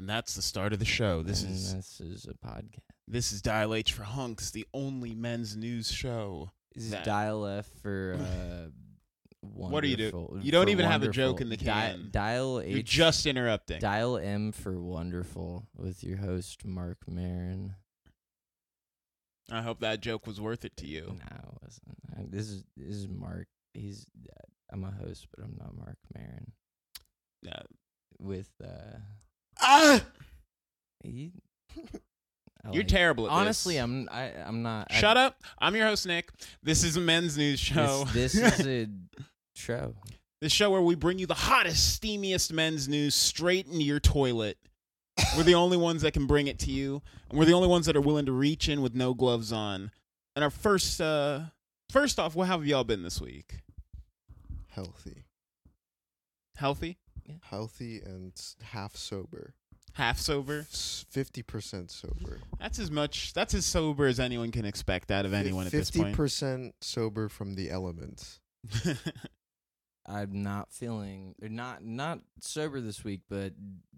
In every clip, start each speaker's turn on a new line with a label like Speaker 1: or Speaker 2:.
Speaker 1: that's the start of the show. This
Speaker 2: And
Speaker 1: is
Speaker 2: this is a podcast.
Speaker 1: this is Dial H for Hunks, the only men's news show.
Speaker 2: This is
Speaker 1: That-
Speaker 2: dial F for uh,
Speaker 1: What do you do?
Speaker 2: wonderful-
Speaker 1: You don't
Speaker 2: for
Speaker 1: even have a joke
Speaker 2: wonderful.
Speaker 1: in the
Speaker 2: Di-
Speaker 1: can.
Speaker 2: dial H.
Speaker 1: You're just interrupting.
Speaker 2: dial M for wonderful with your host Mark Marin.
Speaker 1: I hope that joke was worth it to you.
Speaker 2: No, it wasn't. I- This is this is Mark. He's uh, I'm a host, but I'm not Mark Marin.
Speaker 1: Yeah.
Speaker 2: With uh,
Speaker 1: Ah,
Speaker 2: he, I
Speaker 1: you're
Speaker 2: like-
Speaker 1: terrible. At
Speaker 2: Honestly,
Speaker 1: this.
Speaker 2: I'm I I'm not.
Speaker 1: Shut up. I'm your host Nick. This is a men's news show.
Speaker 2: This, this is a show.
Speaker 1: The show where we bring you the hottest, steamiest men's news straight into your toilet. we're the only ones that can bring it to you, and we're the only ones that are willing to reach in with no gloves on. And our first, uh, first off, well, how have y'all been this week?
Speaker 3: Healthy.
Speaker 1: Healthy,
Speaker 3: Healthy and s- half sober.
Speaker 1: half sober.
Speaker 3: Fifty percent sober.
Speaker 1: That's as much. That's as sober as anyone can expect out of anyone at this
Speaker 3: Fifty
Speaker 1: point.
Speaker 3: percent sober from the elements.
Speaker 2: I'm not feeling or not not sober this week, but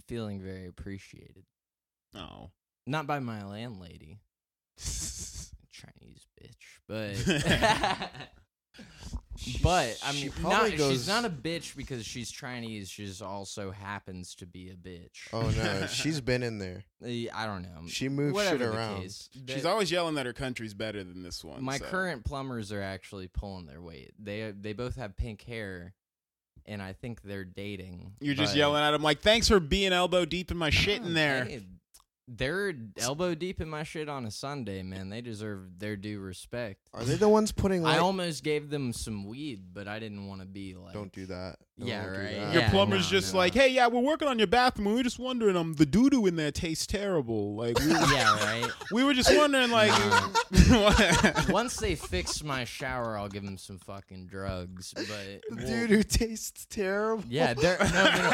Speaker 2: feeling very appreciated.
Speaker 1: oh.
Speaker 2: Not by my landlady, Chinese bitch, but but I
Speaker 3: she
Speaker 2: mean,
Speaker 3: probably
Speaker 2: not, she's
Speaker 3: goes-
Speaker 2: not a bitch because she's Chinese. She's also happens to be a bitch.
Speaker 3: Oh no, she's been in there.
Speaker 2: Eh, I don't know.
Speaker 3: She moves shit
Speaker 2: Whatever the
Speaker 3: around.
Speaker 2: case,
Speaker 1: She's
Speaker 2: that-
Speaker 1: always yelling that her country's better than this one.
Speaker 2: My
Speaker 1: so.
Speaker 2: current plumbers are actually pulling their weight. They they both have pink hair, and I think they're dating.
Speaker 1: You're just
Speaker 2: but-
Speaker 1: yelling at him like, "Thanks for being elbow deep in my shit in there."
Speaker 2: Hey, Oh, they're elbow deep in my shit on a Sunday, man. They deserve their due respect.
Speaker 3: Are they the ones putting
Speaker 2: I
Speaker 3: like?
Speaker 2: almost gave them some weed, but I didn't want to be like.
Speaker 3: don't do that. No,
Speaker 2: Yeah,
Speaker 3: don't do
Speaker 2: right.
Speaker 3: that.
Speaker 1: Your
Speaker 2: Yeah,
Speaker 1: plumber's
Speaker 2: no,
Speaker 1: just
Speaker 2: no.
Speaker 1: like, hey, yeah, we're working on your bathroom. We were just wondering, um, the doo doo in there tastes terrible. Like, we,
Speaker 2: Yeah, right.
Speaker 1: we were just wondering, like, what?
Speaker 2: Once they fix my shower, I'll give them some fucking drugs. But
Speaker 3: The
Speaker 2: we'll-
Speaker 3: Dude who tastes terrible.
Speaker 2: yeah, they're no, no, no.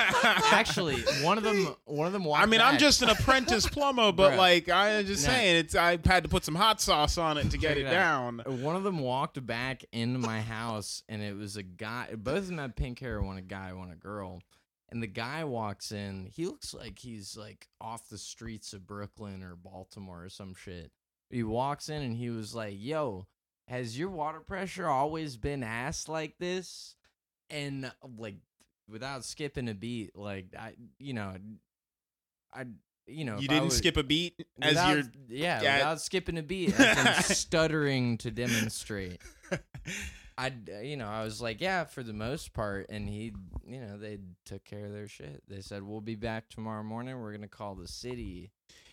Speaker 2: actually one of them. One of them.
Speaker 1: I
Speaker 2: walked
Speaker 1: mean, I'm
Speaker 2: back.
Speaker 1: just an apprentice plumber, but
Speaker 2: Bruh.
Speaker 1: like, I'm just
Speaker 2: Nah.
Speaker 1: saying, it's I had to put some hot sauce on it to get
Speaker 2: Check
Speaker 1: it,
Speaker 2: it out.
Speaker 1: down.
Speaker 2: One of them walked back into my house, and it was a guy. Both of them had pink hair, one a guy, one a girl. And the guy walks in. He looks like he's like off the streets of Brooklyn or Baltimore or some shit. He walks in and he was like, "Yo, has your water pressure always been ass like this?" And like, without skipping a beat, like I, you know, I, you know,
Speaker 1: You
Speaker 2: if I
Speaker 1: didn't
Speaker 2: was-
Speaker 1: skip a beat as
Speaker 2: without,
Speaker 1: you're.
Speaker 2: yeah,
Speaker 1: yeah.
Speaker 2: without skipping a beat as I'm stuttering to demonstrate i you know i was like yeah for the most part and he you know they took care of their shit they said we'll be back tomorrow morning we're gonna call the city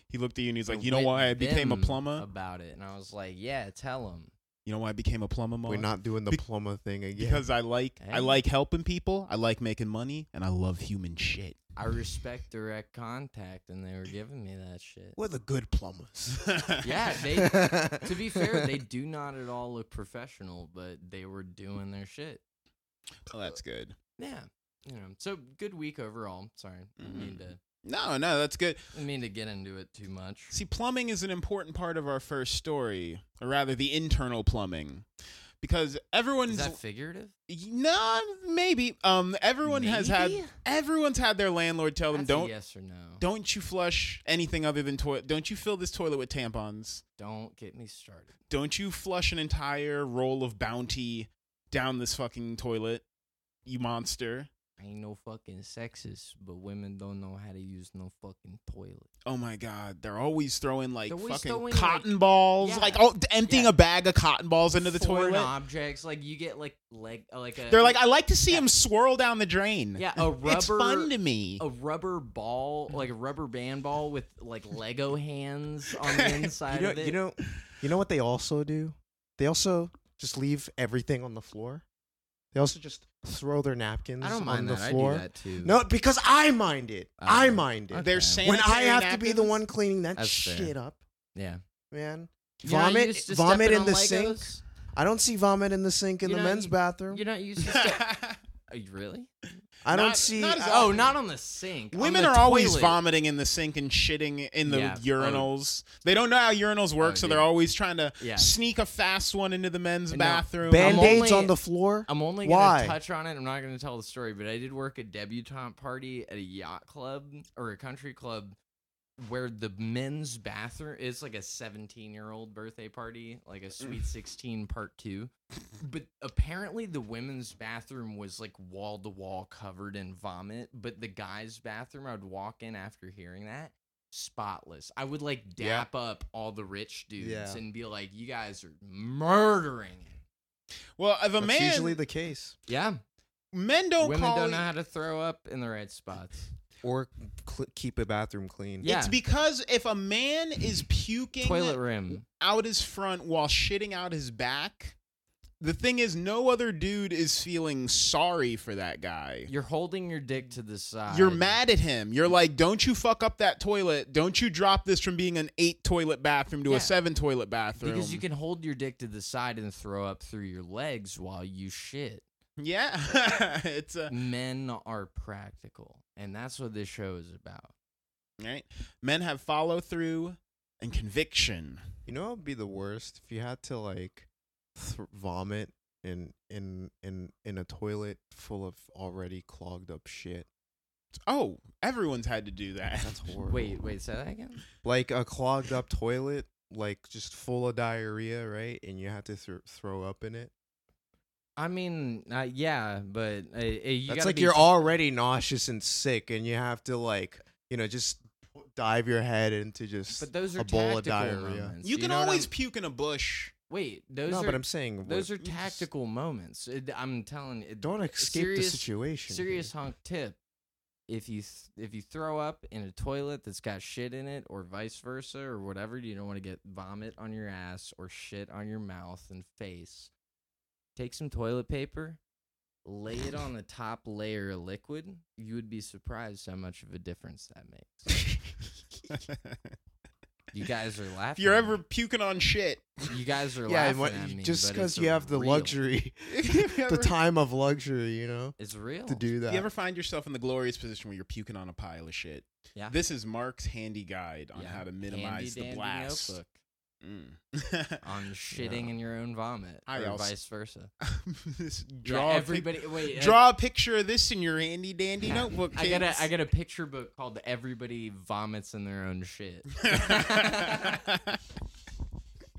Speaker 1: He looked at you and he's like,
Speaker 2: to
Speaker 1: you know
Speaker 2: wit
Speaker 1: why I became a
Speaker 2: them
Speaker 1: plumber?
Speaker 2: about it and i was like yeah tell them
Speaker 1: You know why I became a plumber? Mark?
Speaker 3: We're not doing the
Speaker 1: Be-
Speaker 3: plumber thing again.
Speaker 1: because I like I
Speaker 2: Hey.
Speaker 1: like helping people. I like making money, and I love human shit.
Speaker 2: i respect direct contact and they were giving me that shit
Speaker 3: we're the good plumbers.
Speaker 2: yeah they to be fair they do not at all look professional but they were doing their shit
Speaker 1: Oh, that's good.
Speaker 2: yeah you know so good week overall sorry
Speaker 1: Mhm.
Speaker 2: I mean to
Speaker 1: No, no, that's good.
Speaker 2: didn't mean to get into it too much.
Speaker 1: See, plumbing is an important part of our first story, or rather, the internal plumbing, because
Speaker 2: Is
Speaker 1: everyone's
Speaker 2: that figurative?
Speaker 1: no, maybe. Um, everyone has had
Speaker 2: Maybe?
Speaker 1: everyone's had their landlord tell them
Speaker 2: That's a
Speaker 1: don't
Speaker 2: yes or no.
Speaker 1: don't you flush anything other than toilet. Don't you fill this toilet with tampons.
Speaker 2: Don't get me started.
Speaker 1: Don't you flush an entire roll of Bounty down this fucking toilet, you monster.
Speaker 2: I ain't no fucking sexist, but women don't know how to use no fucking toilet.
Speaker 1: Oh my god, they're always throwing like
Speaker 2: They're always
Speaker 1: fucking
Speaker 2: throwing, like-
Speaker 1: cotton balls,
Speaker 2: Yeah.
Speaker 1: like oh, emptying
Speaker 2: Yeah.
Speaker 1: a bag of cotton balls into the
Speaker 2: Foreign
Speaker 1: toilet.
Speaker 2: objects like you get like leg uh, like a
Speaker 1: They're like, I like to see
Speaker 2: Yeah.
Speaker 1: him swirl down the drain.
Speaker 2: yeah a rubber Oh,
Speaker 1: it's fun to me.
Speaker 2: a rubber ball like a rubber band ball with like Lego hands on the inside
Speaker 3: you know,
Speaker 2: of it.
Speaker 3: you know, you know what they also do? They also just leave everything on the floor. They also just throw their napkins
Speaker 2: I don't mind
Speaker 3: on
Speaker 2: that.
Speaker 3: the floor.
Speaker 2: I do that too.
Speaker 3: No, because I mind it.
Speaker 2: Oh.
Speaker 3: I mind it.
Speaker 2: Okay.
Speaker 1: They're
Speaker 2: When
Speaker 1: sanitary
Speaker 3: When I have to be the
Speaker 1: napkins?
Speaker 3: one cleaning that
Speaker 2: That's fair.
Speaker 3: shit up,
Speaker 2: Yeah.
Speaker 3: man.
Speaker 2: You're not
Speaker 3: Vomit-
Speaker 2: used to
Speaker 3: vomit
Speaker 2: stepping
Speaker 3: in
Speaker 2: on
Speaker 3: the
Speaker 2: Legos?
Speaker 3: sink? I don't see vomit in the sink in
Speaker 2: You
Speaker 3: the
Speaker 2: know,
Speaker 3: men's
Speaker 2: you-
Speaker 3: bathroom.
Speaker 2: You're not used to. Step- Are you really?
Speaker 3: I don't
Speaker 1: Not-
Speaker 3: see.
Speaker 1: not as
Speaker 3: I-
Speaker 2: Oh, not on the sink. on
Speaker 1: Women
Speaker 2: the
Speaker 1: are always
Speaker 2: toilet.
Speaker 1: vomiting in the sink and shitting in the
Speaker 2: Yeah.
Speaker 1: urinals. They don't know how urinals work,
Speaker 2: Oh,
Speaker 1: so
Speaker 2: dude.
Speaker 1: they're always trying to
Speaker 2: Yeah.
Speaker 1: sneak a fast one into the men's
Speaker 2: No.
Speaker 1: bathroom.
Speaker 2: Band- only-
Speaker 3: Band-aids on the floor.
Speaker 2: I'm only
Speaker 3: Why?
Speaker 2: gonna touch on it. I'm not gonna tell the story, but I did work a debutante party at a yacht club or a country club where the men's bathroom it's like a 17 year old birthday party like
Speaker 3: Mm.
Speaker 2: a sweet 16 part two but apparently the women's bathroom was like wall to wall covered in vomit but the guys bathroom i would walk in after hearing that spotless i would like
Speaker 3: Yeah.
Speaker 2: dap up all the rich dudes
Speaker 3: Yeah.
Speaker 2: and be like you guys are murdering it
Speaker 1: Well, if a
Speaker 3: That's
Speaker 1: man,
Speaker 3: usually the case.
Speaker 2: yeah
Speaker 1: men don't
Speaker 2: women
Speaker 1: call.
Speaker 2: don't
Speaker 1: e-
Speaker 2: know how to throw up in the right spots
Speaker 3: Or cl- keep a bathroom clean.
Speaker 2: Yeah.
Speaker 1: It's because if a man is puking
Speaker 2: toilet rim
Speaker 1: out his front while shitting out his back, the thing is, no other dude is feeling sorry for that guy.
Speaker 2: you're holding your dick to the side
Speaker 1: You're mad at him. You're like, don't you fuck up that toilet. Don't you drop this from being an eight toilet bathroom to
Speaker 2: Yeah.
Speaker 1: a seven toilet bathroom.
Speaker 2: Because you can hold your dick to the side and throw up through your legs while you shit.
Speaker 1: Yeah. it's uh,
Speaker 2: Uh.
Speaker 1: a.
Speaker 2: Men are practical, and that's what this show is about.
Speaker 1: Right? Men have follow through and conviction.
Speaker 3: You know, it'd be the worst if you had to like th- vomit in in in in a toilet full of already clogged up shit.
Speaker 1: Oh, everyone's had to do that.
Speaker 3: That's horrible.
Speaker 2: Wait, wait, say that again.
Speaker 3: like a clogged up toilet, like just full of diarrhea, right? And you had to thro- throw up in it.
Speaker 2: I mean, uh, yeah, but uh, uh, you
Speaker 3: That's
Speaker 2: gotta
Speaker 3: like
Speaker 2: be-
Speaker 3: you're already nauseous and sick, and you have to like you know just dive your head into just.
Speaker 2: But those are
Speaker 3: a bowl
Speaker 2: tactical
Speaker 3: of diarrhea.
Speaker 2: moments.
Speaker 1: You can
Speaker 2: know what
Speaker 1: always
Speaker 2: I'm-
Speaker 1: puke in a bush.
Speaker 2: wait. Those
Speaker 3: no,
Speaker 2: are
Speaker 3: but I'm saying
Speaker 2: those
Speaker 3: what-
Speaker 2: are tactical moments. It, I'm telling you,
Speaker 3: Don't escape
Speaker 2: serious-
Speaker 3: the situation. dude.
Speaker 2: serious honk tip. If you th- if you throw up in a toilet that's got shit in it, or vice versa, or whatever, you don't want to get vomit on your ass or shit on your mouth and face. Take some toilet paper, lay it on the top layer of liquid. You would be surprised how much of a difference that makes.
Speaker 1: if
Speaker 2: You guys are laughing.
Speaker 1: you're
Speaker 2: at
Speaker 1: ever
Speaker 2: me.
Speaker 1: puking on shit,
Speaker 2: you guys are
Speaker 3: Yeah,
Speaker 2: laughing
Speaker 3: and what,
Speaker 2: at
Speaker 3: you-
Speaker 2: me.
Speaker 3: just
Speaker 2: but
Speaker 3: because
Speaker 2: it's
Speaker 3: you have the
Speaker 2: real.
Speaker 3: luxury,
Speaker 1: If you
Speaker 3: the
Speaker 1: ever-
Speaker 3: time of luxury, you know,
Speaker 2: it's real.
Speaker 3: to do
Speaker 1: if
Speaker 3: that.
Speaker 1: Oh, you ever find yourself in the glorious position where you're puking on a pile of shit,
Speaker 2: Yeah.
Speaker 1: this is Mark's handy guide on
Speaker 2: Yeah.
Speaker 1: how to
Speaker 2: Handy
Speaker 1: minimize the
Speaker 2: dandy
Speaker 1: blast.
Speaker 2: notebook.
Speaker 1: Mm.
Speaker 2: on shitting in your own vomit
Speaker 1: I
Speaker 2: or
Speaker 1: also-
Speaker 2: vice versa.
Speaker 1: Just
Speaker 2: Yeah,
Speaker 1: draw a pic-
Speaker 2: everybody wait. I-
Speaker 1: draw a picture of this in your handy dandy
Speaker 2: Yeah.
Speaker 1: notebook.
Speaker 2: I got
Speaker 1: kids.
Speaker 2: a I got a picture book called Everybody Vomits in Their Own Shit.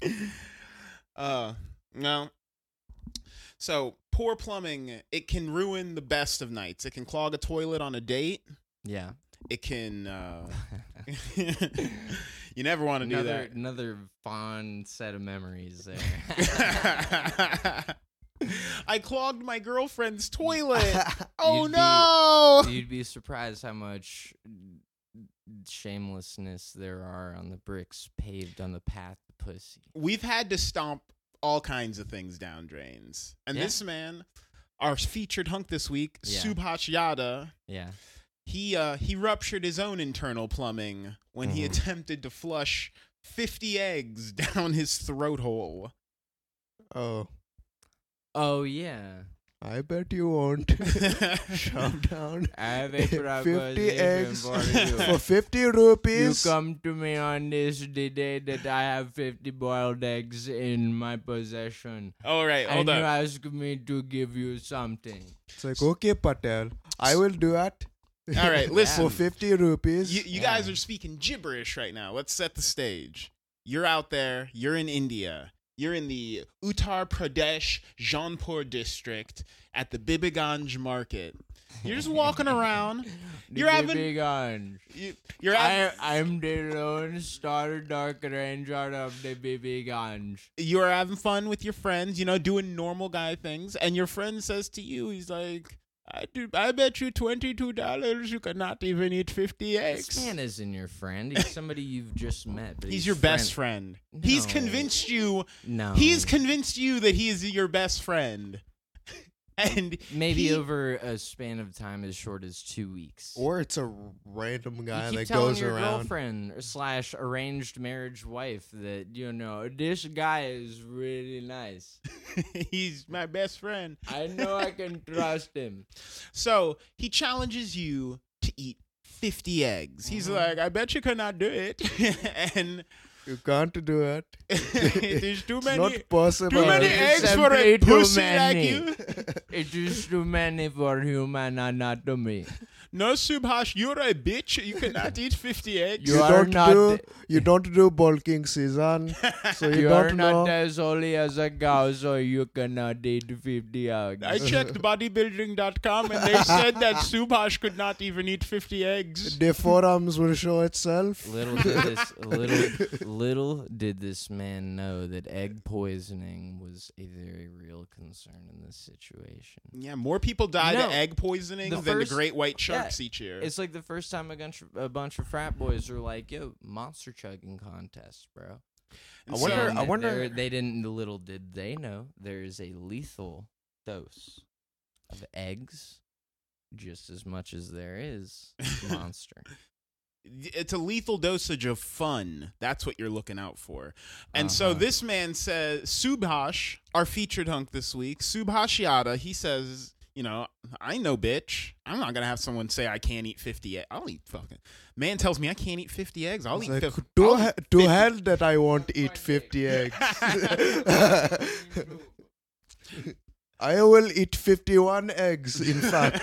Speaker 1: uh no so poor plumbing it can ruin the best of nights it can clog a toilet on a date
Speaker 2: yeah.
Speaker 1: it can uh you never want to do
Speaker 2: another
Speaker 1: that
Speaker 2: another fond set of memories there.
Speaker 1: i clogged my girlfriend's toilet oh
Speaker 2: You'd be-
Speaker 1: no
Speaker 2: You'd be surprised how much shamelessness there are on the bricks paved on the path to pussy.
Speaker 1: we've had to stomp all kinds of things down drains and
Speaker 2: Yeah.
Speaker 1: this man our featured hunk this week
Speaker 2: Yeah.
Speaker 1: subhash yada
Speaker 2: Yeah.
Speaker 1: he uh, he ruptured his own internal plumbing when he
Speaker 2: Mhm.
Speaker 1: attempted to flush 50 eggs down his throat hole.
Speaker 3: oh,
Speaker 2: Oh yeah.
Speaker 3: I bet you won't shove down
Speaker 2: I have a
Speaker 3: 50
Speaker 2: proposition
Speaker 3: eggs
Speaker 2: for you.
Speaker 3: for 50
Speaker 2: You
Speaker 3: rupees.
Speaker 2: come to me on this the day that I have 50 boiled eggs in my possession.
Speaker 1: All right,
Speaker 2: And
Speaker 1: hold
Speaker 2: you
Speaker 1: on.
Speaker 2: ask me to give you something.
Speaker 3: It's like, okay, Patel, I will do that.
Speaker 1: All right, listen.
Speaker 3: for 50 rupees.
Speaker 1: You, you guys are speaking gibberish right now. Let's set the stage. You're out there, you're in India. You're in the Uttar Pradesh Jaunpur district at the Bibiganj market. You're just walking around.
Speaker 2: The
Speaker 1: You're having-
Speaker 2: Big Orange.
Speaker 1: You, you're out,
Speaker 2: I, I'm the Lone Star Dark Ranger of the BB Ganj.
Speaker 1: you are having fun with your friends, you know, doing normal guy things, and your friend says to you, he's like, I, do, I bet you $22 you cannot even eat 50
Speaker 2: This
Speaker 1: eggs.
Speaker 2: man isn't your friend. He's somebody you've just met. But
Speaker 1: He's, your best friend. He's
Speaker 2: No.
Speaker 1: convinced you,
Speaker 2: No.
Speaker 1: he's convinced you that he is your best friend. and
Speaker 2: Maybe
Speaker 1: he-
Speaker 2: over a span of time as short as two weeks.
Speaker 3: Or it's a random guy
Speaker 2: you keep
Speaker 3: that
Speaker 2: telling
Speaker 3: goes
Speaker 2: your
Speaker 3: around.
Speaker 2: girlfriend slash arranged marriage wife that you know this guy is really nice.
Speaker 1: he's my best friend.
Speaker 2: I know I can trust him.
Speaker 1: So he challenges you to eat 50 eggs. He's
Speaker 2: Mhm.
Speaker 1: like, I bet you cannot do it. and
Speaker 3: You can't do it.
Speaker 1: there's too
Speaker 3: It's
Speaker 1: many.
Speaker 3: not possible.
Speaker 1: Too many
Speaker 2: it's
Speaker 1: eggs for
Speaker 2: simply
Speaker 1: a
Speaker 2: too
Speaker 1: pussy
Speaker 2: many.
Speaker 1: like you.
Speaker 2: It is too many for human anatomy.
Speaker 1: No, Subhash, you're a bitch. You cannot eat 50 eggs.
Speaker 2: You are
Speaker 3: don't
Speaker 2: not
Speaker 3: do,
Speaker 2: the-
Speaker 3: you don't do bulking season, so you,
Speaker 2: You are
Speaker 3: don't
Speaker 2: not
Speaker 3: know.
Speaker 2: as holy as a cow, so you uh, cannot eat 50
Speaker 1: I
Speaker 2: eggs.
Speaker 1: checked bodybuilding.com and they said that Subhash could not even eat 50 eggs.
Speaker 3: The forums will show itself.
Speaker 2: little did this little little did this man know that egg poisoning was a very real concern in this situation.
Speaker 1: Yeah, more people die
Speaker 2: No.
Speaker 1: to egg poisoning
Speaker 2: The
Speaker 1: than
Speaker 2: first-
Speaker 1: the great white
Speaker 2: yeah,
Speaker 1: sharks each year.
Speaker 2: It's like the first time a bunch of, a bunch of frat boys were like, "Yo, monster chugging contest, bro."
Speaker 1: And
Speaker 3: I wonder-
Speaker 1: so-
Speaker 3: I wonder-
Speaker 2: they're- They didn't. Little did they know there is a lethal dose of eggs, just as much as there is monster.
Speaker 1: it's a lethal dosage of fun. That's what you're looking out for. And so
Speaker 2: Uh-huh.
Speaker 1: this man says, Subhash, our featured hunk this week, Subhash Yada, he says, you know, I know, bitch. I'm not going to have someone say I can't eat 50 eggs. I'll eat fucking. Man tells me I can't eat 50 eggs. I'll
Speaker 3: It's
Speaker 1: eat
Speaker 3: like,
Speaker 1: 50.
Speaker 3: to,
Speaker 1: I'll
Speaker 3: he-
Speaker 1: eat
Speaker 3: to
Speaker 1: 50.
Speaker 3: hell that I won't eat 50 eggs. I will eat 51 eggs, in fact.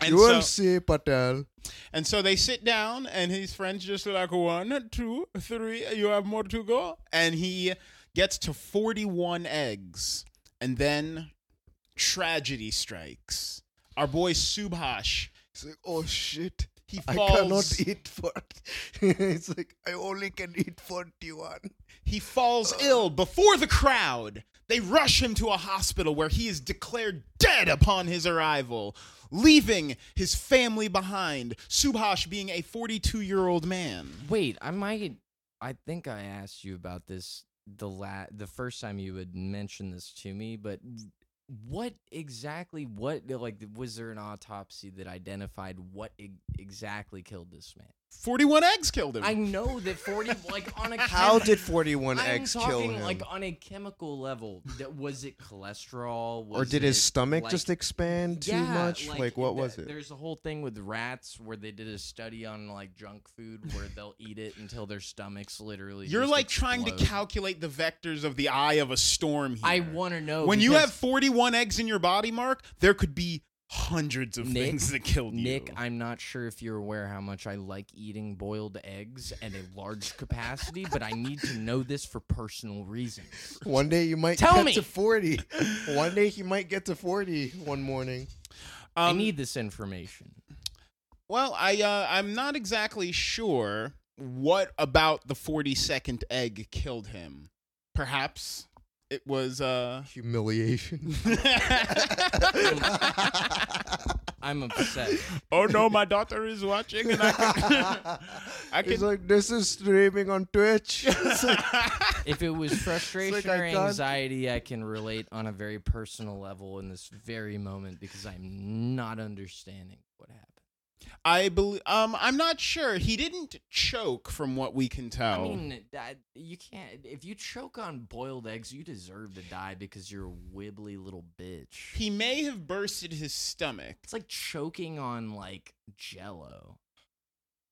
Speaker 1: And
Speaker 3: you will
Speaker 1: so-
Speaker 3: see, Patel.
Speaker 1: And so they sit down, and his friends just like one, two, three. You have more to go, and he gets to forty-one eggs, and then tragedy strikes. Our boy Subhash,
Speaker 3: It's like, oh shit.
Speaker 1: he
Speaker 3: I
Speaker 1: falls.
Speaker 3: cannot eat 40. it's like, I only can eat 41.
Speaker 1: He falls ill before the crowd. They rush him to a hospital where he is declared dead upon his arrival, leaving his family behind. Subhash being a forty-two-year-old man.
Speaker 2: Wait, I might. I think I asked you about this the la- the first time you had mentioned this to me, but what exactly? What like was there an autopsy that identified what e- exactly killed this man?
Speaker 1: Forty-one eggs killed him.
Speaker 2: I know that forty like on a
Speaker 3: How
Speaker 2: chem-
Speaker 3: did 41
Speaker 2: I'm
Speaker 3: eggs
Speaker 2: talking
Speaker 3: kill him?
Speaker 2: like on a chemical level. That was it cholesterol?
Speaker 3: or
Speaker 2: Was
Speaker 3: did
Speaker 2: it,
Speaker 3: his stomach
Speaker 2: like-
Speaker 3: just expand too
Speaker 2: Yeah,
Speaker 3: much? Like, what
Speaker 2: the-
Speaker 3: was it?
Speaker 2: There's a whole thing with rats where they did a study on like junk food where they'll eat it until their stomachs literally.
Speaker 1: You're
Speaker 2: just
Speaker 1: like trying to
Speaker 2: explode.
Speaker 1: calculate the vectors of the eye of a storm here.
Speaker 2: I want to know
Speaker 1: when you
Speaker 2: because,
Speaker 1: have 41 eggs in your body, Mark, there could be hundreds of
Speaker 2: Nick-
Speaker 1: things that killed you.
Speaker 2: Nick. I'm not sure if you're aware how much I like eating boiled eggs at a large capacity, but I need to know this for personal reasons.
Speaker 3: One day you might
Speaker 2: Tell
Speaker 3: get
Speaker 2: me.
Speaker 3: to 40. One day he might get to 40 one morning.
Speaker 2: I
Speaker 1: Um,
Speaker 2: need this information.
Speaker 1: well, I uh, I'm not exactly sure what about the 42nd egg killed him. Perhaps it was uh
Speaker 3: Humiliation.
Speaker 2: I'm upset.
Speaker 1: Oh no, my daughter is watching and I can, I
Speaker 3: He's
Speaker 1: can
Speaker 3: like, this is streaming on Twitch. It's like,
Speaker 2: If it was frustration
Speaker 3: like I
Speaker 2: or
Speaker 3: can't-
Speaker 2: anxiety, I can relate on a very personal level in this very moment because I'm not understanding what happened.
Speaker 1: I believe um I'm not sure. He didn't choke from what we can tell.
Speaker 2: I mean, that, you can't. If you choke on boiled eggs, you deserve to die because you're a wibbly little bitch.
Speaker 1: He may have bursted his stomach.
Speaker 2: It's like choking on like Jello.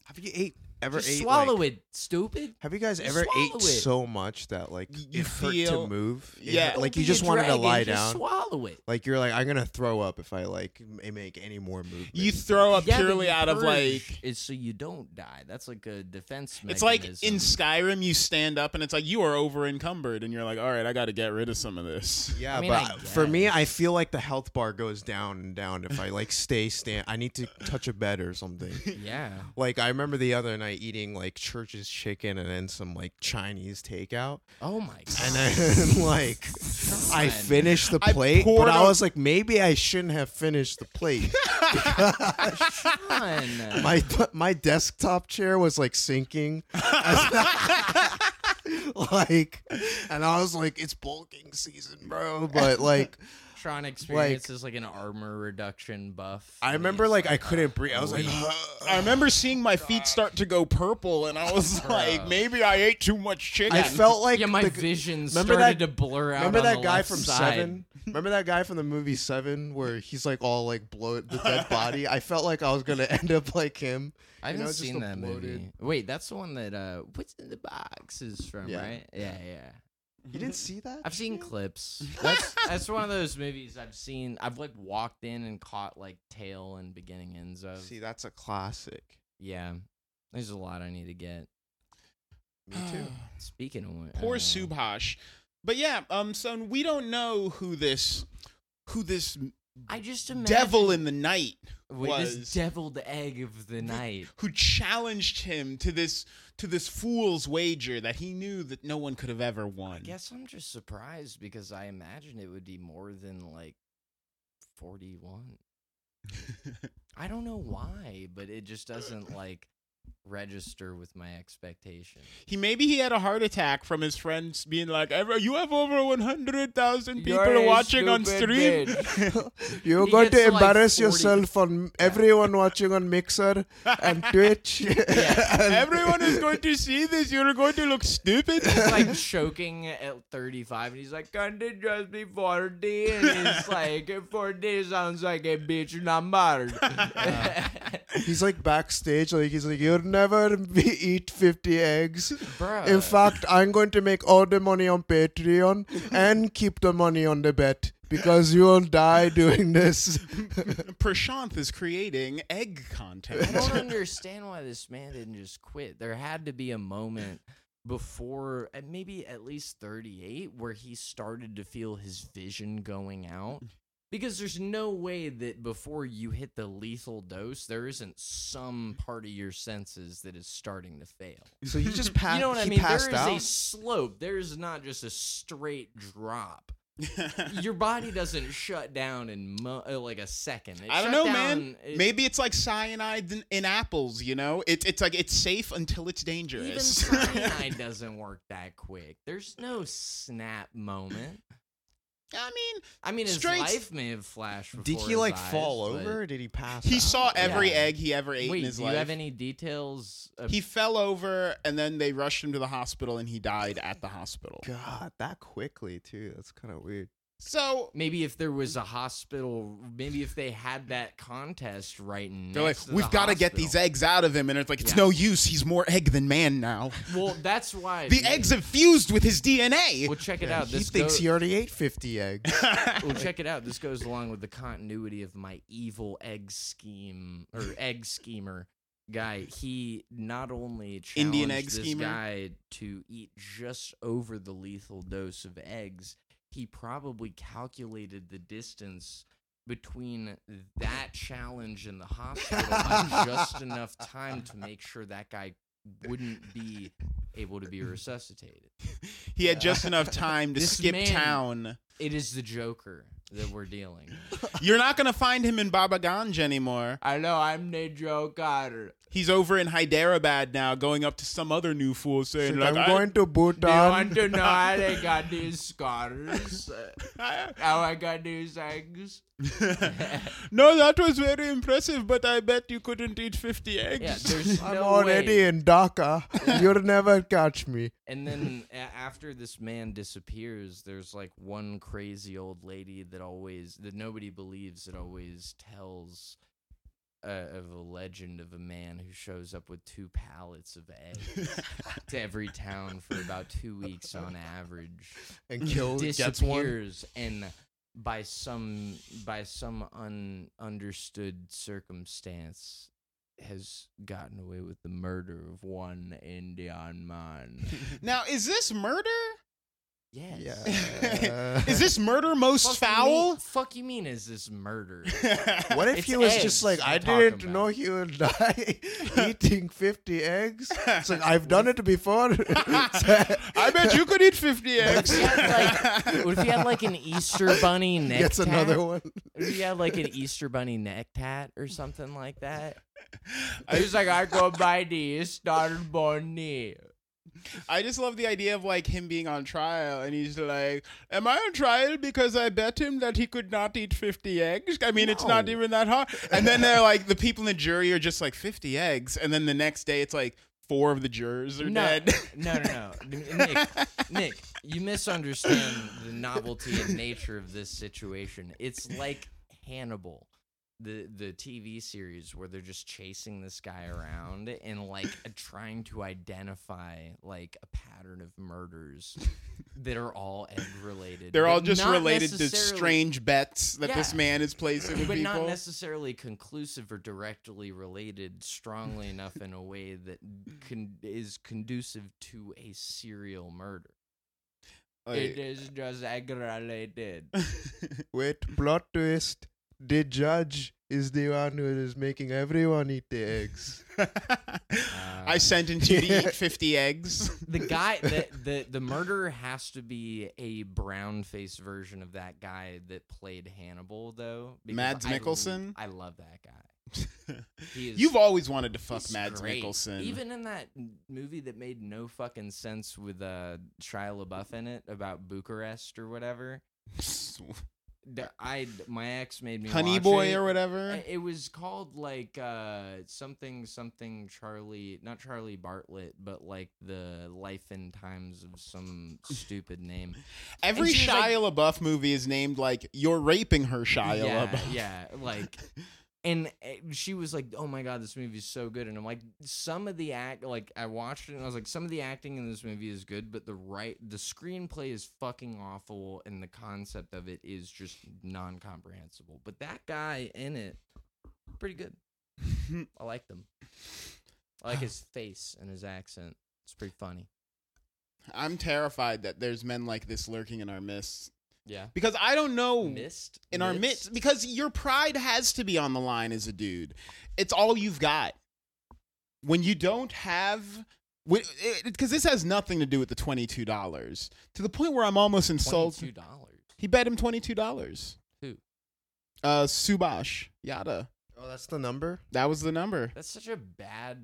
Speaker 3: have you ate ever
Speaker 2: Just
Speaker 3: ate
Speaker 2: swallow
Speaker 3: like-
Speaker 2: it, stupid.
Speaker 3: Have you guys
Speaker 2: You
Speaker 3: ever ate
Speaker 2: swallow it.
Speaker 3: so much that like
Speaker 1: Y- you
Speaker 3: it hurt
Speaker 1: feel-
Speaker 3: to move? It
Speaker 1: yeah.
Speaker 3: hurt-
Speaker 2: Don't
Speaker 3: like you
Speaker 2: be a
Speaker 3: just wanted to
Speaker 2: dragon,
Speaker 3: lie
Speaker 2: just
Speaker 3: down.
Speaker 2: Swallow it.
Speaker 3: like you're like I'm gonna throw up if I like m- make any more movement.
Speaker 1: You throw up
Speaker 2: Yeah, but
Speaker 1: purely
Speaker 2: you
Speaker 1: out of
Speaker 2: purge
Speaker 1: like.
Speaker 2: is so you don't die. That's like a defense.
Speaker 1: It's like in
Speaker 2: mechanism.
Speaker 1: Skyrim, you stand up and it's like you are over encumbered, and you're like, all right, I got to get rid of some of this.
Speaker 3: Yeah,
Speaker 2: I mean,
Speaker 3: but
Speaker 2: I
Speaker 3: for me, I
Speaker 2: guess.
Speaker 3: feel like the health bar goes down and down if I like stay stand. I need to touch a bed or something.
Speaker 2: Yeah.
Speaker 3: Like I remember the other night eating like church's chicken and then some like Chinese takeout,
Speaker 2: Oh my god.
Speaker 3: and then like I
Speaker 2: God.
Speaker 3: finished the
Speaker 1: I
Speaker 3: plate,
Speaker 1: poured
Speaker 3: but I
Speaker 1: on-
Speaker 3: was like, maybe I shouldn't have finished the plate.
Speaker 2: Fun.
Speaker 3: my my desktop chair was like sinking As- like and i was like it's bulking season bro but like
Speaker 2: Tron experience is like an armor reduction buff.
Speaker 3: i
Speaker 2: and
Speaker 3: remember
Speaker 2: it's
Speaker 3: like i couldn't breathe i was like
Speaker 1: I remember seeing my feet start to go purple, and I was like, maybe I ate too much chicken.
Speaker 3: i felt like
Speaker 2: yeah, my
Speaker 3: the-
Speaker 2: vision
Speaker 3: remember
Speaker 2: started
Speaker 3: that-
Speaker 2: to blur out.
Speaker 3: remember
Speaker 2: on
Speaker 3: that
Speaker 2: the
Speaker 3: guy
Speaker 2: left
Speaker 3: from
Speaker 2: side.
Speaker 3: seven remember that guy from the movie seven where he's like all like bloat the dead body i felt like i was gonna end up like him
Speaker 2: I
Speaker 3: You
Speaker 2: haven't
Speaker 3: know, just
Speaker 2: seen
Speaker 3: a
Speaker 2: that
Speaker 3: bloated-
Speaker 2: movie. Wait, that's the one that uh, what's in the box is from,
Speaker 3: Yeah.
Speaker 2: right? Yeah, yeah.
Speaker 3: You didn't see that?
Speaker 2: I've seen
Speaker 3: shit?
Speaker 2: clips. That's that's one of those movies I've seen. I've like walked in and caught like tail and beginning ends of.
Speaker 3: See, that's a classic.
Speaker 2: Yeah, there's a lot I need to get.
Speaker 3: Me too.
Speaker 2: Speaking of what,
Speaker 1: Poor
Speaker 2: uh,
Speaker 1: Subhash. But yeah, um, so we don't know who this, who this
Speaker 2: I just imagine
Speaker 1: devil in the night
Speaker 2: wait,
Speaker 1: was-
Speaker 2: this deviled egg of the night.
Speaker 1: who challenged him to this to this fool's wager that he knew that no one could have ever won.
Speaker 2: I guess I'm just surprised because I imagined it would be more than like 41. I don't know why, but it just doesn't like register with my expectation.
Speaker 1: He maybe he had a heart attack from his friends being like, "Ever you have over one hundred thousand
Speaker 2: You're
Speaker 1: people
Speaker 2: a
Speaker 1: watching on stream."
Speaker 2: stupid
Speaker 3: You're
Speaker 2: He
Speaker 3: going to
Speaker 2: gets, like,
Speaker 3: embarrass
Speaker 2: 40.
Speaker 3: yourself on everyone watching on Mixer and Twitch. And-
Speaker 1: Everyone is going to see this. You're going to look stupid.
Speaker 2: He's like choking at 35 and he's like, Can't it just be 40? And it's like, 40 sounds like a bitch and I'm married.
Speaker 3: He's like backstage, like he's like, "You'll never be eat fifty eggs."
Speaker 2: Bruh.
Speaker 3: In fact, I'm going to make all the money on Patreon and keep the money on the bet because you will die doing this.
Speaker 1: Prashanth is creating egg
Speaker 2: I don't
Speaker 1: content.
Speaker 2: understand why this man didn't just quit. There had to be a moment before, at maybe at least 38, where he started to feel his vision going out. Because there's no way that before you hit the lethal dose, there isn't some part of your senses that is starting to fail.
Speaker 3: So he just passed.
Speaker 2: you know what I
Speaker 3: he
Speaker 2: mean? There is
Speaker 3: Passed out.
Speaker 2: a slope. There's not just a straight drop. Your body doesn't shut down in mo- uh, like a second. It
Speaker 1: I don't
Speaker 2: shut
Speaker 1: know,
Speaker 2: down-
Speaker 1: man.
Speaker 2: it-
Speaker 1: Maybe it's like cyanide in, in apples. You know, it's it's like it's safe until it's
Speaker 2: Even
Speaker 1: dangerous.
Speaker 2: cyanide doesn't work that quick. There's no snap moment.
Speaker 1: I mean,
Speaker 2: I mean, his
Speaker 1: Straight-
Speaker 2: life may have flashed. Before
Speaker 3: Did he
Speaker 2: his
Speaker 3: like
Speaker 2: eyes,
Speaker 3: fall
Speaker 2: but-
Speaker 3: over? Or did he pass?
Speaker 1: he
Speaker 3: out?
Speaker 1: saw every
Speaker 2: Yeah.
Speaker 1: egg he ever ate
Speaker 2: Wait,
Speaker 1: in
Speaker 2: do
Speaker 1: his
Speaker 2: you
Speaker 1: life.
Speaker 2: have any details? Of,
Speaker 1: he fell over, and then they rushed him to the hospital, and he died at the hospital.
Speaker 3: God, that quickly too. That's kind of weird.
Speaker 1: So
Speaker 2: maybe if there was a hospital, maybe if they had that contest right next.
Speaker 1: They're like,
Speaker 2: to the
Speaker 1: we've got to get these
Speaker 2: hospital."
Speaker 1: eggs out of him. And it's like, it's
Speaker 2: Yeah.
Speaker 1: no use. He's more egg than man now.
Speaker 2: Well, that's why
Speaker 1: e-" The eggs have fused with his DNA.
Speaker 2: Well, check it
Speaker 3: Yeah,
Speaker 2: out.
Speaker 3: he
Speaker 2: This
Speaker 3: thinks
Speaker 2: go-
Speaker 3: he already ate fifty eggs.
Speaker 2: well, check it out. This goes along with the continuity of my evil egg scheme or egg schemer guy. He not only challenged
Speaker 1: Indian egg
Speaker 2: this
Speaker 1: schemer?
Speaker 2: guy to eat just over the lethal dose of eggs, he probably calculated the distance between that challenge and the hospital by just enough time to make sure that guy wouldn't be able to be resuscitated.
Speaker 1: he had just enough time to
Speaker 2: This
Speaker 1: skip
Speaker 2: man-
Speaker 1: town.
Speaker 2: It is the Joker that we're dealing with.
Speaker 1: You're not going to find him in Baba Ganj anymore.
Speaker 2: I know I'm the Joker.
Speaker 1: He's over in Hyderabad now, going up to some other new fool saying,
Speaker 3: Like,
Speaker 1: like,
Speaker 3: I'm
Speaker 1: I-
Speaker 3: going to
Speaker 2: Do you want
Speaker 3: Bhutan.
Speaker 2: to know how they got these scars? Uh,
Speaker 1: I-
Speaker 2: How I got these eggs?
Speaker 1: no, that was very impressive, but I bet you couldn't eat 50 eggs.
Speaker 2: Yeah, there's
Speaker 3: I'm
Speaker 2: no
Speaker 3: already
Speaker 2: way.
Speaker 3: in Dhaka. You'll never catch me.
Speaker 2: And then a- after this man disappears, there's like one crazy old lady that always that nobody believes that always tells uh, of a legend of a man who shows up with two pallets of eggs to every town for about two weeks on average.
Speaker 3: And kill gets one.
Speaker 2: disappears and by some by some un, understood circumstance has gotten away with the murder of one Indian man.
Speaker 1: Now, is this murder?
Speaker 2: Yes.
Speaker 3: Yeah.
Speaker 1: Is this murder most
Speaker 2: Fuck you
Speaker 1: foul?
Speaker 2: mean- fuck you mean is this murder?
Speaker 3: What if
Speaker 2: It's
Speaker 3: he was
Speaker 2: eggs
Speaker 3: just like,
Speaker 2: we're
Speaker 3: I
Speaker 2: talking
Speaker 3: didn't know
Speaker 2: about."
Speaker 3: he would die eating 50 eggs? It's like, I've done it before.
Speaker 1: I bet you could eat 50 eggs.
Speaker 2: He had, like, what if he had like an Easter bunny neck
Speaker 3: Gets
Speaker 2: tat?
Speaker 3: another one.
Speaker 2: What if he had like an Easter bunny neck tat or something like that? He's like, I go by the Easter bunny.
Speaker 1: I just love the idea of like him being on trial and he's like, Am I on trial because I bet him that he could not eat 50 eggs? I mean, it's not
Speaker 2: No.
Speaker 1: even that hard. And then they're like, the people in the jury are just like, 50 eggs. And then the next day, it's like, four of the jurors are
Speaker 2: no,
Speaker 1: dead.
Speaker 2: no, no, no. Nick, Nick, you misunderstand the novelty and nature of this situation. It's like Hannibal. the the TV series where they're just chasing this guy around and like trying to identify like a pattern of murders that are all egg related.
Speaker 1: They're
Speaker 2: but
Speaker 1: all just
Speaker 2: not
Speaker 1: related to
Speaker 2: necessarily-
Speaker 1: strange bets that this
Speaker 2: Yeah.
Speaker 1: man is placing with
Speaker 2: but not
Speaker 1: people.
Speaker 2: necessarily conclusive or directly related strongly enough in a way that con- is conducive to a serial murder.
Speaker 1: Like-
Speaker 2: It is just egg related.
Speaker 3: Wait, plot twist. The judge is the one who is making everyone eat the eggs.
Speaker 1: I sentence you to eat 50 eggs.
Speaker 2: the guy the, the the murderer has to be a brown faced version of that guy that played Hannibal though. because
Speaker 1: Mads
Speaker 2: I l-
Speaker 1: Mikkelsen?
Speaker 2: I, love that guy. He is
Speaker 1: You've always wanted to fuck
Speaker 2: he's
Speaker 1: Mads
Speaker 2: great.
Speaker 1: Mikkelsen.
Speaker 2: Even in that m- movie that made no fucking sense with uh Shia LaBeouf in it about Bucharest or whatever. the- I my ex made me
Speaker 1: Honey
Speaker 2: watch
Speaker 1: Boy
Speaker 2: it. eh,
Speaker 1: or whatever.
Speaker 2: I- It was called like uh something something Charlie not Charlie Bartlett but like the life and times of some stupid name.
Speaker 1: Every
Speaker 2: and she was like-
Speaker 1: Shia LaBeouf movie is named like "You're raping her, Shia
Speaker 2: yeah,
Speaker 1: LaBeouf."
Speaker 2: yeah, like and uh, she was like, "Oh my god, this movie is so good." And I'm like, "Some of the act like I watched it and I was like, some of the acting in this movie is good, but the right the screenplay is fucking awful and the concept of it is just non-comprehensible." But that guy in it pretty good. I like them. I like his face and his accent. It's pretty funny.
Speaker 1: I'm terrified that there's men like this lurking in our midst
Speaker 2: Yeah.
Speaker 1: because I don't know
Speaker 2: Mist
Speaker 1: in our midst because your pride has to be on the line as a dude. It's all you've got. When you don't have because this has nothing to do with the $22 to the point where I'm almost insulted.
Speaker 2: Twenty-two dollars.
Speaker 1: He bet him twenty two dollars.
Speaker 2: Who?
Speaker 1: Uh, Subash Yada.
Speaker 3: Oh, that's the number?
Speaker 1: That was the number.
Speaker 2: That's such a bad.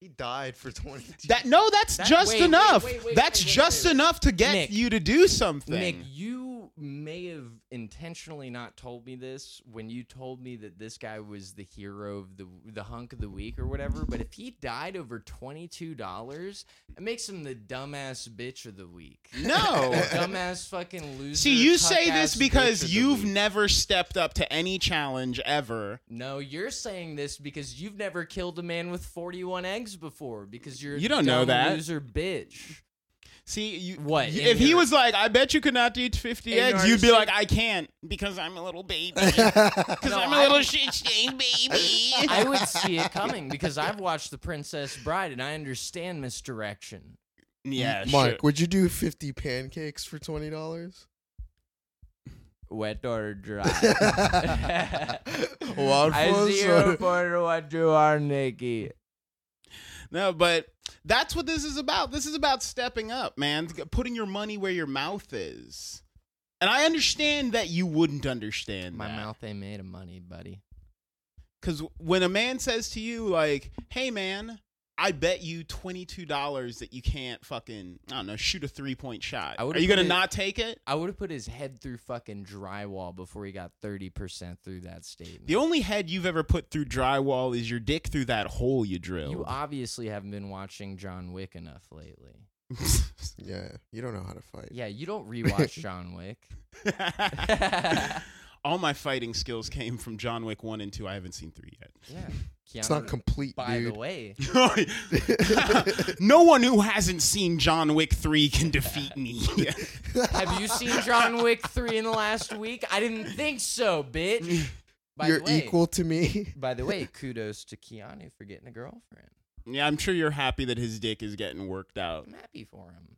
Speaker 3: He died for 20.
Speaker 1: That no, that's
Speaker 2: That-
Speaker 1: just
Speaker 2: wait, wait,
Speaker 1: enough.
Speaker 2: wait, wait,
Speaker 1: that's
Speaker 2: wait, wait,
Speaker 1: just
Speaker 2: wait.
Speaker 1: enough to get
Speaker 2: Nick.
Speaker 1: you to do something.
Speaker 2: Nick, you may have intentionally not told me this when you told me that this guy was the hero of the the hunk of the week or whatever. But if he died over twenty two dollars, it makes him the dumbass bitch of the week.
Speaker 1: No.
Speaker 2: dumbass fucking loser.
Speaker 1: See, you say this
Speaker 2: cuck-ass bitch
Speaker 1: because
Speaker 2: of the
Speaker 1: you've
Speaker 2: week.
Speaker 1: never stepped up to any challenge ever.
Speaker 2: No, you're saying this because you've never killed a man with 41 eggs before because you're a
Speaker 1: You don't know
Speaker 2: dumb
Speaker 1: that.
Speaker 2: loser bitch.
Speaker 1: See, you,
Speaker 2: What,
Speaker 1: you-
Speaker 2: in
Speaker 1: if he
Speaker 2: your-
Speaker 1: was like, "I bet you could not eat fifty
Speaker 2: In your
Speaker 1: eggs," you'd be
Speaker 2: understand-
Speaker 1: like, "I can't because I'm a little baby, because
Speaker 2: No,
Speaker 1: I'm a
Speaker 2: I-
Speaker 1: little shit stained baby."
Speaker 2: I would see it coming because I've watched The Princess Bride and I understand misdirection.
Speaker 1: yeah,
Speaker 3: Mark,
Speaker 1: sure.
Speaker 3: would you do 50 pancakes for $20?
Speaker 2: Wet or dry.
Speaker 3: One
Speaker 2: I
Speaker 3: for
Speaker 2: zero
Speaker 3: sure.
Speaker 2: for what you are, Nikki.
Speaker 1: No, but that's what this is about. This is about stepping up, man. Putting your money where your mouth is. And I understand that you wouldn't understand
Speaker 2: My mouth ain't made of money, buddy.
Speaker 1: Because when a man says to you, like, hey, man, I bet you $22 that you can't fucking, I don't know, shoot a three point shot.
Speaker 2: I
Speaker 1: Are
Speaker 2: would've
Speaker 1: you going to
Speaker 2: put it-
Speaker 1: not take it?
Speaker 2: I would have put his head through fucking drywall before he got 30% through that statement.
Speaker 1: The only head you've ever put through drywall is your dick through that hole you
Speaker 2: You
Speaker 1: drilled.
Speaker 2: obviously haven't been watching John Wick enough lately.
Speaker 3: Yeah, you don't know how to fight.
Speaker 2: Yeah, you don't rewatch John Wick. yeah.
Speaker 1: All my fighting skills came from John Wick 1 and 2. I haven't seen 3 yet.
Speaker 3: It's
Speaker 2: Keanu-
Speaker 3: not complete,
Speaker 2: by
Speaker 3: dude.
Speaker 2: the way,
Speaker 1: no one who hasn't seen John Wick 3 can defeat me.
Speaker 2: have you seen John Wick 3 in the last week? I didn't think so, bitch. By
Speaker 3: You're
Speaker 2: the way,
Speaker 3: equal to me.
Speaker 2: By the way, kudos to Keanu for getting a girlfriend.
Speaker 1: yeah, I'm sure you're happy that his dick is getting worked out.
Speaker 2: I'm happy for him.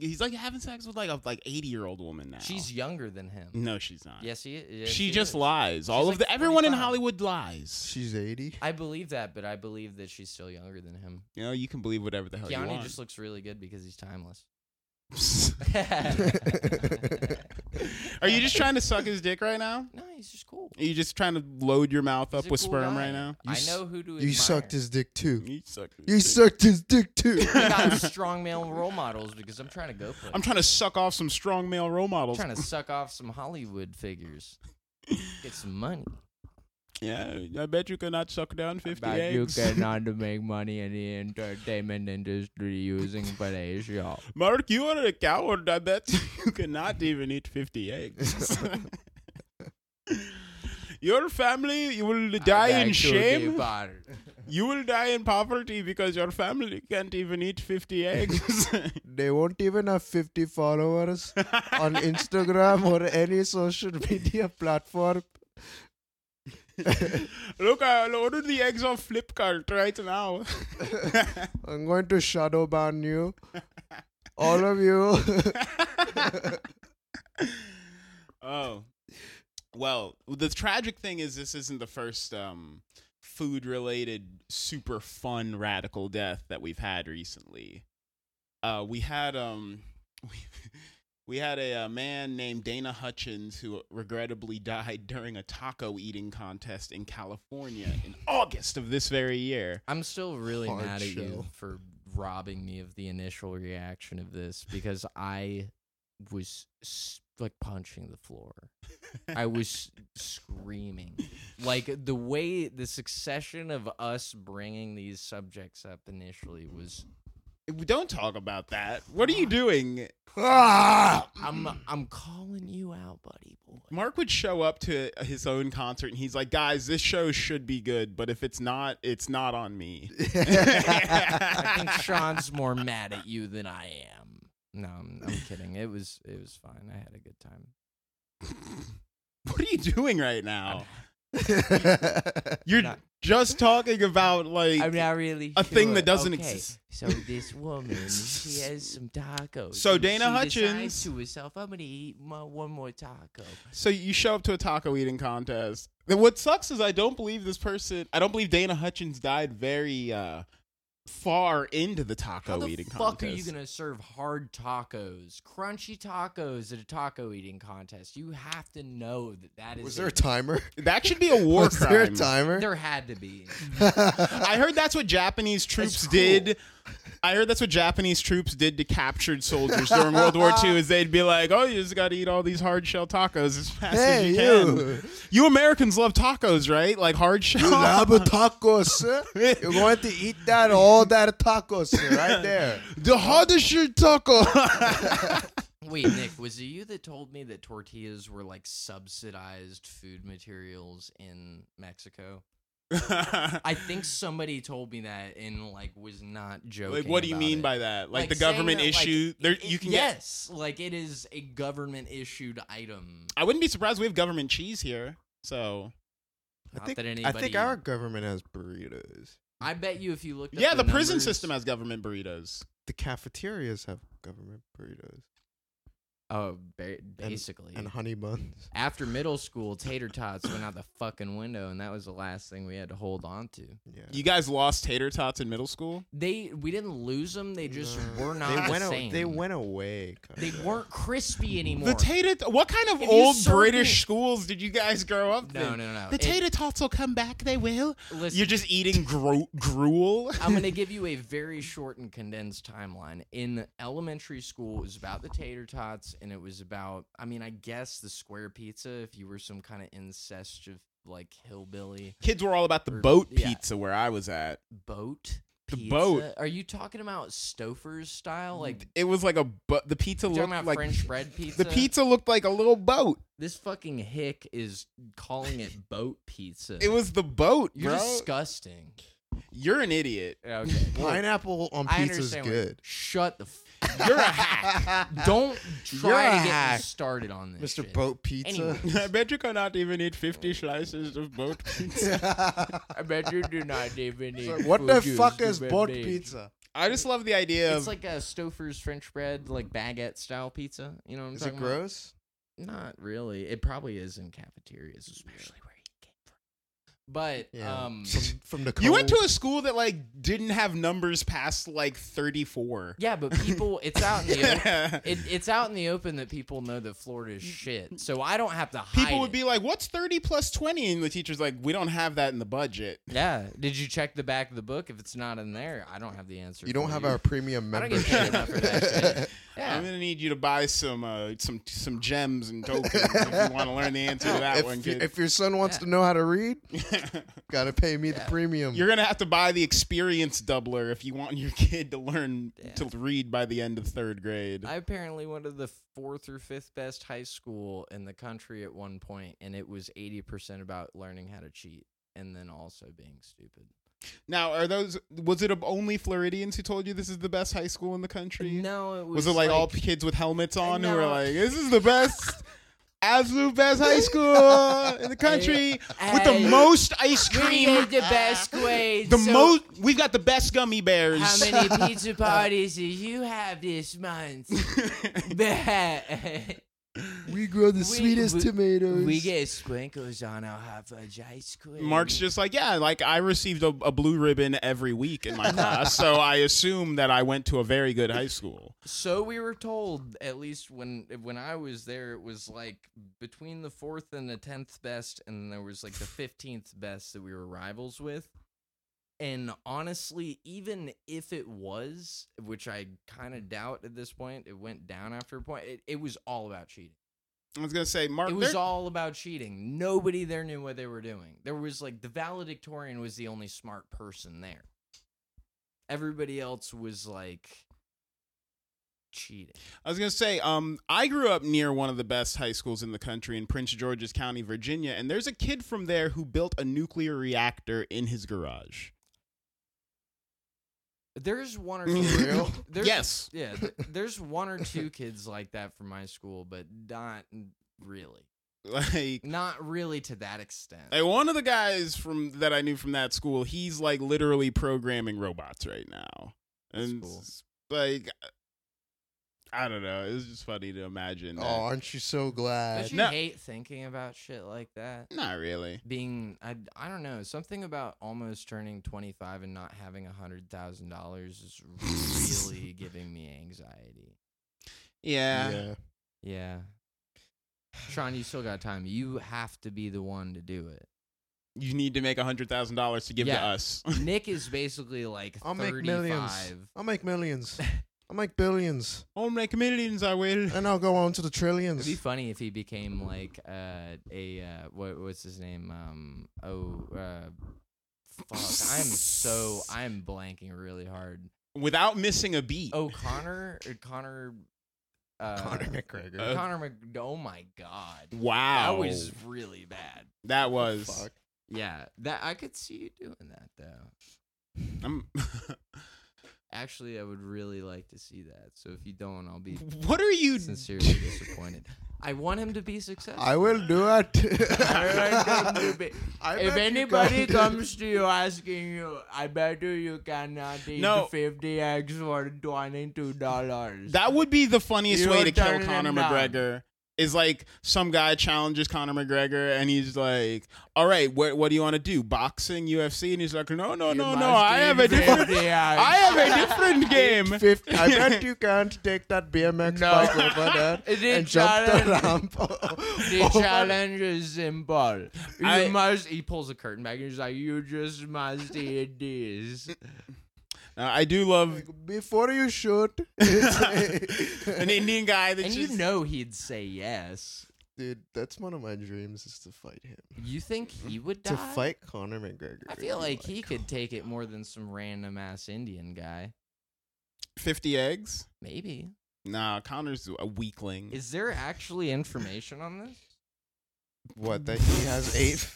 Speaker 1: He's like having sex with like a like 80 year old woman now.
Speaker 2: She's younger than him.
Speaker 1: no, she's not.
Speaker 2: Yes, he is. Yes,
Speaker 1: she, just
Speaker 2: is.
Speaker 1: lies. All
Speaker 2: She's
Speaker 1: of
Speaker 2: like
Speaker 1: the everyone in
Speaker 2: 45.
Speaker 1: Hollywood lies.
Speaker 3: She's 80.
Speaker 2: I believe that, but I believe that she's still younger than him.
Speaker 1: You know, you can believe whatever the hell Oh, you
Speaker 2: Keanu
Speaker 1: want.
Speaker 2: just looks really good because he's timeless.
Speaker 1: Are you just trying to suck his dick right now?
Speaker 2: No, he's just cool.
Speaker 1: Are you just trying to load your mouth
Speaker 2: He's
Speaker 1: up
Speaker 2: a
Speaker 1: with
Speaker 2: cool
Speaker 1: sperm
Speaker 2: guy.
Speaker 1: right now?
Speaker 3: You
Speaker 2: I
Speaker 3: s-
Speaker 2: know who to.
Speaker 3: You sucked
Speaker 2: admire.
Speaker 3: his dick too.
Speaker 1: You suck. his
Speaker 3: You
Speaker 1: dick.
Speaker 3: sucked his dick too.
Speaker 2: I got strong male role models because I'm trying to go for.
Speaker 1: I'm trying to suck off some strong male role models.
Speaker 2: trying to suck off some Hollywood figures. Get some money.
Speaker 1: Yeah, I bet you cannot suck down 50 eggs.
Speaker 2: cannot make money in the entertainment industry using fellatio.
Speaker 1: Mark, you are a coward. I bet you cannot even eat 50 eggs. Your family, you will die in shame.
Speaker 2: They
Speaker 1: You will die in poverty because your family can't even eat 50 eggs.
Speaker 3: They won't even have 50 followers on Instagram or any social media platform.
Speaker 1: Look, I'll order the eggs off Flipkart right now.
Speaker 3: I'm going to shadow ban you. All of you.
Speaker 1: oh. Well, the tragic thing is this isn't the first um, food related super fun radical death that we've had recently. Uh, we had um we, we had a, uh man named Dana Hutchins who regrettably died during a taco eating contest in California in August of this very year.
Speaker 2: I'm still really
Speaker 3: Hard
Speaker 2: mad at
Speaker 3: show.
Speaker 2: you for robbing me of the initial reaction of this because I was s- like punching the floor. I was screaming. Like the way the succession of us bringing these subjects up initially was
Speaker 1: Don't talk about that. What are you doing?
Speaker 2: I'm I'm calling you out, buddy boy.
Speaker 1: Mark would show up to his own concert and he's like, "Guys, this show should be good, but if it's not, it's not on me."
Speaker 2: I think Sean's more mad at you than I am. No, I'm, I'm kidding. It was it was fine. I had a good time.
Speaker 1: what are you doing right now? You're
Speaker 2: not-
Speaker 1: just talking about like
Speaker 2: I'm not really
Speaker 1: a thing
Speaker 2: sure.
Speaker 1: that doesn't
Speaker 2: Okay,
Speaker 1: exist.
Speaker 2: So this woman, she has some tacos.
Speaker 1: So
Speaker 2: and
Speaker 1: Dana
Speaker 2: she decides
Speaker 1: Hutchins-
Speaker 2: to herself, I'm gonna eat my, one more taco.
Speaker 1: so you show up to a taco eating contest. And what sucks is I don't believe this person. I don't believe Dana Hutchins died very uh, far into the taco
Speaker 2: How the
Speaker 1: eating
Speaker 2: fuck
Speaker 1: contest.
Speaker 2: are you gonna serve hard tacos, crunchy tacos at a taco eating contest? You have to know that that is.
Speaker 3: Was there a timer?
Speaker 1: that should be a war
Speaker 3: Was
Speaker 1: crime.
Speaker 3: there a timer?
Speaker 2: There had to be.
Speaker 1: I heard that's what Japanese troops
Speaker 2: cool.
Speaker 1: did. I heard that's what Japanese troops did to captured soldiers during World War II. Is they'd be like, "Oh, you just got to eat all these hard shell tacos as fast
Speaker 3: Hey,
Speaker 1: as you,
Speaker 3: you.
Speaker 1: can." You Americans love tacos, right? Like hard
Speaker 3: You
Speaker 1: shell.
Speaker 3: love tacos. eh? sir? You're going to eat that, all that tacos sir, right there.
Speaker 1: the hardest shell taco.
Speaker 2: Wait, Nick, was it you that told me that tortillas were like subsidized food materials in Mexico? I think somebody told me that and like was not joking.
Speaker 1: like, what do you
Speaker 2: about
Speaker 1: mean
Speaker 2: it.
Speaker 1: by that? Like, the
Speaker 2: saying
Speaker 1: government
Speaker 2: that, like,
Speaker 1: issue? there,
Speaker 2: it-
Speaker 1: you can get.
Speaker 2: yes, like it is a government issued item.
Speaker 1: I wouldn't be surprised. We have government cheese here, so
Speaker 3: I
Speaker 2: Not
Speaker 3: think,
Speaker 2: that
Speaker 3: I
Speaker 2: anybody-
Speaker 3: think our government has burritos.
Speaker 2: I bet you if you looked.
Speaker 1: yeah.
Speaker 2: up
Speaker 1: The,
Speaker 2: the,
Speaker 1: prison
Speaker 2: numbers-
Speaker 1: system has government burritos.
Speaker 3: The cafeterias have government burritos
Speaker 2: Oh, ba- basically.
Speaker 3: and honey buns.
Speaker 2: after middle school, tater tots went out the fucking window, and that was the last thing we had to hold on to.
Speaker 3: Yeah.
Speaker 1: You guys lost tater tots in middle school.
Speaker 2: They we didn't lose them; they just
Speaker 3: No.
Speaker 2: were not
Speaker 3: They
Speaker 2: the
Speaker 3: went. a-
Speaker 2: same.
Speaker 3: they went away.
Speaker 2: They
Speaker 3: kinda.
Speaker 2: weren't crispy anymore.
Speaker 1: The tater. What kind of
Speaker 2: If you
Speaker 1: old
Speaker 2: serve
Speaker 1: British
Speaker 2: me-
Speaker 1: schools did you guys grow up
Speaker 2: no,
Speaker 1: in?
Speaker 2: no, no.
Speaker 1: The
Speaker 2: It-
Speaker 1: tater tots will come back. They will.
Speaker 2: listen,
Speaker 1: You're just eating gro- gruel.
Speaker 2: I'm going to give you a very short and condensed timeline. In elementary school, it was about the tater tots, and it was about, I mean, I guess the square pizza if you were some kind of incestuous, like hillbilly
Speaker 1: Kids were all about the
Speaker 2: Or-
Speaker 1: boat
Speaker 2: yeah.
Speaker 1: pizza where I was at.
Speaker 2: boat.
Speaker 1: The
Speaker 2: pizza.
Speaker 1: boat.
Speaker 2: Are you talking about Stouffer's style? Like,
Speaker 1: It was like a bu- the pizza
Speaker 2: you talking
Speaker 1: looked
Speaker 2: about
Speaker 1: like
Speaker 2: French bread pizza?
Speaker 1: the pizza looked like a little boat.
Speaker 2: This fucking hick is calling it boat pizza.
Speaker 1: It was the boat,
Speaker 2: You're
Speaker 1: bro.
Speaker 2: disgusting.
Speaker 1: You're an idiot.
Speaker 2: Okay.
Speaker 3: Pineapple on
Speaker 2: I
Speaker 3: pizza's
Speaker 2: understand. what-
Speaker 3: good.
Speaker 2: Shut the. F- You're a hack. Don't
Speaker 3: You're a
Speaker 2: try to get
Speaker 3: hack.
Speaker 2: me started on this.
Speaker 3: Mr.
Speaker 2: shit.
Speaker 3: Boat Pizza.
Speaker 2: Anyway.
Speaker 1: I bet you cannot even eat 50 slices of boat pizza.
Speaker 2: I bet you do not even eat.
Speaker 3: So what the fuck is boat pizza?
Speaker 1: I just love the idea of
Speaker 2: It's like a Stouffer's French bread, like baguette style pizza. You know what I'm
Speaker 3: Is
Speaker 2: talking
Speaker 3: it gross?
Speaker 2: about? Not really. It probably is in cafeterias, especially where you came from. But
Speaker 3: Yeah.
Speaker 2: um,
Speaker 3: From, from the
Speaker 1: you went to
Speaker 3: cold.
Speaker 1: a school that like didn't have numbers past like 34.
Speaker 2: yeah, but people, it's out in the open. It, it's out in the open that people know that Florida's shit, so I don't have to hide.
Speaker 1: people would
Speaker 2: it.
Speaker 1: be like, "What's thirty plus 20? And the teacher's like, "We don't have that in the budget."
Speaker 2: Yeah. Did you check the back of the book? If it's not in there, I don't have the answer.
Speaker 3: You don't
Speaker 2: for
Speaker 3: have
Speaker 2: you.
Speaker 3: our premium
Speaker 2: I don't get
Speaker 3: membership.
Speaker 2: paid enough for that shit.
Speaker 1: I'm
Speaker 2: Yeah.
Speaker 1: gonna need you to buy some uh, some some gems and tokens if you want to learn the answer to that one,
Speaker 3: if, you,
Speaker 1: kid.
Speaker 3: if your son wants to know how to read, Gotta pay me
Speaker 2: Yeah.
Speaker 3: the premium.
Speaker 1: You're gonna have to buy the experience doubler if you want your kid to learn
Speaker 2: Yeah.
Speaker 1: to read by the end of third grade.
Speaker 2: I apparently went to the fourth or fifth best high school in the country at one point, and it was 80% about learning how to cheat and then also being stupid.
Speaker 1: now, are those? Was it only Floridians who told you this is the best high school in the country?
Speaker 2: No, it
Speaker 1: was,
Speaker 2: was.
Speaker 1: it like, all kids with helmets on who were
Speaker 2: know.
Speaker 1: like, "This is the best, absolute best high school in the country with the
Speaker 2: Hey,
Speaker 1: most ice
Speaker 2: We
Speaker 1: cream,
Speaker 2: did the best grades.
Speaker 1: the
Speaker 2: so
Speaker 1: most? We've got the best gummy bears."
Speaker 2: How many pizza parties did you have this month?
Speaker 3: we grow the
Speaker 2: We-
Speaker 3: sweetest
Speaker 2: we-
Speaker 3: tomatoes.
Speaker 2: we get sprinkles on our hot fudge ice cream.
Speaker 1: Mark's just like, yeah, like I received a, a blue ribbon every week in my class, so I assume that I went to a very good high school.
Speaker 2: So we were told, at least when when I was there, it was like between the fourth and the tenth best, and there was like the fifteenth best that we were rivals with. And honestly, even if it was, which I kind of doubt at this point, it went down after a point. It, it was all about cheating.
Speaker 1: I was gonna say, Mark,
Speaker 2: It was
Speaker 1: there-
Speaker 2: all about cheating. Nobody there knew what they were doing. There was like the valedictorian was the only smart person there. Everybody else was like cheating.
Speaker 1: I was gonna say, um, I grew up near one of the best high schools in the country in Prince George's County, Virginia, and there's a kid from there who built a nuclear reactor in his garage.
Speaker 2: There's one or
Speaker 1: For
Speaker 2: two.
Speaker 3: real?
Speaker 2: There's,
Speaker 1: Yes.
Speaker 2: Yeah. th- There's one or two kids like that from my school, but not really.
Speaker 1: Like,
Speaker 2: Not really to that extent.
Speaker 1: like one of the guys from that I knew from that school, he's like literally programming robots right now,
Speaker 2: That's
Speaker 1: and
Speaker 2: cool.
Speaker 1: s- like, I don't know, it was just funny to imagine.
Speaker 3: Oh,
Speaker 1: that.
Speaker 3: aren't you so glad?
Speaker 2: Don't you
Speaker 1: No.
Speaker 2: hate thinking about shit like that?
Speaker 1: Not really.
Speaker 2: Being, I, I don't know, something about almost turning 25 and not having a $100,000 is really giving me anxiety.
Speaker 1: Yeah.
Speaker 2: Yeah. Sean, you still got time. You have to be the one to do it.
Speaker 1: You need to make a hundred thousand dollars to give to
Speaker 2: Yeah.
Speaker 1: us.
Speaker 2: Nick is basically like
Speaker 3: I'll make
Speaker 2: 35.
Speaker 3: millions. I'll make millions. I'll make billions.
Speaker 1: Oh my comedians, I waited.
Speaker 3: And I'll go on to the
Speaker 2: It'd be
Speaker 3: trillions.
Speaker 2: funny if he became like uh, a uh, what what's his name? Um, oh, uh, fuck! I'm so I'm blanking really hard.
Speaker 1: Without missing a beat.
Speaker 2: Oh. O'Connor, or Connor, uh,
Speaker 3: McGregor.
Speaker 1: Uh,
Speaker 2: Connor Mc. Oh my god,
Speaker 1: Wow.
Speaker 2: that was really bad.
Speaker 1: That was.
Speaker 3: Fuck.
Speaker 2: Yeah, that I could see you doing that though.
Speaker 1: I'm-
Speaker 2: Actually, I would really like to see that. So if you don't, I'll be
Speaker 1: what are you?
Speaker 2: sincerely disappointed. I want him to be successful.
Speaker 3: I will do it.
Speaker 2: I will do it.
Speaker 3: I
Speaker 2: if
Speaker 3: bet you
Speaker 2: anybody
Speaker 3: can't.
Speaker 2: comes to you asking you, I bet you you cannot eat
Speaker 1: No.
Speaker 2: 50 eggs for $22.
Speaker 1: That would be the funniest
Speaker 2: You
Speaker 1: way
Speaker 2: are
Speaker 1: to kill
Speaker 2: turning him
Speaker 1: Conor
Speaker 2: down.
Speaker 1: McGregor. Is like some guy challenges Conor McGregor and he's like, "All right, what what do you want to do? Boxing, UFC?" And he's like, "No, no,
Speaker 2: You
Speaker 1: no,
Speaker 2: must
Speaker 1: no. I
Speaker 2: eat
Speaker 1: have a
Speaker 2: 50
Speaker 1: different.
Speaker 2: eggs.
Speaker 1: I have a different game."
Speaker 3: Fifth, I bet you can't take that BMX
Speaker 2: No.
Speaker 3: bike over there
Speaker 2: It is
Speaker 3: and jump the
Speaker 2: challenge.
Speaker 3: ramp.
Speaker 2: The
Speaker 3: over-
Speaker 2: challenge is simple. You
Speaker 1: Oh I-
Speaker 2: must. He pulls a curtain back and he's like, "You just must eat this."
Speaker 1: Now, Uh, I do love
Speaker 3: Before you shoot,
Speaker 1: an Indian guy that
Speaker 2: and you
Speaker 1: just
Speaker 2: know he'd say yes.
Speaker 3: dude, that's one of my dreams is to fight him.
Speaker 2: You think he would die?
Speaker 3: To fight Conor McGregor.
Speaker 2: I feel
Speaker 3: I'd be
Speaker 2: like he could take it more than some random ass Indian guy.
Speaker 1: fifty eggs.
Speaker 2: Maybe.
Speaker 1: Nah, Connor's a weakling.
Speaker 2: Is there actually information on this?
Speaker 3: what that he has eight.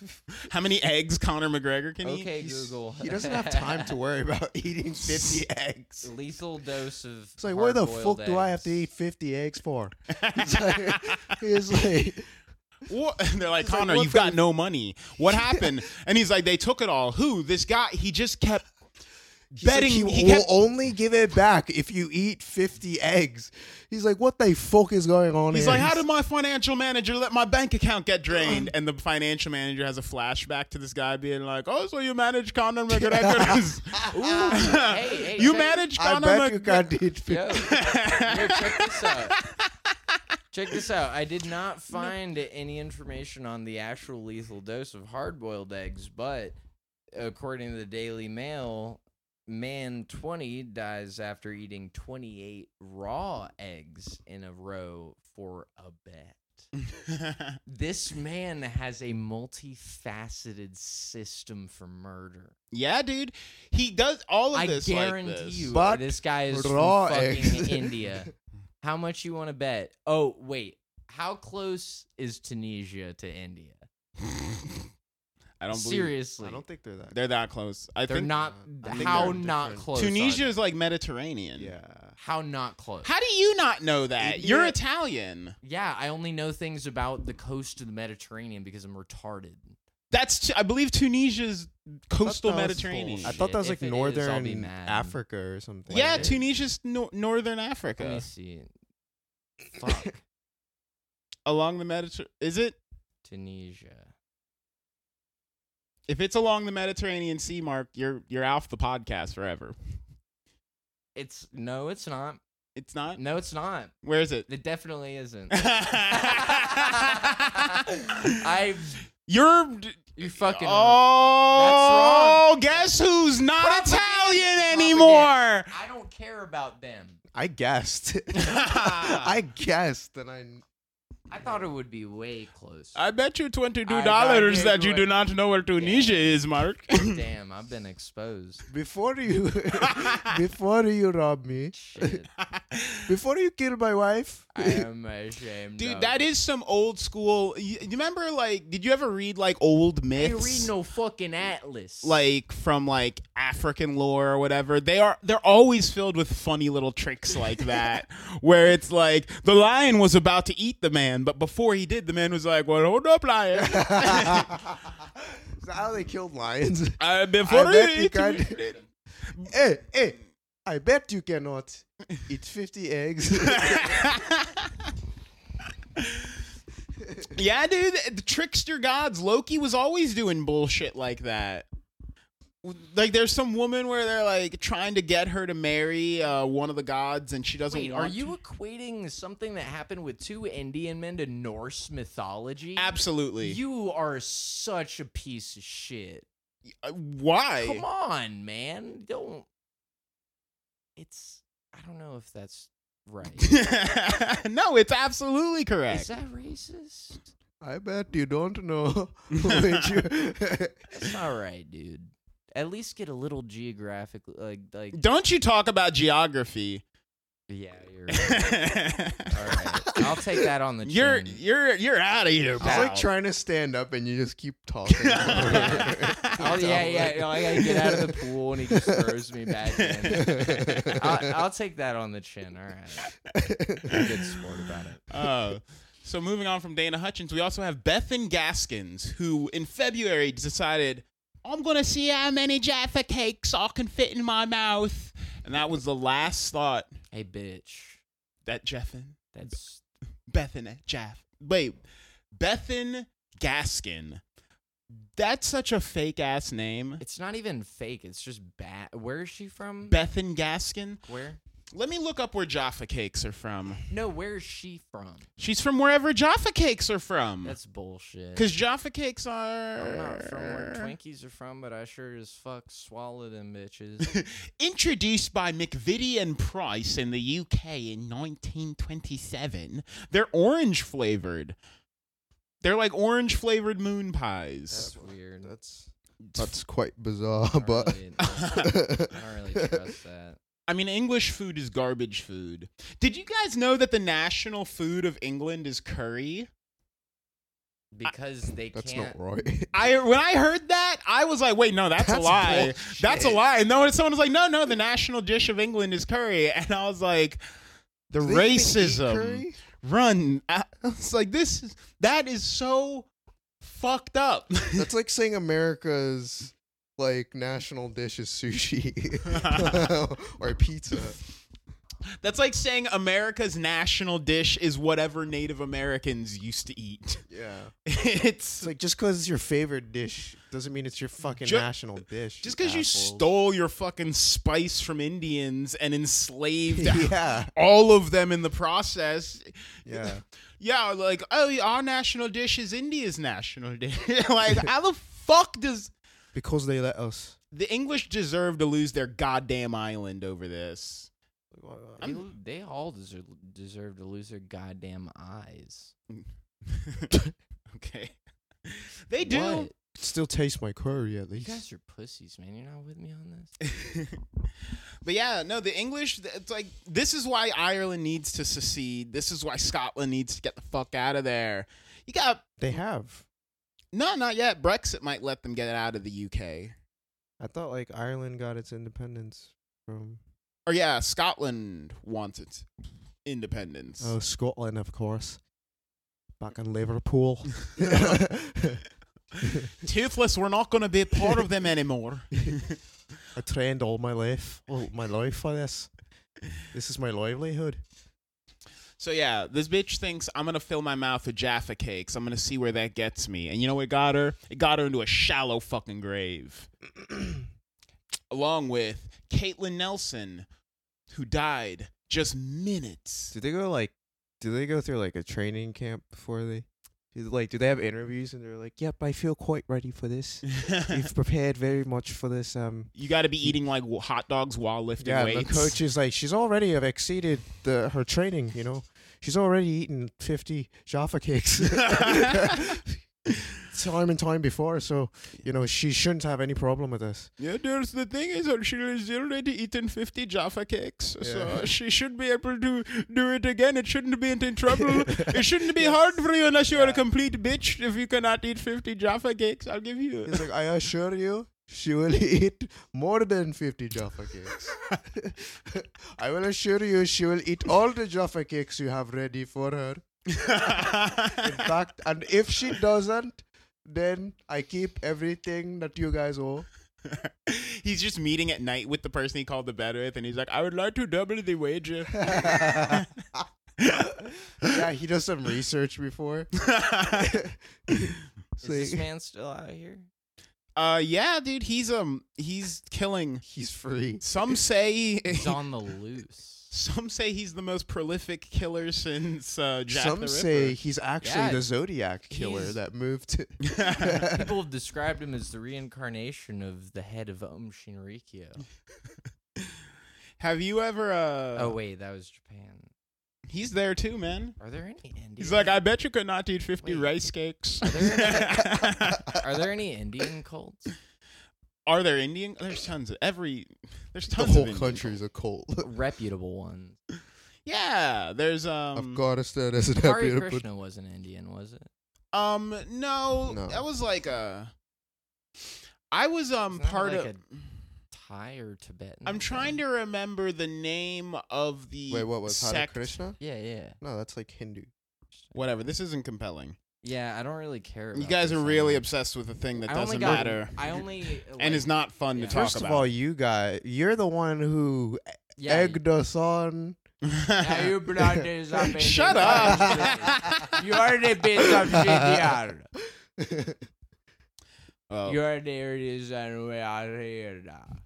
Speaker 1: How many eggs Connor McGregor can eat?
Speaker 2: Okay,
Speaker 3: He's-
Speaker 2: Google.
Speaker 3: He doesn't have time to worry about eating fifty eggs.
Speaker 2: Lethal dose of.
Speaker 3: It's like, where the fuck
Speaker 2: hard-boiled
Speaker 3: do I have to eat
Speaker 2: eggs.
Speaker 3: fifty eggs for? He's like, he's like
Speaker 1: What? They're like,
Speaker 3: It's like,
Speaker 1: Connor,
Speaker 3: what
Speaker 1: you've
Speaker 3: the-
Speaker 1: got no money. What happened? and he's like, they took it all. Who? This guy? He just kept
Speaker 3: He's like,
Speaker 1: betting.
Speaker 3: he,
Speaker 1: he
Speaker 3: will
Speaker 1: kept.
Speaker 3: only give it back if you eat 50 eggs. He's like, what the fuck is going on
Speaker 1: He's
Speaker 3: here?
Speaker 1: like, how did my financial manager let my bank account get drained? And the financial manager has a flashback to this guy being like, oh, so you manage Conor McGregor's.
Speaker 2: hey, hey,
Speaker 1: you
Speaker 2: check-
Speaker 1: manage
Speaker 3: I
Speaker 1: Conor
Speaker 3: bet you
Speaker 1: McGregor.
Speaker 3: can't eat 50.
Speaker 2: Yo, yo, check this out. Check this out. I did not find any information on the actual lethal dose of hard-boiled eggs, but according to the Daily Mail, man 20 dies after eating 28 raw eggs in a row for a bet. This man has a multifaceted system for murder.
Speaker 1: yeah, dude. He does all of
Speaker 2: I
Speaker 1: this. like
Speaker 2: guarantee
Speaker 1: this.
Speaker 2: you,
Speaker 3: But
Speaker 2: this guy is from
Speaker 3: raw eggs.
Speaker 2: fucking India. How much you want to bet? Oh, wait. How close is Tunisia to India?
Speaker 1: I don't believe
Speaker 2: Seriously,
Speaker 3: I don't think they're that.
Speaker 1: they're that close. I
Speaker 2: they're
Speaker 1: think
Speaker 2: not.
Speaker 3: I think
Speaker 2: how
Speaker 3: they're
Speaker 2: not
Speaker 3: different.
Speaker 2: close? are
Speaker 1: Tunisia
Speaker 2: they?
Speaker 1: is like Mediterranean.
Speaker 3: yeah.
Speaker 2: How not close?
Speaker 1: How do you not know that?
Speaker 3: Idiot.
Speaker 1: You're Italian.
Speaker 2: yeah, I only know things about the coast of the Mediterranean because I'm retarded.
Speaker 1: That's t- I believe Tunisia's coastal
Speaker 3: that was
Speaker 1: Mediterranean.
Speaker 3: I thought that was
Speaker 2: If
Speaker 3: like
Speaker 2: it is, I'll
Speaker 3: northern
Speaker 2: be mad.
Speaker 3: Africa or something.
Speaker 1: yeah,
Speaker 2: Wait.
Speaker 1: Tunisia's nor- northern
Speaker 2: Let me
Speaker 1: Africa
Speaker 2: see. Fuck
Speaker 1: along the Mediterranean. Is it?
Speaker 2: Tunisia.
Speaker 1: If it's along the Mediterranean Sea, Mark, you're you're off the podcast forever.
Speaker 2: It's no, it's not.
Speaker 1: It's not.
Speaker 2: No, it's not.
Speaker 1: Where is it?
Speaker 2: It definitely isn't. I
Speaker 1: You're
Speaker 2: you fucking
Speaker 1: oh, guess who's not
Speaker 2: Propaganda.
Speaker 1: Italian
Speaker 2: Propaganda.
Speaker 1: anymore?
Speaker 2: I don't care about them.
Speaker 3: I guessed. I guessed, and I
Speaker 2: I thought it would be way closer.
Speaker 1: I bet you twenty two
Speaker 2: I got
Speaker 1: dollars
Speaker 2: you
Speaker 1: that you
Speaker 2: right.
Speaker 1: do not know where Tunisia is, Mark.
Speaker 2: Damn, I've been exposed.
Speaker 3: before you before you rob me,
Speaker 2: Shit,
Speaker 3: before you kill my wife.
Speaker 2: I am ashamed.
Speaker 1: Dude,
Speaker 2: of
Speaker 1: that
Speaker 2: it.
Speaker 1: is some old school. You, you remember, like, did you ever read like old
Speaker 2: I
Speaker 1: myths?
Speaker 2: ain't read no fucking atlas.
Speaker 1: like from like African lore or whatever. They are they're always filled with funny little tricks like that, where it's like the lion was about to eat the man, but before he did, the man was like, "Well, hold up, lion." Uh,
Speaker 3: Is that how they killed lions?
Speaker 1: Uh, before
Speaker 3: I bet
Speaker 1: he
Speaker 3: you
Speaker 1: eat the
Speaker 3: can't-
Speaker 1: man-
Speaker 3: hey, hey! I bet you cannot eat fifty eggs.
Speaker 1: yeah, dude, the trickster gods. Loki was always doing bullshit like that. Like, there's some woman where they're like trying to get her to marry uh, one of the gods, and she doesn't.
Speaker 2: Wait,
Speaker 1: want
Speaker 2: are
Speaker 1: to.
Speaker 2: you equating something that happened with two Indian men to Norse mythology?
Speaker 1: Absolutely.
Speaker 2: You are such a piece of shit.
Speaker 1: Uh, Why?
Speaker 2: Come on, man. Don't. It's. I don't know if that's right.
Speaker 1: no, it's absolutely correct.
Speaker 2: Is that racist?
Speaker 3: I bet you don't know. which you-
Speaker 2: That's all right, dude. At least get a little geographic, like, like.
Speaker 1: Don't you talk about geography?
Speaker 2: Yeah, you're. Right. All right, I'll take that on the chin.
Speaker 1: you're you're you're out of here,
Speaker 3: it's
Speaker 1: pal.
Speaker 3: like trying to stand up and you just keep talking.
Speaker 2: Oh yeah, yeah. no, I gotta get out of the pool, and he just throws me back in. I'll, I'll take that on the chin. All right, I'm a good sport about it.
Speaker 1: Uh, so moving on from Dana Hutchins, we also have Bethan Gaskins, who in February decided, "I'm gonna see how many Jaffa cakes I can fit in my mouth," and that was the last thought
Speaker 2: Hey, bitch.
Speaker 1: that Jeffin
Speaker 2: That's
Speaker 1: Bethan Jaff. Wait, Bethan Gaskin. That's such a fake ass name.
Speaker 2: it's not even fake. It's just bad. Where is she from?
Speaker 1: Bethan Gaskin.
Speaker 2: where?
Speaker 1: Let me look up where Jaffa cakes are from.
Speaker 2: No, where is she from?
Speaker 1: She's from wherever Jaffa cakes are
Speaker 3: Hmm.
Speaker 1: from.
Speaker 2: That's bullshit.
Speaker 1: Because Jaffa cakes are.
Speaker 2: I'm not from where Twinkies are from, but I sure as fuck swallow them bitches.
Speaker 1: Introduced by McVitie and Price in the UK in 1927, they're orange flavored. They're like orange flavored moon pies.
Speaker 2: That's weird.
Speaker 3: That's that's quite bizarre,
Speaker 2: I don't
Speaker 3: but
Speaker 2: really- I don't really trust that.
Speaker 1: I mean, English food is garbage food. Did you guys know that the national food of England is curry?
Speaker 2: Because they
Speaker 3: that's
Speaker 2: can't.
Speaker 3: not right.
Speaker 1: I when I heard that, I was like, wait, no, that's, a
Speaker 3: That's
Speaker 1: lie.
Speaker 3: bullshit.
Speaker 1: That's a lie. And then someone was like, no, no, the national dish of England is curry, and I was like, the
Speaker 3: Do they even eat
Speaker 1: racism
Speaker 3: curry?
Speaker 1: run. I was like, this is that is so fucked up.
Speaker 3: That's like saying America's like national dish is sushi or pizza.
Speaker 1: that's like saying America's national dish is whatever Native Americans used to eat.
Speaker 3: Yeah,
Speaker 1: it's
Speaker 3: it's like just because it's your favorite dish doesn't mean it's your fucking
Speaker 1: Ju-
Speaker 3: national dish.
Speaker 1: just because you
Speaker 3: assholes.
Speaker 1: stole your fucking spice from Indians and enslaved
Speaker 3: Yeah,
Speaker 1: all of them in the process.
Speaker 3: yeah.
Speaker 1: Yeah, like, oh, our national dish is India's national dish. like, how the fuck does
Speaker 3: Because they let us.
Speaker 1: the English deserve to lose their goddamn island over this?
Speaker 2: They, they all deserve, deserve to lose their goddamn eyes.
Speaker 1: okay. They do.
Speaker 2: What?
Speaker 3: Still taste my curry at
Speaker 2: You
Speaker 3: least.
Speaker 2: guys are pussies, man. You're not with me on this.
Speaker 1: but yeah, no, the English, th- it's like, this is why Ireland needs to secede. This is why Scotland needs to get the fuck out of there. You got,
Speaker 3: They have.
Speaker 1: no, not yet. Brexit might let them get out of the UK.
Speaker 3: I thought like Ireland got its independence from
Speaker 1: Or yeah, Scotland wants its independence.
Speaker 3: Oh Scotland, of course. Back in Liverpool.
Speaker 1: Toothless, we're not going to be part of them anymore.
Speaker 3: I trained all my life, all my life for this. This is my livelihood.
Speaker 1: So yeah, this bitch thinks I'm gonna fill my mouth with Jaffa cakes. I'm gonna see where that gets me. And you know what got her? It got her into a shallow fucking grave. Along with Caitlin Nelson, who died just minutes.
Speaker 3: Do they go like? Do they go through like a training camp before they? Do, like, do they have interviews and they're like, "Yep, I feel quite ready for this. You've prepared very much for this." Um,
Speaker 1: you got to be eating like w- hot dogs while lifting
Speaker 3: yeah, and
Speaker 1: weights.
Speaker 3: the coach is like, "She's already have exceeded the her training. You know, she's already eaten fifty Jaffa cakes." time and time before so you know she shouldn't have any problem with this
Speaker 1: Yeah, there's the thing is that she's already eaten 50 Jaffa cakes, so uh,
Speaker 3: Yeah.
Speaker 1: she should be able to do it again. It shouldn't be in trouble. it shouldn't be hard for you unless you're a complete bitch if you cannot eat 50 Jaffa cakes. I'll give you.
Speaker 3: He's like, I assure you, she will eat more than 50 Jaffa cakes. I will assure you, she will eat all the Jaffa cakes you have ready for her. In fact, and if she doesn't, then I keep everything that you guys owe.
Speaker 1: he's just meeting at night with the person he called the bed with, and he's like, I would like to double the wager.
Speaker 3: Yeah, he does some research before.
Speaker 2: Is this
Speaker 3: Like,
Speaker 2: man still out here?
Speaker 1: uh, yeah, dude, he's um, he's killing.
Speaker 3: he's free.
Speaker 1: Some say.
Speaker 2: He's on the loose.
Speaker 1: Some say he's the most prolific killer since uh, Jack
Speaker 3: Some
Speaker 1: the
Speaker 3: say
Speaker 1: Ripper.
Speaker 3: he's actually
Speaker 2: Yeah,
Speaker 3: the Zodiac killer
Speaker 2: he's-
Speaker 3: that moved to.
Speaker 2: People have described him as the reincarnation of the head of Om Shinrikyo.
Speaker 1: Have you ever? Uh,
Speaker 2: Oh wait, that was Japan.
Speaker 1: he's there too, man.
Speaker 2: Are there any Indian?
Speaker 1: He's like, I bet you could not eat fifty
Speaker 2: Wait.
Speaker 1: rice cakes.
Speaker 2: Are there any Indian cults?
Speaker 1: Are there Indian? There's tons of every. There's
Speaker 3: the
Speaker 1: tons. of
Speaker 3: whole
Speaker 1: Indian
Speaker 3: country is
Speaker 1: people.
Speaker 3: a cult.
Speaker 2: Reputable ones.
Speaker 1: Yeah, there's um.
Speaker 3: Afghanistan isn't happy
Speaker 2: Hari
Speaker 3: to put
Speaker 2: Krishna wasn't Indian, was it?
Speaker 1: Um, no,
Speaker 3: No.
Speaker 1: that was like a. I was um
Speaker 2: Isn't that
Speaker 1: part
Speaker 2: like
Speaker 1: of.
Speaker 2: Thai or Tibetan?
Speaker 1: i I'm trying to remember the name of the.
Speaker 3: Wait, what was Hare
Speaker 1: sect.
Speaker 3: Krishna?
Speaker 2: Yeah, yeah,
Speaker 3: No, that's like Hindu.
Speaker 1: Whatever. This isn't compelling.
Speaker 2: yeah. I don't really care.
Speaker 1: You
Speaker 2: about
Speaker 1: guys
Speaker 2: this
Speaker 1: are really
Speaker 2: anymore.
Speaker 1: obsest with a thing that
Speaker 2: I only
Speaker 1: doesn't
Speaker 2: got-
Speaker 1: matter
Speaker 2: I only
Speaker 1: and is
Speaker 2: like-
Speaker 1: not fun
Speaker 2: yeah.
Speaker 1: to talk
Speaker 3: First of all, you guy, you're the one who
Speaker 2: yeah,
Speaker 3: egged us on.
Speaker 2: yeah, you blood is up in
Speaker 1: Shut
Speaker 2: the
Speaker 1: up.
Speaker 2: country. you are the best of GDR.
Speaker 1: Oh.
Speaker 2: You are the reason we are here now.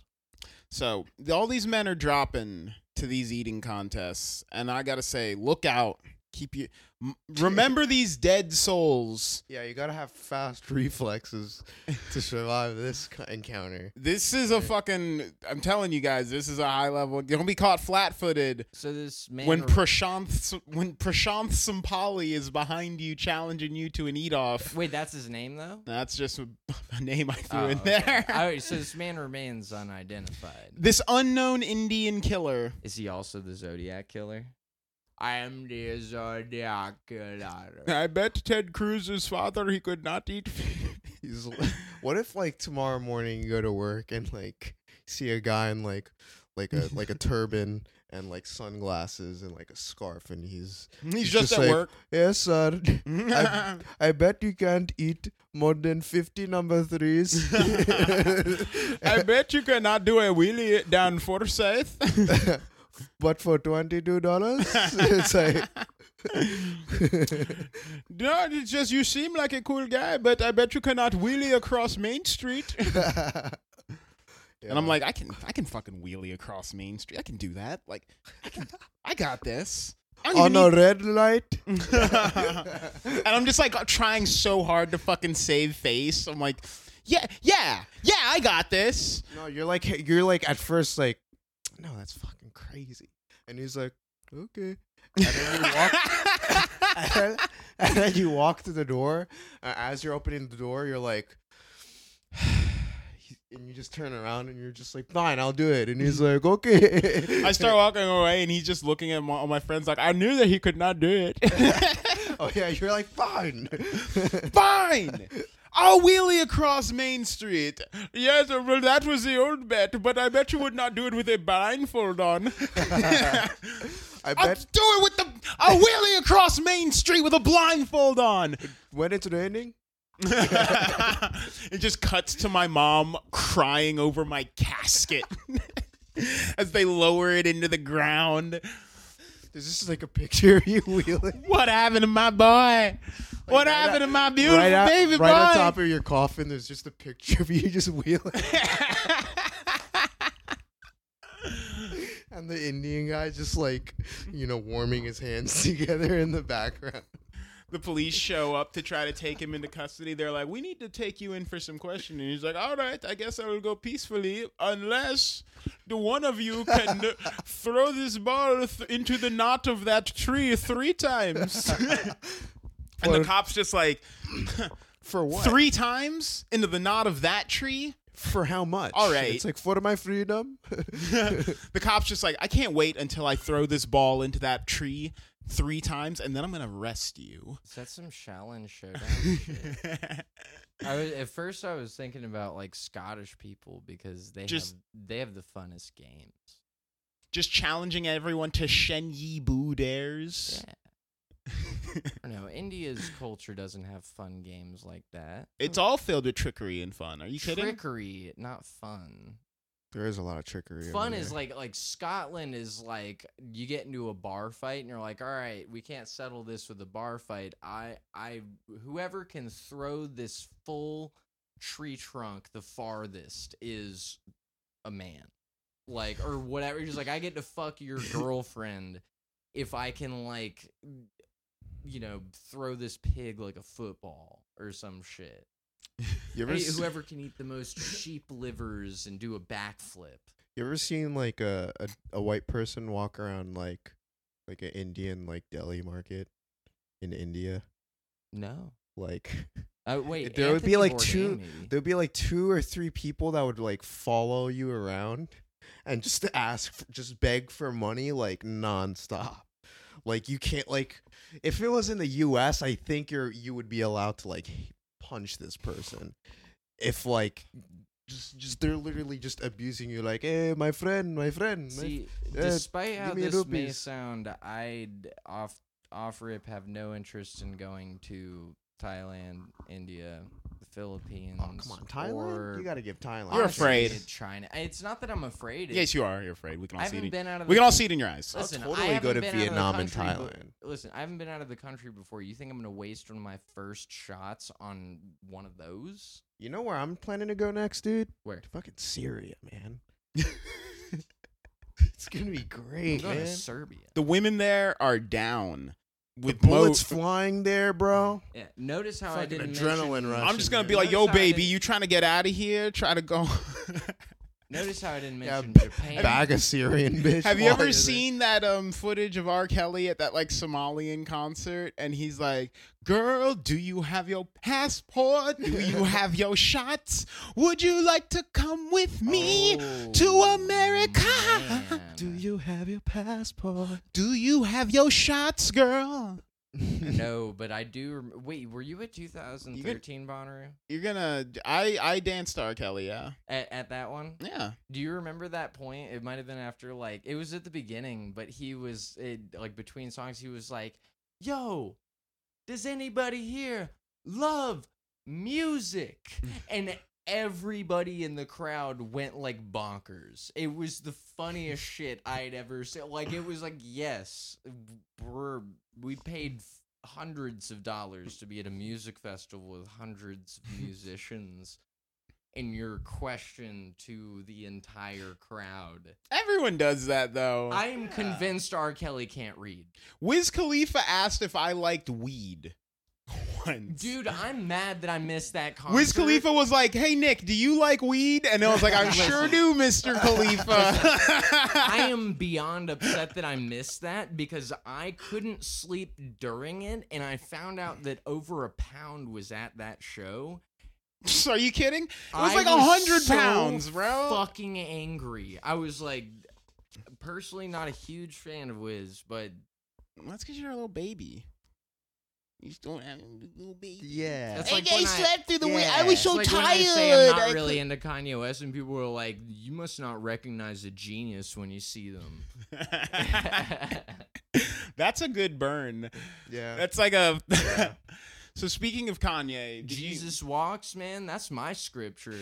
Speaker 1: So th- all these men are dropping to these eating contests, and I gotta say, look out! Keep you m- remember these dead souls.
Speaker 3: Yeah, you gotta have fast reflexes to survive this co- encounter.
Speaker 1: This is a fucking. I'm telling you guys, this is a high level. Don't be caught flat-footed
Speaker 2: So this man
Speaker 1: when Prashanth S- when Prashanth Sampali is behind you, challenging you to an eat off.
Speaker 2: wait, that's his name though.
Speaker 1: That's just a, a name I threw
Speaker 2: Oh,
Speaker 1: in
Speaker 2: okay.
Speaker 1: there.
Speaker 2: All right, so this man remains unidentified.
Speaker 1: this unknown Indian killer.
Speaker 2: Is he also the Zodiac killer? I am the Zodiac killer.
Speaker 1: I bet Ted Cruz's father he could not eat.
Speaker 3: He's, l- what if like tomorrow morning you go to work and like see a guy in like like a like a turban and like sunglasses and like a scarf and he's
Speaker 1: He's
Speaker 3: He's
Speaker 1: just, at
Speaker 3: just like,
Speaker 1: work.
Speaker 3: yes sir
Speaker 1: I,
Speaker 3: I bet you can't eat more than 50 number threes.
Speaker 1: bet you cannot do a wheelie down Forsyth.
Speaker 3: but for $22, it's like.
Speaker 1: no, it's just you seem like a cool guy, but I bet you cannot wheelie across Main Street. And I'm like, I can, I can fucking wheelie across Main Street. I can do that. Like, I, can, I got this. I don't
Speaker 3: on
Speaker 1: even
Speaker 3: a red light?
Speaker 1: need- and I'm just like trying so hard to fucking save face. I'm like, yeah, yeah, yeah, I got this.
Speaker 3: No, you're like, you're like, at first, like, no, that's fucking crazy. And he's like, okay. And then you walk, and then you walk to the door. Uh, as you're opening the door, you're like, and you just turn around and you're just like, fine, I'll do it. And he's like, okay.
Speaker 1: I start walking away, and he's just looking at my, all my friends like, I knew that he could not do it.
Speaker 3: Oh yeah, you're like, fine.
Speaker 1: Fine. I'll wheelie across Main Street. Yes, well, that was the old bet, but I bet you would not do it with a blindfold on.
Speaker 3: I
Speaker 1: I'll
Speaker 3: bet
Speaker 1: do it with the. I'll wheelie across Main Street with a blindfold on.
Speaker 3: went into the ending.
Speaker 1: it just cuts to my mom crying over my casket as they lower it into the ground.
Speaker 3: Is this like a picture of you wheeling?
Speaker 1: What happened to my boy? What
Speaker 3: right
Speaker 1: happened to
Speaker 3: at-
Speaker 1: my beautiful
Speaker 3: at-
Speaker 1: baby
Speaker 3: right on
Speaker 1: boy?
Speaker 3: top of your coffin, there's just a picture of you just wheeling. and the Indian guy just like, you know, warming his hands together in the background.
Speaker 1: the police show up to try to take him into custody. They're like, "We need to take you in for some questioning." He's like, "All right, I guess I will go peacefully unless the one of you can throw this ball th- into the knot of that tree three times." and the
Speaker 3: Well-
Speaker 1: cops just like
Speaker 3: For what?
Speaker 1: three times into the knot of that tree.
Speaker 3: For how much?
Speaker 1: All right.
Speaker 3: It's like for my freedom.
Speaker 1: The cops just like, "I can't wait until I throw this ball into that tree three times, and then I'm gonna arrest you."
Speaker 2: Is that some Shaolin showdown? I was at first I was thinking about like Scottish people because they
Speaker 1: Just-
Speaker 2: have they have the funnest games.
Speaker 1: just challenging everyone to Shen Yi Boo dares.
Speaker 2: Yeah. I don't know. India's culture doesn't have fun games like that.
Speaker 1: It's all filled with trickery and fun. Are you kidding?
Speaker 2: Trickery, not fun.
Speaker 3: there is a lot of trickery.
Speaker 2: Fun is like like Scotland is like you get into a bar fight and you're like, all right, we can't settle this with a bar fight. I I whoever can throw this full tree trunk the farthest is a man, like or whatever. You're just like I get to fuck your girlfriend if I can like you know throw this pig like a football or some shit.
Speaker 3: you ever,
Speaker 2: Hey,
Speaker 3: s-
Speaker 2: whoever can eat the most sheep livers and do a backflip.
Speaker 3: you ever seen like a, a a white person walk around like like an Indian like deli market in India?
Speaker 2: No.
Speaker 3: Like
Speaker 2: Uh, wait,
Speaker 3: there would
Speaker 2: Anthony
Speaker 3: be, like,
Speaker 2: Bourdain,
Speaker 3: two-
Speaker 2: maybe.
Speaker 3: there'd be like two or three people that would like follow you around and just to ask for, just beg for money like nonstop like you can't like if it was in the us i think you're you would be allowed to like punch this person if like just just they're literally just abusing you like hey my friend my friend my
Speaker 2: See,
Speaker 3: uh,
Speaker 2: despite how
Speaker 3: give me
Speaker 2: this may
Speaker 3: rupees.
Speaker 2: sound, I off off rip have no interest in going to Thailand, India, the Philippines.
Speaker 3: Oh, come on thailand
Speaker 2: or
Speaker 3: you gotta give thailand
Speaker 1: You're
Speaker 2: honestly,
Speaker 1: afraid.
Speaker 2: China. It's not that I'm afraid. It's,
Speaker 1: Yes, you are. You're afraid. We can
Speaker 2: I
Speaker 1: all see
Speaker 2: haven't
Speaker 1: it. In,
Speaker 2: been out of. The
Speaker 1: we can all see it in your eyes.
Speaker 2: country- Listen, I
Speaker 3: totally go
Speaker 2: haven't
Speaker 3: to
Speaker 2: been out of the
Speaker 3: vietnam and
Speaker 2: country be-
Speaker 3: thailand
Speaker 2: Listen, I haven't been out of the country before. You think I'm going to waste one of my first shots on one of those?
Speaker 3: you know where i'm planning to go next dude
Speaker 2: Where?
Speaker 3: to fucking Syria, man. it's gonna be
Speaker 2: I'm
Speaker 3: great,
Speaker 2: going to
Speaker 3: man.
Speaker 2: Serbia.
Speaker 1: The women there are down with
Speaker 3: Bullets
Speaker 1: mo-
Speaker 3: flying there, bro.
Speaker 2: Yeah. Notice how I
Speaker 3: Fucking
Speaker 2: didn't
Speaker 3: adrenaline
Speaker 2: mention,
Speaker 3: rush.
Speaker 1: I'm just gonna be
Speaker 2: Russian,
Speaker 1: like, yo,
Speaker 2: dude.
Speaker 1: baby, you trying to get out of here? Try to go.
Speaker 2: Notice how I didn't
Speaker 3: Yeah,
Speaker 2: mention
Speaker 3: b-
Speaker 2: Japan.
Speaker 3: Bag of Syrian bitch.
Speaker 1: Have you ever
Speaker 3: flying
Speaker 1: seen that um footage of R. Kelly at that like Somalian concert? And he's like, "Girl, do you have your passport? Do you have your shots? Would you like to come with me?" to
Speaker 2: Oh,
Speaker 1: America.
Speaker 2: man.
Speaker 3: there? Do you have your passport?
Speaker 1: Do you have your shots, girl?
Speaker 2: No, but I do. Rem- Wait, were you at 2013 Bonnaroo
Speaker 1: You're gonna. I I danced R. Kelly. Yeah.
Speaker 2: at, at that one?
Speaker 1: Yeah.
Speaker 2: Do you remember that point? It might have been after like it was at the beginning, but he was it, like between songs. He was like, "Yo, does anybody here love music?" and everybody in the crowd went like bonkers. It was the funniest shit I'd ever seen. Like it was like, yes, we're we paid hundreds of dollars to be at a music festival with hundreds of musicians and your question to the entire crowd.
Speaker 1: Everyone does that though.
Speaker 2: I am convinced R. Kelly can't read.
Speaker 1: Wiz Khalifa asked if I liked weed. ones.
Speaker 2: Dude, I'm mad that I missed that concert.
Speaker 1: Wiz Khalifa was like, "Hey Nick, do you like weed?" And I was like, "I sure do, Mister
Speaker 2: I
Speaker 1: Khalifa."
Speaker 2: am beyond upset that I missed that because I couldn't sleep during it, and I found out that over a pound was at that show.
Speaker 1: Are you kidding? It was
Speaker 2: I
Speaker 1: like a hundred pounds,
Speaker 2: so
Speaker 1: bro.
Speaker 2: Fucking angry. I was like, personally, not a huge fan of Wiz, but
Speaker 1: That's because you're a little baby. You just don't have a little baby.
Speaker 3: Yeah.
Speaker 2: That's like when
Speaker 1: through
Speaker 2: I-
Speaker 3: Yeah. It's
Speaker 2: it's like When I say I'm not really into Kanye West, and people are like, "You must not recognize a genius when you see them."
Speaker 1: That's a good burn.
Speaker 3: Yeah.
Speaker 1: That's like a.
Speaker 3: Yeah.
Speaker 1: so speaking of Kanye, did you-
Speaker 2: Jesus walks, man. That's my scripture.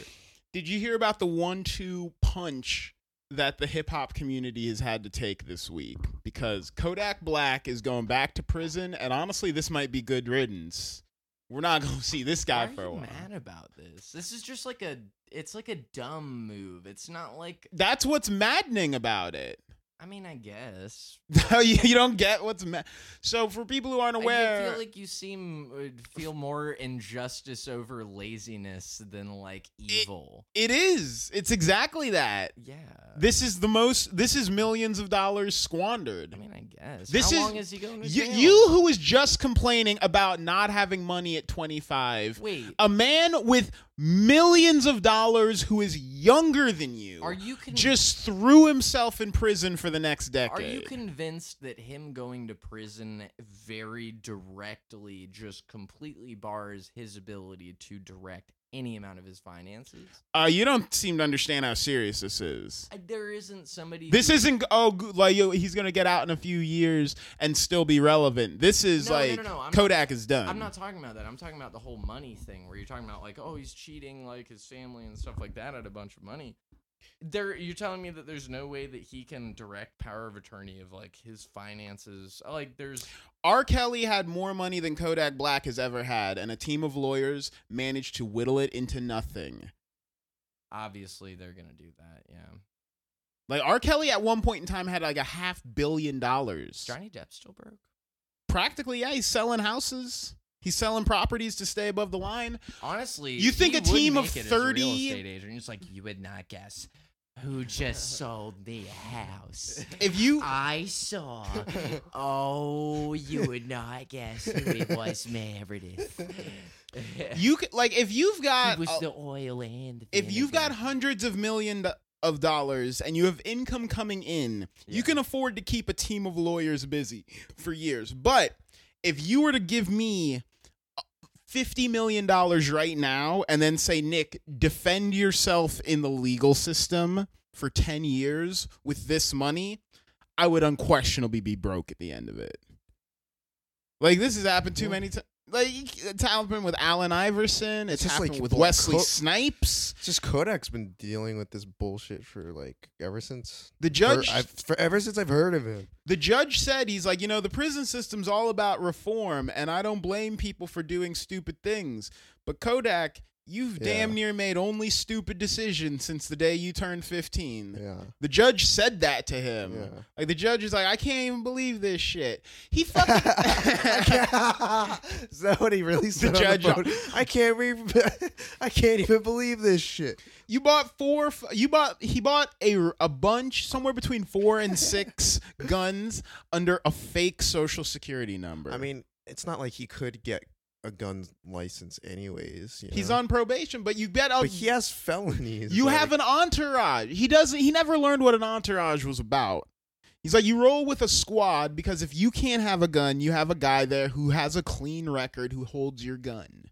Speaker 1: Did you hear about the one-two punch that the hip hop community has had to take this week? Because Kodak Black is going back to prison, and honestly, this might be good riddance. We're not going to see this guy
Speaker 2: Why
Speaker 1: for
Speaker 2: are
Speaker 1: a
Speaker 2: you
Speaker 1: while.
Speaker 2: mad about this? This is just like a. It's like a dumb move. It's not like.
Speaker 1: That's what's maddening about it.
Speaker 2: I mean, I guess.
Speaker 1: you, you don't get what's ma- so for people who aren't
Speaker 2: I do
Speaker 1: aware.
Speaker 2: feel like you seem would feel more injustice over laziness than like evil.
Speaker 1: it is. It's exactly that.
Speaker 2: yeah.
Speaker 1: This is the most. This is millions of dollars squandered.
Speaker 2: I mean, I guess.
Speaker 1: This
Speaker 2: How
Speaker 1: is-
Speaker 2: long is he going to
Speaker 1: You,
Speaker 2: jail?
Speaker 1: you who was just complaining about not having money at 25
Speaker 2: Wait.
Speaker 1: a man with millions of dollars who is younger than you,
Speaker 2: Are you con-
Speaker 1: just threw himself in prison for the next
Speaker 2: Are you
Speaker 1: decade.
Speaker 2: convinced that him going to prison very directly just completely bars his ability to direct any amount of his finances?
Speaker 1: uh, you don't seem to understand how serious this is.
Speaker 2: Uh, There isn't somebody.
Speaker 1: This
Speaker 2: who-
Speaker 1: isn't oh g- like yo, he's gonna get out in a few years and still be relevant. This is
Speaker 2: No, no, no,
Speaker 1: like
Speaker 2: no, I'm not-
Speaker 1: Kodak is done.
Speaker 2: I'm not talking about that. I'm talking about the whole money thing where you're talking about like, oh, he's cheating like his family and stuff like that at a bunch of money. There, you're telling me that there's no way that he can direct power of attorney of like his finances. Like, there's
Speaker 1: R. Kelly had more money than Kodak Black has ever had, and a team of lawyers managed to whittle it into nothing.
Speaker 2: obviously they're gonna do that. Yeah,
Speaker 1: Like R. Kelly at one point in time had like a half billion dollars.
Speaker 2: Johnny Depp still broke.
Speaker 1: practically yeah he's selling houses he's selling properties to stay above the line
Speaker 2: Honestly,
Speaker 1: You think
Speaker 2: he
Speaker 1: a
Speaker 2: would
Speaker 1: team of
Speaker 2: make it as a
Speaker 1: 30
Speaker 2: real estate agent? It's like you would not guess who just sold the house.
Speaker 1: if you
Speaker 2: I saw. Oh, you would not guess who it was, Meredith. he
Speaker 1: you could like if you've got
Speaker 2: was
Speaker 1: uh,
Speaker 2: the oil and the
Speaker 1: if you've got
Speaker 2: vinegar.
Speaker 1: hundreds of million do- of dollars and you have income coming in you
Speaker 2: Yeah.
Speaker 1: can afford to keep a team of lawyers busy for years but if you were to give me uh, 50 million dollars right now and then say nick defend yourself in the legal system for 10 years with this money i would unquestionably be broke at the end of it like this has happened too
Speaker 3: Yeah.
Speaker 1: many times like it's happened with Allen Iverson. It's,
Speaker 3: Just like
Speaker 1: happened with
Speaker 3: Black
Speaker 1: Wesley
Speaker 3: Colt-
Speaker 1: Snipes.
Speaker 3: Just Kodak's been dealing with this bullshit for like ever since
Speaker 1: The judge,
Speaker 3: I've, for, ever since I've heard of him.
Speaker 1: the judge said he's like, you know, the prison system's all about reform, and I don't blame people for doing stupid things. But Kodak, you've
Speaker 3: Yeah.
Speaker 1: damn near made only stupid decisions since the day you turned fifteen.
Speaker 3: Yeah.
Speaker 1: The judge said that to him.
Speaker 3: Yeah.
Speaker 1: Like the judge is like, I can't even believe this shit. He fucking.
Speaker 3: Is that what he really said? on
Speaker 1: judge-
Speaker 3: The phone? I can't re- I can't even believe this shit.
Speaker 1: You bought four. f- You bought. He bought a a bunch somewhere between four and six guns under a fake social security number.
Speaker 3: I mean, it's not like he could get a gun license anyways. you
Speaker 1: he's
Speaker 3: know?
Speaker 1: on probation, but you bet. a-
Speaker 3: but he has felonies.
Speaker 1: you
Speaker 3: like-
Speaker 1: have an entourage. He doesn't. He never learned what an entourage was about. He's like, you roll with a squad because if you can't have a gun, you have a guy there who has a clean record who holds your gun.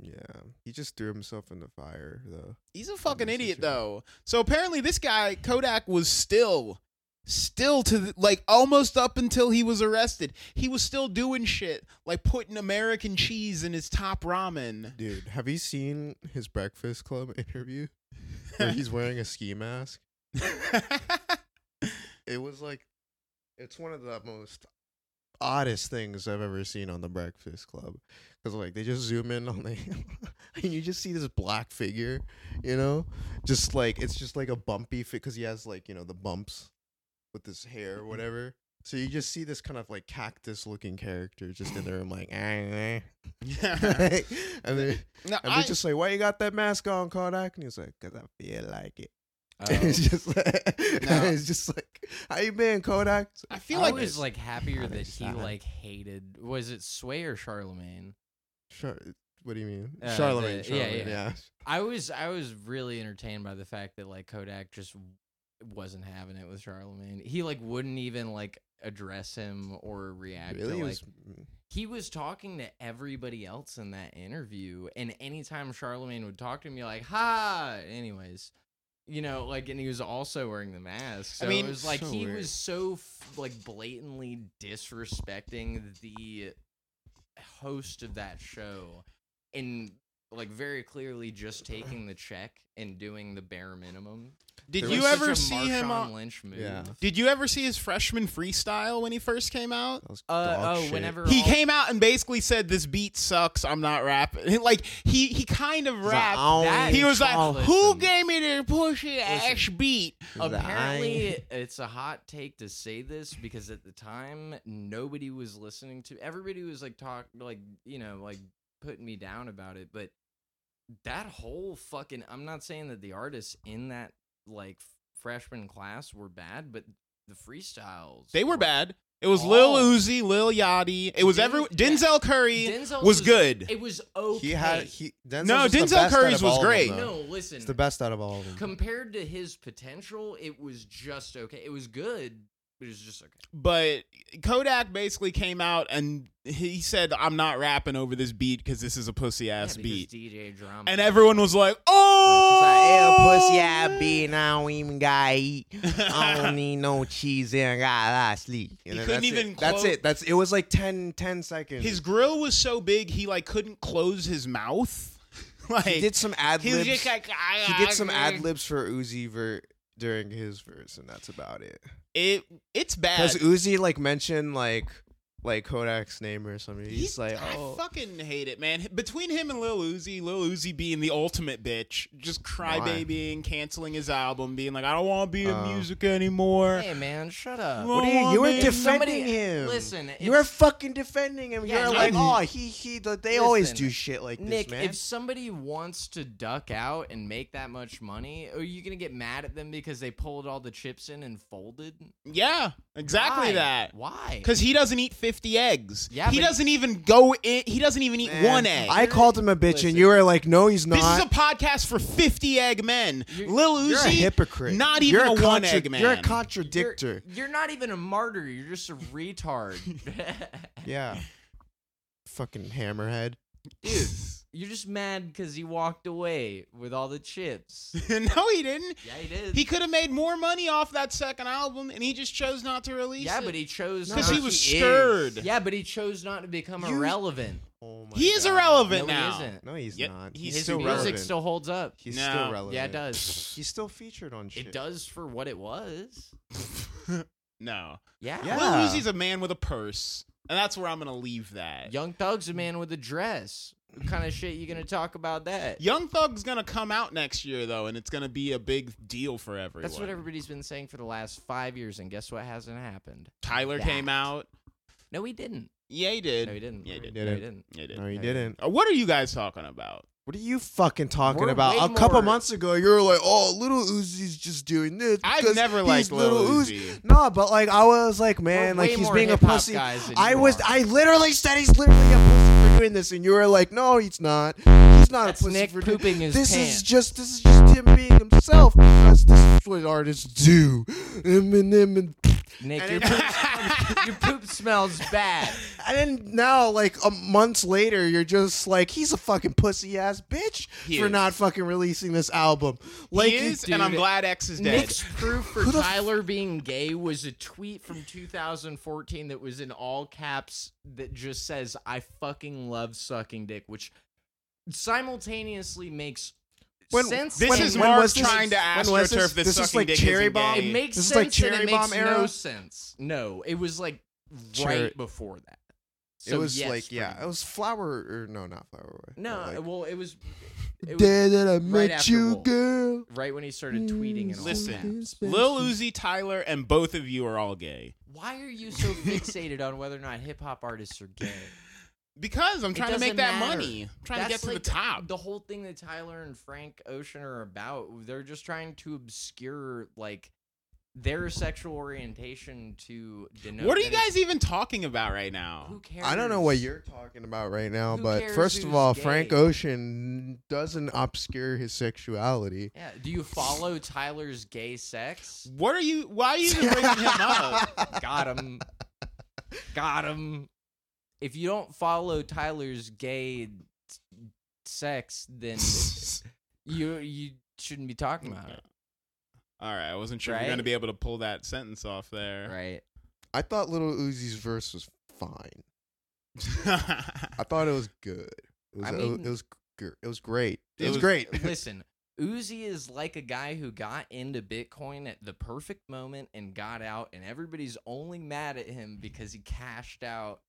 Speaker 3: Yeah, he just threw himself in the fire though.
Speaker 1: He's a fucking
Speaker 3: that's
Speaker 1: idiot,
Speaker 3: true.
Speaker 1: though. So apparently, this guy Kodak was still, still to the, like almost up until he was arrested. He was still doing shit like putting American cheese in his top ramen.
Speaker 3: Dude, have you seen his Breakfast Club interview? Where he's wearing a ski mask. It was like, it's one of the most oddest things I've ever seen on the Breakfast Club. Cause like they just zoom in on the, and you just see this black figure, you know, just
Speaker 1: Mm-hmm.
Speaker 3: like it's just like a bumpy fit because he has like you know the bumps with his hair or whatever. So you just see this kind of like cactus looking character just in the room, like, "Eh, and
Speaker 1: Yeah.
Speaker 3: they're, and they're
Speaker 1: no, I,
Speaker 3: just like, why you got that mask on, Kodak? And he's like, cause I feel like it.
Speaker 2: Oh.
Speaker 3: it's just like,
Speaker 1: No.
Speaker 3: it's just like, how you been, Kodak? It's
Speaker 1: I
Speaker 3: like,
Speaker 1: feel
Speaker 2: I
Speaker 1: like
Speaker 2: was like happier that he
Speaker 3: understand.
Speaker 2: like hated. Was it Sway or Charlemagne?
Speaker 3: Char- what do you mean,
Speaker 2: Uh, the-
Speaker 3: Charlemagne?
Speaker 2: yeah,
Speaker 3: Charlemagne,
Speaker 2: yeah.
Speaker 3: yeah.
Speaker 2: I was I was really entertained by the fact that like Kodak just wasn't having it with Charlemagne. He like wouldn't even like address him or react.
Speaker 3: Really,
Speaker 2: to,
Speaker 3: It
Speaker 2: like,
Speaker 3: was-
Speaker 2: he was talking to everybody else in that interview and anytime charlemagne would talk to him you're like ha anyways you know like and he was also wearing the mask
Speaker 1: I
Speaker 2: so
Speaker 1: mean,
Speaker 2: it was like
Speaker 3: so
Speaker 2: he
Speaker 3: weird.
Speaker 2: was so f- like blatantly disrespecting the host of that show and like very clearly just taking the check and doing the bare minimum
Speaker 1: did
Speaker 3: there
Speaker 1: you
Speaker 3: was
Speaker 1: ever see him
Speaker 2: on
Speaker 1: on?
Speaker 2: lynch move
Speaker 3: Yeah.
Speaker 1: Did you ever see his freshman freestyle when he first came out?
Speaker 3: that was
Speaker 2: uh,
Speaker 3: dog
Speaker 2: oh
Speaker 3: shit.
Speaker 2: whenever
Speaker 1: He
Speaker 2: all-
Speaker 1: came out and basically said, "This beat sucks. I'm not rapping." Like he he kind of
Speaker 3: He's like,
Speaker 1: rapped.
Speaker 3: "I don't
Speaker 2: That-
Speaker 1: he was like,
Speaker 2: Charleston.
Speaker 1: "Who gave me this pushy
Speaker 2: Listen.
Speaker 1: ass beat?"
Speaker 3: He's like,
Speaker 2: Apparently, it's a hot take to say this because at the time, nobody was listening to. Everybody was like talk, like you know, like putting me down about it. But that whole fucking. I'm not saying that the artists in that like freshman class were bad, but the freestyles
Speaker 1: They were bad. It was
Speaker 2: Oh.
Speaker 1: Lil Uzi, Lil Yachty. It was
Speaker 2: Din-
Speaker 1: every
Speaker 2: yeah.
Speaker 1: Denzel Curry
Speaker 2: Denzel
Speaker 1: was good.
Speaker 2: It was okay.
Speaker 3: he had he Denzel's
Speaker 1: No,
Speaker 3: was the
Speaker 1: Denzel
Speaker 3: best out
Speaker 1: Curry's
Speaker 3: of
Speaker 1: was
Speaker 3: all of them,
Speaker 1: great.
Speaker 3: though.
Speaker 2: no, listen.
Speaker 3: it's the best out of all of them.
Speaker 2: Compared to his potential, it was just okay. It was good, but it was just okay.
Speaker 1: but Kodak basically came out and he said, "I'm not rapping over this beat because this is a pussy
Speaker 2: Yeah,
Speaker 1: ass
Speaker 2: because
Speaker 1: beat."
Speaker 2: DJ drama.
Speaker 1: And everyone was like, "Oh,
Speaker 3: I don't even got eat. need no cheese and I got sleep.
Speaker 1: He couldn't even
Speaker 3: It. That's
Speaker 1: quote-
Speaker 3: it. That's it. Was like 10, 10 seconds.
Speaker 1: His grill was so big he like couldn't close his mouth. like
Speaker 3: he did some ad
Speaker 1: he was
Speaker 3: libs.
Speaker 1: just like,
Speaker 3: He did some ad libs for Uzi ver- during his verse, and that's about it.
Speaker 1: It it's bad.
Speaker 3: Because Uzi like mentioned like like Kodak's name or something. He's, like, oh,
Speaker 1: I fucking hate it, man. Between him and Lil Uzi, Lil Uzi being the ultimate bitch, just crybabying, canceling his album, being like, I don't want to be in
Speaker 3: Oh.
Speaker 1: music anymore.
Speaker 2: Hey man, shut up.
Speaker 1: Well,
Speaker 3: what are
Speaker 1: Oh,
Speaker 3: you? You were
Speaker 1: man.
Speaker 3: defending
Speaker 2: Somebody-
Speaker 3: him.
Speaker 2: Listen,
Speaker 3: you
Speaker 2: if-
Speaker 3: were fucking defending him.
Speaker 2: Yeah, no,
Speaker 3: You're like,
Speaker 1: I-
Speaker 3: oh, he he. They always
Speaker 2: Listen,
Speaker 3: do shit like
Speaker 2: Nick,
Speaker 3: this, man.
Speaker 2: if somebody wants to duck out and make that much money, are you gonna get mad at them because they pulled all the chips in and folded?
Speaker 1: Yeah, exactly
Speaker 2: Why?
Speaker 1: that.
Speaker 2: Why?
Speaker 1: Because he doesn't eat 50 eggs.
Speaker 2: Yeah,
Speaker 1: he
Speaker 2: but-
Speaker 1: doesn't even go in. He doesn't even eat
Speaker 3: Man,
Speaker 1: one egg.
Speaker 3: I called him a bitch,
Speaker 2: Listen.
Speaker 3: and you were like, "No, he's
Speaker 1: this is a
Speaker 3: not."
Speaker 1: podcast for 50 egg men.
Speaker 2: You're-
Speaker 1: Lil
Speaker 2: you're a
Speaker 1: Uzi,
Speaker 3: hypocrite.
Speaker 1: not even
Speaker 3: you're
Speaker 1: a one
Speaker 3: contra-
Speaker 1: egg man.
Speaker 3: You're a
Speaker 2: You're-
Speaker 3: contradictor.
Speaker 2: You're, not even a martyr. You're just a retard.
Speaker 3: yeah. Fucking hammerhead.
Speaker 2: Dude, you're just mad because he walked away with all the chips.
Speaker 1: no, he didn't.
Speaker 2: Yeah, he did.
Speaker 1: He could have made more money off that second album, and he just chose not to release
Speaker 2: yeah,
Speaker 1: it.
Speaker 2: but he chose
Speaker 1: because
Speaker 2: not-
Speaker 1: he was stirred.
Speaker 2: Yeah, but he chose not to become
Speaker 3: You-
Speaker 2: irrelevant.
Speaker 3: Oh my
Speaker 1: He is
Speaker 3: God.
Speaker 1: irrelevant
Speaker 2: No, he
Speaker 1: now.
Speaker 2: isn't.
Speaker 3: No, he's
Speaker 1: Yeah,
Speaker 3: not.
Speaker 1: he's
Speaker 2: His
Speaker 1: still
Speaker 2: music
Speaker 1: relevant.
Speaker 2: still holds up.
Speaker 3: He's
Speaker 1: No.
Speaker 3: still
Speaker 1: Yeah, it
Speaker 3: relevant.
Speaker 2: Yeah, it does.
Speaker 3: He's still featured on shit.
Speaker 2: It does for what it was.
Speaker 1: No.
Speaker 2: Yeah.
Speaker 3: Yeah.
Speaker 1: Lil Uzi's a man with a purse, and that's where I'm gonna leave that.
Speaker 2: Young Thug's a man with a dress. What kind of shit you gonna talk about that?
Speaker 1: Young Thug's gonna come out next year though, and it's gonna be a big deal for everyone.
Speaker 2: That's what everybody's been saying for the last five years, and guess what hasn't happened?
Speaker 1: Tyler
Speaker 2: That.
Speaker 1: came out.
Speaker 2: No, he didn't.
Speaker 1: Yeah, he did.
Speaker 2: No, he didn't.
Speaker 1: Yeah, he did.
Speaker 2: No, he didn't.
Speaker 1: Yeah, he did.
Speaker 3: No, he
Speaker 2: No.
Speaker 3: didn't.
Speaker 1: Uh, what are you guys talking about?
Speaker 3: What are you fucking talking
Speaker 2: We're
Speaker 3: about?
Speaker 2: way
Speaker 3: A couple
Speaker 2: more-
Speaker 3: months ago, you were like, "Oh, little Uzi's just doing this."
Speaker 1: I've
Speaker 3: because
Speaker 1: never
Speaker 3: he's
Speaker 1: liked Lil
Speaker 3: Lil
Speaker 1: Uzi.
Speaker 3: No, but like I was like, man,
Speaker 2: We're
Speaker 3: like
Speaker 2: way
Speaker 3: he's
Speaker 2: more
Speaker 3: being a
Speaker 2: hip-hop
Speaker 3: pussy.
Speaker 2: guys than
Speaker 3: I
Speaker 2: you
Speaker 3: was,
Speaker 2: are.
Speaker 3: I literally said he's literally a pussy for doing this, and you were like, no, he's not. He's not
Speaker 2: That's
Speaker 3: a pussy
Speaker 2: Nick
Speaker 3: for doing
Speaker 2: pooping his
Speaker 3: this.
Speaker 2: pants.
Speaker 3: Is just this is just him being himself because this is what artists do. Eminem and
Speaker 2: Nick,
Speaker 3: And
Speaker 2: your
Speaker 3: it-
Speaker 2: poop, smells- your poop smells bad.
Speaker 3: and then now, like a months later, you're just like, he's a fucking pussy ass bitch
Speaker 1: He
Speaker 3: for
Speaker 1: is.
Speaker 3: not fucking releasing this album. Like
Speaker 1: he
Speaker 3: you-
Speaker 1: is, and I'm
Speaker 2: dude,
Speaker 1: glad X is dead.
Speaker 2: Nick's proof for
Speaker 3: Who the f-
Speaker 2: Tyler being gay was a tweet from 2014 that was in all caps that just says, I fucking love sucking dick, which simultaneously makes
Speaker 3: When-
Speaker 2: sense.
Speaker 1: this
Speaker 3: when-
Speaker 1: is
Speaker 3: when
Speaker 1: Mark
Speaker 3: was this-
Speaker 1: trying to
Speaker 3: when
Speaker 1: astroturf
Speaker 3: was this?
Speaker 1: that
Speaker 3: This is
Speaker 1: sucking
Speaker 3: like
Speaker 1: dick
Speaker 3: cherry
Speaker 1: isn't
Speaker 3: bomb?
Speaker 1: gay.
Speaker 2: It makes
Speaker 3: This is
Speaker 2: sense
Speaker 3: like
Speaker 2: and
Speaker 3: cherry
Speaker 2: it
Speaker 3: bomb
Speaker 2: makes
Speaker 3: era?
Speaker 2: no sense. No, it was like right
Speaker 3: Cherry-
Speaker 2: before that.
Speaker 3: it
Speaker 2: So,
Speaker 3: was
Speaker 2: yes,
Speaker 3: like
Speaker 2: pretty
Speaker 3: yeah,
Speaker 2: much.
Speaker 3: it was flower or no, not flower. Boy.
Speaker 2: No,
Speaker 3: but, like,
Speaker 2: well, it was. It was
Speaker 3: day that I
Speaker 2: right
Speaker 3: met
Speaker 2: after
Speaker 3: you,
Speaker 2: Wolf.
Speaker 3: girl.
Speaker 2: right when he started tweeting and all
Speaker 1: Listen,
Speaker 2: that.
Speaker 1: Lil Uzi, Tyler, and both of you are all gay.
Speaker 2: Why are you so fixated on whether or not hip hop artists are gay?
Speaker 1: Because I'm
Speaker 2: It
Speaker 1: trying to make
Speaker 2: doesn't
Speaker 1: that
Speaker 2: matter.
Speaker 1: money. I'm trying to
Speaker 2: That's
Speaker 1: get to
Speaker 2: like
Speaker 1: the
Speaker 3: Uh,
Speaker 1: top.
Speaker 2: The whole thing that Tyler and Frank Ocean are about, they're just trying to obscure like their sexual orientation to denote.
Speaker 1: what are you
Speaker 2: that it's-
Speaker 1: guys even talking about right now?
Speaker 2: Who cares?
Speaker 3: I don't know what you're talking about right now,
Speaker 2: Who
Speaker 3: but
Speaker 2: cares
Speaker 3: first of
Speaker 2: who's
Speaker 3: all, Frank
Speaker 2: gay?
Speaker 3: Ocean doesn't obscure his sexuality.
Speaker 2: Yeah. Do you follow Tyler's gay sex?
Speaker 1: What are you? Why are you even bringing him up?
Speaker 2: Got him. Got him. If you don't follow Tyler's gay s- sex, then you you shouldn't be talking about it,
Speaker 1: All right, I wasn't sure
Speaker 2: Right?
Speaker 1: you're going to be able to pull that sentence off there.
Speaker 2: right?
Speaker 3: I thought Little Uzi's verse was fine. I thought it was good. It was
Speaker 2: I
Speaker 3: it
Speaker 2: mean-
Speaker 3: was gr- it was great.
Speaker 1: It
Speaker 3: It, was,
Speaker 1: was-
Speaker 3: great.
Speaker 2: Listen, Uzi is like a guy who got into Bitcoin at the perfect moment and got out, and everybody's only mad at him because he cashed out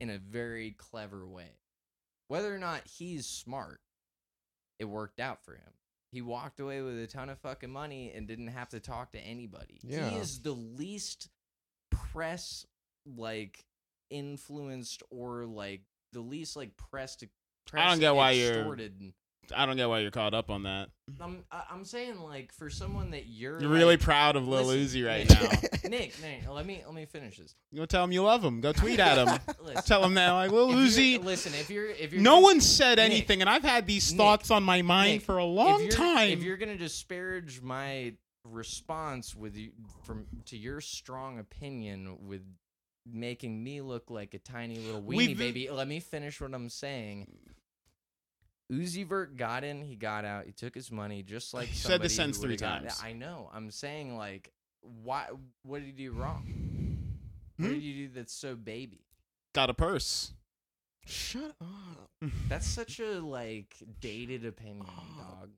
Speaker 2: in a very clever way. Whether or not he's smart, it worked out for him. He walked away with a ton of fucking money and didn't have to talk to anybody. He
Speaker 3: Yeah.
Speaker 2: is the least press like influenced or like the least like pressed. press
Speaker 1: don't get why you're-
Speaker 2: extorted.
Speaker 1: I don't get why you're caught up on that.
Speaker 2: I'm I- I'm saying like for someone that you're
Speaker 1: You're really
Speaker 2: like,
Speaker 1: proud of Lil
Speaker 2: listen,
Speaker 1: Uzi right
Speaker 2: Nick,
Speaker 1: now.
Speaker 2: Nick, Nick, let me let me finish this.
Speaker 1: You want to tell him you love him? Go tweet at him.
Speaker 2: Listen,
Speaker 1: tell him that like Lil
Speaker 2: if you're-
Speaker 1: Uzi.
Speaker 2: Listen, if you're if you're
Speaker 1: No
Speaker 2: gonna-
Speaker 1: one said
Speaker 2: Nick,
Speaker 1: anything, and I've had these
Speaker 2: Nick,
Speaker 1: thoughts on my mind
Speaker 2: Nick,
Speaker 1: for a
Speaker 2: if
Speaker 1: long
Speaker 2: you're-
Speaker 1: time.
Speaker 2: If you're gonna disparage my response with you from to your strong opinion with making me look like a tiny little weenie
Speaker 1: We've-
Speaker 2: baby, let me finish what I'm saying. Uzi Vert got in, he got out, he took his money, just like
Speaker 1: You said the
Speaker 2: somebody who
Speaker 1: sentence three
Speaker 2: would've gotten-
Speaker 1: times.
Speaker 2: I know. I'm saying like, why? What did you do wrong? What
Speaker 1: Hmm?
Speaker 2: did you do that's so baby?
Speaker 1: Got a purse.
Speaker 3: Shut up.
Speaker 2: That's such a like dated opinion, dog.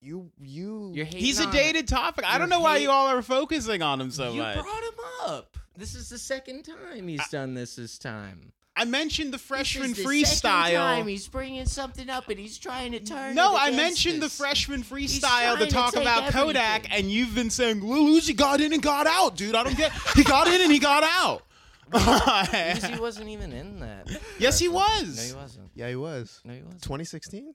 Speaker 3: You you
Speaker 2: You're hating
Speaker 1: Ah. He's a
Speaker 2: on-
Speaker 1: dated topic. I
Speaker 2: You're
Speaker 1: don't know why
Speaker 2: hate-
Speaker 1: you all are focusing on him so
Speaker 2: you
Speaker 1: much.
Speaker 2: brought him up. This is the second time he's done this. This time,
Speaker 1: I mentioned the freshman
Speaker 2: This is the second
Speaker 1: freestyle.
Speaker 2: time he's bringing something up, and he's trying to turn.
Speaker 1: No,
Speaker 2: it
Speaker 1: I
Speaker 2: against
Speaker 1: mentioned
Speaker 2: us.
Speaker 1: the freshman
Speaker 2: trying
Speaker 1: freestyle to
Speaker 2: to
Speaker 1: talk
Speaker 2: take
Speaker 1: about Kodak,
Speaker 2: everything.
Speaker 1: and you've been saying Lil Uzi got in and got out, dude. I don't get. he got in and he got out.
Speaker 2: Uzi wasn't even in that.
Speaker 1: yes, he
Speaker 2: reference. No,
Speaker 1: was.
Speaker 2: he wasn't.
Speaker 3: Yeah, he was.
Speaker 2: No, he wasn't.
Speaker 3: 2016?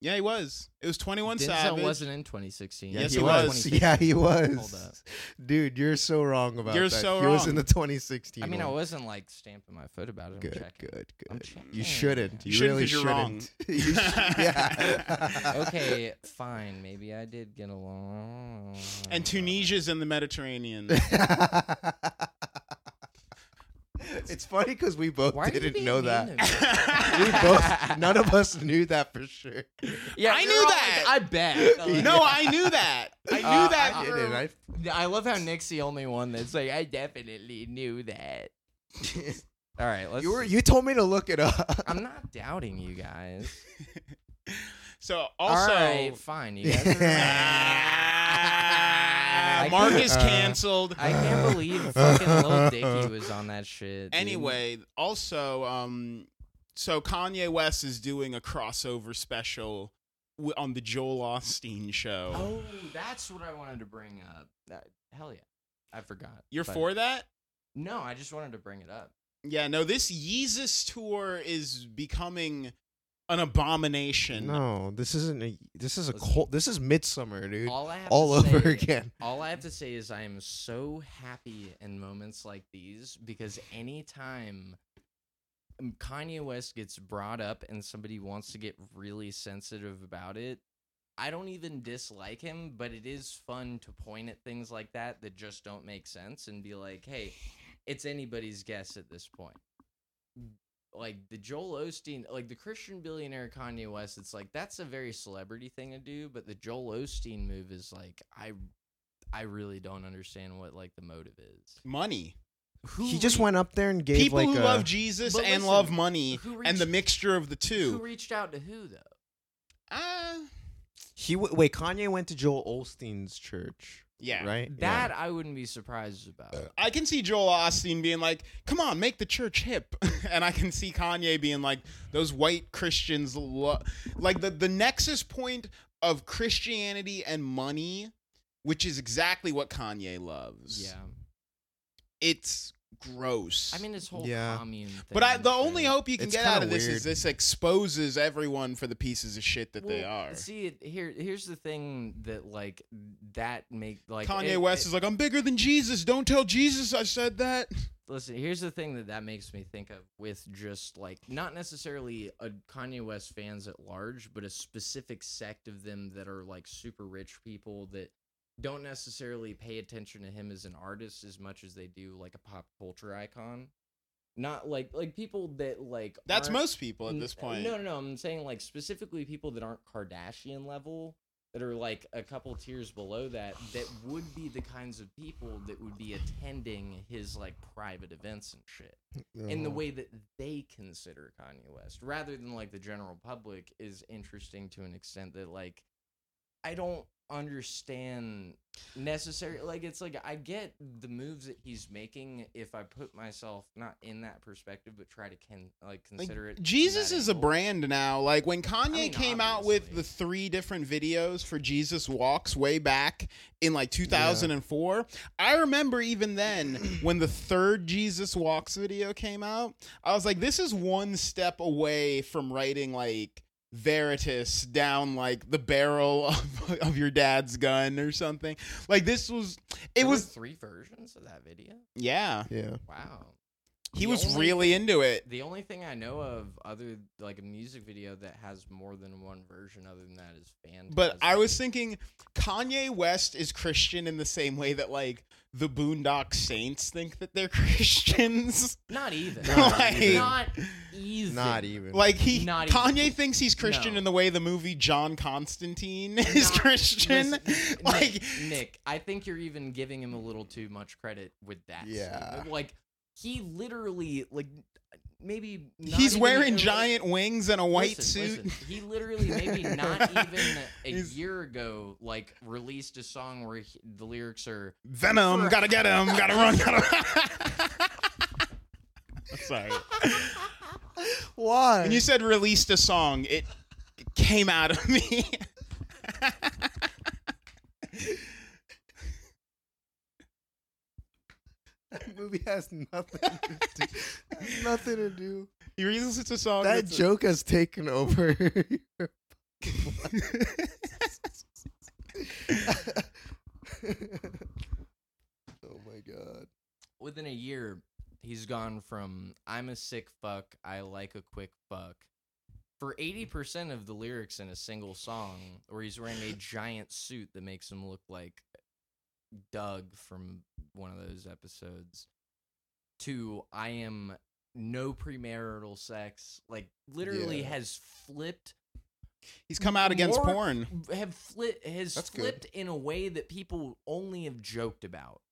Speaker 1: yeah, he was. It was Twenty One
Speaker 2: Denzel
Speaker 1: Savage.
Speaker 2: wasn't in 2016.
Speaker 1: Yes,
Speaker 3: he
Speaker 1: he
Speaker 3: was.
Speaker 1: was.
Speaker 3: Yeah, he
Speaker 2: Hold up.
Speaker 3: was. Dude, you're so wrong about
Speaker 1: You're
Speaker 3: that.
Speaker 1: so
Speaker 3: He was
Speaker 1: wrong.
Speaker 3: in the 2016.
Speaker 2: I mean, I
Speaker 3: one.
Speaker 2: wasn't like stamping my foot about it. I'm
Speaker 3: Good,
Speaker 2: checking.
Speaker 3: good,
Speaker 2: I'm
Speaker 3: good.
Speaker 2: checking.
Speaker 3: You shouldn't.
Speaker 1: You
Speaker 3: You,
Speaker 1: shouldn't
Speaker 3: really
Speaker 1: 'cause you're wrong.
Speaker 3: shouldn't. You sh- yeah.
Speaker 2: Okay, fine. Maybe I did get along.
Speaker 1: And Tunisia's in the Mediterranean.
Speaker 3: it's funny because we both
Speaker 2: Why are you
Speaker 3: didn't
Speaker 2: being
Speaker 3: know
Speaker 2: mean
Speaker 3: that.
Speaker 2: to me?
Speaker 3: We both, none of us knew that for sure.
Speaker 2: Yeah,
Speaker 1: I
Speaker 2: you're
Speaker 1: knew
Speaker 2: all
Speaker 1: that.
Speaker 2: like, I bet.
Speaker 1: no, I knew that. I knew
Speaker 2: Uh,
Speaker 1: that.
Speaker 3: I
Speaker 1: for-
Speaker 3: didn't. I,
Speaker 2: I love how Nick's the only one that's like, I definitely knew that. All right, let's.
Speaker 3: you were, you told me to look it up.
Speaker 2: I'm not doubting you guys.
Speaker 1: so also,
Speaker 2: all right, fine. You guys are
Speaker 1: Ah,
Speaker 2: I
Speaker 1: Mark
Speaker 2: can't-
Speaker 1: is canceled.
Speaker 2: I can't believe fucking Lil Dicky was on that shit. dude.
Speaker 1: Anyway, also, um, so Kanye West is doing a crossover special w- on the Joel Osteen show.
Speaker 2: Oh, that's what I wanted to bring up. That, hell yeah. I forgot.
Speaker 1: You're
Speaker 2: but-
Speaker 1: for that?
Speaker 2: No, I just wanted to bring it up.
Speaker 1: Yeah, no, this Yeezus tour is becoming an abomination.
Speaker 3: No, this isn't a. This is a
Speaker 2: Listen.
Speaker 3: cold. This is midsummer, dude.
Speaker 2: All I have
Speaker 3: All
Speaker 2: to say
Speaker 3: over
Speaker 2: is-
Speaker 3: again.
Speaker 2: All I have to say is I am so happy in moments like these because anytime um, Kanye West gets brought up and somebody wants to get really sensitive about it, I don't even dislike him, but it is fun to point at things like that that just don't make sense and be like, hey, it's anybody's guess at this point. Like the Joel Osteen, like the Christian billionaire Kanye West, it's like that's a very celebrity thing to do, but the Joel Osteen move is like I I really don't understand what like the motive is.
Speaker 1: Money.
Speaker 2: Who
Speaker 3: he just
Speaker 2: re-
Speaker 3: went up there and gave
Speaker 1: People
Speaker 3: like
Speaker 1: who
Speaker 3: a.
Speaker 1: love Jesus
Speaker 2: But
Speaker 1: and
Speaker 2: listen,
Speaker 1: love money
Speaker 2: who
Speaker 1: and the
Speaker 2: reached-
Speaker 1: mixture of the two.
Speaker 2: who reached out to who though?
Speaker 1: Ah,
Speaker 3: he w- wait. Kanye went to Joel Olstein's church.
Speaker 1: Yeah.
Speaker 3: right?
Speaker 2: That I wouldn't be surprised about.
Speaker 1: I can see Joel Osteen being like, "Come on, make the church hip," and I can see Kanye being like, "Those white Christians, lo-. like the the nexus point of Christianity and money, which is exactly what Kanye loves.
Speaker 2: yeah.
Speaker 1: it's gross.
Speaker 2: I mean, this whole
Speaker 3: Yeah.
Speaker 2: commune thing.
Speaker 1: but I, the
Speaker 2: is
Speaker 1: only
Speaker 2: really-
Speaker 1: hope you can
Speaker 3: It's
Speaker 1: get out
Speaker 3: kinda
Speaker 1: of this
Speaker 3: weird.
Speaker 1: is this exposes everyone for the pieces of shit that they
Speaker 2: Well,
Speaker 1: are.
Speaker 2: See, it- here, here's the thing that like that make like
Speaker 1: Kanye
Speaker 2: it-
Speaker 1: West
Speaker 2: it-
Speaker 1: is like, "I'm bigger than Jesus. Don't tell Jesus I said that."
Speaker 2: Listen, here's the thing that that makes me think of with just like not necessarily a Kanye West fans at large, but a specific sect of them that are like super rich people that don't necessarily pay attention to him as an artist as much as they do like a pop culture icon. Not like like people that like
Speaker 1: That's
Speaker 2: aren't-
Speaker 1: most people at
Speaker 2: N- uh,
Speaker 1: this point.
Speaker 2: No, no, no. I'm saying like specifically people that aren't Kardashian level, that are like a couple tiers below that, that would be the kinds of people that would be attending his like private events and shit in
Speaker 3: Oh.
Speaker 1: Mm-hmm.
Speaker 2: the way that they consider Kanye West, rather than like the general public, is interesting to an extent that like I don't understand necessarily. Like it's like I get the moves that he's making if I put myself not in that perspective, but try to can like
Speaker 1: Like,
Speaker 2: consider it. from
Speaker 1: Jesus
Speaker 2: that
Speaker 1: is a
Speaker 2: angle.
Speaker 1: brand now. Like when Kanye
Speaker 2: mean,
Speaker 1: came out with
Speaker 2: obviously.
Speaker 1: the three different videos for Jesus Walks way back in like 2004, I remember even then when the third Jesus Walks video came out, I was like, this is one step away from writing like Veritas down like the barrel of, of your dad's gun or something. Like this was, it
Speaker 2: There were
Speaker 1: was,
Speaker 2: three versions of that video.
Speaker 1: yeah,
Speaker 3: Yeah.
Speaker 2: Wow.
Speaker 1: he
Speaker 2: The
Speaker 1: was
Speaker 2: only
Speaker 1: really into it.
Speaker 2: The only thing I know of other like a music video that has more than one version other than that is fan.
Speaker 1: But I was thinking Kanye West is Christian in the same way that like the Boondock Saints think that they're Christians.
Speaker 2: Not even.
Speaker 1: Not
Speaker 2: Not
Speaker 1: even.
Speaker 2: even. Not even.
Speaker 3: Not even.
Speaker 1: Like he
Speaker 2: Not even-
Speaker 1: Kanye thinks he's Christian
Speaker 2: No.
Speaker 1: in the way the movie John Constantine is
Speaker 2: Not-
Speaker 1: Christian.
Speaker 2: Listen,
Speaker 1: like
Speaker 2: Nick, Nick, I think you're even giving him a little too much credit with that.
Speaker 3: Yeah.
Speaker 2: statement. Like he literally like maybe not
Speaker 1: he's
Speaker 2: even
Speaker 1: wearing
Speaker 2: a-
Speaker 1: giant wings and a white
Speaker 2: Listen,
Speaker 1: suit.
Speaker 2: listen, he literally maybe not even a
Speaker 1: He's-
Speaker 2: year ago like released a song where he, the lyrics are
Speaker 1: Venom,
Speaker 2: For-
Speaker 1: gotta get him, gotta run, gotta Sorry.
Speaker 3: Why?
Speaker 1: And you said released a song. It it came out of me.
Speaker 3: That movie has nothing to do. has nothing to do.
Speaker 1: he released a song.
Speaker 3: That
Speaker 1: that's a-
Speaker 3: joke has taken over. your oh my god.
Speaker 2: within a year he's gone from I'm a sick fuck, I like a quick fuck. For 80% of the lyrics in a single song where he's wearing a giant suit that makes him look like Doug from one of those episodes to I am no premarital sex, like literally
Speaker 3: Yeah.
Speaker 2: has flipped
Speaker 1: He's come out against
Speaker 2: More-
Speaker 1: porn.
Speaker 2: have flipped has
Speaker 3: That's good.
Speaker 2: flipped in a way that people only have joked about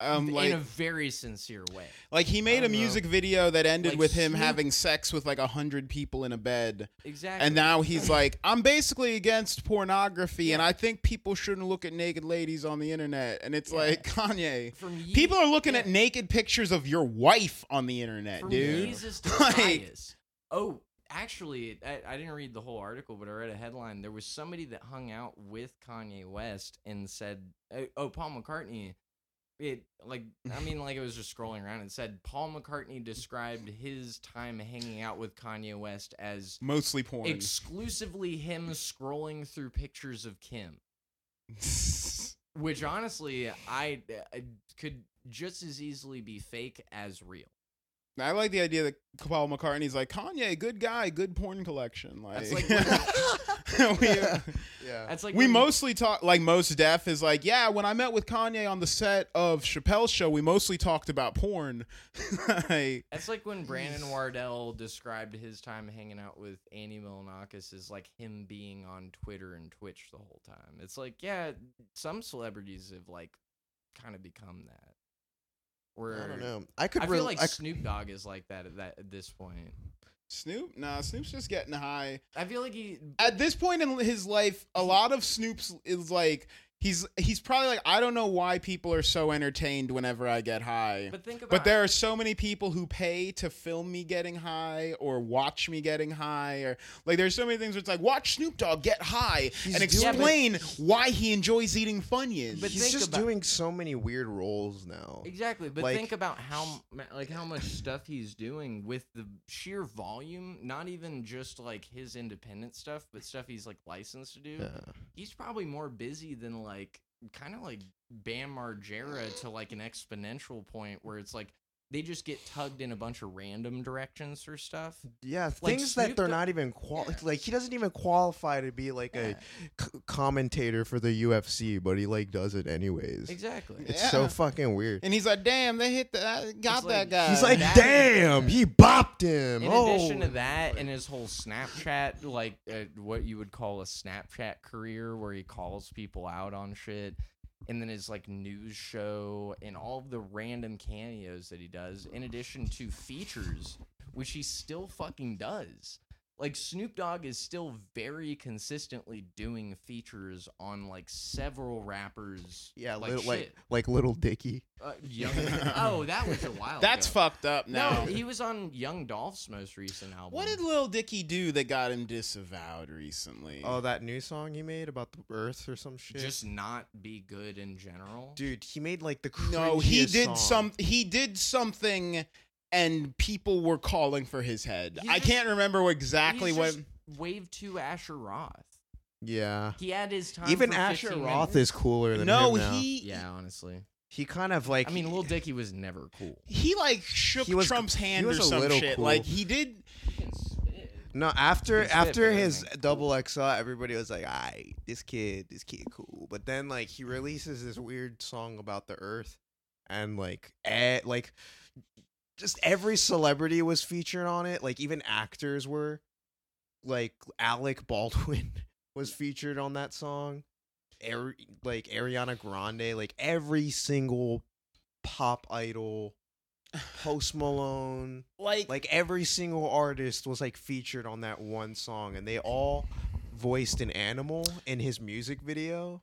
Speaker 1: Um, like,
Speaker 2: in a very sincere way.
Speaker 1: like he made a
Speaker 3: don't know.
Speaker 1: music video that ended
Speaker 2: Like
Speaker 1: with him
Speaker 2: Snoop-
Speaker 1: having sex with like a hundred people in a bed,
Speaker 2: Exactly.
Speaker 1: and now he's like, "I'm basically against pornography, and I think people shouldn't look at naked ladies on the internet." And it's
Speaker 2: Yeah.
Speaker 1: like Kanye,
Speaker 2: from Ye-
Speaker 1: people are looking at
Speaker 2: yeah,
Speaker 1: naked pictures of your wife on the internet,
Speaker 2: from
Speaker 1: dude.
Speaker 2: Jesus to
Speaker 1: Like-
Speaker 2: Matthias. Oh, actually, I, I didn't read the whole article, but I read a headline. There was somebody that hung out with Kanye West and said, "Oh, oh, Paul McCartney." It like I mean like it was just scrolling around and said Paul McCartney described his time hanging out with Kanye West as
Speaker 1: Mostly porn.
Speaker 2: exclusively him scrolling through pictures of Kim, which honestly I, I could just as easily be fake as real.
Speaker 1: I like the idea that Paul McCartney's like Kanye, good guy, good porn collection. Like,
Speaker 2: That's like
Speaker 1: We- uh,
Speaker 3: Yeah.
Speaker 2: That's like
Speaker 1: we
Speaker 2: when you-
Speaker 1: mostly talk like most deaf is like yeah when i met with kanye on the set of chappelle's show we mostly talked about porn like,
Speaker 2: That's like when Brandon Wardell described his time hanging out with Annie Milanakis as like him being on Twitter and Twitch the whole time. It's like, yeah, some celebrities have like kind of become that. Where
Speaker 3: I don't know. I could
Speaker 2: I
Speaker 3: rel-
Speaker 2: feel like
Speaker 3: I c-
Speaker 2: Snoop Dogg is like that at that at this point.
Speaker 1: snoop nah snoop's just getting high
Speaker 2: I feel like he
Speaker 1: at this point in his life a lot of snoop's is like He's he's probably like I don't know why people are so entertained whenever I get high.
Speaker 2: But think about
Speaker 1: But there are so many people who pay to film me getting high or watch me getting high or like there's so many things where it's like watch Snoop Dogg get high
Speaker 3: He's
Speaker 1: and
Speaker 3: doing-
Speaker 1: explain why he enjoys eating Funyuns.
Speaker 2: But
Speaker 3: He's
Speaker 2: think
Speaker 3: just
Speaker 2: about-
Speaker 3: doing so many weird roles now.
Speaker 2: Exactly, but
Speaker 3: Like-
Speaker 2: think about how m- like how much stuff he's doing with the sheer volume. Not even just like his independent stuff, but stuff he's like licensed to do.
Speaker 3: Yeah.
Speaker 2: He's probably more busy than like kind of like Bam Margera to like an exponential point where it's like they just get tugged in a bunch of random directions for stuff.
Speaker 3: Yeah,
Speaker 2: Like
Speaker 3: things that
Speaker 2: Snoop
Speaker 3: they're
Speaker 2: Dogg-
Speaker 3: not even qual
Speaker 2: Yeah.
Speaker 3: like he doesn't even qualify to be like a c- commentator for the UFC, but he like does it anyways.
Speaker 2: Exactly.
Speaker 3: It's so
Speaker 1: Yeah.
Speaker 3: fucking weird.
Speaker 1: and he's like, damn, they hit that, got
Speaker 2: It's
Speaker 1: that
Speaker 2: like-
Speaker 1: guy.
Speaker 3: He's like,
Speaker 2: that-
Speaker 3: damn, he bopped him.
Speaker 2: In
Speaker 3: oh,
Speaker 2: addition to that, and his whole Snapchat, like uh, what you would call a Snapchat career, where he calls people out on shit, and then his like news show and all of the random cameos that he does. In addition to features, which he still fucking does. Like Snoop Dogg is still very consistently doing features on like several rappers.
Speaker 3: yeah,
Speaker 2: like
Speaker 3: little, like
Speaker 2: shit.
Speaker 3: like little Dicky.
Speaker 2: Uh, Young- oh, that was a while.
Speaker 1: that's
Speaker 2: ago.
Speaker 1: fucked up
Speaker 2: No,
Speaker 1: now.
Speaker 2: he was on Young Dolph's most recent album.
Speaker 1: what did Lil Dicky do that got him disavowed recently?
Speaker 3: Oh, that new song he made about the Earth or some shit.
Speaker 2: just not be good in general.
Speaker 3: dude, he made like the
Speaker 1: no, he
Speaker 3: cringiest
Speaker 1: did
Speaker 3: song.
Speaker 1: some. He did something, and people were calling for his head.
Speaker 2: He's
Speaker 1: I
Speaker 2: just-
Speaker 1: can't remember exactly
Speaker 2: He's
Speaker 1: what.
Speaker 2: just Wave two Asher Roth.
Speaker 3: Yeah,
Speaker 2: He had his time.
Speaker 3: even
Speaker 2: for
Speaker 3: Asher
Speaker 2: 15
Speaker 3: Roth
Speaker 2: minutes.
Speaker 3: is cooler than
Speaker 1: no,
Speaker 3: him now.
Speaker 1: he
Speaker 2: Yeah, honestly.
Speaker 3: he kind of like
Speaker 2: I mean, Lil Dicky was never cool.
Speaker 1: he like shook
Speaker 3: He was-
Speaker 1: Trump's hand
Speaker 3: he was
Speaker 1: or
Speaker 3: a
Speaker 1: some
Speaker 3: little
Speaker 1: shit.
Speaker 3: cool.
Speaker 1: Like he did.
Speaker 3: No, after
Speaker 2: He's fit,
Speaker 3: after
Speaker 2: but
Speaker 3: his
Speaker 2: everything.
Speaker 3: double XL, everybody was like, "I this kid, this kid, cool." But then like he releases this weird song about the Earth, and like eh, like just every celebrity was featured on it. Like even actors were, like Alec Baldwin was featured on that song. Ari- like Ariana Grande, like every single pop idol, Post Malone
Speaker 1: Like,
Speaker 3: like every single artist was like featured on that one song and they all voiced an animal in his music video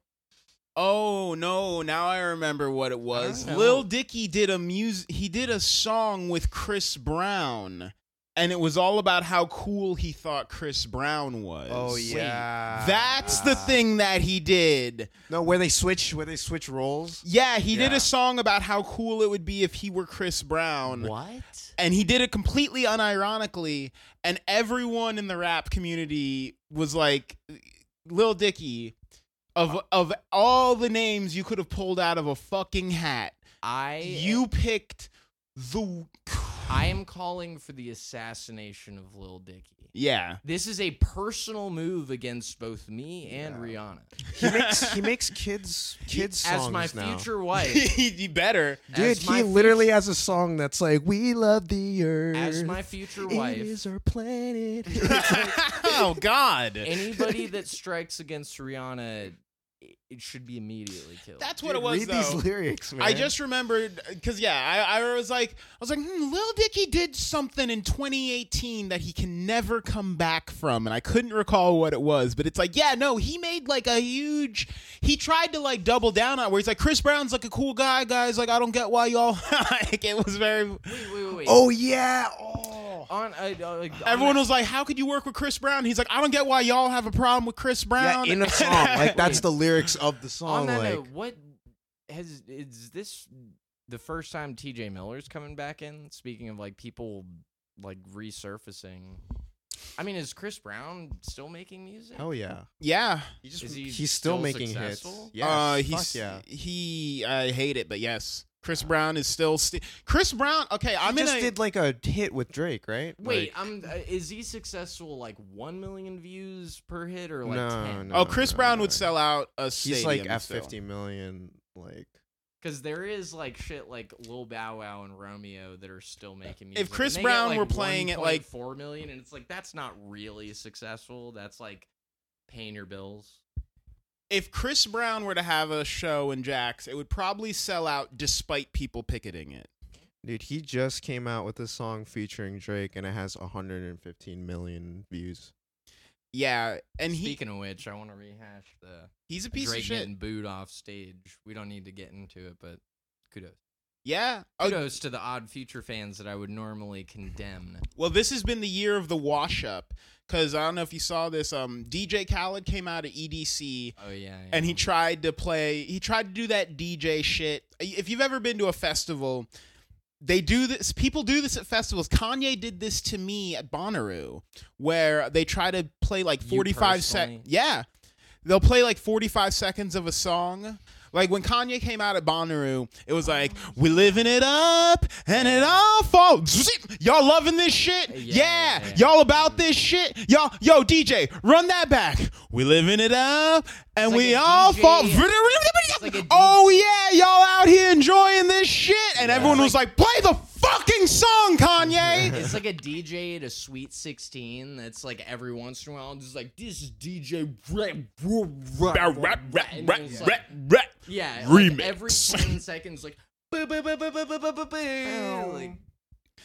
Speaker 1: oh no! Now I remember what it was.
Speaker 3: Oh.
Speaker 2: know.
Speaker 1: Lil Dicky did a mus He did a song with Chris Brown, and it was all about how cool he thought Chris Brown was.
Speaker 3: Oh, yeah
Speaker 1: That's the thing that he did.
Speaker 3: no where they switch where they switch roles
Speaker 1: Yeah, he did
Speaker 3: Yeah.
Speaker 1: a song about how cool it would be if he were Chris Brown.
Speaker 2: What?
Speaker 1: And he did it completely unironically, and everyone in the rap community was like, Lil Dicky, of of all the names you could have pulled out of a fucking hat,
Speaker 2: I
Speaker 1: you picked the
Speaker 2: I am calling for the assassination of Lil Dicky.
Speaker 1: Yeah.
Speaker 2: This is a personal move against both me and
Speaker 3: Yeah.
Speaker 2: Rihanna.
Speaker 3: he makes he makes kids kids songs
Speaker 2: as my
Speaker 3: now.
Speaker 2: future wife.
Speaker 1: you better.
Speaker 3: dude
Speaker 2: as my
Speaker 3: he literally has a song that's like we love the earth
Speaker 2: as my future
Speaker 3: it
Speaker 2: wife.
Speaker 3: is our planet
Speaker 1: oh God.
Speaker 2: anybody that strikes against Rihanna, it, it should be immediately killed.
Speaker 1: That's what
Speaker 3: Dude,
Speaker 1: it was
Speaker 3: read
Speaker 1: though.
Speaker 3: these lyrics man
Speaker 1: I just remembered because yeah, I, I was like, I was like, hmm, Lil Dicky did something in 2018 that he can never come back from, and I couldn't recall what it was. But it's like, yeah, no, he made like a huge. He tried to like double down on it, where he's like, Chris Brown's like a cool guy, guys. Like, I don't get why y'all like. It was very.
Speaker 2: wait, wait, wait, wait.
Speaker 3: oh yeah oh
Speaker 2: on, uh, uh, like, on
Speaker 1: Everyone
Speaker 2: that-
Speaker 1: was like, "How could you work with Chris Brown?" He's like, "I don't get why y'all have a problem with Chris
Speaker 3: yeah
Speaker 1: Brown."
Speaker 3: in a song like that's
Speaker 2: Wait.
Speaker 3: the lyrics of the
Speaker 2: on
Speaker 3: song
Speaker 2: that
Speaker 3: like
Speaker 2: note. What has is this the first time T.J. Miller's coming back in? Speaking of like people like resurfacing, I mean, is Chris Brown still making music?
Speaker 3: hell yeah
Speaker 1: yeah.
Speaker 3: He just,
Speaker 2: Is he
Speaker 3: he's still,
Speaker 2: still
Speaker 3: making
Speaker 2: successful?
Speaker 3: hits. Yes,
Speaker 1: uh,
Speaker 3: fuck
Speaker 1: he's
Speaker 3: yeah.
Speaker 1: he. I hate it, but yes, Chris Brown is still. Sti- Chris Brown. Okay,
Speaker 3: I
Speaker 1: I'm in
Speaker 3: just
Speaker 1: a.
Speaker 3: did like a hit with Drake, right?
Speaker 2: Wait,
Speaker 3: Like-
Speaker 2: I'm. Uh, is he successful like one million views per hit or like
Speaker 3: No,
Speaker 2: ten?
Speaker 3: no.
Speaker 1: oh, Chris Brown would
Speaker 3: no.
Speaker 1: sell out a stadium.
Speaker 3: he's like at
Speaker 1: still.
Speaker 3: fifty million. Like
Speaker 2: Because there is like shit like Lil Bow Wow and Romeo that are still making music.
Speaker 1: If Chris
Speaker 2: and they get,
Speaker 1: Brown
Speaker 2: like,
Speaker 1: were playing at, like-
Speaker 2: 1.4 million, and it's like that's not really successful. That's like paying your bills.
Speaker 1: If Chris Brown were to have a show in Jax, it would probably sell out despite people picketing it.
Speaker 3: dude, he just came out with a song featuring Drake, and it has hundred and fifteen million views.
Speaker 1: yeah, and he
Speaker 2: Speaking of which, I want to rehash the
Speaker 1: he's a piece
Speaker 2: Drake
Speaker 1: of shit.
Speaker 2: getting booed off stage. We don't need to get into it, but kudos.
Speaker 1: Yeah. Oh,
Speaker 2: Kudos to the odd future fans that I would normally condemn.
Speaker 1: Well, this has been the year of the wash up because I don't know if you saw this. Um, DJ Khaled came out of E EDC
Speaker 2: Oh yeah. yeah.
Speaker 1: and he tried to play. He tried to do that DJ shit. If you've ever been to a festival, they do this. People do this at festivals. Kanye did this to me at Bonnaroo, where they try to play like
Speaker 2: You
Speaker 1: forty-five seconds.
Speaker 2: personally?
Speaker 1: Yeah, they'll play like forty-five seconds of a song. Like when Kanye came out at Bonnaroo, it was like, "We living it up and it all falls." Zip. Y'all loving this shit?
Speaker 2: Yeah,
Speaker 1: Yeah.
Speaker 2: yeah, yeah.
Speaker 1: Y'all about this shit? Y'all, yo, DJ, run that back. We living it up and
Speaker 2: It's like
Speaker 1: we
Speaker 2: a
Speaker 1: all
Speaker 2: DJ.
Speaker 1: fall.
Speaker 2: like a D-
Speaker 1: oh yeah, y'all out here enjoying this shit, and
Speaker 2: Yeah.
Speaker 1: everyone was like, "Play the fucking song, Kanye."
Speaker 2: It's like a DJ at a Sweet 16 that's like every once in a while just like, this is DJ rap, rap, rap, rap, rap, and it's like- Yeah,
Speaker 1: Remix.
Speaker 2: Like every 10 seconds, like, boo, boo, boo, boo, boo, boo, boo, boo, boo. Like,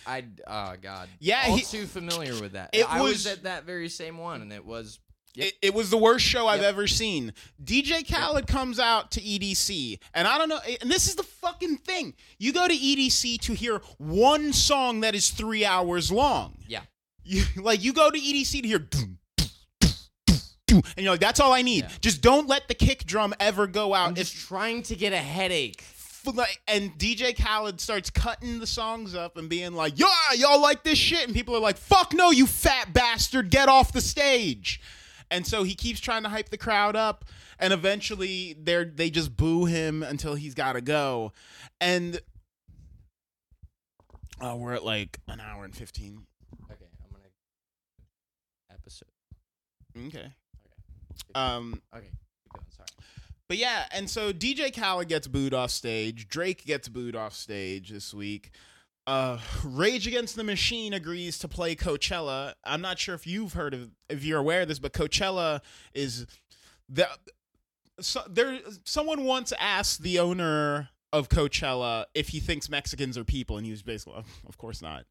Speaker 2: I, oh, God.
Speaker 1: Yeah,
Speaker 2: All
Speaker 1: he-
Speaker 2: too familiar with that.
Speaker 1: It
Speaker 2: I was,
Speaker 1: was-
Speaker 2: at that very same one, and it was,
Speaker 1: It, it was the worst show I've
Speaker 2: Yep.
Speaker 1: ever seen. DJ Khaled comes out to EDC, and I don't know. And this is the fucking thing: you go to EDC to hear one song that is three hours long.
Speaker 2: yeah.
Speaker 1: You, like you go to EDC to hear, doom, doom, doom, doom, doom, and you're like, "That's all I need."
Speaker 2: Yeah.
Speaker 1: Just don't let the kick drum ever go out.
Speaker 2: I'm
Speaker 1: If
Speaker 2: just trying to get a headache.
Speaker 1: f- like, and DJ Khaled starts cutting the songs up and being like, "Yeah, y'all like this shit," and people are like, "Fuck no, you fat bastard, get off the stage." And so he keeps trying to hype the crowd up, and eventually they are they just boo him until he's got to go. And uh, we're at like an hour and fifteen.
Speaker 2: Okay, I'm going to. Episode.
Speaker 1: Okay. Um.
Speaker 2: Okay, keep going, sorry.
Speaker 1: But yeah, and so DJ Khaled gets booed off stage. Drake gets booed off stage this week. Uh, Rage Against the Machine agrees to play Coachella. I'm not sure if you've heard of, if you're aware of this, but Coachella is the so, there. Someone once asked the owner of Coachella if he thinks Mexicans are people, and he was basically, "Of- of course not.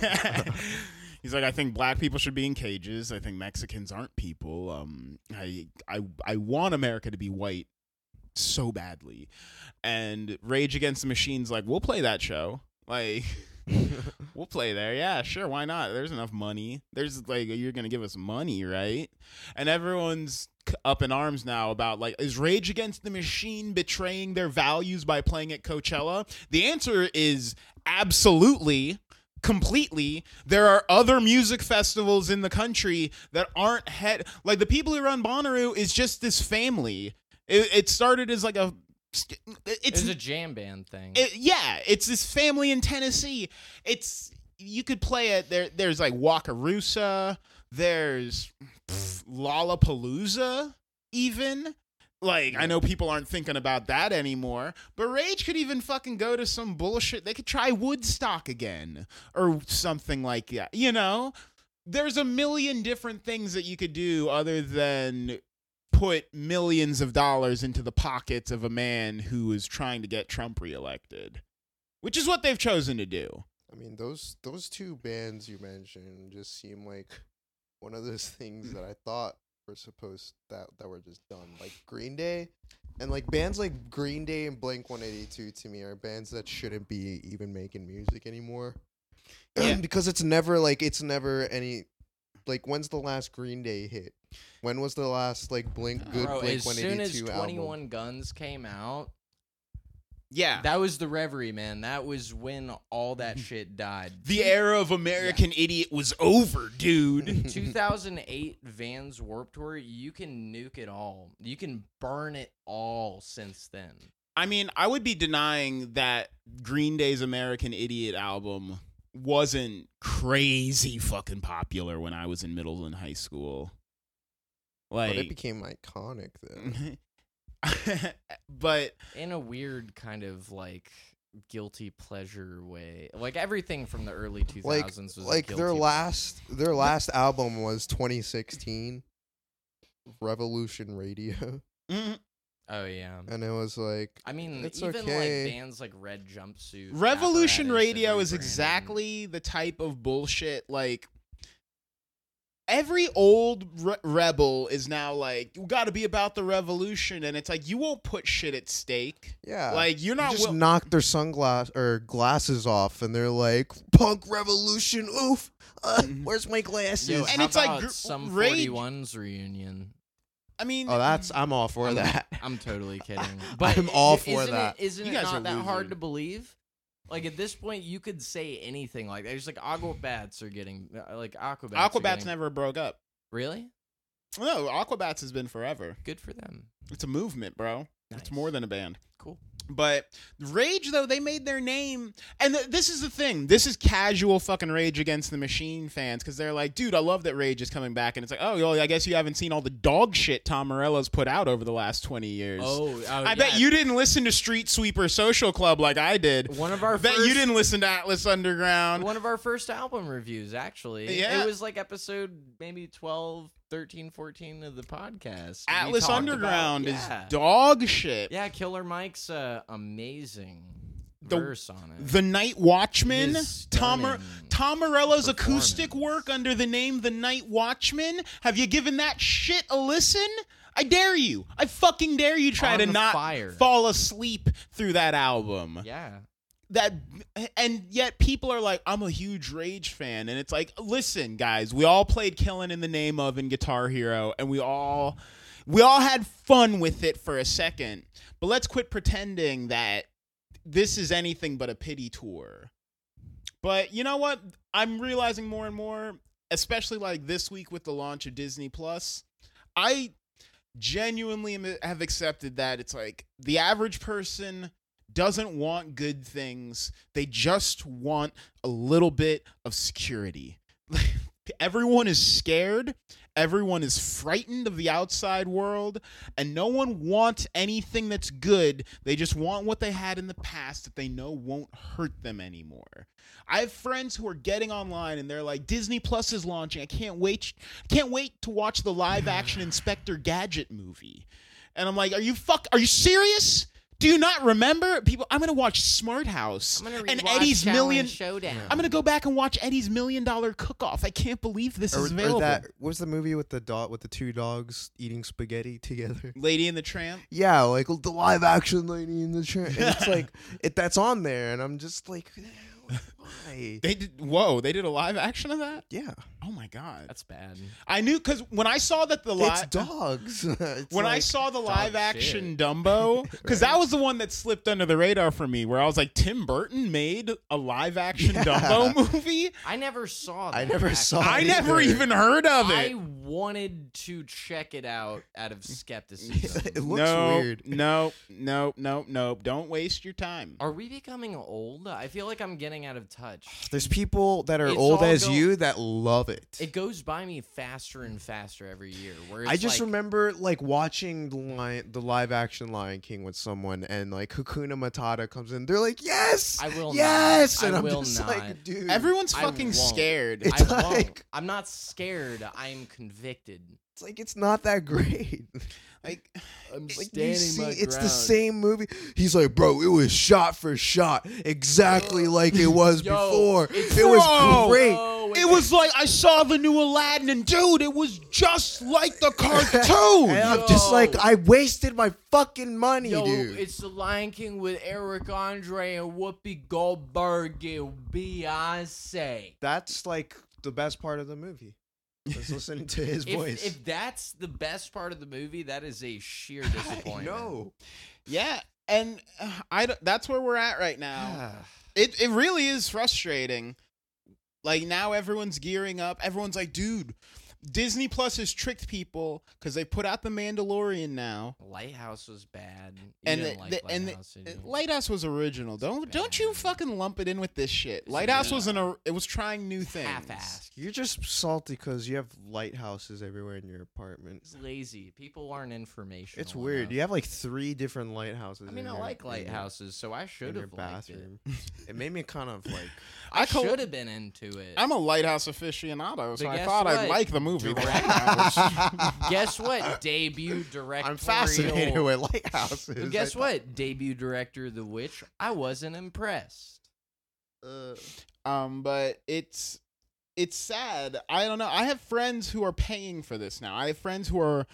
Speaker 1: He's like, I think black people should be in cages. I think Mexicans aren't people. Um, I, I, I want America to be white so badly. And Rage Against the Machine's like, we'll play that show. Like, we'll play there. Yeah, sure. Why not? There's enough money. There's like, you're going to give us money, right? And everyone's c- up in arms now about like, is Rage Against the Machine betraying their values by playing at Coachella? The answer is absolutely completely. There are other music festivals in the country that aren't head like the people who run Bonnaroo is just this family. It, it started as like a
Speaker 2: It's,
Speaker 1: it's
Speaker 2: a jam band thing.
Speaker 1: it, yeah, it's this family in Tennessee. It's you could play it there. There's like Wakarusa. There's pff, Lollapalooza. Even like I know people aren't thinking about that anymore. But Rage could even fucking go to some bullshit. They could try Woodstock again or something like that. You know, there's a million different things that you could do other than put millions of dollars into the pockets of a man who is trying to get Trump reelected, which is what they've chosen to do.
Speaker 3: I mean, those those two bands you mentioned just seem like one of those things that I thought were supposed that that were just done, like Green Day, and like bands like Green Day and Blink One Eighty Two to me are bands that shouldn't be even making music anymore,
Speaker 1: Yeah.
Speaker 3: because it's never like it's never any. Like when's the last Green Day hit? When was the last like Blink good
Speaker 2: Uh, Bro,
Speaker 3: Blink
Speaker 2: as
Speaker 3: One
Speaker 2: soon
Speaker 3: Eighty
Speaker 2: as
Speaker 3: Two
Speaker 2: 21
Speaker 3: album?
Speaker 2: Guns came out,
Speaker 1: Yeah.
Speaker 2: That was the reverie, man. That was when all that shit died.
Speaker 1: the era of American Idiot was over, dude.
Speaker 2: 2008 Vans Warp Tour, you can nuke it all. You can burn it all since then.
Speaker 1: I mean, I would be denying that Green Day's American Idiot album wasn't crazy fucking popular when I was in middle and high school.
Speaker 3: But it
Speaker 1: Like,
Speaker 3: became iconic though.
Speaker 1: but
Speaker 2: In a weird kind of like guilty pleasure way. Like everything from the early 2000s
Speaker 3: like
Speaker 2: was a
Speaker 3: like their
Speaker 2: guilty-
Speaker 3: last their last album was 2016 revolution radio
Speaker 1: mm,
Speaker 2: Oh yeah.
Speaker 3: and it was like
Speaker 2: I mean,
Speaker 3: It's
Speaker 2: even
Speaker 3: okay.
Speaker 2: like bands like Red Jumpsuit.
Speaker 1: Revolution
Speaker 2: Apparatus,
Speaker 1: Radio is
Speaker 2: Evergrande.
Speaker 1: exactly the type of bullshit like every old re- rebel is now like you got to be about the revolution, and it's like you won't put shit at stake.
Speaker 3: Yeah.
Speaker 1: Like you're
Speaker 3: You
Speaker 1: not.
Speaker 3: just
Speaker 1: will-
Speaker 3: knock their sunglasses or glasses off, and they're like, "Punk revolution, oof! Uh, where's my glasses?"
Speaker 2: Yo,
Speaker 1: Mm-hmm. and
Speaker 2: how
Speaker 1: it's like
Speaker 2: about
Speaker 1: gr-
Speaker 2: some
Speaker 1: rage-
Speaker 2: 41s reunion.
Speaker 1: I mean,
Speaker 3: oh, that's I'm all for that.
Speaker 2: I'm totally kidding.
Speaker 3: I'm all
Speaker 2: i-
Speaker 3: for
Speaker 2: isn't
Speaker 3: that.
Speaker 2: It, isn't
Speaker 1: You
Speaker 2: it
Speaker 1: guys are
Speaker 2: not that hard
Speaker 1: losers.
Speaker 2: to believe? Like at this point, you could say anything like that. It's like Aquabats are getting uh, like Aquabats. are
Speaker 1: Aquabats
Speaker 2: getting-
Speaker 1: never broke up.
Speaker 2: really
Speaker 1: No, Aquabats has been forever.
Speaker 2: good for them.
Speaker 1: It's a movement, bro. It's
Speaker 2: Nice.
Speaker 1: more than a band.
Speaker 2: cool.
Speaker 1: But Rage, though, they made their name. And th- this is the thing. This is casual fucking Rage Against the Machine fans because they're like, dude, I love that Rage is coming back. And it's like, oh, well, I guess you haven't seen all the dog shit Tom Morello's put out over the last 20 years.
Speaker 2: Oh, oh,
Speaker 1: I bet
Speaker 2: yeah.
Speaker 1: you didn't listen to Street Sweeper Social Club like I did.
Speaker 2: One of our
Speaker 1: I bet
Speaker 2: first,
Speaker 1: you didn't listen to Atlas Underground.
Speaker 2: One of our first album reviews, actually.
Speaker 1: Yeah.
Speaker 2: It was like episode maybe 12, 13, 14 of the podcast. We
Speaker 1: Atlas
Speaker 2: talked about-
Speaker 1: Underground
Speaker 2: yeah.
Speaker 1: is dog shit.
Speaker 2: Yeah, Killer Mike's uh, amazing
Speaker 1: The-
Speaker 2: verse on it.
Speaker 1: The Night Watchman,
Speaker 2: His
Speaker 1: Tom, Mor-
Speaker 2: stunning
Speaker 1: Tom Morello's acoustic
Speaker 2: performance.
Speaker 1: work under the name The Night Watchman. Have you given that shit a listen? I dare you. I fucking dare you try
Speaker 2: On
Speaker 1: to
Speaker 2: the
Speaker 1: not
Speaker 2: fire.
Speaker 1: fall asleep through that album.
Speaker 2: yeah.
Speaker 1: That and yet people are like, I'm a huge Rage fan, and it's like, listen, guys, we all played Killing in the Name of and Guitar Hero, and we all we all had fun with it for a second. But let's quit pretending that this is anything but a pity tour. But you know what? I'm realizing more and more, especially like this week with the launch of Disney Plus, I genuinely am- have accepted that it's like the average person doesn't want good things. They just want a little bit of security. Everyone is scared. Everyone is frightened of the outside world, and no one wants anything that's good. They just want what they had in the past that they know won't hurt them anymore. I have friends who are getting online and they're like, "Disney Plus is launching. I can't wait! I can't wait to watch the live-action Inspector Gadget movie." And I'm like, "Are you fuck? Are you serious? Do you not remember people? I'm gonna watch Smart House
Speaker 2: I'm gonna
Speaker 1: and
Speaker 2: rewatch
Speaker 1: Eddie's
Speaker 2: Shaolin
Speaker 1: Million."
Speaker 2: Showdown.
Speaker 1: I'm gonna go back and watch Eddie's Million Dollar Cook Off. I can't believe this is
Speaker 3: Or,
Speaker 1: available.
Speaker 3: or that what was the movie with the dog with the two dogs eating spaghetti together?
Speaker 1: Lady and the Tramp.
Speaker 3: Yeah, like the live action lady in the train. And It's like it, that's on there, and I'm just like, why?
Speaker 1: They did. Whoa, they did a live action of that.
Speaker 3: Yeah,
Speaker 1: Oh my god.
Speaker 2: That's bad.
Speaker 1: I knew because when I saw that the
Speaker 3: it's
Speaker 1: live
Speaker 3: dogs. It's
Speaker 1: when I
Speaker 3: like-
Speaker 1: saw the
Speaker 2: dog
Speaker 1: live
Speaker 2: shit.
Speaker 1: action Dumbo, because that was the one that slipped under the radar for me, where I was like, Tim Burton made a live action
Speaker 3: Yeah.
Speaker 1: Dumbo movie.
Speaker 2: I never saw that.
Speaker 3: I never saw
Speaker 2: actually.
Speaker 1: I
Speaker 3: Not
Speaker 1: never
Speaker 3: either.
Speaker 1: even heard of
Speaker 2: I
Speaker 1: it.
Speaker 2: wanted to check it out out of
Speaker 3: it
Speaker 2: skepticism.
Speaker 3: looks
Speaker 1: no,
Speaker 3: weird.
Speaker 1: no, no, no, no. Don't waste your time.
Speaker 2: Are we becoming old? I feel like I'm getting out of touch.
Speaker 3: There's people that are
Speaker 2: It's
Speaker 3: old
Speaker 2: all
Speaker 3: as
Speaker 2: go-
Speaker 3: you that love it.
Speaker 2: It goes by me faster and faster every year. Where it's
Speaker 3: I just
Speaker 2: like,
Speaker 3: remember like watching the lion, the live action Lion King with someone, and like Hakuna Matata comes in. They're like, "Yes,
Speaker 2: I will not.
Speaker 3: yes,"
Speaker 2: I
Speaker 3: and
Speaker 2: will
Speaker 3: am just
Speaker 2: not.
Speaker 3: like, "Dude,
Speaker 1: Everyone's
Speaker 2: I
Speaker 1: fucking
Speaker 2: won't.
Speaker 1: scared.
Speaker 3: It's
Speaker 2: I won't.
Speaker 3: like-
Speaker 2: I'm not scared. I'm convicted.
Speaker 3: it's like it's not that great."
Speaker 1: Like,
Speaker 2: I'm
Speaker 3: Like, you see, it's the same movie. He's like, bro, it was shot for shot, exactly like it was before. It
Speaker 1: Whoa.
Speaker 3: was great.
Speaker 1: It was like I saw the new Aladdin, and dude, it was just like the cartoon.
Speaker 3: And I'm just like,
Speaker 2: Yo.
Speaker 3: I wasted my fucking money,
Speaker 2: Yo,
Speaker 3: dude.
Speaker 2: it's the Lion King with Eric Andre and Whoopi Goldberg and Beyonce.
Speaker 3: That's like the best part of the movie. Just listening to his
Speaker 2: If,
Speaker 3: voice.
Speaker 2: if that's the best part of the movie, that is a sheer disappointment.
Speaker 3: no.
Speaker 1: yeah, and uh, I don't- that's where we're at right now. It it really is frustrating. Like now everyone's gearing up. Everyone's like, dude, Disney Plus has tricked people because they put out the Mandalorian now.
Speaker 2: Lighthouse was bad. You
Speaker 1: And
Speaker 2: didn't
Speaker 1: the-
Speaker 2: like
Speaker 1: the- and the-
Speaker 2: Lighthouse, did
Speaker 1: Uh,
Speaker 2: you?
Speaker 1: Lighthouse was original. Don't don't you
Speaker 2: Mm. bad.
Speaker 1: fucking lump it in with this shit. Lighthouse
Speaker 2: bad.
Speaker 1: was an or- it was trying new
Speaker 2: It's
Speaker 1: things.
Speaker 2: half-assed.
Speaker 3: You're just salty because you have lighthouses everywhere in your apartment.
Speaker 2: It's lazy. People aren't informational.
Speaker 3: It's weird.
Speaker 2: enough.
Speaker 3: You have like three different lighthouses.
Speaker 2: I mean,
Speaker 3: in
Speaker 2: I
Speaker 3: your-
Speaker 2: like
Speaker 3: in your-
Speaker 2: lighthouses, so I
Speaker 3: in
Speaker 2: should
Speaker 3: your
Speaker 2: have liked it.
Speaker 3: bathroom. It made me kind of like
Speaker 2: I,
Speaker 1: I col-
Speaker 2: should have been into it.
Speaker 1: I'm a lighthouse aficionado, so
Speaker 2: But
Speaker 1: I
Speaker 2: guess
Speaker 1: thought I'd
Speaker 2: what?
Speaker 1: like the movie.
Speaker 2: guess what? Debut director.
Speaker 3: I'm fascinated with lighthouses. I
Speaker 2: Guess
Speaker 3: thought-
Speaker 2: what? Debut director, The Witch. I wasn't impressed.
Speaker 3: Uh,
Speaker 1: um, but it's it's sad. I don't know. I have friends who are paying for this now. I have friends who are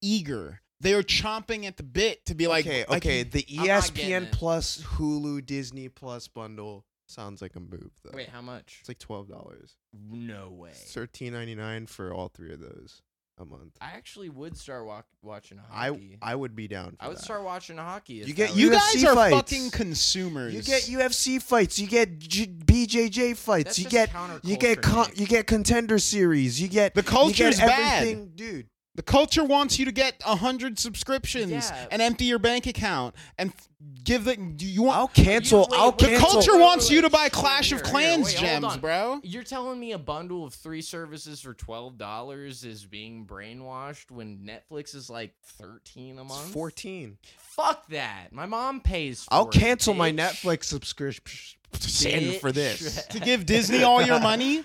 Speaker 1: eager. They are chomping at the bit to be like,
Speaker 3: okay,
Speaker 1: I
Speaker 3: okay.
Speaker 1: can-
Speaker 3: The E
Speaker 2: I'm not getting
Speaker 3: ESPN
Speaker 2: it.
Speaker 3: Plus Hulu Disney Plus bundle sounds like a move though.
Speaker 2: Wait, how much?
Speaker 3: it's like twelve dollars.
Speaker 2: no way.
Speaker 3: Thirteen ninety nine for all three of those a month.
Speaker 2: I actually would start walk- watching
Speaker 3: I
Speaker 2: hockey. I,
Speaker 3: I would be down. For
Speaker 2: would
Speaker 3: that.
Speaker 2: start watching hockey. if
Speaker 3: You
Speaker 2: that
Speaker 3: get-
Speaker 2: was-
Speaker 1: you
Speaker 3: UFC
Speaker 1: guys are
Speaker 3: fights.
Speaker 1: fucking consumers.
Speaker 3: You get UFC fights. You get J- BJJ fights.
Speaker 2: That's
Speaker 3: you
Speaker 2: just
Speaker 3: get you
Speaker 2: counterculture,
Speaker 3: get con-
Speaker 2: Nick.
Speaker 3: you get contender series. You get
Speaker 1: The
Speaker 3: you get
Speaker 1: culture's bad.
Speaker 3: everything, dude.
Speaker 1: The culture wants you to get a hundred subscriptions
Speaker 2: Yeah.
Speaker 1: and empty your bank account and f- give the. Do you want?
Speaker 3: I'll cancel.
Speaker 2: wait,
Speaker 3: I'll
Speaker 2: wait,
Speaker 1: the
Speaker 2: wait,
Speaker 3: cancel.
Speaker 1: culture
Speaker 2: wait,
Speaker 1: wants
Speaker 2: wait,
Speaker 1: you to
Speaker 2: wait.
Speaker 1: buy Clash of
Speaker 2: Here, here,
Speaker 1: Clans
Speaker 2: wait, hold
Speaker 1: gems,
Speaker 2: on.
Speaker 1: bro.
Speaker 2: You're telling me a bundle of three services for twelve dollars is being brainwashed when Netflix is like thirteen a
Speaker 3: It's
Speaker 2: month?
Speaker 3: Fourteen.
Speaker 2: Fuck that. My mom pays. For
Speaker 3: I'll
Speaker 2: it,
Speaker 3: cancel my
Speaker 2: bitch.
Speaker 3: Netflix subscription
Speaker 2: Bitch.
Speaker 3: for this.
Speaker 1: To give Disney all your money,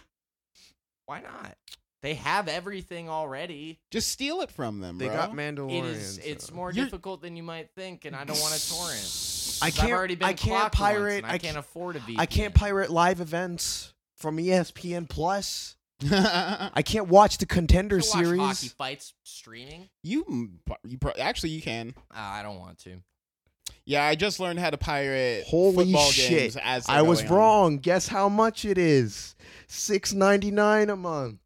Speaker 2: Why not? They have everything already.
Speaker 1: just steal it from them,
Speaker 3: They
Speaker 1: bro.
Speaker 3: got
Speaker 2: It
Speaker 3: Mandalorian.
Speaker 2: is. It's
Speaker 3: so-
Speaker 2: more
Speaker 1: You're-
Speaker 2: difficult than you might think, and I don't want to torrent.
Speaker 3: uh, I
Speaker 2: 'Cause I've
Speaker 3: can't.
Speaker 2: already been
Speaker 3: I can't
Speaker 2: clocked once, and
Speaker 3: pirate.
Speaker 2: I
Speaker 3: I
Speaker 2: can't
Speaker 3: can't.
Speaker 2: afford a VPN.
Speaker 3: I can't pirate live events from ESPN Plus.
Speaker 1: got.
Speaker 3: I can't watch the
Speaker 2: You
Speaker 3: contender
Speaker 2: can watch hockey
Speaker 3: series.
Speaker 2: fights streaming.
Speaker 1: you, m- you pro- actually you can.
Speaker 2: Uh, I don't want to.
Speaker 1: Yeah, I just learned how to pirate
Speaker 3: Holy
Speaker 1: football
Speaker 3: shit.
Speaker 1: games as they're
Speaker 3: I was
Speaker 1: going on.
Speaker 3: wrong. Guess how much it is? Six ninety nine a month.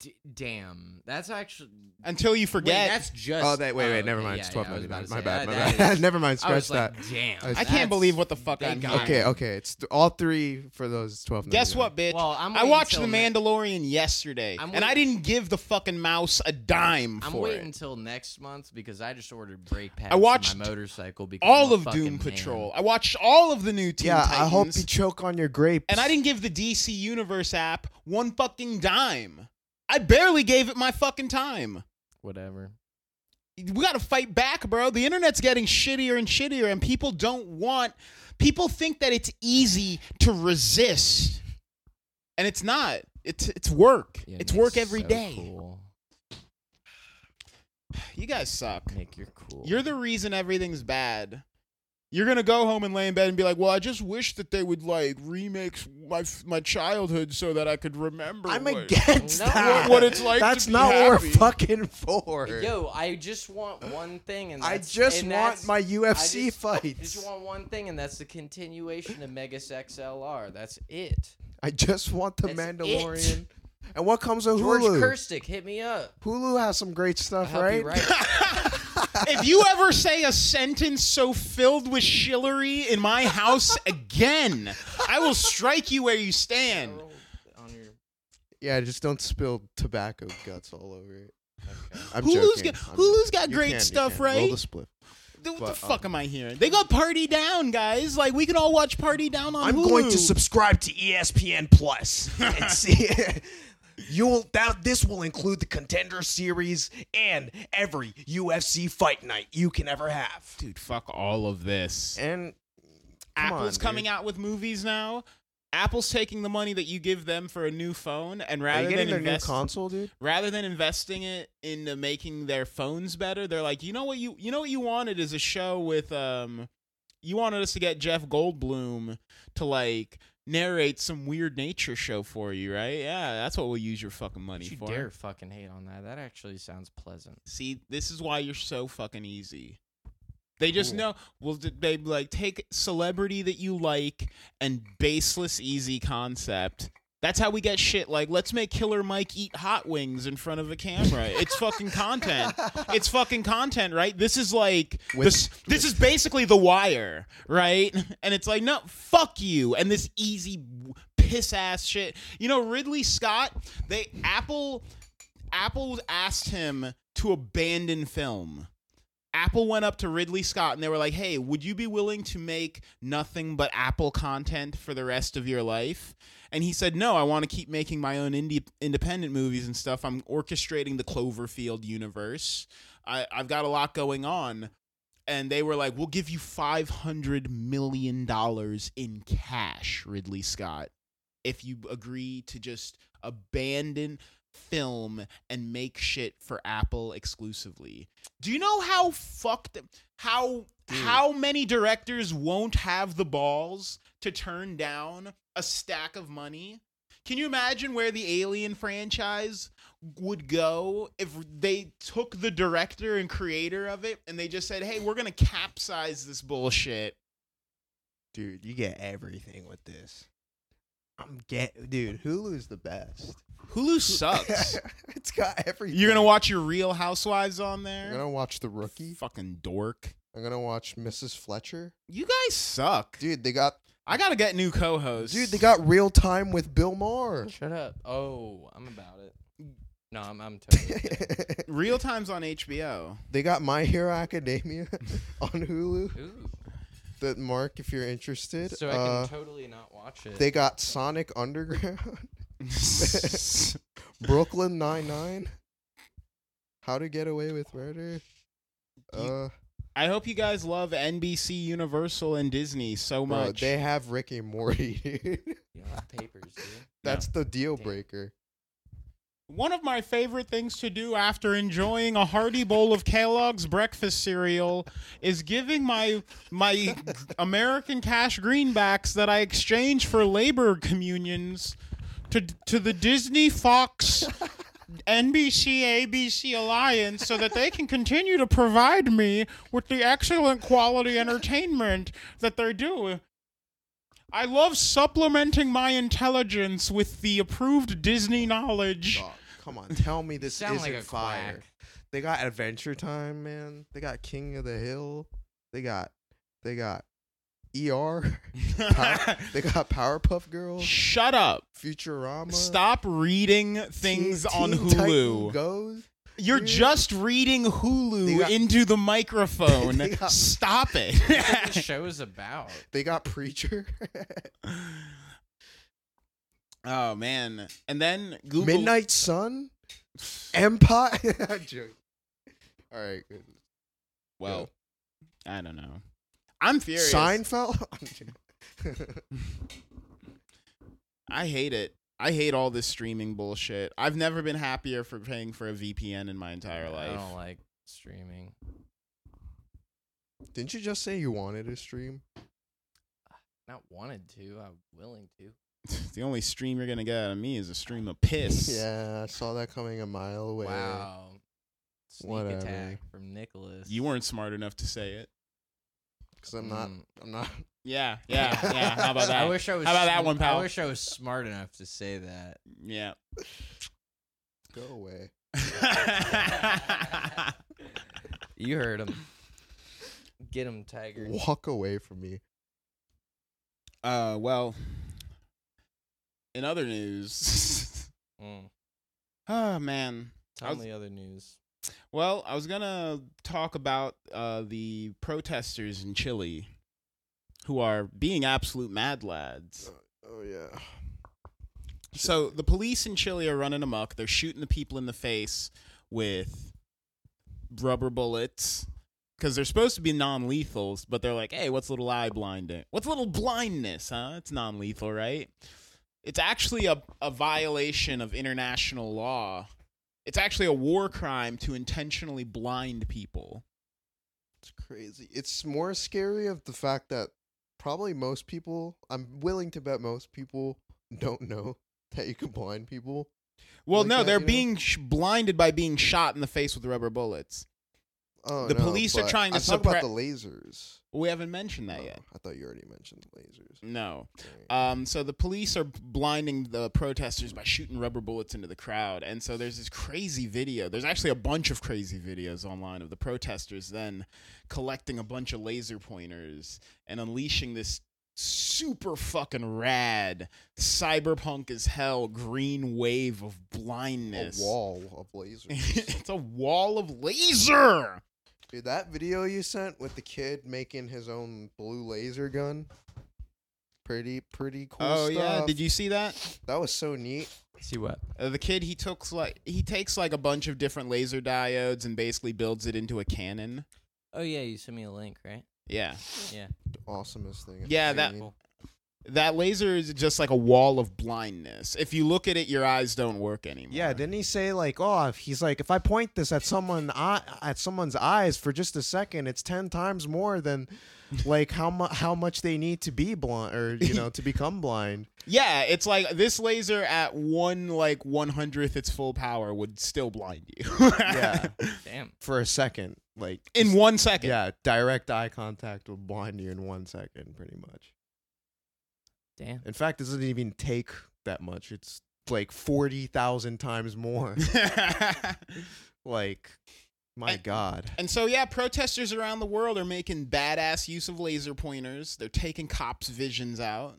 Speaker 2: D- damn, that's actually.
Speaker 1: Until you forget,
Speaker 2: Wait, that's just.
Speaker 3: Oh, that wait, wait, never
Speaker 2: okay,
Speaker 3: mind.
Speaker 2: yeah,
Speaker 3: It's
Speaker 2: yeah, I
Speaker 3: twelve
Speaker 2: was
Speaker 3: ninety
Speaker 2: about
Speaker 3: nine.
Speaker 2: to
Speaker 3: My
Speaker 2: say,
Speaker 3: bad.
Speaker 2: that-
Speaker 3: My
Speaker 2: that
Speaker 3: bad.
Speaker 2: is-
Speaker 3: Never mind.
Speaker 2: I was
Speaker 3: Scratch that.
Speaker 2: like, damn.
Speaker 3: I
Speaker 1: I
Speaker 2: that's-
Speaker 1: can't believe what the fuck
Speaker 2: they
Speaker 1: I'm
Speaker 2: got-
Speaker 1: hearing.
Speaker 3: Okay, okay. It's th- all three for those twelve.
Speaker 1: Guess what, bitch?
Speaker 2: Well, I'm
Speaker 1: I
Speaker 2: waiting
Speaker 1: watched
Speaker 2: till
Speaker 1: The
Speaker 2: ne-
Speaker 1: Mandalorian yesterday,
Speaker 2: I'm
Speaker 1: and I
Speaker 2: waiting-
Speaker 1: didn't give the fucking mouse a dime
Speaker 2: I'm
Speaker 1: for
Speaker 2: waiting
Speaker 1: it.
Speaker 2: until next month because I just ordered brake pads.
Speaker 1: I watched
Speaker 2: for my motorcycle because I'm
Speaker 1: All
Speaker 2: a
Speaker 1: of Doom
Speaker 2: fucking man.
Speaker 1: Patrol. I watched all of the new Teen
Speaker 3: Yeah, I hope
Speaker 1: Titans,
Speaker 3: you choke on your grapes.
Speaker 1: and I didn't give the DC Universe app one fucking dime. I barely gave it my fucking time.
Speaker 2: Whatever.
Speaker 1: we got to fight back, bro. The internet's getting shittier and shittier, and people don't want. People think that it's easy to resist, and it's not. It's it's work.
Speaker 2: Yeah,
Speaker 1: it's
Speaker 2: Nick's
Speaker 1: work every
Speaker 2: so
Speaker 1: day.
Speaker 2: Cool.
Speaker 1: You guys suck.
Speaker 2: Nick, you're cool.
Speaker 1: You're the reason everything's bad. You're gonna go home and lay in bed and be like, "Well, I just wish that they would like remake my my childhood so that I could remember."
Speaker 3: I'm
Speaker 1: what-
Speaker 3: against
Speaker 2: No. What-
Speaker 3: that.
Speaker 1: what it's like
Speaker 3: That's
Speaker 1: to be
Speaker 3: not what we're
Speaker 1: happy.
Speaker 3: fucking for.
Speaker 2: Yo, I just want one thing, and
Speaker 3: I
Speaker 2: that's-
Speaker 3: just
Speaker 2: and
Speaker 3: want
Speaker 2: that's-
Speaker 3: my
Speaker 2: I
Speaker 3: UFC
Speaker 2: just- I
Speaker 3: fights.
Speaker 2: just want one thing, and that's the continuation of Megas XLR. That's it.
Speaker 3: I just want the
Speaker 2: That's it.
Speaker 3: Mandalorian. And what comes with
Speaker 2: George
Speaker 3: Hulu?
Speaker 2: Kirstick, hit me up.
Speaker 3: Hulu has some great stuff,
Speaker 2: I'll
Speaker 3: right?
Speaker 2: be right.
Speaker 1: if you ever say a sentence so filled with shillery in my house again, I will strike you where you stand.
Speaker 2: Roll on your-
Speaker 3: Yeah, just don't spill tobacco guts all over it.
Speaker 2: okay.
Speaker 3: I'm
Speaker 1: Hulu's
Speaker 3: joking.
Speaker 1: got-
Speaker 3: I'm
Speaker 1: Hulu's
Speaker 3: joking.
Speaker 1: got
Speaker 3: You
Speaker 1: great
Speaker 3: can, you
Speaker 1: stuff,
Speaker 3: can. Roll
Speaker 1: right?
Speaker 3: the split.
Speaker 1: Dude, what
Speaker 3: But,
Speaker 1: the fuck
Speaker 3: um,
Speaker 1: am I hearing? They got Party Down, guys. Like we can all watch Party Down on
Speaker 3: I'm
Speaker 1: Hulu.
Speaker 3: going to subscribe to E ESPN Plus and see. You'll that this will include the contender series and every UFC fight night you can ever have.
Speaker 1: Dude, fuck all of this.
Speaker 3: And come on,
Speaker 1: Apple's
Speaker 3: dude.
Speaker 1: coming out with movies now. Apple's taking the money that you give them for a new phone, and
Speaker 3: Are
Speaker 1: rather
Speaker 3: you getting
Speaker 1: than
Speaker 3: their
Speaker 1: invest,
Speaker 3: new console, dude?
Speaker 1: rather than investing it into making their phones better, they're like, you know what you you know what you wanted is a show with um you wanted us to get Jeff Goldblum to like narrate some weird nature show for you, right? Yeah, that's what we'll use your fucking money
Speaker 2: Don't you
Speaker 1: for.
Speaker 2: dare fucking hate on that. That actually sounds pleasant.
Speaker 1: See, this is why you're so fucking easy. They just
Speaker 2: Cool.
Speaker 1: know. Well, d- they like take celebrity that you like and baseless easy concept. That's how we get shit. Like, let's make Killer Mike eat hot wings in front of a camera. it's fucking content. It's fucking content, right? This is like
Speaker 3: With-
Speaker 1: this. This is basically The Wire, right? And it's like, no, fuck you, and this easy piss ass shit. You know, Ridley Scott. They Apple Apple asked him to abandon film. Apple went up to Ridley Scott and they were like, "Hey, would you be willing to make nothing but Apple content for the rest of your life?" And he said, "No, I want to keep making my own indie independent movies and stuff. I'm orchestrating the Cloverfield universe. I, I've got a lot going on." And they were like, "We'll give you five hundred million dollars in cash, Ridley Scott, if you agree to just abandon film and make shit for Apple exclusively. Do you know how fucked how how many directors won't have the balls to turn down a stack of money? Can you imagine where the Alien franchise would go if they took the director and creator of it and they just said, "Hey, we're gonna capsize this bullshit."
Speaker 3: Dude, you get everything with this. I'm get dude, Hulu's the best.
Speaker 1: Hulu sucks.
Speaker 3: it's got everything.
Speaker 1: You're gonna watch your Real Housewives on there.
Speaker 3: I'm gonna watch The Rookie.
Speaker 1: Fucking dork.
Speaker 3: I'm gonna watch Mrs. Fletcher.
Speaker 1: You guys suck.
Speaker 3: Dude, they got
Speaker 1: I gotta get new co-hosts.
Speaker 3: dude, they got real time with Bill Maher.
Speaker 2: Shut up. Oh, I'm about it. No, I'm I'm totally kidding.
Speaker 1: Real Time's on HBO.
Speaker 3: they got My Hero Academia on Hulu.
Speaker 2: Ooh,
Speaker 3: That Mark, if you're interested.
Speaker 2: so I can
Speaker 3: Uh,
Speaker 2: totally not watch it.
Speaker 3: they got Sonic Underground, Brooklyn Nine Nine, How to Get Away with Murder. Uh,
Speaker 1: I hope you guys love NBC, Universal, and Disney so
Speaker 3: bro,
Speaker 1: much.
Speaker 3: they have Rick and Morty. Dude.
Speaker 2: You don't have papers, dude.
Speaker 3: That's the deal
Speaker 2: Damn.
Speaker 3: breaker.
Speaker 1: One of my favorite things to do after enjoying a hearty bowl of Kellogg's breakfast cereal is giving my my American cash greenbacks that I exchange for labor communions to to the Disney Fox NBC ABC alliance so that they can continue to provide me with the excellent quality entertainment that they do. I love supplementing my intelligence with the approved Disney knowledge.
Speaker 3: Dog, come on, tell me this
Speaker 2: Sound
Speaker 3: isn't
Speaker 2: like a
Speaker 3: fire.
Speaker 2: quack.
Speaker 3: They got Adventure Time, man. They got King of the Hill. They got they got ER. Pow- they got Powerpuff Girls.
Speaker 1: Shut up.
Speaker 3: Futurama.
Speaker 1: Stop reading
Speaker 3: Teen-
Speaker 1: things on
Speaker 3: Teen Titan
Speaker 1: Hulu.
Speaker 3: Goes.
Speaker 1: You're
Speaker 3: Yeah.
Speaker 1: just reading
Speaker 3: They
Speaker 1: Hulu
Speaker 3: got-
Speaker 1: into the microphone.
Speaker 3: They got-
Speaker 1: Stop it.
Speaker 2: That's what the show is about.
Speaker 3: They got Preacher.
Speaker 1: oh man. And then Google
Speaker 3: Midnight Sun. Empire. I'm joking. All right. Good.
Speaker 1: Well, I don't know. I'm furious.
Speaker 3: Seinfeld. I'm joking.
Speaker 1: I hate it. I hate all this streaming bullshit. I've never been happier for paying for a VPN in my entire
Speaker 2: I
Speaker 1: life.
Speaker 2: don't like streaming.
Speaker 3: Didn't you just say you wanted to stream?
Speaker 2: Not wanted to. I'm willing to.
Speaker 1: the only stream you're gonna get out of me is a stream of piss.
Speaker 3: Yeah, I saw that coming a mile away.
Speaker 2: Wow. Sneak
Speaker 3: Whatever.
Speaker 2: attack from Nicholas.
Speaker 1: You weren't smart enough to say it.
Speaker 3: Because I'm not.
Speaker 2: Mm.
Speaker 3: I'm not.
Speaker 1: Yeah, yeah, yeah. How about
Speaker 2: I
Speaker 1: that?
Speaker 2: wish I was.
Speaker 1: How about that
Speaker 2: sm-
Speaker 1: one, pal?
Speaker 2: I wish I was smart enough to say that.
Speaker 1: yeah.
Speaker 3: Go away.
Speaker 2: You heard him. Get him, Tiger.
Speaker 3: Walk away from me.
Speaker 1: uh, well, in other news,
Speaker 2: Mm.
Speaker 1: oh man. I
Speaker 2: Tell
Speaker 1: was-
Speaker 2: me other news.
Speaker 1: Well, I was gonna talk about uh, the protesters in Chile who are being absolute mad lads.
Speaker 3: Oh yeah.
Speaker 1: So the police in Chile are running amok. They're shooting the people in the face with rubber bullets because they're supposed to be non-lethals, but they're like, "Hey, what's little eye blinding? What's little blindness? Huh? It's non-lethal, right? It's actually a a violation of international law. It's actually a war crime to intentionally blind people."
Speaker 3: It's crazy. It's more scary of the fact that probably most people, I'm willing to bet most people don't know that you can blind people.
Speaker 1: Well,
Speaker 3: Like
Speaker 1: no,
Speaker 3: that,
Speaker 1: they're
Speaker 3: you know?
Speaker 1: being sh- blinded by being shot in the face with rubber bullets.
Speaker 3: Oh,
Speaker 1: The
Speaker 3: no,
Speaker 1: police are
Speaker 3: but
Speaker 1: trying to
Speaker 3: I thought about
Speaker 1: suppre-
Speaker 3: the lasers.
Speaker 1: We haven't mentioned that
Speaker 3: Oh,
Speaker 1: yet. Mm,
Speaker 3: I thought you already mentioned the lasers.
Speaker 1: No.
Speaker 3: Dang.
Speaker 1: Um, so the police are blinding the protesters by shooting rubber bullets into the crowd, and so there's this crazy video. There's actually a bunch of crazy videos online of the protesters then collecting a bunch of laser pointers and unleashing this super fucking rad cyberpunk as hell green wave of
Speaker 3: a
Speaker 1: blindness.
Speaker 3: wall of lasers.
Speaker 1: it's a wall of laser.
Speaker 3: Dude, that video you sent with the kid making his own blue laser gun. Pretty, pretty cool
Speaker 1: oh
Speaker 3: stuff.
Speaker 1: yeah, did you see that?
Speaker 3: That was so neat.
Speaker 2: See what?
Speaker 1: Uh, the kid he took like he takes like a bunch of different laser diodes and basically builds it into a cannon.
Speaker 2: Oh yeah, you sent me a link, right?
Speaker 1: Yeah.
Speaker 2: Yeah.
Speaker 3: Awesomest thing. I've
Speaker 1: Yeah, that-
Speaker 3: seen.
Speaker 1: That laser is just like a wall of blindness. If you look at it, your eyes don't work anymore.
Speaker 3: Yeah, didn't he say like, oh, if he's like, if I point this at someone eye, at someone's eyes for just a second, it's ten times more than like how mu- how much they need to be blind or you know to become blind.
Speaker 1: Yeah, it's like this laser at one like one hundredth its full power would still blind you.
Speaker 3: Yeah,
Speaker 2: Damn.
Speaker 3: for a second, like
Speaker 1: in one second.
Speaker 3: yeah, direct eye contact will blind you in one second, pretty much.
Speaker 2: Damn.
Speaker 3: In fact, it doesn't even take that much. It's like forty thousand times more. like, my
Speaker 1: And-
Speaker 3: God.
Speaker 1: and so yeah, protesters around the world are making badass use of laser pointers. They're taking cops' visions out,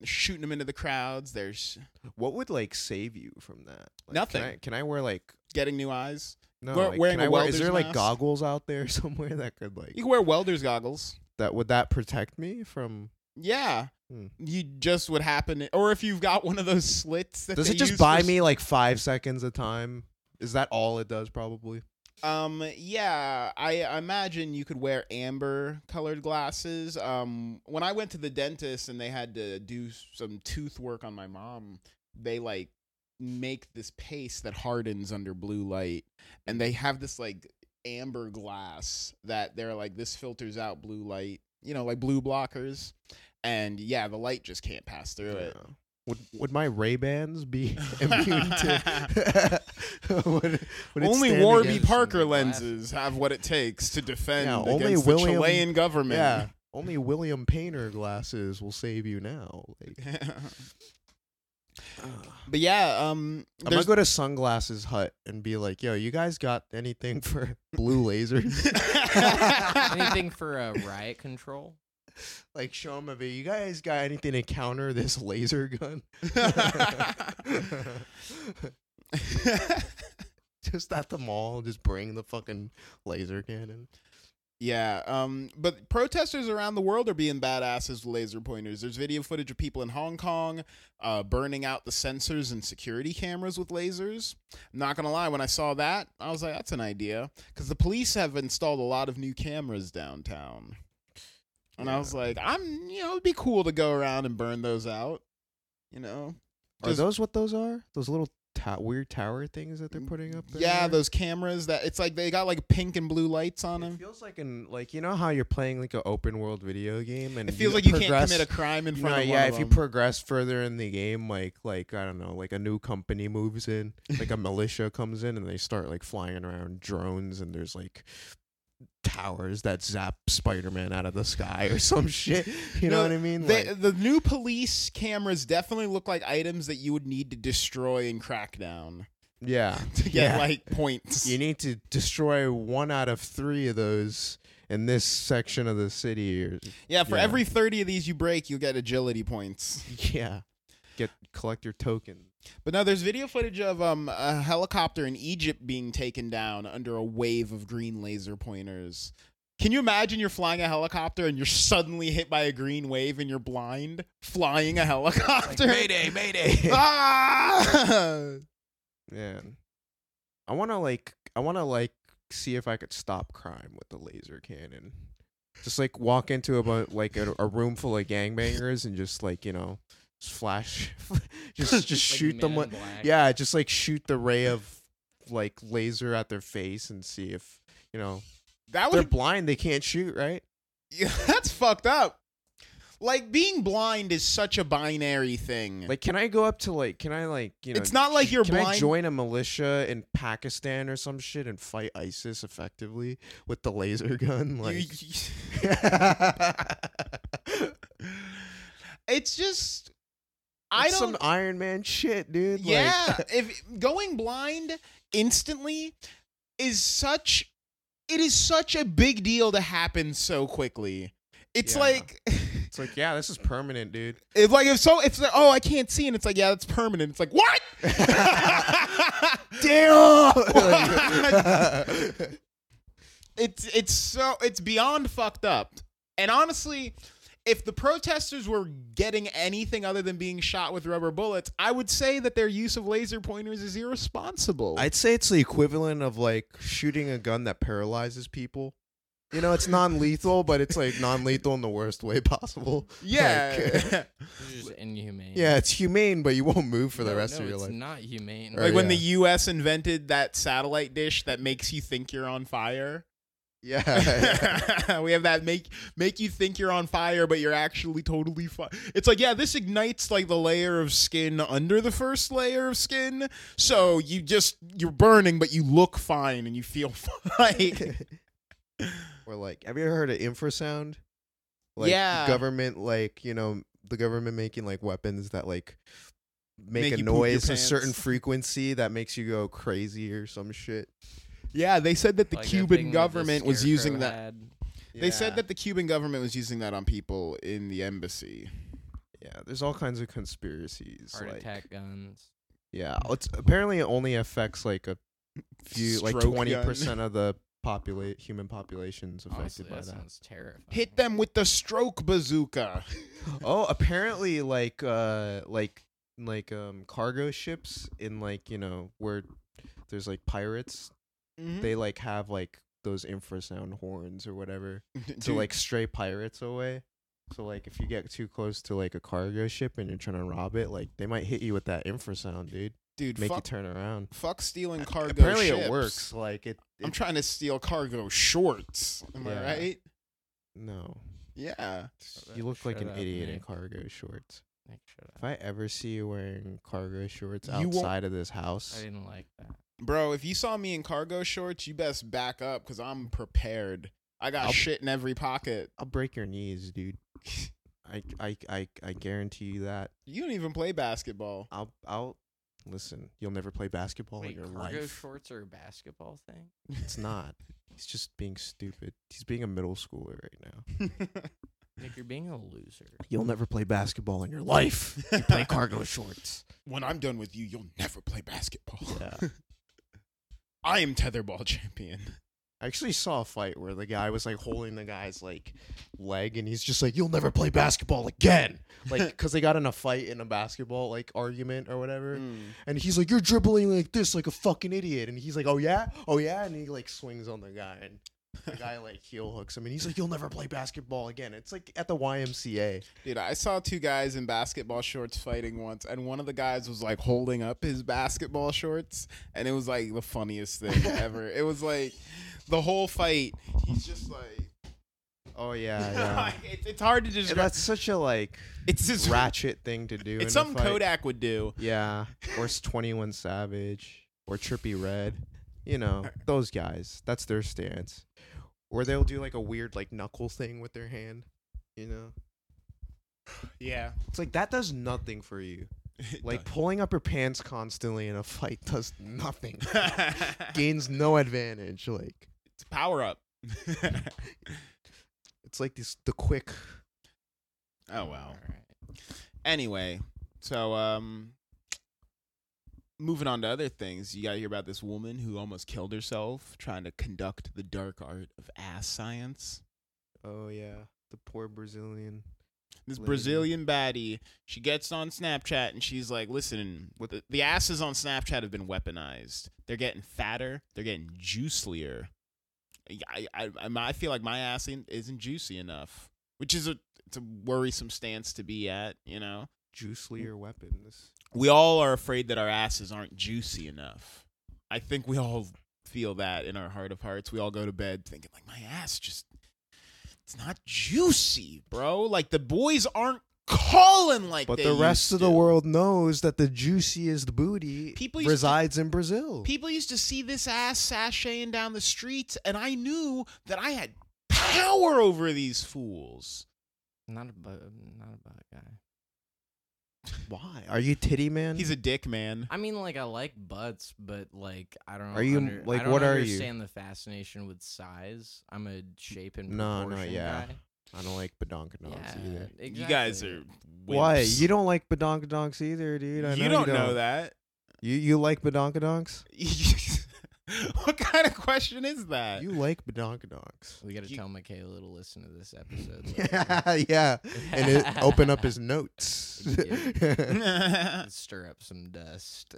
Speaker 1: They're shooting them into the crowds. They're sh-
Speaker 3: What would like save you from that? Like,
Speaker 1: Nothing.
Speaker 3: Can I, can I wear like
Speaker 1: getting new eyes.
Speaker 3: no?
Speaker 1: Wear-
Speaker 3: like,
Speaker 1: wearing
Speaker 3: can
Speaker 1: a
Speaker 3: I wear-
Speaker 1: welder's
Speaker 3: is there like
Speaker 1: mask?
Speaker 3: goggles out there somewhere that could like
Speaker 1: You can wear welder's goggles.
Speaker 3: that would that protect me from?
Speaker 1: Yeah.
Speaker 3: Hmm.
Speaker 1: You just would happen, or if you've got one of those slits. That
Speaker 3: Does
Speaker 1: they
Speaker 3: it just
Speaker 1: use for
Speaker 3: buy
Speaker 1: s-
Speaker 3: me like five seconds of time? Is that all it does? Probably.
Speaker 1: Um, yeah, I imagine you could wear amber colored glasses. Um, when I went to the dentist and they had to do some tooth work on my mom, they like make this paste that hardens under blue light, and they have this like amber glass that they're like this filters out blue light, you know, like blue blockers, and yeah, the light just can't pass through it.
Speaker 3: Yeah. Would would my Ray Bans be immune to? would, would it
Speaker 1: only
Speaker 3: stand
Speaker 1: Warby
Speaker 3: against-
Speaker 1: Parker
Speaker 2: some glasses.
Speaker 1: lenses have what it takes to defend
Speaker 3: Yeah, only
Speaker 1: against the
Speaker 3: William-
Speaker 1: Chilean government.
Speaker 3: Yeah. Only William Painter glasses will save you now. Like,
Speaker 1: but yeah, um,
Speaker 3: I'm gonna
Speaker 1: there's-
Speaker 3: go to Sunglasses Hut and be like, "Yo, you guys got anything for blue lasers?"
Speaker 2: Anything for uh, riot control?
Speaker 3: like, show them a video. You guys got anything to counter this laser gun? just at the mall, just bring the fucking laser cannon.
Speaker 1: yeah, um, but protesters around the world are being badasses with laser pointers. There's video footage of people in Hong Kong uh, burning out the sensors and security cameras with lasers. I'm not gonna lie, when I saw that, I was like, that's an idea, because the police have installed a lot of new cameras downtown. And I
Speaker 3: Yeah.
Speaker 1: was like, I'm, you know, it'd be cool to go around and burn those out, you know.
Speaker 3: Are
Speaker 1: Just-
Speaker 3: those what those are? Those little ta- weird tower things that they're putting up?
Speaker 1: Yeah,
Speaker 3: everywhere?
Speaker 1: those cameras that it's like they got like pink and blue lights on
Speaker 3: It
Speaker 1: them.
Speaker 3: feels like an like you know how you're playing like an open world video game and
Speaker 1: It feels
Speaker 3: you
Speaker 1: like you can't
Speaker 3: progress-
Speaker 1: commit a crime in
Speaker 3: you
Speaker 1: front
Speaker 3: know,
Speaker 1: of
Speaker 3: yeah,
Speaker 1: one
Speaker 3: if
Speaker 1: of
Speaker 3: you
Speaker 1: them.
Speaker 3: progress further in the game, like like I don't know, like a new company moves in, like a militia comes in and they start like flying around drones and there's like towers that zap Spider-Man out of the sky or some shit.
Speaker 1: No,
Speaker 3: You know what I mean?
Speaker 1: They-
Speaker 3: Like,
Speaker 1: the new police cameras definitely look like items that you would need to destroy and crack down
Speaker 3: yeah,
Speaker 1: to get
Speaker 3: Yeah.
Speaker 1: like points.
Speaker 3: you need to destroy one out of three of those in this section of the city. Or,
Speaker 1: yeah, for
Speaker 3: yeah.
Speaker 1: every thirty of these you break, you get agility points.
Speaker 3: yeah, get collect your token.
Speaker 1: But no, there's video footage of um a helicopter in Egypt being taken down under a wave of green laser pointers. Can you imagine you're flying a helicopter and you're suddenly hit by a green wave and you're blind flying a helicopter?
Speaker 3: Mayday.
Speaker 1: ah!
Speaker 3: Man, I want to like, I want to like see if I could stop crime with the laser cannon. Just like walk into a bu- like a, a room full of gangbangers and just like you know, just flash, just just
Speaker 2: Like
Speaker 3: shoot
Speaker 2: Men
Speaker 3: them
Speaker 2: in
Speaker 3: with
Speaker 2: Black?
Speaker 3: yeah, just like shoot the ray of like laser at their face and see if you know
Speaker 1: That
Speaker 3: they're
Speaker 1: would
Speaker 3: blind, they can't shoot, right?
Speaker 1: Yeah, that's fucked up. Like being blind is such a binary thing.
Speaker 3: Like, can I go up to like, can I like you know?
Speaker 1: it's not like you're
Speaker 3: Can
Speaker 1: blind.
Speaker 3: I join a militia in Pakistan or some shit and fight ISIS effectively with the laser gun?
Speaker 1: You-
Speaker 3: Like,
Speaker 1: you-
Speaker 3: That's
Speaker 1: it's just I don't
Speaker 3: some Iron Man shit, dude.
Speaker 1: Yeah,
Speaker 3: Like,
Speaker 1: if going blind instantly is such it is such a big deal to happen so quickly. It's
Speaker 3: Yeah.
Speaker 1: like
Speaker 3: it's like, yeah, this is permanent, dude.
Speaker 1: if like if so if like, oh I can't see and it's like yeah that's permanent. It's like what?
Speaker 3: Damn.
Speaker 1: it's it's so it's beyond fucked up. And honestly, if the protesters were getting anything other than being shot with rubber bullets, I would say that their use of laser pointers is irresponsible.
Speaker 3: I'd say it's the equivalent of like shooting a gun that paralyzes people. You know, it's non-lethal, but it's like non-lethal in the worst way possible.
Speaker 1: Yeah.
Speaker 3: Like,
Speaker 1: Like,
Speaker 2: It's just inhumane.
Speaker 3: yeah, it's humane, but you won't move for the
Speaker 2: No,
Speaker 3: rest
Speaker 2: no,
Speaker 3: of your
Speaker 2: it's
Speaker 3: life.
Speaker 2: not humane.
Speaker 3: Or, Like,
Speaker 1: when
Speaker 3: Oh, yeah.
Speaker 1: the US invented that satellite dish that makes you think you're on fire.
Speaker 3: yeah.
Speaker 1: we have that make make you think you're on fire, but you're actually totally fine. It's like, yeah, this ignites like the layer of skin under the first layer of skin, so you just you're burning, but you look fine and you feel fine.
Speaker 3: or like, have you ever heard of infrasound? Like
Speaker 1: Yeah.
Speaker 3: Government, like you know, the government making like weapons that like make,
Speaker 1: Make
Speaker 3: a
Speaker 1: you poop your
Speaker 3: noise, a certain
Speaker 1: pants.
Speaker 3: frequency that makes you go crazy or some shit.
Speaker 1: yeah, they said that the
Speaker 2: Like that thing
Speaker 1: Cuban
Speaker 2: with the
Speaker 1: government was
Speaker 2: scarecrow
Speaker 1: using that.
Speaker 2: had.
Speaker 1: They said
Speaker 3: Yeah.
Speaker 1: that the Cuban government was using that on people in the embassy.
Speaker 3: Yeah, there's all kinds of conspiracies.
Speaker 2: heart
Speaker 3: like,
Speaker 2: attack guns.
Speaker 3: Yeah, it's apparently it only affects like a few, like
Speaker 1: Stroke
Speaker 3: twenty
Speaker 1: gun.
Speaker 3: percent of the populate human populations
Speaker 2: Honestly,
Speaker 3: affected
Speaker 2: that,
Speaker 3: by that.
Speaker 2: sounds terrifying.
Speaker 1: Hit them with the stroke bazooka.
Speaker 3: Oh, apparently, like, uh, like, like, um, cargo ships in like you know where there's like pirates,
Speaker 1: Mm-hmm. Hmm?
Speaker 3: they like have like those infrasound horns or whatever to
Speaker 1: Dude,
Speaker 3: like stray pirates away. So like, if you get too close to like a cargo ship and you're trying to rob it, like they might hit you with that infrasound, dude.
Speaker 1: dude,
Speaker 3: Make you
Speaker 1: fuck,
Speaker 3: turn around.
Speaker 1: fuck stealing cargo.
Speaker 3: Apparently,
Speaker 1: ships.
Speaker 3: it works. Like it.
Speaker 1: I'm
Speaker 3: it-
Speaker 1: trying to steal cargo shorts. Am I
Speaker 3: Yeah.
Speaker 1: right?
Speaker 3: no,
Speaker 1: Oh, Yeah.
Speaker 2: Shut
Speaker 3: you
Speaker 2: up,
Speaker 3: look like
Speaker 2: shut
Speaker 3: an
Speaker 2: up,
Speaker 3: idiot in
Speaker 2: Nick.
Speaker 3: cargo shorts.
Speaker 2: Nick, shut up.
Speaker 3: If I ever see you wearing cargo shorts
Speaker 1: You won't-
Speaker 3: outside of this
Speaker 2: I
Speaker 3: house,
Speaker 2: didn't like that.
Speaker 1: Bro, if you saw me in cargo shorts, you best back up because I'm prepared. I got
Speaker 3: I'll-
Speaker 1: shit in every pocket.
Speaker 3: I'll break your knees, dude. I, I, I, I guarantee you that.
Speaker 1: You don't even play basketball.
Speaker 3: I'll, I'll listen. You'll never play basketball
Speaker 2: Wait,
Speaker 3: in your
Speaker 2: cargo
Speaker 3: life.
Speaker 2: shorts are a basketball thing?
Speaker 3: It's not. He's just being stupid. He's being a middle schooler right now.
Speaker 2: Nick, you're being a loser.
Speaker 3: You'll never play basketball in your life.
Speaker 1: you
Speaker 2: Play cargo shorts.
Speaker 1: When I'm done with you, you'll never play basketball.
Speaker 3: Yeah.
Speaker 1: I am tetherball champion.
Speaker 3: I actually saw a fight where the guy was like holding the guy's like leg, and he's just like, "You'll never play basketball again," like because they got in a fight in a basketball like argument or whatever,
Speaker 1: Hmm.
Speaker 3: and he's like, "You're dribbling like this, like a fucking idiot," and he's like, "Oh yeah, oh yeah," and he like swings on the guy, and the guy like heel hooks him, and he's like, "You'll never play basketball again." It's like at the YMCA.
Speaker 1: Dude, I saw two guys in basketball shorts fighting once, and one of the guys was like holding up his basketball shorts, and it was like the funniest thing ever. It was like the whole fight. He's just like,
Speaker 3: Oh yeah, yeah.
Speaker 1: Like, it- it's hard to
Speaker 3: And
Speaker 1: describe.
Speaker 3: that's such a like
Speaker 1: It's this.
Speaker 3: ratchet thing to do. in a
Speaker 1: It's something
Speaker 3: fight.
Speaker 1: Kodak would do.
Speaker 3: Yeah, or Twenty One Savage, or Trippy Red. You know those guys. That's their stance. Or they'll do like a weird like knuckle thing with their hand. You know,
Speaker 1: Yeah.
Speaker 3: it's like that does nothing for you. Like pulling up your pants constantly in a fight does nothing.
Speaker 1: it's
Speaker 3: Gains no advantage. Like
Speaker 1: power up. oh
Speaker 3: it's like this the quick.
Speaker 1: Oh, wow.
Speaker 2: Alright.
Speaker 1: Anyway, so um, moving on to other things, you gotta hear about this woman who almost killed herself trying to conduct the dark art of ass science.
Speaker 3: Oh yeah, the poor Brazilian.
Speaker 1: This
Speaker 3: Lady.
Speaker 1: Brazilian baddie, she gets on Snapchat and she's like, "Listen,
Speaker 3: What-
Speaker 1: the, the asses on Snapchat have been weaponized. They're getting fatter. They're getting juicier. I, I, I, I feel like my ass in- isn't juicy enough, which is a it's a worrisome stance to be at. You know,
Speaker 3: Juicier weapons.
Speaker 1: we all are afraid that our asses aren't juicy enough. I think we all feel that in our heart of hearts. We all go to bed thinking like my ass just it's not juicy, bro. Like the boys aren't calling like
Speaker 3: But
Speaker 1: they
Speaker 3: the rest
Speaker 1: used
Speaker 3: of the
Speaker 1: to.
Speaker 3: world knows that the juiciest booty
Speaker 1: People used to-
Speaker 3: resides in Brazil.
Speaker 1: People used to see this ass sashaying down the streets and I knew that I had power over these fools.
Speaker 2: Not a bu- not a butt guy.
Speaker 3: Why? Are you titty man?
Speaker 1: He's a dick man.
Speaker 2: I mean, like I like butts, but like I don't.
Speaker 3: Are you,
Speaker 2: under-
Speaker 3: like,
Speaker 2: I don't
Speaker 3: what are you?
Speaker 2: understand the fascination with size. I'm a shape and
Speaker 3: No, no,
Speaker 2: proportion
Speaker 3: yeah.
Speaker 2: guy.
Speaker 3: I don't like badonkadonks
Speaker 2: Yeah,
Speaker 3: either.
Speaker 2: exactly.
Speaker 1: You guys are wimps.
Speaker 3: Why? You don't like badonkadonks either, dude. I
Speaker 1: you
Speaker 3: know
Speaker 1: don't
Speaker 3: you
Speaker 1: know that.
Speaker 3: You you like badonkadonks?
Speaker 1: what kind of question is that?
Speaker 3: You like badonkadonks.
Speaker 2: We got to
Speaker 1: You-
Speaker 2: tell Michaela to listen to this episode. later.
Speaker 3: yeah, yeah. And it open up his notes.
Speaker 2: stir up some dust.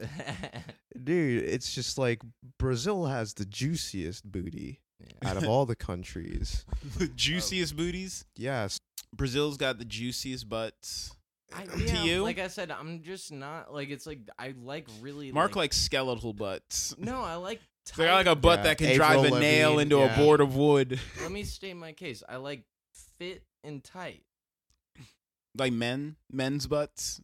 Speaker 3: dude, it's just like Brazil has the juiciest booty.
Speaker 2: Yeah.
Speaker 3: out of all the countries.
Speaker 1: the juiciest booties.
Speaker 3: Yes.
Speaker 1: Brazil's got the juiciest butts.
Speaker 2: I,
Speaker 1: To
Speaker 2: yeah,
Speaker 1: you?
Speaker 2: Like I said, I'm just not like it's like I like really
Speaker 1: Mark
Speaker 2: like,
Speaker 1: likes skeletal butts.
Speaker 2: no, I like
Speaker 1: They got like a butt
Speaker 3: Yeah,
Speaker 1: that can
Speaker 3: Avril
Speaker 1: drive a nail
Speaker 3: Lavigne,
Speaker 1: into
Speaker 3: yeah.
Speaker 1: a board of wood.
Speaker 2: Let me state my case. I like fit and tight.
Speaker 1: Like men, men's butts.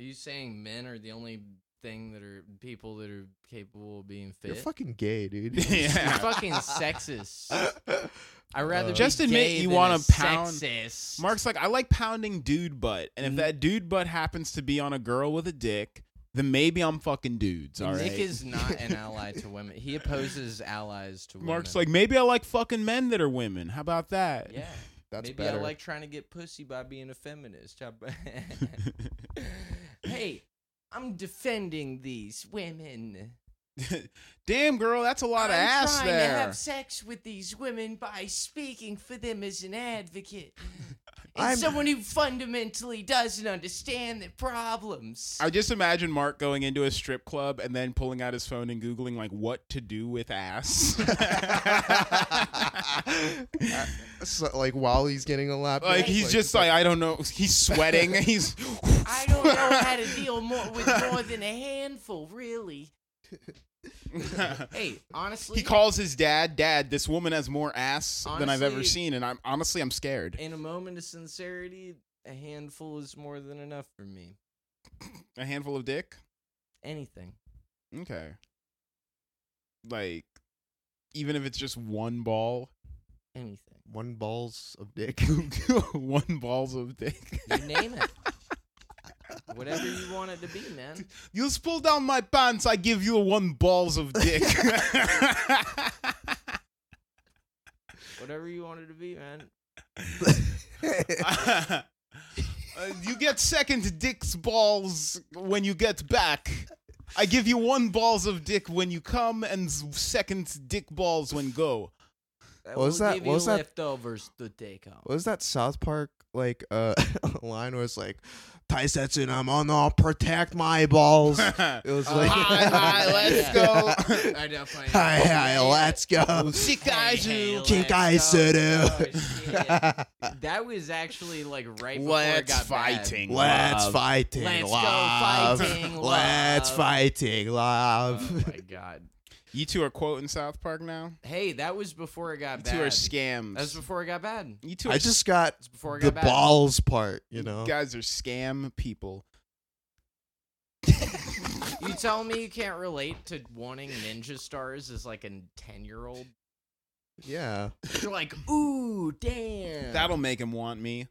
Speaker 2: Are you saying men are the only thing that are people that are capable of being fit?
Speaker 3: You're fucking gay, dude.
Speaker 2: You're
Speaker 1: yeah.
Speaker 2: fucking sexist. I rather
Speaker 3: Uh,
Speaker 2: be
Speaker 1: Just admit
Speaker 2: gay
Speaker 1: you
Speaker 2: than
Speaker 1: wanna
Speaker 2: a
Speaker 1: pound-
Speaker 2: sexist.
Speaker 1: Mark's like, I like pounding dude butt, and if
Speaker 2: N-
Speaker 1: that dude butt happens to be on a girl with a dick, then maybe I'm fucking dudes. All right.
Speaker 2: Nick is not an ally to women. He opposes allies to women.
Speaker 1: Mark's like, maybe I like fucking men that are women. How about that?
Speaker 2: yeah.
Speaker 3: That's
Speaker 2: Maybe
Speaker 3: better.
Speaker 2: I like trying to get pussy by being a feminist. How about- hey, I'm defending these women.
Speaker 1: Damn, girl, that's a lot of
Speaker 2: I'm
Speaker 1: ass
Speaker 2: trying
Speaker 1: there.
Speaker 2: to have sex with these women by speaking for them as an advocate. And
Speaker 3: I'm-
Speaker 2: someone who fundamentally doesn't understand the problems.
Speaker 1: I just imagine Mark going into a strip club and then pulling out his phone and googling like what to do with ass.
Speaker 3: Uh, so, like while he's getting a lap.
Speaker 1: like
Speaker 3: dance,
Speaker 1: he's just like I don't know. He's sweating. He's
Speaker 2: I don't know how to deal more with more than a handful, really. Hey, honestly,
Speaker 1: he calls his dad. Dad, this woman has more ass than I've ever
Speaker 2: Honestly-
Speaker 1: seen, and I'm honestly I'm scared.
Speaker 2: in a moment of sincerity, a handful is more than enough for me.
Speaker 1: A handful of dick.
Speaker 2: Anything.
Speaker 1: Okay. Like, even if it's just one ball,
Speaker 2: Anything.
Speaker 3: one balls of dick.
Speaker 1: one balls of dick.
Speaker 2: You name it. Whatever you want it to be, man.
Speaker 1: You pull down my pants, I give you one balls of dick.
Speaker 2: Whatever you want it to be, man.
Speaker 1: Uh, you get second dick's balls when you get back. I give you one balls of dick when you come and s- second dick balls when go.
Speaker 2: I
Speaker 3: What was
Speaker 2: will
Speaker 3: that-
Speaker 2: give
Speaker 3: what
Speaker 2: you
Speaker 3: was that-
Speaker 2: leftovers to take home.
Speaker 3: What was that South Park like uh line where it's like Taisetsu I'm gonna protect my balls. It was
Speaker 2: Oh,
Speaker 3: like
Speaker 1: hi, hi, let's go.
Speaker 2: I know, funny.
Speaker 3: hi, hi, let's go.
Speaker 2: Oh, Hey, hey,
Speaker 1: Sikaizu.
Speaker 2: let's
Speaker 3: Kink
Speaker 2: go.
Speaker 3: Aisuru.
Speaker 2: Oh, shit. That was actually like right before it
Speaker 1: Let's
Speaker 2: got bad.
Speaker 1: fighting.
Speaker 3: Let's
Speaker 1: love.
Speaker 3: fighting
Speaker 2: Let's go
Speaker 3: love.
Speaker 2: fighting
Speaker 3: Let's
Speaker 2: love.
Speaker 3: fighting
Speaker 2: Oh
Speaker 3: love.
Speaker 2: my god.
Speaker 1: You two are quoting South Park now.
Speaker 2: Hey, that was before it got
Speaker 1: You
Speaker 2: bad.
Speaker 1: two are scams.
Speaker 2: That was before it got bad.
Speaker 1: you two are
Speaker 3: I just got
Speaker 2: It's before it got
Speaker 3: the
Speaker 2: bad.
Speaker 3: balls part, you know.
Speaker 1: guys are scam people.
Speaker 2: You tell me you can't relate to wanting ninja stars as like a ten year old?
Speaker 3: Yeah.
Speaker 2: You're like, ooh, damn.
Speaker 1: That'll make him want me.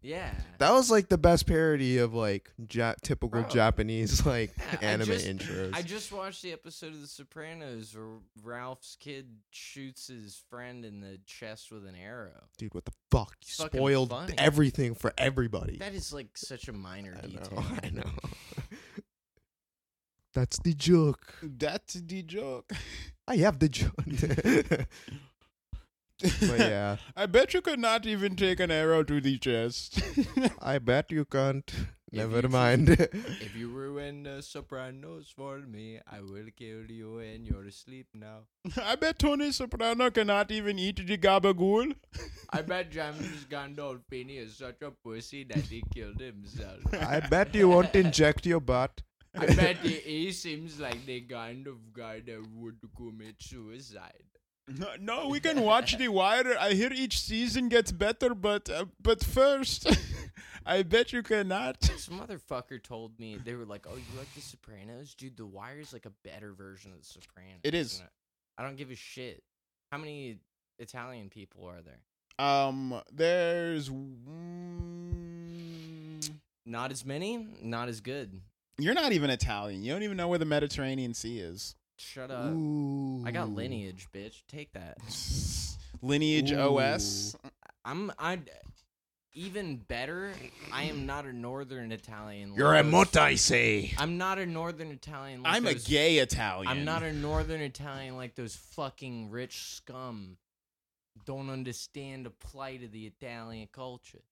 Speaker 2: yeah.
Speaker 3: That was like the best parody of like ja- typical
Speaker 2: Bro.
Speaker 3: Japanese like
Speaker 2: Yeah, I
Speaker 3: anime
Speaker 2: just-
Speaker 3: intros.
Speaker 2: I just watched the episode of The Sopranos where Ralph's kid shoots his friend in the chest with an arrow.
Speaker 3: Dude, what the fuck? You
Speaker 2: It's fucking
Speaker 3: spoiled
Speaker 2: funny.
Speaker 3: everything for everybody.
Speaker 2: That is like such a minor
Speaker 3: I
Speaker 2: detail.
Speaker 3: know. I know. That's the joke.
Speaker 1: That's the joke.
Speaker 3: I have the joke. but yeah,
Speaker 1: I bet you could not even take an arrow to the chest.
Speaker 3: I bet you can't.
Speaker 2: you
Speaker 3: Never
Speaker 2: choose-
Speaker 3: mind.
Speaker 2: If you ruin the Sopranos for me, I will kill you and you're asleep now.
Speaker 1: I bet Tony Soprano cannot even eat the gabagool.
Speaker 2: I bet James Gandolfini is such a pussy that he killed himself.
Speaker 3: I bet you won't inject your butt.
Speaker 2: I bet he, he seems like the kind of guy that would commit suicide.
Speaker 1: No, we can watch The Wire. I hear each season gets better, but uh, but first, I bet you cannot.
Speaker 2: This motherfucker told me they were like, "Oh, you like The Sopranos, dude? The Wire's like a better version of The Sopranos."
Speaker 1: It is.
Speaker 2: And I I don't give a shit. How many Italian people are there?
Speaker 1: Um, there's. mm,
Speaker 2: Not as many. Not as good.
Speaker 1: You're not even Italian. You don't even know where the Mediterranean Sea is.
Speaker 2: Shut up. I got lineage, bitch. Take that.
Speaker 1: Lineage OS.
Speaker 2: I'm I even better. I am not a northern Italian. like
Speaker 3: You're a
Speaker 2: those-
Speaker 3: mutt, I say.
Speaker 2: I'm not a northern Italian. Like
Speaker 1: I'm a
Speaker 2: those-
Speaker 1: gay Italian.
Speaker 2: I'm not a northern Italian like those fucking rich scum. Don't understand the plight of the Italian culture.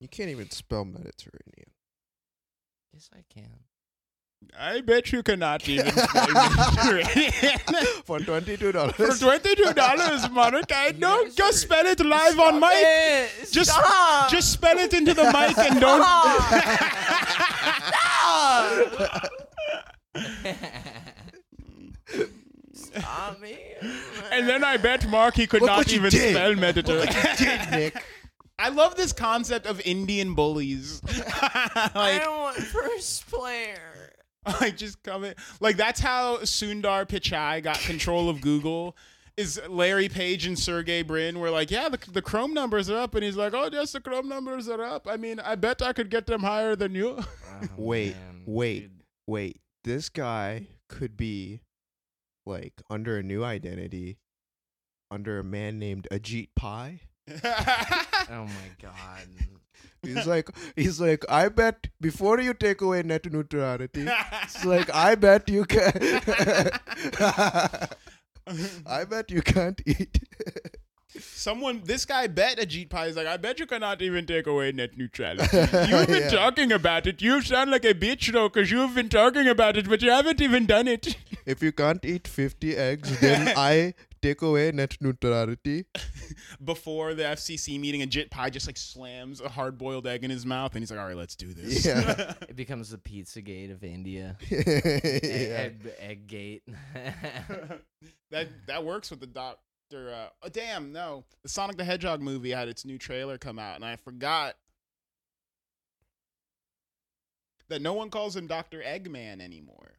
Speaker 3: You can't even spell Mediterranean.
Speaker 2: Yes, I can.
Speaker 1: I bet you cannot even spell menstruation.
Speaker 3: for twenty-two dollars.
Speaker 1: For twenty-two dollars, Mark, I know.
Speaker 2: guys
Speaker 1: Just
Speaker 2: are-
Speaker 1: spell it live on mic.
Speaker 2: It!
Speaker 1: Just,
Speaker 2: Stop!
Speaker 1: just spell it into the mic and don't.
Speaker 2: Stop! Stop me.
Speaker 1: And then I bet Mark he could
Speaker 3: Look what
Speaker 1: not
Speaker 3: you
Speaker 1: even
Speaker 3: did.
Speaker 1: spell meditator.
Speaker 3: Nick.
Speaker 1: I love this concept of Indian bullies.
Speaker 2: I
Speaker 1: like,
Speaker 2: don't want first player.
Speaker 1: like just coming like that's how Sundar Pichai got control of Google. Is Larry Page and Sergey Brin were like, yeah, the, the Chrome numbers are up, and he's like, oh yes, the Chrome numbers are up. I mean, I bet I could get them higher than you.
Speaker 3: Wait,
Speaker 2: Oh, man,
Speaker 3: wait,
Speaker 2: dude.
Speaker 3: wait. This guy could be like under a new identity, under a man named Ajit Pai.
Speaker 2: Oh my god.
Speaker 3: He's like, he's like, I bet before you take away net neutrality, it's like I bet you can. I bet you can't eat.
Speaker 1: Someone, this guy bet Ajit Pai is like, I bet you cannot even take away net neutrality. You've been
Speaker 3: Yeah.
Speaker 1: talking about it. You sound like a bitch though, because you've been talking about it, but you haven't even done it.
Speaker 3: if you can't eat fifty eggs, then I take away net neutrality.
Speaker 1: before the FCC meeting, and Jit Pie just like slams a hard boiled egg in his mouth, and he's like, "All right, let's do this."
Speaker 3: Yeah.
Speaker 2: It becomes the Pizzagate of India. E-,
Speaker 3: yeah.
Speaker 2: Egg, egg gate.
Speaker 1: that that works with the doctor. Uh, oh, damn, no, the Sonic the Hedgehog movie had its new trailer come out, and I forgot that no one calls him Doctor Eggman anymore.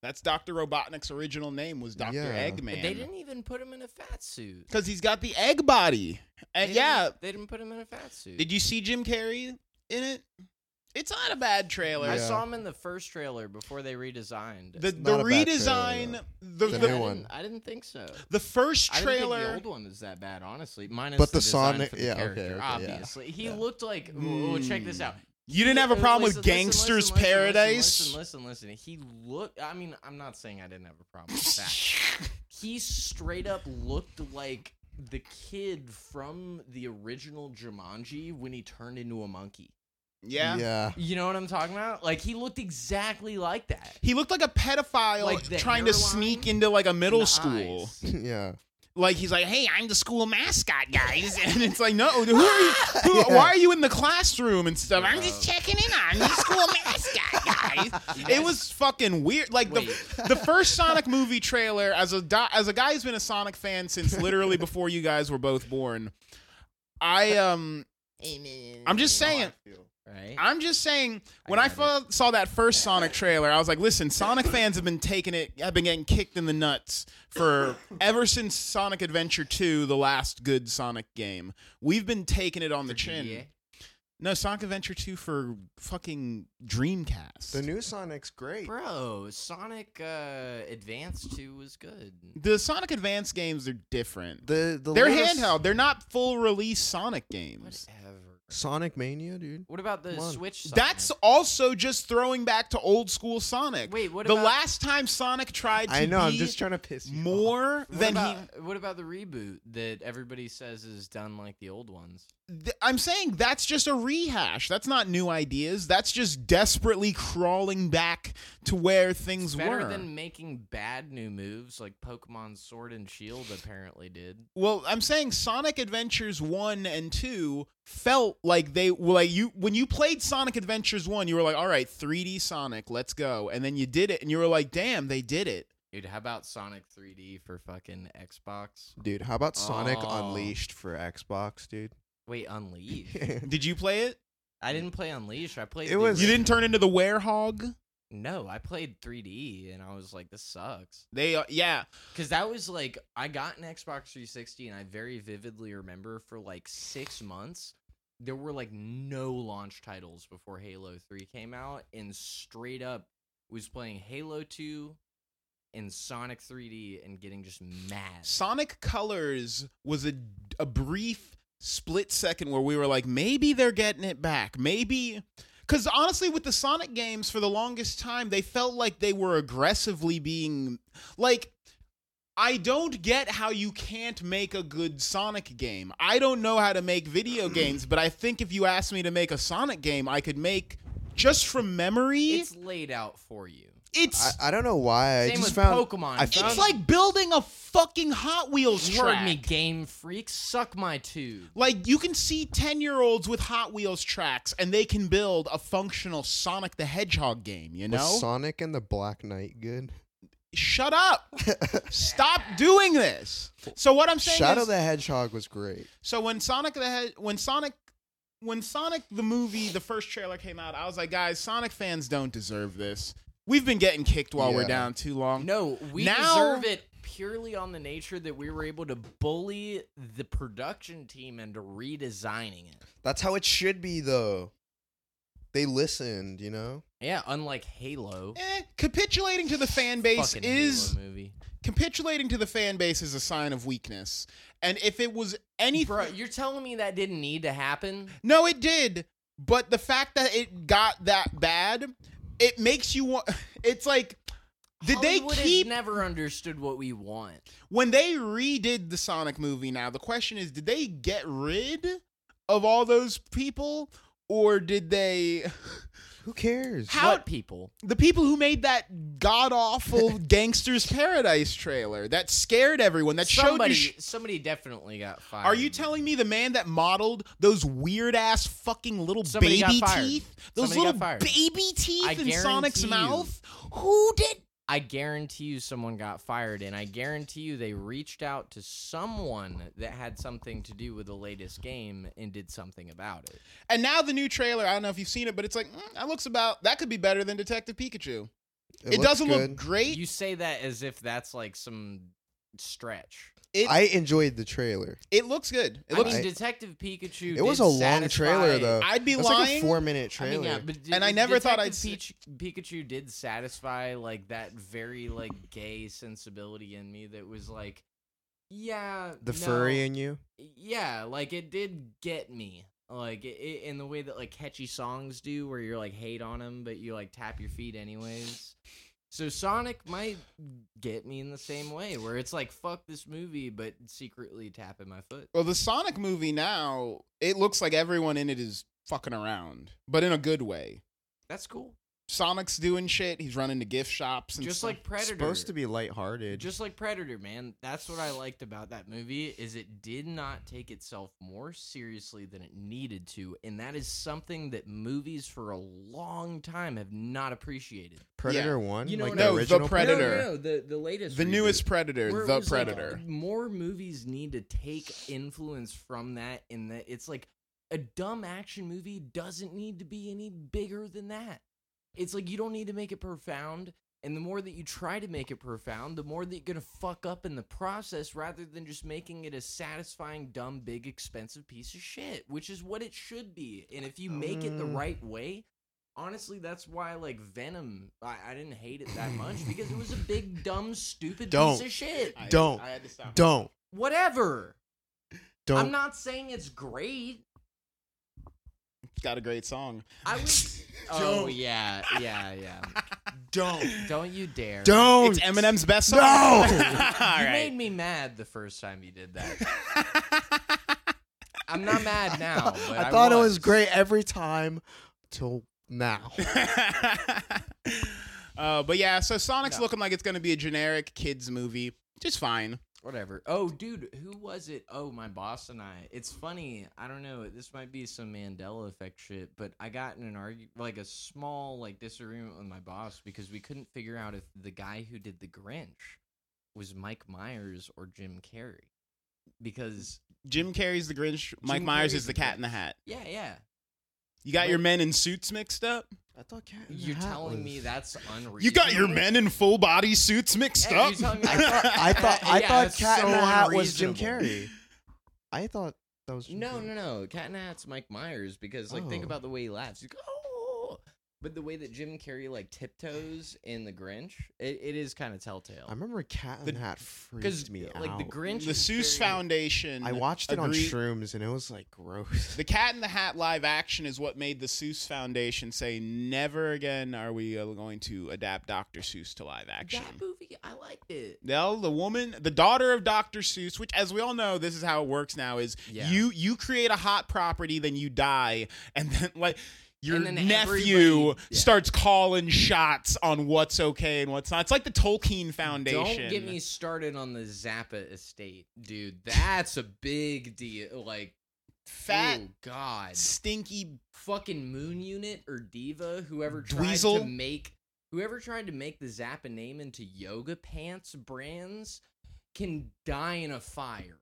Speaker 1: That's Doctor Robotnik's original name was Doctor
Speaker 3: Yeah.
Speaker 2: But They
Speaker 1: Eggman
Speaker 2: didn't even put him in a fat suit.
Speaker 3: Uh,
Speaker 1: because he's got the egg body,
Speaker 2: They
Speaker 1: and
Speaker 2: didn't-
Speaker 1: yeah,
Speaker 2: They didn't put him in a fat suit.
Speaker 1: Did you see Jim Carrey in it? It's not a bad trailer.
Speaker 2: I
Speaker 3: Yeah.
Speaker 2: saw him in the first trailer before they redesigned.
Speaker 1: The
Speaker 3: not
Speaker 1: the
Speaker 3: a bad trailer,
Speaker 1: redesign, the the,
Speaker 2: I
Speaker 3: The new
Speaker 1: the,
Speaker 2: didn't-
Speaker 3: one.
Speaker 2: I didn't think so.
Speaker 1: first
Speaker 2: I didn't think the
Speaker 1: trailer.
Speaker 2: old one was that bad, honestly. Minus
Speaker 3: But
Speaker 2: the,
Speaker 3: the
Speaker 2: design
Speaker 3: Sonic-
Speaker 2: for the
Speaker 3: yeah, okay,
Speaker 2: character,
Speaker 3: okay, yeah.
Speaker 2: obviously. He
Speaker 3: Yeah. Hmm.
Speaker 2: looked like. Oh, check this out.
Speaker 1: You didn't have a
Speaker 2: Uh,
Speaker 1: problem with
Speaker 2: listen, listen,
Speaker 1: Gangsters
Speaker 2: listen, listen,
Speaker 1: Paradise.
Speaker 2: Listen, listen, listen. He looked. I mean, I'm not saying I didn't have a problem with that. he straight up looked like the kid from the original Jumanji when he turned into a monkey.
Speaker 1: Yeah.
Speaker 3: Yeah.
Speaker 2: You know what I'm talking about? Like he looked exactly like that.
Speaker 1: He looked like a pedophile
Speaker 2: Like the
Speaker 1: trying to
Speaker 2: hairline
Speaker 1: sneak into like a middle
Speaker 2: And the
Speaker 1: school.
Speaker 2: eyes.
Speaker 3: Yeah.
Speaker 1: Like he's like, "Hey, I'm the school mascot, guys," and it's like, "No, who are you? Who, Why are you in the classroom and stuff?" I'm just checking in. I'm the school mascot, guys. It was fucking weird. Like the
Speaker 2: Wait.
Speaker 1: the first Sonic movie trailer, as a do- as a guy who's been a Sonic fan since literally before you guys were both born, I um, I'm just saying.
Speaker 2: Right?
Speaker 1: I'm just saying, when
Speaker 2: I
Speaker 1: I,
Speaker 2: get
Speaker 1: fo- saw that first Sonic trailer, I was like, listen, Sonic fans have been taking it, have been getting kicked in the nuts for ever since Sonic Adventure 2, the last good Sonic game. We've been taking it on the
Speaker 2: For
Speaker 1: chin.
Speaker 2: GBA?
Speaker 1: No, Sonic Adventure 2 for fucking Dreamcast.
Speaker 3: The new Sonic's great.
Speaker 2: Bro, Sonic uh, Advance 2 was good.
Speaker 1: The Sonic Advance games are different.
Speaker 3: The the
Speaker 1: They're
Speaker 3: latest
Speaker 1: handheld, they're not full release Sonic games.
Speaker 2: Whatever.
Speaker 3: Sonic Mania, dude.
Speaker 2: What about the
Speaker 3: Come on.
Speaker 2: Switch Sonic?
Speaker 1: That's also just throwing back to old school Sonic.
Speaker 2: Wait, what
Speaker 1: the
Speaker 2: about-
Speaker 1: last time Sonic tried to
Speaker 3: I know. I'm
Speaker 1: be
Speaker 3: just trying to piss you Off.
Speaker 1: more
Speaker 2: What
Speaker 1: than he
Speaker 2: about, what about the reboot that everybody says is done like the old ones?
Speaker 1: th- I'm saying that's just a rehash. That's not new ideas. That's just desperately crawling back to where things
Speaker 2: Better
Speaker 1: were.
Speaker 2: than making bad new moves like Pokemon Sword and Shield apparently did.
Speaker 1: well, I'm saying Sonic Adventures 1 and 2 felt like they like you when you played Sonic Adventures 1, you were like, "All right, 3D Sonic, let's go." And then you did it and you were like, "Damn, they did it."
Speaker 2: Dude, how about Sonic 3D for fucking Xbox?
Speaker 3: Dude, how about Sonic
Speaker 2: Oh.
Speaker 3: Unleashed for Xbox, dude?
Speaker 2: Wait, Unleash?
Speaker 1: Did you play it?
Speaker 2: I didn't play Unleash. I played.
Speaker 3: It
Speaker 2: the
Speaker 3: was-
Speaker 1: You didn't turn into the werehog?
Speaker 2: No, I played 3D, and I was like, this sucks.
Speaker 1: They uh, yeah.
Speaker 2: Because that was like, I got an Xbox 360, and I very vividly remember for like six months, there were like no launch titles before Halo 3 came out, and straight up was playing Halo 2 and Sonic 3D and getting just mad.
Speaker 1: Sonic Colors was a, a brief split second where we were like, maybe they're getting it back. Maybe. Because honestly, with the Sonic games, for the longest time, they felt like they were aggressively being. Like, I don't get how you can't make a good Sonic game. I don't know how to make video games, but I think if you asked me to make a Sonic game, I could make just from memory, it's
Speaker 2: It's laid out for you.
Speaker 1: it's,
Speaker 3: I, I don't know why. I
Speaker 2: Same
Speaker 3: just
Speaker 2: with
Speaker 3: found
Speaker 2: Pokemon.
Speaker 3: I found-
Speaker 1: like building a fucking Hot Wheels
Speaker 2: you heard
Speaker 1: track.
Speaker 2: me, Game Freak. Suck my tube.
Speaker 1: Like you can see 10-year-olds with Hot Wheels tracks and they can build a functional Sonic the Hedgehog game, you
Speaker 3: was
Speaker 1: know?
Speaker 3: Sonic and the Black Knight good.
Speaker 1: Shut up. Stop doing this. So what I'm saying
Speaker 3: Shadow
Speaker 1: is
Speaker 3: the Hedgehog was great.
Speaker 1: So when Sonic the Hedge, when Sonic, when Sonic the movie, the first trailer came out, I was like, guys, Sonic fans don't deserve this. We've been getting kicked while we're
Speaker 3: Yeah.
Speaker 1: down too long.
Speaker 2: No, we
Speaker 1: Um, Now-
Speaker 2: deserve it purely on the nature that we were able to bully the production team into redesigning it.
Speaker 3: That's how it should be, though. They listened, you know.
Speaker 2: Yeah, unlike Halo.
Speaker 1: Eh, capitulating to the fan base
Speaker 2: fucking
Speaker 1: is
Speaker 2: Halo movie.
Speaker 1: capitulating to the fan base is a sign of weakness. And if it was anything,
Speaker 2: Bro, you're telling me that didn't need to happen?
Speaker 1: no, it did. But the fact that it got that bad, it makes you want. It's like, did
Speaker 2: Hollywood
Speaker 1: they
Speaker 2: has
Speaker 1: keep
Speaker 2: never understood what we want.
Speaker 1: when they redid the Sonic movie now, the question is did they get rid of all those people or did they
Speaker 3: Who cares?
Speaker 1: How-
Speaker 2: what people?
Speaker 1: the people who made that god awful Gangsters Paradise trailer that scared everyone that
Speaker 2: somebody,
Speaker 1: showed you sh-
Speaker 2: somebody definitely got fired.
Speaker 1: are you telling me the man that modeled those weird ass fucking little
Speaker 2: Somebody got
Speaker 1: baby
Speaker 2: fired.
Speaker 1: teeth? Those
Speaker 2: Somebody got
Speaker 1: little
Speaker 2: fired.
Speaker 1: baby teeth
Speaker 2: I
Speaker 1: in Sonic's
Speaker 2: guarantee you.
Speaker 1: mouth? Who did
Speaker 2: I guarantee you someone got fired, and I guarantee you they reached out to someone that had something to do with the latest game and did something about it.
Speaker 1: And now the new trailer, I don't know if you've seen it, but it's like, mm, that looks about that could be better than Detective Pikachu. It,
Speaker 3: looks
Speaker 1: doesn't
Speaker 3: good.
Speaker 1: look great.
Speaker 2: You say that as if that's like some stretch.
Speaker 1: It,
Speaker 3: I enjoyed the trailer.
Speaker 1: it looks good. It
Speaker 2: I
Speaker 1: looks.
Speaker 2: mean,
Speaker 3: I-
Speaker 2: Detective Pikachu.
Speaker 3: It was
Speaker 2: did
Speaker 3: a long
Speaker 2: satisfy-
Speaker 3: trailer, though. I-
Speaker 1: I'd be
Speaker 3: It's like a
Speaker 1: lying.
Speaker 3: four-minute
Speaker 2: I mean,
Speaker 3: trailer.
Speaker 2: yeah, but
Speaker 1: And I never thought I'd
Speaker 2: Detective Peach, Pikachu did satisfy like that very like gay sensibility in me that was like, yeah,
Speaker 3: the
Speaker 2: no,
Speaker 3: furry in you.
Speaker 2: yeah, like it did get me. Like it, it, in the way that like catchy songs do, where you're like hate on them, but you like tap your feet anyways. So Sonic might get me in the same way, where it's like fuck this movie, but secretly tapping my foot.
Speaker 1: well, the Sonic movie now, it looks like everyone in it is fucking around, but in a good way.
Speaker 2: That's cool.
Speaker 1: Sonic's doing shit. He's running to gift shops and
Speaker 2: Just
Speaker 1: stuff.
Speaker 2: like Predator.
Speaker 3: be lighthearted.
Speaker 2: Just like Predator, man. That's what I liked about that movie is it did not take itself more seriously than it needed to, and that is something that movies for a long time have not appreciated.
Speaker 3: Predator One,
Speaker 2: You know
Speaker 3: like
Speaker 2: what
Speaker 3: the
Speaker 2: I- No,
Speaker 1: the
Speaker 3: original
Speaker 1: Predator.
Speaker 2: No, no, no, the the latest,
Speaker 1: the
Speaker 2: reboot,
Speaker 1: newest
Speaker 2: where
Speaker 1: Predator,
Speaker 2: it
Speaker 1: the
Speaker 2: was like,
Speaker 1: Predator.
Speaker 2: more movies need to take influence from that. In that it's like a dumb action movie doesn't need to be any bigger than that. It's like you don't need to make it profound. And the more that you try to make it profound, the more that you're gonna fuck up in the process, rather than just making it a satisfying, dumb, big, expensive piece of shit, which is what it should be. And if you make it the
Speaker 3: Mm.
Speaker 2: right way, honestly, that's why like Venom, I, I didn't hate it that much because it was a big, dumb, stupid
Speaker 3: Don't.
Speaker 2: piece of shit.
Speaker 1: I-
Speaker 3: Don't.
Speaker 1: I had to stop.
Speaker 3: Don't,
Speaker 2: Whatever.
Speaker 3: don't.
Speaker 2: I'm not saying it's great.
Speaker 1: It's got a great song.
Speaker 2: I was. Oh
Speaker 3: Don't.
Speaker 2: yeah, yeah, yeah.
Speaker 3: don't,
Speaker 2: Don't you dare.
Speaker 3: don't.
Speaker 1: It's Eminem's best song.
Speaker 3: No!
Speaker 1: All
Speaker 3: You
Speaker 2: You
Speaker 1: right.
Speaker 2: made me mad the first time you did that. I'm not mad now. but
Speaker 3: I thought it was great every time till now.
Speaker 1: uh, but yeah, so Sonic's
Speaker 2: No.
Speaker 1: looking like it's gonna be a generic kids movie, just fine.
Speaker 2: Whatever. Oh, dude, who was it? Oh, my boss and I. It's funny. I don't know. This might be some Mandela effect shit, but I got in an argument, like a small like disagreement with my boss because we couldn't figure out if the guy who did the Grinch was Mike Myers or Jim Carrey. Because
Speaker 1: Jim Carrey's the Grinch. Mike
Speaker 2: Jim
Speaker 1: Myers
Speaker 2: Carrey's
Speaker 1: is the
Speaker 2: the
Speaker 1: Cat in the
Speaker 2: Grinch.
Speaker 1: Hat.
Speaker 2: yeah, yeah,
Speaker 1: You got your men in suits mixed up.
Speaker 3: I thought Cat in the
Speaker 2: you're
Speaker 3: Hat
Speaker 2: telling
Speaker 3: was-
Speaker 2: me that's unreasonable.
Speaker 1: You got your men in full body suits mixed
Speaker 2: Yeah,
Speaker 1: up.
Speaker 2: you're telling me-
Speaker 3: I thought I thought I
Speaker 2: Yeah,
Speaker 3: thought
Speaker 2: that's
Speaker 3: Cat in
Speaker 2: so
Speaker 3: the Hat was Jim
Speaker 2: unreasonable.
Speaker 3: Carrey. I thought that was Jim
Speaker 2: No,
Speaker 3: Carrey.
Speaker 2: no, no. Cat in the Hat's Mike Myers because, like, think
Speaker 3: Oh.
Speaker 2: about the way he laughs. He's like, oh. But the way that Jim Carrey, like, tiptoes in The Grinch, it, it is kind of telltale.
Speaker 3: I remember Cat in
Speaker 1: The-
Speaker 3: the Hat freaked me
Speaker 2: uh, like,
Speaker 3: out.
Speaker 2: the Grinch.
Speaker 1: the
Speaker 2: is
Speaker 1: Seuss
Speaker 2: very-
Speaker 1: Foundation.
Speaker 3: I watched it
Speaker 1: agree-
Speaker 3: on shrooms and it was like gross.
Speaker 1: The Cat in the Hat live action is what made the Seuss Foundation say, "Never again are we uh, going to adapt Dr. Seuss to live action."
Speaker 2: That movie, I liked it.
Speaker 1: Well, the woman, the daughter of Dr. Seuss, which as we all know, this is how it works now is
Speaker 2: Yeah.
Speaker 1: you you create a hot property, then you die, and then like your
Speaker 2: And then
Speaker 1: nephew
Speaker 2: everybody- yeah.
Speaker 1: starts calling shots on what's okay and what's not. It's like the Tolkien Foundation.
Speaker 2: Don't get me started on the Zappa estate, dude. That's a big deal. Like,
Speaker 1: fat,
Speaker 2: oh god,
Speaker 1: stinky.
Speaker 2: fucking Moon Unit or Diva, whoever tried to
Speaker 1: Dweezil?
Speaker 2: make whoever tried to make the Zappa name into yoga pants brands can die in a fire.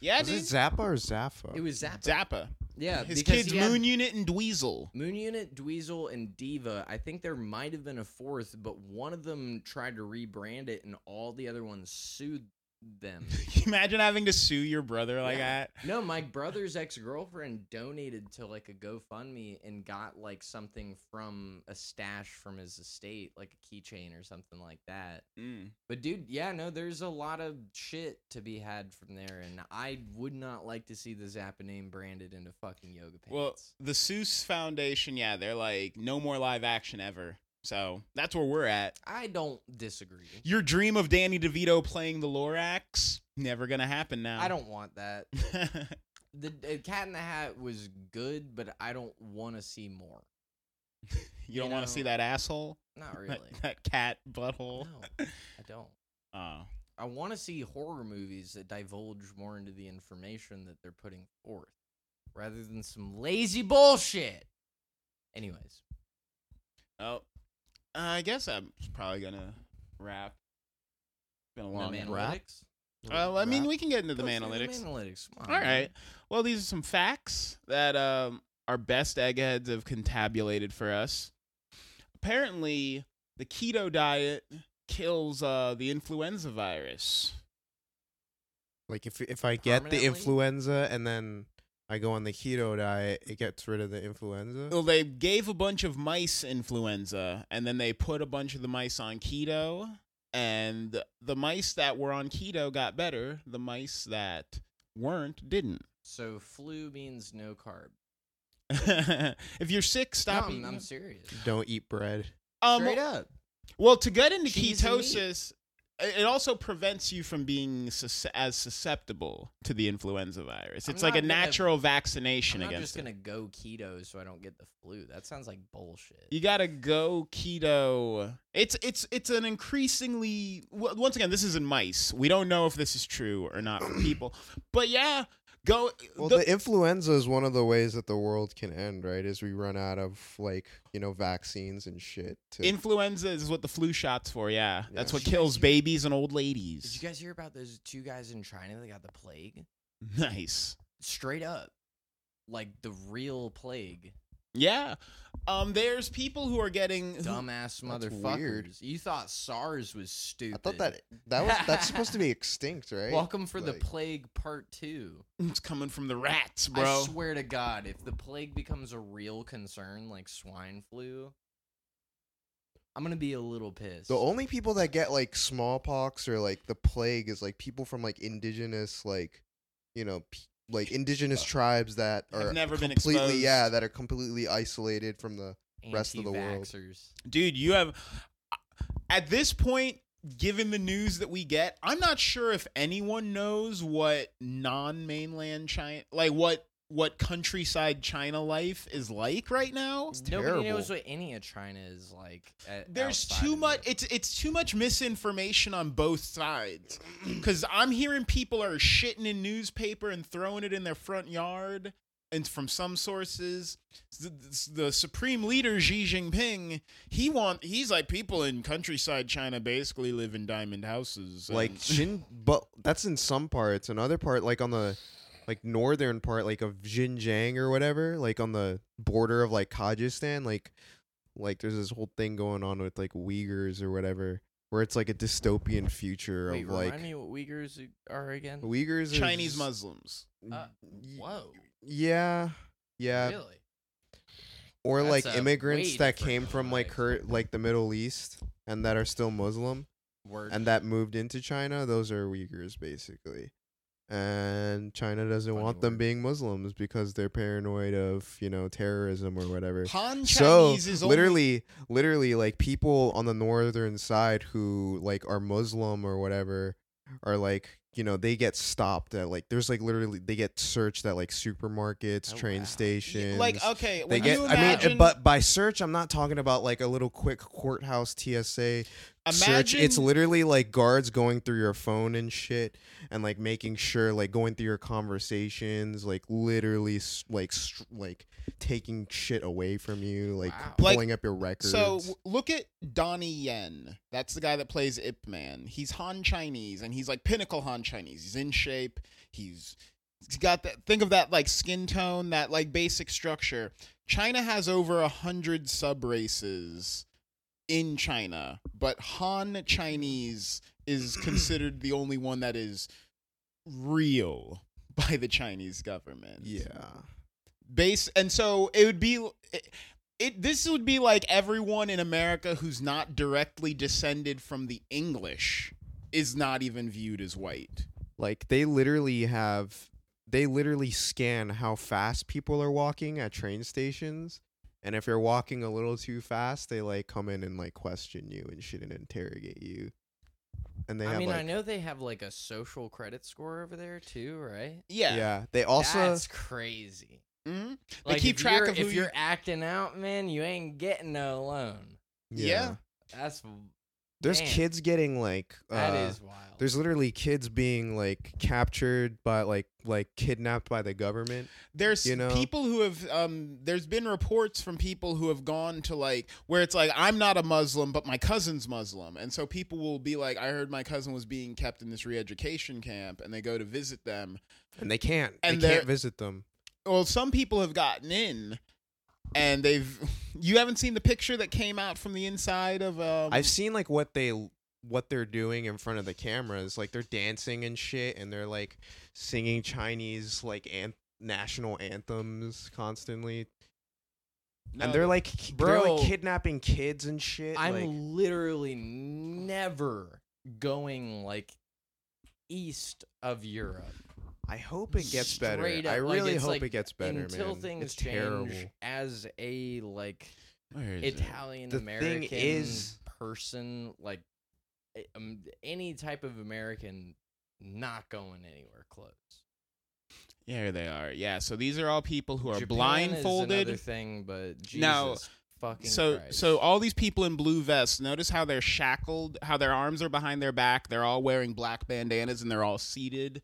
Speaker 1: Yeah,
Speaker 3: Was
Speaker 1: dude.
Speaker 3: it Zappa or Zappa?
Speaker 2: It was Zappa.
Speaker 1: Zappa.
Speaker 2: yeah,
Speaker 1: His
Speaker 2: because
Speaker 1: kids,
Speaker 2: he had
Speaker 1: Moon Unit and Dweezil.
Speaker 2: Moon Unit, Dweezil, and Diva. I think there might have been a fourth, but one of them tried to rebrand it, and all the other ones sued them.
Speaker 1: Can you Imagine having to sue your brother like
Speaker 2: Yeah.
Speaker 1: that.
Speaker 2: No, my brother's ex girlfriend donated to like a GoFundMe and got like something from a stash from his estate, like a keychain or something like that. But dude, yeah, no, there's a lot of shit to be had from there, and I would not like to see the Zappa name branded into fucking yoga pants.
Speaker 1: Well, the Seuss Foundation, yeah, they're like no more live action ever. So that's where we're at.
Speaker 2: I don't disagree.
Speaker 1: Your dream of Danny DeVito playing the Lorax never gonna happen now.
Speaker 2: I don't want that.
Speaker 1: don't.
Speaker 2: The uh, Cat in the Hat was good, but I don't want to see more.
Speaker 1: you don't
Speaker 2: You
Speaker 1: want
Speaker 2: know,
Speaker 1: to see that asshole,
Speaker 2: Not really.
Speaker 1: That- that, cat butthole.
Speaker 2: no, I don't.
Speaker 1: Oh,
Speaker 2: I want to see horror movies that divulge more into the information that they're putting forth rather than some lazy bullshit. Anyways,
Speaker 1: oh. I guess I'm probably gonna wrap. Been a
Speaker 2: no
Speaker 1: long
Speaker 2: analytics.
Speaker 1: wrap.
Speaker 2: uh,
Speaker 1: Well, I mean, we can get into the
Speaker 2: Let's do
Speaker 1: analytics.
Speaker 2: analytics. Come on,
Speaker 1: All
Speaker 2: man.
Speaker 1: right. Well, these are some facts that um, our best eggheads have contabulated for us. Apparently, the keto diet kills uh, the influenza virus.
Speaker 3: like if if I get the
Speaker 2: Permanently?
Speaker 3: influenza and then I go on the keto diet, it gets rid of the influenza.
Speaker 2: Oh.
Speaker 1: Well, they gave a bunch of mice influenza, and then they put a bunch of the mice on keto, and the mice that were on keto got better. The mice that weren't didn't.
Speaker 2: So flu means no carb.
Speaker 1: if you're sick, stop
Speaker 2: no, I'm,
Speaker 1: eating.
Speaker 2: I'm serious.
Speaker 3: Don't eat bread.
Speaker 2: Uh,
Speaker 1: Um,
Speaker 2: Straight up.
Speaker 1: Well, to get into
Speaker 2: Cheese and meat.
Speaker 1: ketosis, it it also prevents you from being sus- as susceptible to the influenza virus.
Speaker 2: I'm
Speaker 1: It's like
Speaker 2: not
Speaker 1: a
Speaker 2: gonna-
Speaker 1: natural vaccination
Speaker 2: I'm not
Speaker 1: against
Speaker 2: just
Speaker 1: it.
Speaker 2: gonna go keto so I don't get the flu. That sounds like bullshit.
Speaker 1: You gotta go keto. It's it's it's an increasingly w- once again this is in mice. We don't know if this is true or not for people, but yeah, go.
Speaker 3: Well,
Speaker 1: the-
Speaker 3: the, influenza is one of the ways that the world can end, right? Is we run out of like you know vaccines and shit. To,
Speaker 1: influenza is what the flu shots for. Yeah, that's
Speaker 3: Yeah.
Speaker 1: what kills babies and old
Speaker 2: Did
Speaker 1: ladies.
Speaker 2: you guys hear about those two guys in China that got the plague?
Speaker 1: nice.
Speaker 2: Straight up. Like the real plague.
Speaker 1: Yeah. Um. There's people who are getting who-
Speaker 2: dumbass
Speaker 3: That's
Speaker 2: motherfuckers.
Speaker 3: weird.
Speaker 2: You thought SARS was
Speaker 3: I
Speaker 2: stupid.
Speaker 3: thought that that was that's supposed to be extinct, right?
Speaker 2: Welcome for the
Speaker 3: Like-
Speaker 2: plague part two.
Speaker 1: It's coming from the rats,
Speaker 2: I
Speaker 1: bro.
Speaker 2: swear to God, if the plague becomes a real concern like swine flu, I'm gonna be a little pissed.
Speaker 3: The only people that get like smallpox or like the plague is like people from like indigenous like you know p- like indigenous tribes that
Speaker 1: Have
Speaker 3: are
Speaker 1: uh, never been
Speaker 3: completely
Speaker 1: exposed.
Speaker 3: yeah that are completely isolated from the rest of the world.
Speaker 2: Anti-vaxxers.
Speaker 1: Dude, you have at this point given the news that we get, I'm not sure if anyone knows what non-mainland China like what what countryside China life is like right now.
Speaker 2: Nobody knows
Speaker 3: terrible.
Speaker 2: what any of China is like. At,
Speaker 1: There's
Speaker 2: outside
Speaker 1: too
Speaker 2: of
Speaker 1: much
Speaker 2: it.
Speaker 1: it's it's too much misinformation on both sides.
Speaker 3: Mm.
Speaker 1: Cuz I'm hearing people are shitting in newspaper and throwing it in their front yard and from some sources the, the supreme leader Xi Jinping, he want he's like people in countryside China basically live in diamond houses. and-
Speaker 3: like Jin, but that's in some parts. Another part, like on the like northern part, like of Xinjiang or whatever, like on the border of like Kyrgyzstan, like like there's this whole thing going on with like Uyghurs or whatever, where it's like a dystopian future
Speaker 2: Wait,
Speaker 3: of
Speaker 2: remind
Speaker 3: like
Speaker 2: me what Uyghurs are again?
Speaker 3: Uyghurs,
Speaker 1: Chinese
Speaker 3: is,
Speaker 1: Muslims.
Speaker 2: Uh,
Speaker 3: y-
Speaker 2: Whoa,
Speaker 3: yeah, yeah,
Speaker 2: really?
Speaker 3: or
Speaker 2: That's
Speaker 3: like
Speaker 2: a way
Speaker 3: immigrants
Speaker 2: different
Speaker 3: that came from like her
Speaker 2: context.
Speaker 3: like the Middle East and that are still Muslim.
Speaker 2: Word.
Speaker 3: and that moved into China, those are Uyghurs basically. And China doesn't
Speaker 2: Funny
Speaker 3: want them
Speaker 2: word.
Speaker 3: being Muslims because they're paranoid of, you know, terrorism or whatever.
Speaker 1: Han
Speaker 3: So
Speaker 1: Chinese is only-
Speaker 3: literally literally like people on the northern side who like are Muslim or whatever are like you know they get stopped at like there's like literally they get searched at like supermarkets,
Speaker 2: Oh,
Speaker 3: train
Speaker 2: wow.
Speaker 3: stations.
Speaker 1: Like okay,
Speaker 3: they
Speaker 1: would
Speaker 3: get
Speaker 1: you
Speaker 3: I
Speaker 1: imagine,
Speaker 3: mean but by search I'm not talking about like a little quick courthouse TSA search. It's
Speaker 1: imagine-
Speaker 3: literally like guards going through your phone and shit and like making sure like going through your conversations, like literally s- like s- like taking shit away from you, like
Speaker 2: Wow.
Speaker 1: Like,
Speaker 3: pulling up your records.
Speaker 1: So w- look at Donnie Yen. That's the guy that plays Ip Man. He's Han Chinese, and he's like pinnacle Han Chinese. He's in shape. He's he's got that. Think of that like skin tone, that like basic structure. China has over a hundred sub races in China, but Han Chinese is considered the only one that is real by the Chinese government
Speaker 3: yeah.
Speaker 1: base and so it would be it, it this would be like everyone in america who's not directly descended from the english is not even viewed as white
Speaker 3: Like they literally have they literally scan how fast people are walking at train stations. And if you're walking a little too fast, they like come in and like question you and shit and interrogate you. And they
Speaker 2: I
Speaker 3: have
Speaker 2: mean,
Speaker 3: like
Speaker 2: I know they have like a social credit score over there too, right?
Speaker 1: yeah,
Speaker 3: yeah, they also
Speaker 2: That's crazy.
Speaker 1: Mhm. they
Speaker 2: Like
Speaker 1: keep
Speaker 2: if
Speaker 1: track
Speaker 2: you're,
Speaker 1: of who
Speaker 2: if
Speaker 1: you-
Speaker 2: you're acting out, man. You ain't getting no loan.
Speaker 1: yeah.
Speaker 2: That's
Speaker 3: There's
Speaker 2: Damn.
Speaker 3: kids getting like uh,
Speaker 2: that is wild.
Speaker 3: there's literally kids being like captured by like like kidnapped by the government.
Speaker 1: there's
Speaker 3: You know?
Speaker 1: people who have um there's been reports from people who have gone to like where it's like i'm not a muslim but my cousin's muslim and so people will be like i heard my cousin was being kept in this re-education camp and they go to visit them
Speaker 3: And they can't.
Speaker 1: And
Speaker 3: they
Speaker 1: they're-
Speaker 3: can't visit them.
Speaker 1: well some people have gotten in and they've you haven't seen the picture that came out from the inside of um
Speaker 3: I've seen like what they what they're doing in front of the cameras. Like they're dancing and shit, and they're like singing Chinese like an- national anthems constantly. and they're like ki- they're
Speaker 2: Bro.
Speaker 3: like kidnapping kids and shit.
Speaker 2: I'm
Speaker 3: like,
Speaker 2: literally never going like east of Europe
Speaker 3: I hope it gets better.
Speaker 2: Straight up,
Speaker 3: I
Speaker 2: like,
Speaker 3: really
Speaker 2: it's,
Speaker 3: hope
Speaker 2: like,
Speaker 3: it gets better,
Speaker 2: until
Speaker 3: man.
Speaker 2: things
Speaker 3: it's
Speaker 2: change
Speaker 3: terrible.
Speaker 2: as a like
Speaker 1: Where is it?
Speaker 2: Italian
Speaker 3: thing
Speaker 2: American
Speaker 3: is-
Speaker 2: person, like a- um, any type of American, not going anywhere close.
Speaker 1: Here they are. Yeah. So these are all people who are
Speaker 2: Japan is another
Speaker 1: blindfolded.
Speaker 2: thing, but Jesus
Speaker 1: Now,
Speaker 2: fucking
Speaker 1: So
Speaker 2: Christ.
Speaker 1: so all these people in blue vests. Notice how they're shackled. How their arms are behind their back. They're all wearing black bandanas and they're all seated,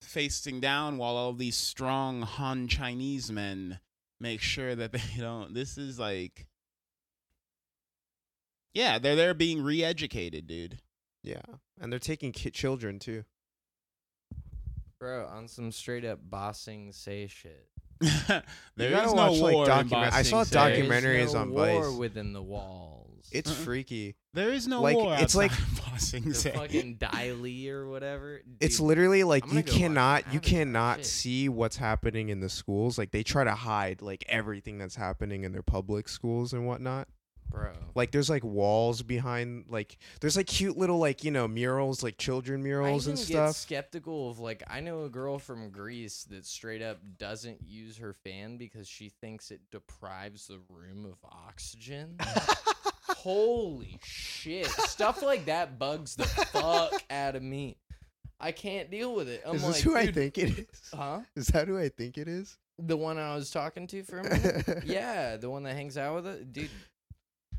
Speaker 1: facing down, while all these strong Han Chinese men make sure that they don't. This is like. Yeah, they're there being re-educated, dude.
Speaker 3: Yeah, and they're taking ki- children too.
Speaker 2: bro, on some straight up bossing say shit.
Speaker 1: there
Speaker 3: You
Speaker 1: is
Speaker 3: gotta
Speaker 1: no
Speaker 3: watch, like,
Speaker 1: war in
Speaker 3: document- I
Speaker 1: Ba
Speaker 3: saw a
Speaker 1: Sing Se.
Speaker 2: There is
Speaker 3: documentaries
Speaker 2: no
Speaker 3: on
Speaker 2: war
Speaker 3: Vice.
Speaker 2: within the walls.
Speaker 3: It's
Speaker 1: Uh-uh.
Speaker 3: freaky.
Speaker 1: There is no
Speaker 3: Like,
Speaker 1: war.
Speaker 3: it's
Speaker 1: It's
Speaker 3: like-
Speaker 1: like Bossing
Speaker 2: the fucking Daily or whatever.
Speaker 3: It's
Speaker 2: Dude,
Speaker 3: literally
Speaker 2: I'm
Speaker 3: like
Speaker 2: gonna
Speaker 3: you
Speaker 2: go watch
Speaker 3: cannot
Speaker 2: Avatar,
Speaker 3: you cannot
Speaker 2: shit.
Speaker 3: see what's happening in the schools. Like they try to hide like everything that's happening in their public schools and whatnot.
Speaker 2: bro.
Speaker 3: Like there's like walls behind like there's like cute little like you know murals like children murals
Speaker 2: I even
Speaker 3: and
Speaker 2: Get
Speaker 3: stuff.
Speaker 2: skeptical of like I know a girl from Greece that straight up doesn't use her fan because she thinks it deprives the room of oxygen. Holy shit! Stuff like that bugs the fuck out of me. I can't deal with it. I'm
Speaker 3: is
Speaker 2: like,
Speaker 3: this who I
Speaker 2: "Dude, Oh.
Speaker 3: think it is?
Speaker 2: Huh?
Speaker 3: Is that who I think it is?
Speaker 2: The one I was talking to for a minute. yeah, the one that hangs out with it, dude.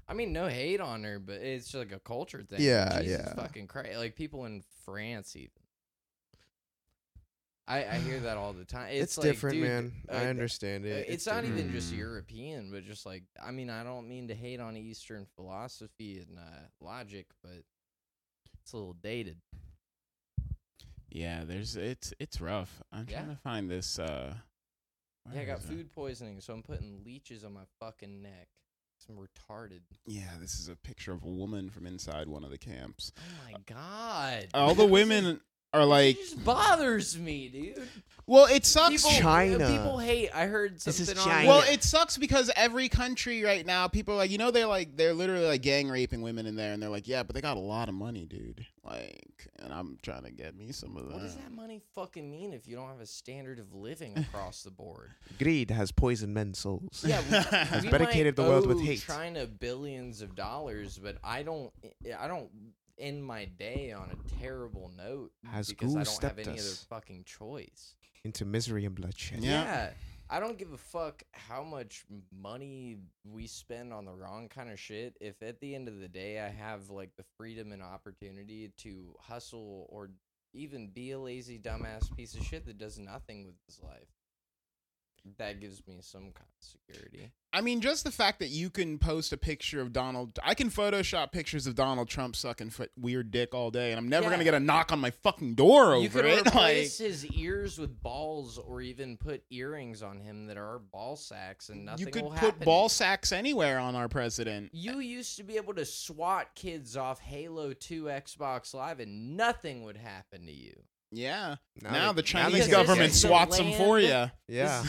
Speaker 2: I mean, no hate on her, but it's just like a culture thing.
Speaker 3: Yeah,
Speaker 2: Jesus
Speaker 3: yeah.
Speaker 2: Fucking crazy. Like people in France, even. I I hear that all the time. It's,
Speaker 3: It's,
Speaker 2: like,
Speaker 3: different,
Speaker 2: dude,
Speaker 3: man.
Speaker 2: uh,
Speaker 3: I
Speaker 2: th-
Speaker 3: understand
Speaker 2: uh,
Speaker 3: it.
Speaker 2: It's, not even just
Speaker 1: Mm.
Speaker 2: European, but just like I mean, I don't mean to hate on Eastern philosophy and uh, logic, but it's a little dated.
Speaker 1: Yeah, there's it's it's rough. I'm
Speaker 2: Yeah.
Speaker 1: trying to find this. uh
Speaker 2: Yeah, I
Speaker 1: where
Speaker 2: got
Speaker 1: is it?
Speaker 2: food poisoning, so I'm putting leeches on my fucking neck. 'cause I'm retarded.
Speaker 1: Yeah, this is a picture of a woman from inside one of the camps.
Speaker 2: Oh
Speaker 3: Uh,
Speaker 2: my god!
Speaker 1: All the
Speaker 2: This is
Speaker 1: women are like,
Speaker 2: it just bothers me, dude.
Speaker 1: well, it sucks.
Speaker 2: People,
Speaker 3: China.
Speaker 2: People hate. I heard
Speaker 3: This
Speaker 2: something
Speaker 3: is
Speaker 2: on.
Speaker 3: China.
Speaker 1: well, it sucks because every country right now, people are like, you know, they're like, they're literally like gang raping women in there, and they're like, yeah, but they got a lot of money, dude. Like, and I'm trying to get me some of that.
Speaker 2: what does that money fucking mean if you don't have a standard of living across the board?
Speaker 3: Greed has poisoned men's souls.
Speaker 2: Yeah, we,
Speaker 1: Has
Speaker 2: we
Speaker 3: barricaded
Speaker 2: might
Speaker 3: the world with
Speaker 2: owe
Speaker 3: hate.
Speaker 2: China billions of dollars, but I don't. I don't end my day on a terrible note
Speaker 3: Has
Speaker 2: because I
Speaker 3: Ghoul
Speaker 2: don't have
Speaker 3: stepped
Speaker 2: any other
Speaker 3: us?
Speaker 2: fucking choice.
Speaker 3: into misery and bloodshed.
Speaker 1: Yeah.
Speaker 2: Yeah. I don't give a fuck how much money we spend on the wrong kind of shit. If at the end of the day I have like the freedom and opportunity to hustle or even be a lazy dumbass piece of shit that does nothing with his life, that gives me some kind of security.
Speaker 1: I mean, just the fact that you can post a picture of Donald, I can Photoshop pictures of Donald Trump sucking foot weird dick all day, and I'm never
Speaker 2: Yeah.
Speaker 1: gonna get a knock on my fucking door
Speaker 2: you
Speaker 1: over
Speaker 2: could
Speaker 1: it. Like,
Speaker 2: replace his ears with balls, or even put earrings on him that are ball sacks, and nothing
Speaker 1: you could
Speaker 2: will
Speaker 1: put
Speaker 2: happen.
Speaker 1: ball sacks anywhere on our president.
Speaker 2: You used to be able to swat kids off Halo 2 Xbox Live and nothing would happen to you.
Speaker 1: Yeah. Now,
Speaker 3: they-
Speaker 1: the
Speaker 3: now they
Speaker 1: Chinese
Speaker 3: can-
Speaker 1: government
Speaker 2: Because this is
Speaker 1: swats
Speaker 2: the
Speaker 1: them for you.
Speaker 2: land-
Speaker 3: Yeah.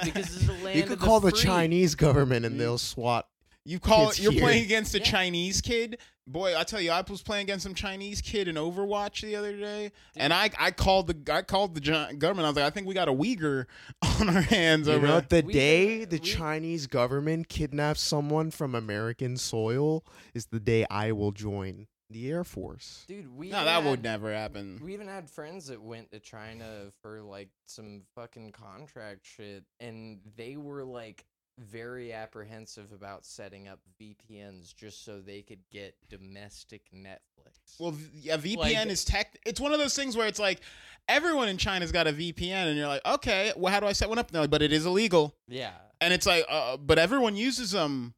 Speaker 2: Because this is a land
Speaker 3: You could
Speaker 2: of the
Speaker 3: call the
Speaker 2: free.
Speaker 3: Chinese government
Speaker 1: Mm.
Speaker 3: and they'll swat.
Speaker 1: You call
Speaker 3: Kids
Speaker 1: you're
Speaker 3: here.
Speaker 1: playing against a
Speaker 2: Yeah.
Speaker 1: Chinese kid. Boy, I tell you, I was playing against some Chinese kid in Overwatch the other day, and I I called the I called the Gi- government. I was like, I think we got a Uyghur on our hands
Speaker 3: You
Speaker 1: over.
Speaker 3: know, the
Speaker 2: We-
Speaker 3: day the
Speaker 2: we-
Speaker 3: Chinese government kidnaps someone from American soil is the day I will join the Air Force.
Speaker 2: Dude, we
Speaker 1: no,
Speaker 2: even
Speaker 1: that
Speaker 2: had,
Speaker 1: would never happen.
Speaker 2: We even had friends that went to China for like some fucking contract shit and they were like very apprehensive about setting up VPNs just so they could get domestic Netflix.
Speaker 1: Well, v- yeah, VPN
Speaker 2: Like-
Speaker 1: is tech. It's one of those things where it's like everyone in China's got a VPN, and you're like, okay, well, how do I set one up? No, but it is illegal,
Speaker 2: yeah.
Speaker 1: and it's like, uh, but everyone uses them.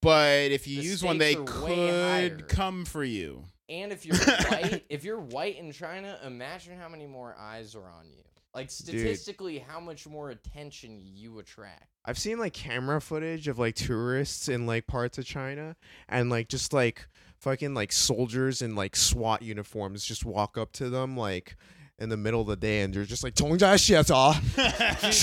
Speaker 1: But if you
Speaker 2: The
Speaker 1: use one, they
Speaker 2: stakes are way higher.
Speaker 1: could come for you.
Speaker 2: And if you're white, if you're white in China, imagine how many more eyes are on you. Like statistically, how much more attention you attract.
Speaker 3: I've seen like camera footage of like tourists in like parts of China and like just like fucking like soldiers in like SWAT uniforms just walk up to them like in the middle of the day and they're just like "同志们，谢谢啊."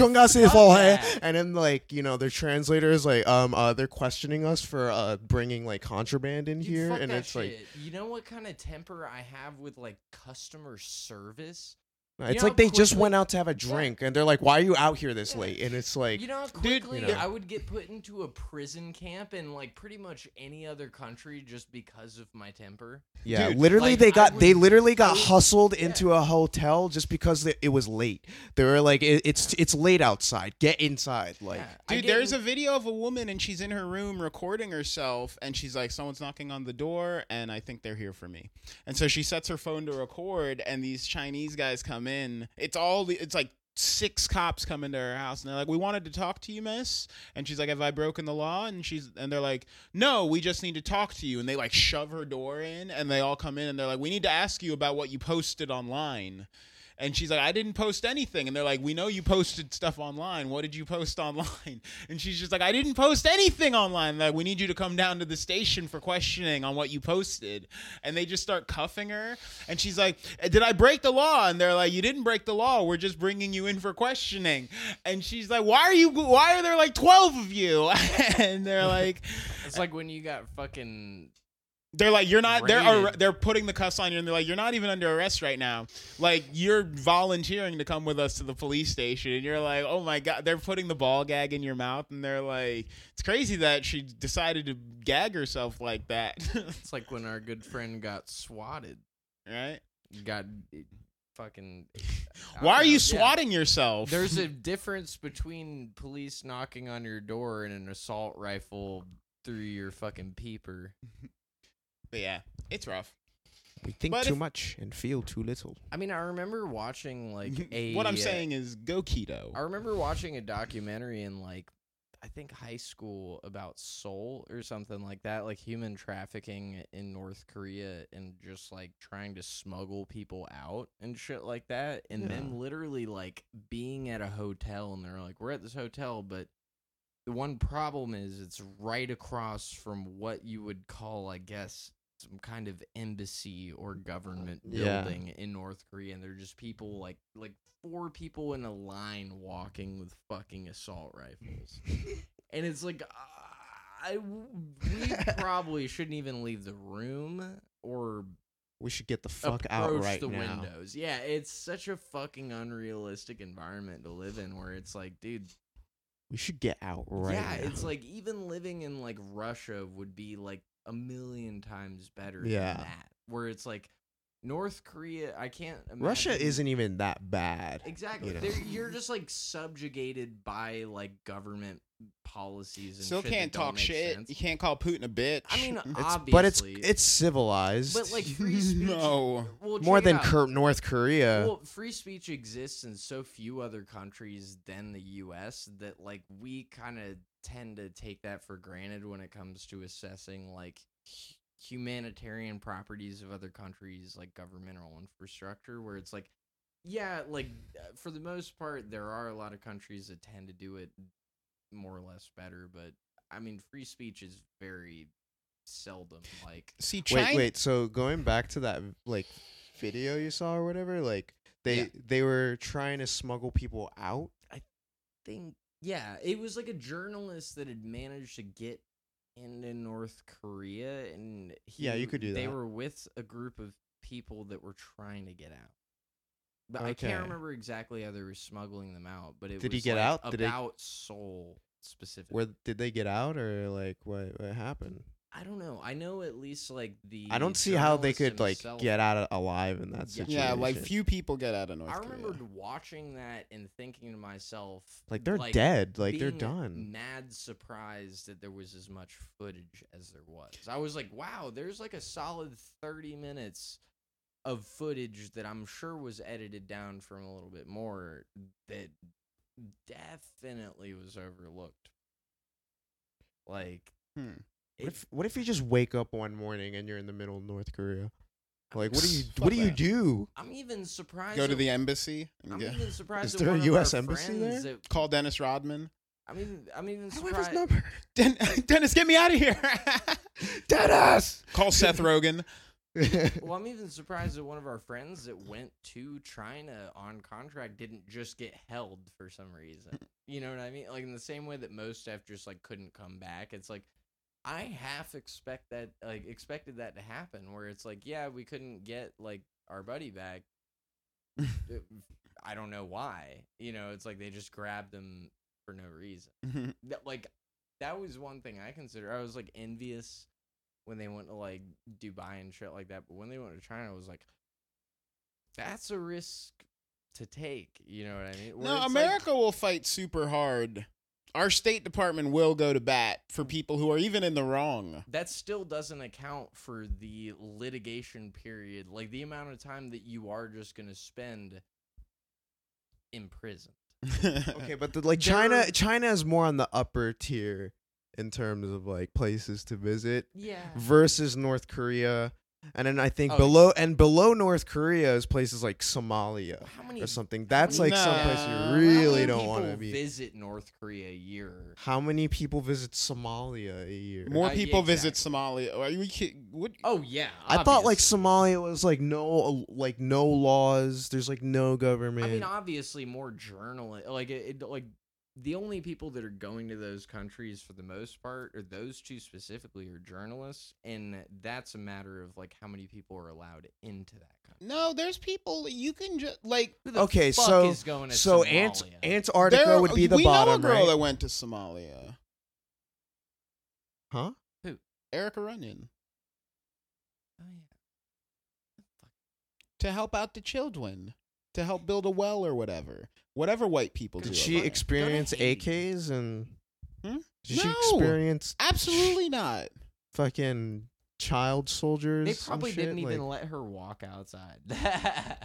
Speaker 2: that.
Speaker 3: and then like you know their translator is like um uh they're questioning us for uh bringing like contraband in
Speaker 2: Dude,
Speaker 3: here
Speaker 2: fuck
Speaker 3: and
Speaker 2: that
Speaker 3: it's like
Speaker 2: shit. you know what kind of temper I have with like customer service.
Speaker 3: it's
Speaker 2: know
Speaker 3: like they
Speaker 2: how
Speaker 3: just
Speaker 2: quickly-
Speaker 3: went out to have a drink and they're like why are you out here this
Speaker 2: Yeah.
Speaker 3: late and it's like
Speaker 2: you know how
Speaker 1: dude,
Speaker 2: quickly
Speaker 3: you know-
Speaker 2: I would get put into a prison camp in like pretty much any other country just because of my temper.
Speaker 3: Yeah,
Speaker 1: Dude,
Speaker 3: literally
Speaker 2: like, I
Speaker 3: they got they
Speaker 2: would-
Speaker 3: literally
Speaker 2: I
Speaker 3: got
Speaker 2: would-
Speaker 3: hustled
Speaker 2: yeah.
Speaker 3: into a hotel just because they, it was late. They were like, it, "It's it's late outside. Get inside." Like,
Speaker 2: Yeah, I
Speaker 1: Dude,
Speaker 2: get
Speaker 1: there's
Speaker 2: in-
Speaker 1: a video of a woman and she's in her room recording herself, and she's like, "Someone's knocking on the door, and I think they're here for me." And so she sets her phone to record, and these Chinese guys come in. It's all the, it's like six cops come into her house, and they're like, "We wanted to talk to you, miss." And she's like, "Have I broken the law?" And she's and they're like, "No, we just need to talk to you." And they like shove her door in, and they all come in, and they're like, "We need to ask you about what you posted online." And she's like, I didn't post anything. And they're like, We know you posted stuff online. What did you post online? And she's just like, I didn't post anything online. Like, we need you to come down to the station for questioning on what you posted. And they just start cuffing her. And she's like, Did I break the law? And they're like, You didn't break the law. We're just bringing you in for questioning. And she's like, Why are you? Why are there like twelve of you? and they're like,
Speaker 2: It's like when you got fucking
Speaker 1: they're like, you're not. They're
Speaker 2: Rated.
Speaker 1: ar- they're putting the cuffs on you, and they're like, you're not even under arrest right now. Like you're volunteering to come with us to the police station, and you're like, oh my god, they're putting the ball gag in your mouth, and they're like, it's crazy that she decided to gag herself like that,
Speaker 2: it's like when our good friend got swatted.
Speaker 1: right?
Speaker 2: Got eh, fucking eh, I
Speaker 1: Why
Speaker 2: don't
Speaker 1: are you
Speaker 2: know, yeah.
Speaker 1: swatting yourself?
Speaker 2: There's a difference between police knocking on your door and an assault rifle through your fucking peeper.
Speaker 1: but yeah, it's rough.
Speaker 3: we think
Speaker 1: But
Speaker 3: too
Speaker 1: if-
Speaker 3: much and feel too little.
Speaker 2: I mean, I remember watching like a
Speaker 1: what I'm
Speaker 2: uh,
Speaker 1: saying is, go keto.
Speaker 2: I remember watching a documentary in like I think high school about Seoul or something like that, like human trafficking in North Korea and just like trying to smuggle people out and shit like that. And them literally like being at a hotel and they're like, We're at this hotel, but the one problem is it's right across from what you would call, I guess, some kind of embassy or government
Speaker 3: Yeah.
Speaker 2: building in North Korea, and they're just people like like four people in a line walking with fucking assault rifles, and it's like uh, I we probably shouldn't even leave the room or
Speaker 3: We should get the fuck out
Speaker 2: approach
Speaker 3: right
Speaker 2: the
Speaker 3: now.
Speaker 2: windows. Yeah, it's such a fucking unrealistic environment to live in where it's like, dude,
Speaker 3: We should get out right
Speaker 2: yeah,
Speaker 3: now.
Speaker 2: it's like even living in like Russia would be like a million times better
Speaker 3: Yeah.
Speaker 2: than that. where it's like North Korea. I can't. Imagine.
Speaker 3: Russia isn't even that bad.
Speaker 2: exactly.
Speaker 3: you know.
Speaker 2: They're- You're just like subjugated by like government policies and
Speaker 1: Still
Speaker 2: shit that
Speaker 1: can't
Speaker 2: don't
Speaker 1: talk
Speaker 2: make
Speaker 1: shit.
Speaker 2: sense.
Speaker 1: You can't call Putin a bitch.
Speaker 2: I mean,
Speaker 3: It's,
Speaker 2: obviously,
Speaker 3: but it's it's civilized.
Speaker 2: but like free speech.
Speaker 1: no.
Speaker 2: well,
Speaker 3: more
Speaker 2: check it
Speaker 3: than
Speaker 2: out.
Speaker 3: Cur- North Korea.
Speaker 2: Well, free speech exists in so few other countries than the U.S. that like we kind of tend to take that for granted when it comes to assessing like hu- humanitarian properties of other countries, like governmental infrastructure, where it's like, yeah, like uh, for the most part, there are a lot of countries that tend to do it more or less better, but I mean, free speech is very seldom like
Speaker 1: See, China.
Speaker 3: wait, wait. So going back to that like video you saw or whatever, like they
Speaker 2: Yeah.
Speaker 3: they were trying to smuggle people out.
Speaker 2: thing. Yeah, it was like a journalist that had managed to get into North Korea, and he,
Speaker 3: Yeah, you could do
Speaker 2: They
Speaker 3: that.
Speaker 2: were with a group of people that were trying to get out, but I
Speaker 3: Okay.
Speaker 2: can't remember exactly how they were smuggling them out. But it
Speaker 3: Did he
Speaker 2: was
Speaker 3: get
Speaker 2: like
Speaker 3: out? Did he-
Speaker 2: about Seoul specifically.
Speaker 3: Where did they get out or like what what happened?
Speaker 2: I don't know. I know at least like the.
Speaker 3: I don't see how they
Speaker 2: journalist
Speaker 3: could like
Speaker 2: himself-
Speaker 3: get out alive in that
Speaker 2: Yeah.
Speaker 3: situation.
Speaker 1: yeah, like few people get out of North
Speaker 2: I
Speaker 1: Korea.
Speaker 2: remembered watching that and thinking to myself,
Speaker 3: Like they're dead. Like they're
Speaker 2: being
Speaker 3: done.
Speaker 2: Mad surprised that there was as much footage as there was. I was like, wow, there's like a solid 30 minutes of footage that I'm sure was edited down from a little bit more that definitely was overlooked. Like,
Speaker 1: Hmm.
Speaker 2: it-
Speaker 3: What if what if you just wake up one morning and you're in the middle of North Korea? Like what do you
Speaker 1: Fuck
Speaker 3: what do you
Speaker 1: that.
Speaker 3: do?
Speaker 2: I'm even surprised.
Speaker 1: Go to
Speaker 2: that-
Speaker 1: the embassy and
Speaker 2: I'm
Speaker 1: get,
Speaker 2: even surprised.
Speaker 3: Is
Speaker 2: that
Speaker 3: there a
Speaker 2: one of our
Speaker 3: US embassy
Speaker 2: friends
Speaker 3: there?
Speaker 2: that-
Speaker 1: call Dennis Rodman.
Speaker 2: I mean, I'm even
Speaker 3: I have his
Speaker 2: surprised.
Speaker 3: number.
Speaker 1: Den- Dennis, get me out of here.
Speaker 3: Dennis.
Speaker 1: call Seth Rogen.
Speaker 2: Well, I'm even surprised that one of our friends that went to China on contract didn't just get held for some reason. You know what I mean? Like in the same way that most staff just like couldn't come back. It's like I half expect that like expected that to happen where it's like, yeah, we couldn't get like our buddy back. It- I don't know why. You know, it's like they just grabbed him for no reason that like that was one thing I consider. I was like envious when they went to like Dubai and shit like that, but when they went to China, I was like, that's a risk to take. You know what I mean? Where it's
Speaker 1: no,
Speaker 2: like-
Speaker 1: America will fight super hard. Our State Department will go to bat
Speaker 2: Mm.
Speaker 1: for people who are even in the wrong.
Speaker 2: that still doesn't account for the litigation period, like the amount of time that you are just gonna spend in prison.
Speaker 3: okay, but the, like
Speaker 2: There-
Speaker 3: China, China is more on the upper tier in terms of like places to visit
Speaker 2: Yeah.
Speaker 3: versus North Korea, and then I think
Speaker 2: Oh,
Speaker 3: below and below North Korea is places like Somalia
Speaker 2: How many?
Speaker 3: or something. That's
Speaker 1: many-
Speaker 3: like someplace
Speaker 1: Nah,
Speaker 3: you
Speaker 2: how
Speaker 3: really
Speaker 2: many
Speaker 3: don't want to
Speaker 2: people
Speaker 3: be.
Speaker 2: Visit North Korea a year.
Speaker 3: How many people visit Somalia a year?
Speaker 1: More
Speaker 2: Uh, yeah,
Speaker 1: people visit
Speaker 2: exactly.
Speaker 1: Somalia. Are you kidding? What?
Speaker 2: Oh yeah.
Speaker 3: I thought like
Speaker 2: obviously.
Speaker 3: Somalia was like no like no laws. There's like no government.
Speaker 2: I mean, obviously, more journalists. Like, it, it- like the only people that are going to those countries for the most part, or those two specifically, are journalists, and that's a matter of like how many people are allowed into that country.
Speaker 1: No, there's people you can just like.
Speaker 2: Who the
Speaker 3: Okay,
Speaker 2: fuck
Speaker 3: so-
Speaker 2: is going to
Speaker 3: so Ant-
Speaker 2: Somalia?
Speaker 3: Antarctica
Speaker 1: there-
Speaker 3: would be the
Speaker 1: we
Speaker 3: bottom,
Speaker 1: know a girl
Speaker 3: right?
Speaker 1: that went to Somalia.
Speaker 3: huh?
Speaker 1: Erica Runyon
Speaker 2: Oh, yeah.
Speaker 1: to help out the children, to help build a well or whatever, whatever white people do.
Speaker 3: Did
Speaker 2: Good
Speaker 3: she
Speaker 1: over there.
Speaker 3: experience
Speaker 2: Haiti.
Speaker 3: AKs and?
Speaker 1: Hmm?
Speaker 3: Did she
Speaker 1: No.
Speaker 3: experience
Speaker 1: Absolutely not.
Speaker 3: fucking child soldiers?
Speaker 2: They
Speaker 3: and
Speaker 2: probably
Speaker 3: shit?
Speaker 2: didn't even
Speaker 3: Like,
Speaker 2: let her walk outside.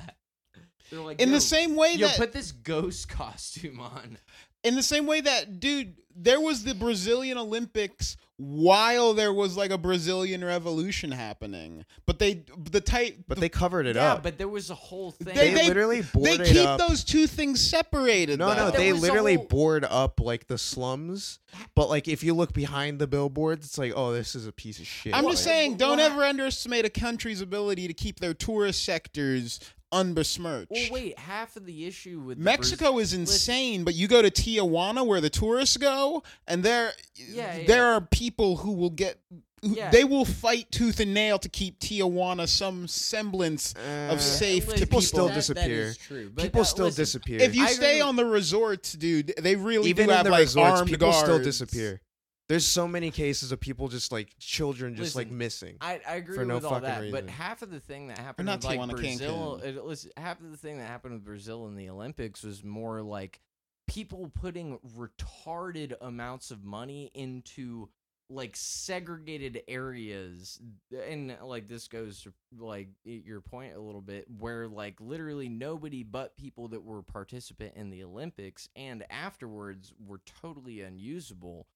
Speaker 2: They're like
Speaker 1: In
Speaker 2: yo,
Speaker 1: the same way
Speaker 2: yo,
Speaker 1: that
Speaker 2: put this ghost costume on.
Speaker 1: in the same way that dude there was the brazilian olympics while there was like a brazilian revolution happening but they the type
Speaker 3: but they covered it
Speaker 2: Yeah,
Speaker 3: up.
Speaker 2: but there was a whole thing.
Speaker 3: they,
Speaker 1: they-
Speaker 3: literally
Speaker 1: they
Speaker 3: boarded
Speaker 1: keep
Speaker 3: up.
Speaker 1: those two things separated
Speaker 3: no, no,
Speaker 1: though.
Speaker 2: There
Speaker 3: they
Speaker 2: was a
Speaker 3: literally
Speaker 2: whole-
Speaker 3: board up like the slums. But like, if you look behind the billboards, it's like, oh, this is a piece of shit.
Speaker 1: i'm
Speaker 2: Well,
Speaker 1: just saying don't
Speaker 2: well,
Speaker 1: ever underestimate a country's ability to keep their tourist sectors unbesmirched
Speaker 2: well, wait, half of the issue with the
Speaker 1: Mexico is insane, but you go to Tijuana where the tourists go, and there,
Speaker 2: Yeah,
Speaker 1: there
Speaker 2: yeah.
Speaker 1: are people who will get, who,
Speaker 2: Yeah.
Speaker 1: they will fight tooth and nail to keep Tijuana some semblance
Speaker 3: Uh,
Speaker 1: of safe to
Speaker 2: Listen,
Speaker 3: people
Speaker 1: people.
Speaker 3: still
Speaker 2: that- that is
Speaker 3: disappear.
Speaker 2: true, but,
Speaker 3: people
Speaker 2: uh,
Speaker 3: still
Speaker 2: listen,
Speaker 3: disappear.
Speaker 1: If you
Speaker 2: I
Speaker 1: stay
Speaker 2: agree.
Speaker 1: on the resorts, dude, they really
Speaker 3: even
Speaker 1: do
Speaker 3: in
Speaker 1: have
Speaker 3: the
Speaker 1: like
Speaker 3: resorts,
Speaker 1: armed
Speaker 3: people still
Speaker 1: guards.
Speaker 3: disappear.
Speaker 4: There's so many cases of people just like children just like
Speaker 2: Listen,
Speaker 4: missing.
Speaker 2: I, I agree
Speaker 4: For
Speaker 2: with
Speaker 4: no
Speaker 2: all
Speaker 4: fucking
Speaker 2: that,
Speaker 4: reason.
Speaker 2: but half of the thing that happened
Speaker 1: not
Speaker 2: with like
Speaker 1: Tijuana,
Speaker 2: Brazil,
Speaker 1: Cancun.
Speaker 2: it was half of the thing that happened with Brazil in the Olympics was more like people putting retarded amounts of money into like segregated areas and like this goes to like y- your point a little bit where like literally nobody but people that were participant in the olympics and afterwards were totally unusable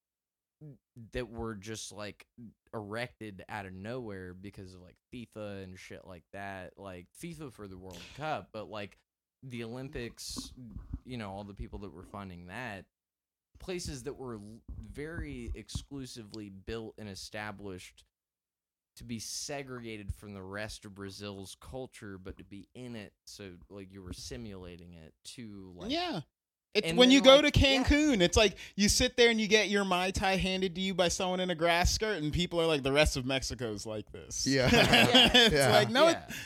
Speaker 2: that were just like erected out of nowhere because of like FIFA and shit like that. Like FIFA for the World Cup, but like the Olympics, you know, all the people that were funding that, places that were l- very exclusively built and established to be segregated from the rest of Brazil's culture, but to be in it. So like you were simulating it to like
Speaker 1: yeah. It's
Speaker 2: And
Speaker 1: when
Speaker 2: then,
Speaker 1: you go
Speaker 2: like,
Speaker 1: to
Speaker 2: yeah.
Speaker 1: Cancun, it's like you sit there and you get your Mai Tai handed to you by someone in a grass skirt, and people are like, the rest of Mexico's like this.
Speaker 3: Yeah.
Speaker 2: Yeah.
Speaker 1: it's
Speaker 3: Yeah.
Speaker 1: like, no, it-
Speaker 2: Yeah.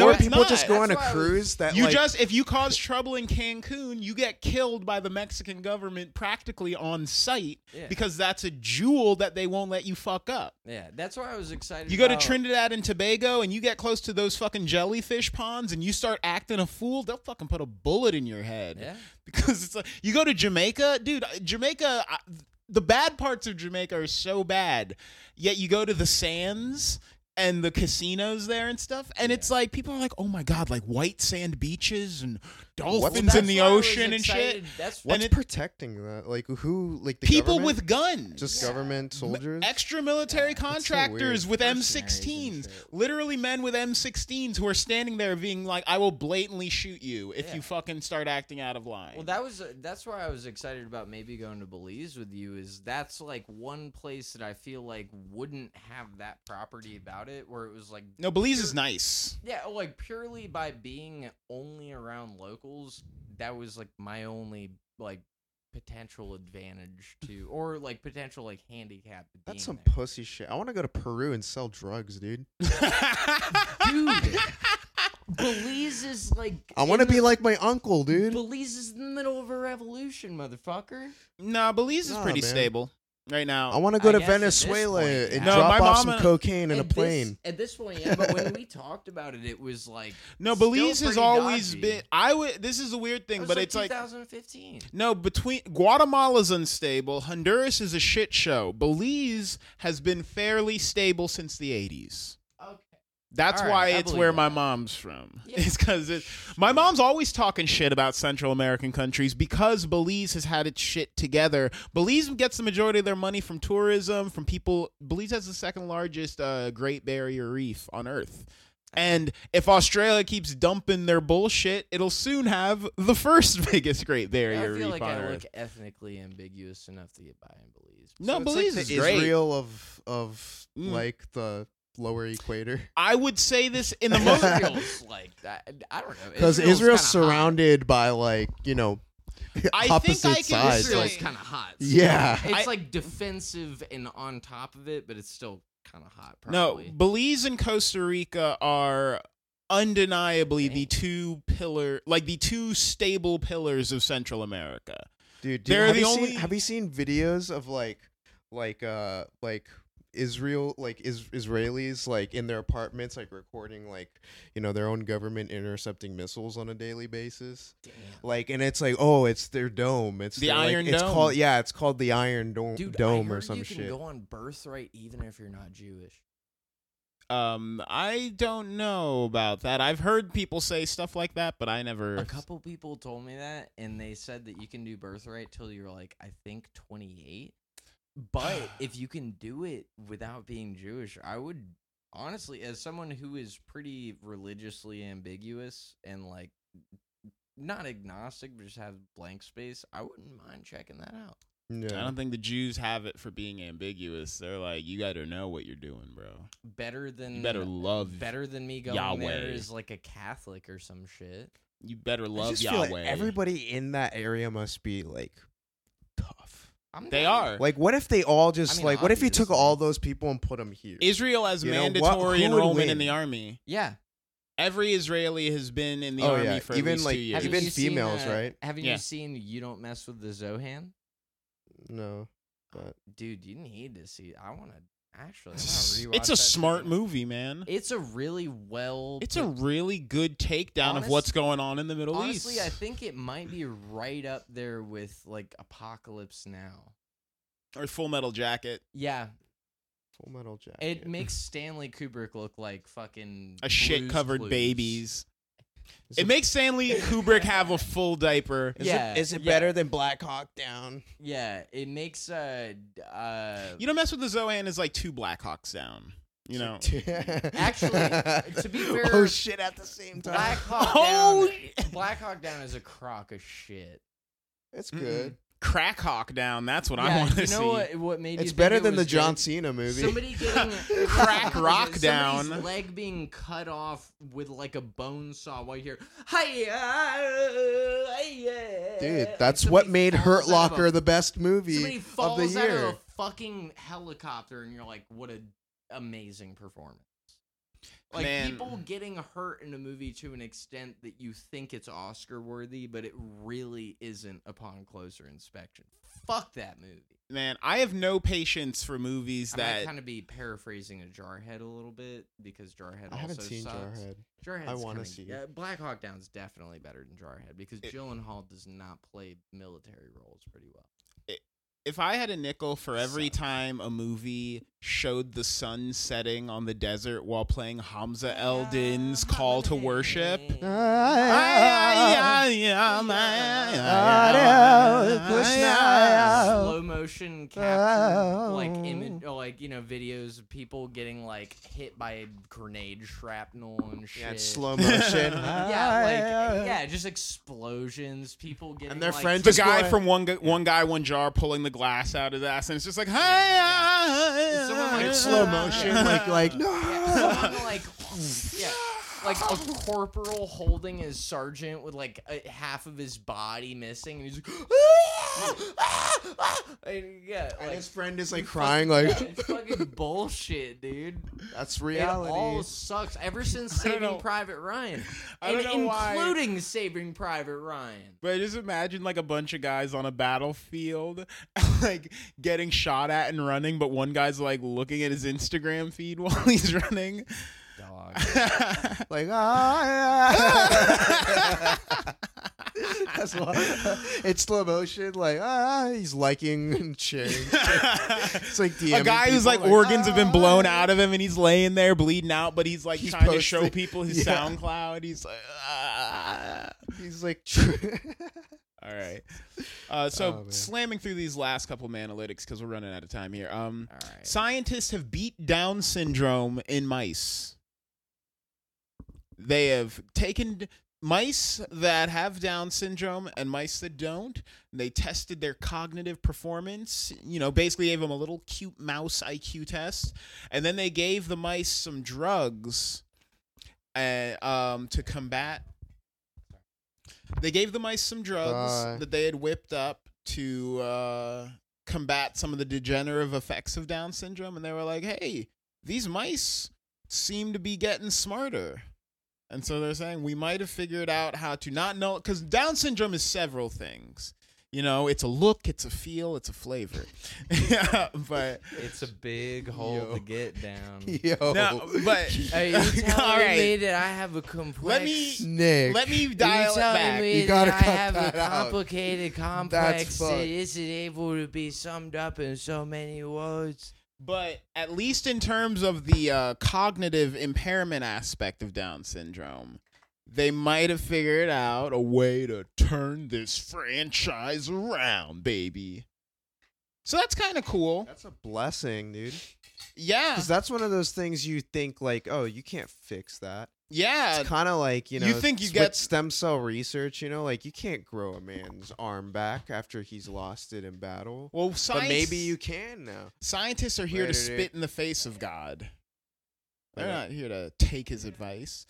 Speaker 1: no
Speaker 4: or
Speaker 1: it's
Speaker 4: people
Speaker 1: not.
Speaker 4: just go on a
Speaker 2: That's why I was-
Speaker 4: cruise that
Speaker 1: You
Speaker 4: like,
Speaker 1: just if you cause trouble in Cancun, you get killed by the Mexican government practically on site
Speaker 2: Yeah.
Speaker 1: because that's a jewel that they won't let you fuck up.
Speaker 2: Yeah, that's why I was excited.
Speaker 1: You go to
Speaker 2: about-
Speaker 1: Trinidad and Tobago and you get close to those fucking jellyfish ponds and you start acting a fool, they'll fucking put a bullet in your head.
Speaker 2: Yeah.
Speaker 1: Because it's like you go to Jamaica, dude, uh, Jamaica I- the bad parts of Jamaica are so bad. Yet you go to the sands and the casinos there and stuff and it's like people are like, "Oh my god, like white sand beaches and dolphins in
Speaker 2: that's
Speaker 1: the
Speaker 2: why I was
Speaker 1: ocean and shit."
Speaker 2: excited. That's
Speaker 4: what's
Speaker 1: and it-
Speaker 4: protecting that? Like who? Like the
Speaker 1: People
Speaker 4: government?
Speaker 1: with guns.
Speaker 4: just
Speaker 2: Yeah.
Speaker 4: government soldiers.
Speaker 1: extra military
Speaker 4: so
Speaker 1: contractors
Speaker 4: weird.
Speaker 1: with
Speaker 2: Mercenaries and
Speaker 1: M16s.
Speaker 2: shit.
Speaker 1: Literally, men with M16s who are standing there being like, "I will blatantly shoot you if
Speaker 2: Yeah.
Speaker 1: you fucking start acting out of line."
Speaker 2: Well, that was uh, that's why I was excited about maybe going to Belize with you. Is that's like one place that I feel like wouldn't have that property about it, where it was like
Speaker 1: no, Belize is nice.
Speaker 2: yeah, like purely by being only around locals, that was like my only like potential advantage to or like potential like handicap. to being
Speaker 4: That's some
Speaker 2: there.
Speaker 4: pussy shit. I want to go to Peru and sell drugs, dude.
Speaker 2: dude. Belize is like
Speaker 4: I want to
Speaker 2: in the-
Speaker 4: be like my uncle, dude.
Speaker 2: Belize is in the middle of a revolution, motherfucker.
Speaker 1: nah, Belize is
Speaker 4: Nah,
Speaker 1: pretty
Speaker 4: man.
Speaker 1: stable right now.
Speaker 4: I want to
Speaker 2: I
Speaker 4: go to
Speaker 2: guess at this
Speaker 4: Venezuela
Speaker 2: point,
Speaker 4: and
Speaker 2: yeah.
Speaker 1: No,
Speaker 4: drop
Speaker 1: my
Speaker 4: off
Speaker 1: mama-
Speaker 4: some cocaine in a
Speaker 2: At this-
Speaker 4: plane.
Speaker 2: at this point, yeah, but when we talked about it, it was like
Speaker 1: no,
Speaker 2: still
Speaker 1: Belize has
Speaker 2: pretty
Speaker 1: always
Speaker 2: dodgy.
Speaker 1: been.
Speaker 2: It
Speaker 1: I would. This is a weird thing,
Speaker 2: was
Speaker 1: but
Speaker 2: like
Speaker 1: it's like
Speaker 2: 2015.
Speaker 1: No, between Guatemala's unstable, Honduras is a shit show. Belize has been fairly stable since the 80s.
Speaker 2: Okay.
Speaker 1: That's
Speaker 2: All right,
Speaker 1: why
Speaker 2: I
Speaker 1: it's
Speaker 2: believe
Speaker 1: where
Speaker 2: that.
Speaker 1: my mom's from.
Speaker 2: Yeah.
Speaker 1: It's because it, my mom's always talking shit about Central American countries because Belize has had its shit together. Belize gets the majority of their money from tourism, from people. Belize has the second largest uh, Great Barrier Reef on Earth. And if Australia keeps dumping their bullshit, it'll soon have the first biggest Great
Speaker 2: I
Speaker 1: Barrier
Speaker 2: feel
Speaker 1: Reef
Speaker 2: like
Speaker 1: on
Speaker 2: I
Speaker 1: Earth.
Speaker 2: look ethnically ambiguous enough to get by in Belize.
Speaker 1: No,
Speaker 4: So it's
Speaker 1: Belize
Speaker 4: like
Speaker 1: is
Speaker 4: the
Speaker 1: great.
Speaker 4: Israel of of
Speaker 1: Mm.
Speaker 4: like the lower equator
Speaker 1: I would say this in the most.
Speaker 2: Israel's like that. I don't know
Speaker 4: because Israel's surrounded by like you know
Speaker 1: I think
Speaker 4: opposite
Speaker 1: I can
Speaker 4: sides.
Speaker 1: say-
Speaker 2: Israel's
Speaker 1: like-
Speaker 2: kind of hot. so
Speaker 4: yeah,
Speaker 2: It's
Speaker 1: I-
Speaker 2: like defensive and on top of it, but it's still kind of hot.
Speaker 1: No,
Speaker 2: Probably.
Speaker 1: Belize and Costa Rica are undeniably the
Speaker 2: Dang.
Speaker 1: two pillar, like the two stable pillars of Central America.
Speaker 4: dude.
Speaker 1: They're
Speaker 4: have
Speaker 1: the
Speaker 4: you
Speaker 1: only-
Speaker 4: seen, have you seen videos of like like uh like Israel like is, Israelis like in their apartments like recording like you know their own government intercepting missiles on a daily basis.
Speaker 2: Damn.
Speaker 4: Like and it's like oh it's their dome it's
Speaker 1: The
Speaker 4: their, like,
Speaker 1: Iron
Speaker 4: it's
Speaker 1: Dome.
Speaker 4: called yeah it's called the Iron Dome
Speaker 2: Dude, I
Speaker 4: Dome
Speaker 2: heard
Speaker 4: or some
Speaker 2: you can
Speaker 4: shit
Speaker 2: go on birthright even if you're not Jewish.
Speaker 1: Um, I don't know about that. I've heard people say stuff like that, but I never.
Speaker 2: A couple people told me that, and they said that you can do birthright till you're like, I think 28. But if you can do it without being Jewish, I would honestly, as someone who is pretty religiously ambiguous and like not agnostic, but just have blank space, I wouldn't mind checking that out.
Speaker 1: I
Speaker 4: yeah
Speaker 1: don't think the Jews have it for being ambiguous. They're like, you got to know what you're doing, bro.
Speaker 2: Better than
Speaker 4: Mm,
Speaker 1: You better love.
Speaker 2: better than me going there
Speaker 1: Yahweh.
Speaker 2: is like a Catholic or some shit.
Speaker 1: You better
Speaker 4: I
Speaker 1: love
Speaker 4: just
Speaker 1: Yahweh.
Speaker 4: feel like everybody in that area must be like tough
Speaker 2: I'm
Speaker 1: they
Speaker 2: down.
Speaker 1: are.
Speaker 4: like what if they all just
Speaker 2: I mean,
Speaker 4: like what if you took
Speaker 2: obviously.
Speaker 4: all those people and put them here
Speaker 1: Israel has
Speaker 4: You know, what-
Speaker 1: mandatory
Speaker 4: who would
Speaker 1: enrollment in
Speaker 4: win?
Speaker 1: the army.
Speaker 2: Yeah.
Speaker 1: Every Israeli has been in the
Speaker 4: Oh,
Speaker 1: army
Speaker 4: yeah.
Speaker 1: for
Speaker 4: Even,
Speaker 1: at least
Speaker 4: like,
Speaker 1: two years.
Speaker 4: even-
Speaker 2: you seen,
Speaker 4: females,
Speaker 2: uh,
Speaker 4: right?
Speaker 2: Haven't
Speaker 1: Yeah.
Speaker 2: you seen You Don't Mess with the Zohan?
Speaker 4: no But
Speaker 2: dude, you need to see. I want to actually.
Speaker 1: It's
Speaker 2: I'm gonna rewatch
Speaker 1: a
Speaker 2: that
Speaker 1: smart
Speaker 2: scene.
Speaker 1: movie, man.
Speaker 2: It's a really well.
Speaker 1: It's a
Speaker 2: put-
Speaker 1: really good takedown of
Speaker 2: Honest-
Speaker 1: what's going on in the Middle
Speaker 2: honestly.
Speaker 1: East.
Speaker 2: I think it might be right up there with like Apocalypse Now.
Speaker 1: or Full Metal Jacket.
Speaker 2: Yeah,
Speaker 4: Full Metal Jacket.
Speaker 2: it makes Stanley Kubrick look like fucking
Speaker 1: A shit
Speaker 2: Blue's
Speaker 1: covered
Speaker 2: Clues.
Speaker 1: babies.
Speaker 4: Is
Speaker 1: It makes Stanley Kubrick have a full diaper.
Speaker 2: Is it- Yeah, is it yeah. better
Speaker 4: than Black Hawk Down?
Speaker 2: Yeah, it makes uh d- uh.
Speaker 1: You don't mess with the Zoan is like two Blackhawks down. You know.
Speaker 2: Actually, to be fair-
Speaker 4: oh shit! At the same time,
Speaker 2: Black Hawk
Speaker 1: Oh,
Speaker 2: Down. Black Hawk Down is a crock of shit.
Speaker 4: it's
Speaker 1: Mm-mm.
Speaker 4: good.
Speaker 1: Crackhawk down. That's what
Speaker 2: Yeah,
Speaker 1: I want to
Speaker 2: you know
Speaker 1: see.
Speaker 2: What, what made you
Speaker 4: It's
Speaker 2: think
Speaker 4: better
Speaker 2: it
Speaker 4: than the
Speaker 2: was
Speaker 4: John
Speaker 2: good?
Speaker 4: Cena movie.
Speaker 2: Somebody getting
Speaker 1: Crack rock
Speaker 2: somebody's
Speaker 1: down.
Speaker 2: Leg being cut off with like a bone saw while you're. Hi-ya,
Speaker 4: Dude,
Speaker 2: hi-ya.
Speaker 4: that's
Speaker 2: Somebody
Speaker 4: what made
Speaker 2: falls
Speaker 4: Hurt
Speaker 2: out of a-
Speaker 4: Locker the best
Speaker 2: Somebody
Speaker 4: movie of
Speaker 2: falls
Speaker 4: the year.
Speaker 2: out of a fucking helicopter, and you're like, "What a amazing performance!" Like
Speaker 1: Man.
Speaker 2: people getting hurt in a movie to an extent that you think it's Oscar worthy, but it really isn't upon closer inspection. Fuck that movie.
Speaker 1: Man, I have no patience for movies
Speaker 2: I
Speaker 1: that
Speaker 2: might kind of be paraphrasing a Jarhead a little bit because Jarhead
Speaker 4: I haven't
Speaker 2: also
Speaker 4: seen
Speaker 2: sucks.
Speaker 4: Jarhead.
Speaker 2: Jarhead's
Speaker 4: I wanna
Speaker 2: kinda-
Speaker 4: see it.
Speaker 2: Yeah, Black Hawk Down's definitely better than Jarhead because
Speaker 1: It-
Speaker 2: Gyllenhaal does not play military roles pretty well.
Speaker 1: if I had a nickel for every
Speaker 2: Sucks.
Speaker 1: time a movie showed the sun setting on the desert while playing Hamza Eldin's Call to Worship.
Speaker 2: slow motion capture like image or like you know videos of people getting like hit by grenade shrapnel and shit
Speaker 4: Yeah, it's slow motion.
Speaker 2: yeah like yeah just explosions people getting
Speaker 4: their
Speaker 2: like,
Speaker 4: friends
Speaker 1: The
Speaker 4: Just
Speaker 1: guy
Speaker 4: going-
Speaker 1: from one Gu- one guy one jar pulling the glass out of his ass, and it's just like, ah, hi,
Speaker 2: It's someone, like,
Speaker 4: In slow
Speaker 1: ah,
Speaker 4: motion, like like
Speaker 2: Yeah,
Speaker 4: no.
Speaker 2: someone like yeah, like a corporal holding his sergeant with like a, half of his body missing, and he's like, "Ah! Ah! Ah!" and yeah,
Speaker 4: And
Speaker 2: like,
Speaker 4: his friend is like crying, like
Speaker 2: yeah, it's fucking bullshit, dude.
Speaker 4: that's
Speaker 2: It all
Speaker 4: reality.
Speaker 2: sucks. Ever since
Speaker 1: I don't know.
Speaker 2: Saving Private Ryan,
Speaker 1: I don't
Speaker 2: and
Speaker 1: know why.
Speaker 2: including Saving Private Ryan.
Speaker 1: But just imagine like a bunch of guys on a battlefield, like getting shot at and running, but one guy's like looking at his Instagram feed while he's running.
Speaker 2: Dog.
Speaker 4: Like ah. That's why it's slow motion. Like ah, he's liking and sharing. It's like DMing
Speaker 1: a guy who's
Speaker 4: people,
Speaker 1: like, organs have been blown
Speaker 4: "Ah."
Speaker 1: out of him and he's laying there bleeding out, but he's like
Speaker 4: He's
Speaker 1: trying to
Speaker 4: posting-
Speaker 1: show people his
Speaker 4: Yeah.
Speaker 1: SoundCloud. He's like, ah.
Speaker 4: He's like,
Speaker 1: all right. Uh, so
Speaker 4: Oh, man.
Speaker 1: slamming through these last couple of analytics because we're running out of time here. Um,
Speaker 2: All right.
Speaker 1: Scientists have beat Down syndrome in mice. They have taken mice that have Down syndrome and mice that don't. and They tested their cognitive performance. You know, basically gave them a little cute mouse IQ test, and then they gave the mice some drugs, uh, um, to combat. They gave the mice some drugs
Speaker 4: Bye.
Speaker 1: that they had whipped up to uh, combat some of the degenerative effects of Down syndrome, and they were like, "Hey, these mice seem to be getting smarter." And so they're saying we might have figured out how to not know because Down syndrome is several things. You know, it's a look, it's a feel, it's a flavor. yeah, but
Speaker 2: It's a big hole
Speaker 4: Yo.
Speaker 2: to get down.
Speaker 4: yo,
Speaker 1: no, but
Speaker 2: Are you telling
Speaker 1: all
Speaker 2: me
Speaker 1: right.
Speaker 2: that I have a complex?
Speaker 1: Let me
Speaker 4: Nick.
Speaker 1: let me
Speaker 2: You're
Speaker 1: dial it
Speaker 2: telling
Speaker 1: back.
Speaker 2: me
Speaker 4: You
Speaker 2: that
Speaker 4: gotta
Speaker 2: I
Speaker 4: cut
Speaker 2: have
Speaker 4: that
Speaker 2: a
Speaker 4: out.
Speaker 2: complicated complex
Speaker 4: fucked.
Speaker 2: that isn't able to be summed up in so many words.
Speaker 1: But at least in terms of the uh, cognitive impairment aspect of Down syndrome, they might have figured out a way to turn this franchise around, baby. So that's kind of cool.
Speaker 4: That's a blessing, dude.
Speaker 1: Yeah.
Speaker 4: Because that's one of those things you think like, oh, you can't fix that.
Speaker 1: Yeah.
Speaker 4: It's kind of like you know,
Speaker 1: Uh, you think you
Speaker 4: s-
Speaker 1: get-
Speaker 4: with stem cell research. You know, like you can't grow a man's arm back after he's lost it in battle.
Speaker 1: Well, science,
Speaker 4: But maybe you can now.
Speaker 1: scientists are here to
Speaker 4: Later, dude.
Speaker 1: spit in the face of God. They're
Speaker 4: Yeah.
Speaker 1: not here to take his advice.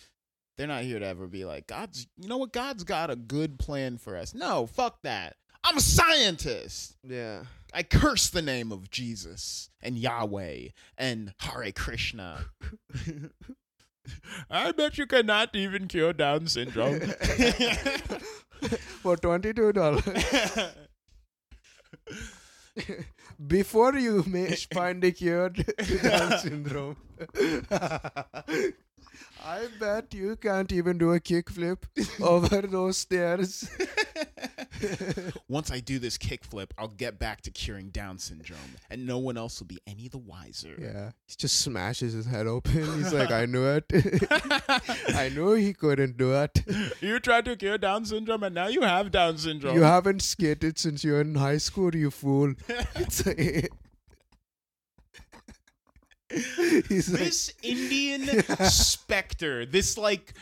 Speaker 1: They're not here to ever be like, God's, you know what? God's got a good plan for us. No, fuck that. I'm a scientist.
Speaker 4: Yeah.
Speaker 1: I curse the name of Jesus and Yahweh and Hare Krishna. I bet you cannot even cure Down syndrome.
Speaker 4: For twenty two dollars.
Speaker 5: before you may find a cure to Down syndrome, I bet you can't even do a kickflip over those stairs.
Speaker 1: Once I do this kickflip, I'll get back to curing Down syndrome, and no one else will be any the wiser.
Speaker 5: Yeah, he just smashes his head open. He's like, I knew it. I knew he couldn't do it.
Speaker 1: you tried to cure Down syndrome, and now you have Down syndrome.
Speaker 5: You haven't skated since you were in high school, you fool. It's like- He's like,
Speaker 1: this Indian specter, this like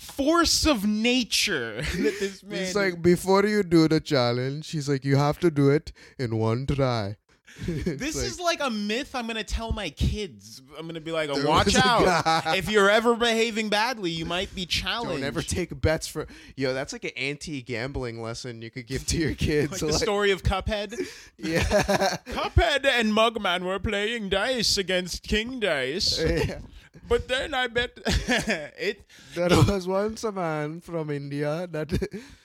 Speaker 1: force of nature that this man.
Speaker 5: He's like, before you do the challenge, he's like, you have to do it in one try.
Speaker 1: this is like a myth I'm gonna tell my kids. I'm gonna be like,
Speaker 5: There
Speaker 1: watch
Speaker 5: was a
Speaker 1: out!
Speaker 5: guy-
Speaker 1: If you're ever behaving badly, you might be challenged.
Speaker 3: Don't ever take bets for yo. That's like an anti-gambling lesson you could give to your kids.
Speaker 1: like the story of Cuphead.
Speaker 5: yeah.
Speaker 1: Cuphead and Mugman were playing dice against King Dice,
Speaker 5: Yeah.
Speaker 1: but then I bet it.
Speaker 5: There was once a man from India that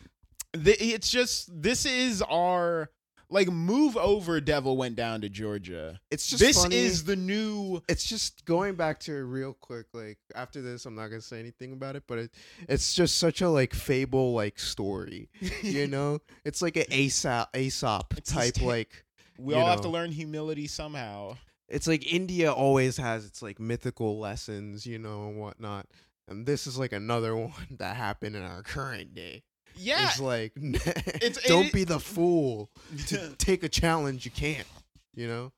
Speaker 1: th- it's just this is our like move over. Devil went down to Georgia.
Speaker 3: it's just
Speaker 1: this
Speaker 3: funny.
Speaker 1: is the new.
Speaker 3: it's just going back to it real quick like after this i'm not gonna say anything about it but it, it's just such a like fable like story you know it's like an aesop aesop
Speaker 1: It's
Speaker 3: type
Speaker 1: hyster-
Speaker 3: like
Speaker 1: We
Speaker 3: you
Speaker 1: all have to
Speaker 3: know.
Speaker 1: learn humility somehow.
Speaker 3: it's like india always has its like mythical lessons you know and whatnot and this is like another one that happened in our current day
Speaker 1: Yeah,
Speaker 3: it's like
Speaker 1: It's-
Speaker 3: don't
Speaker 1: it-
Speaker 3: be the fool to take a challenge you can't you know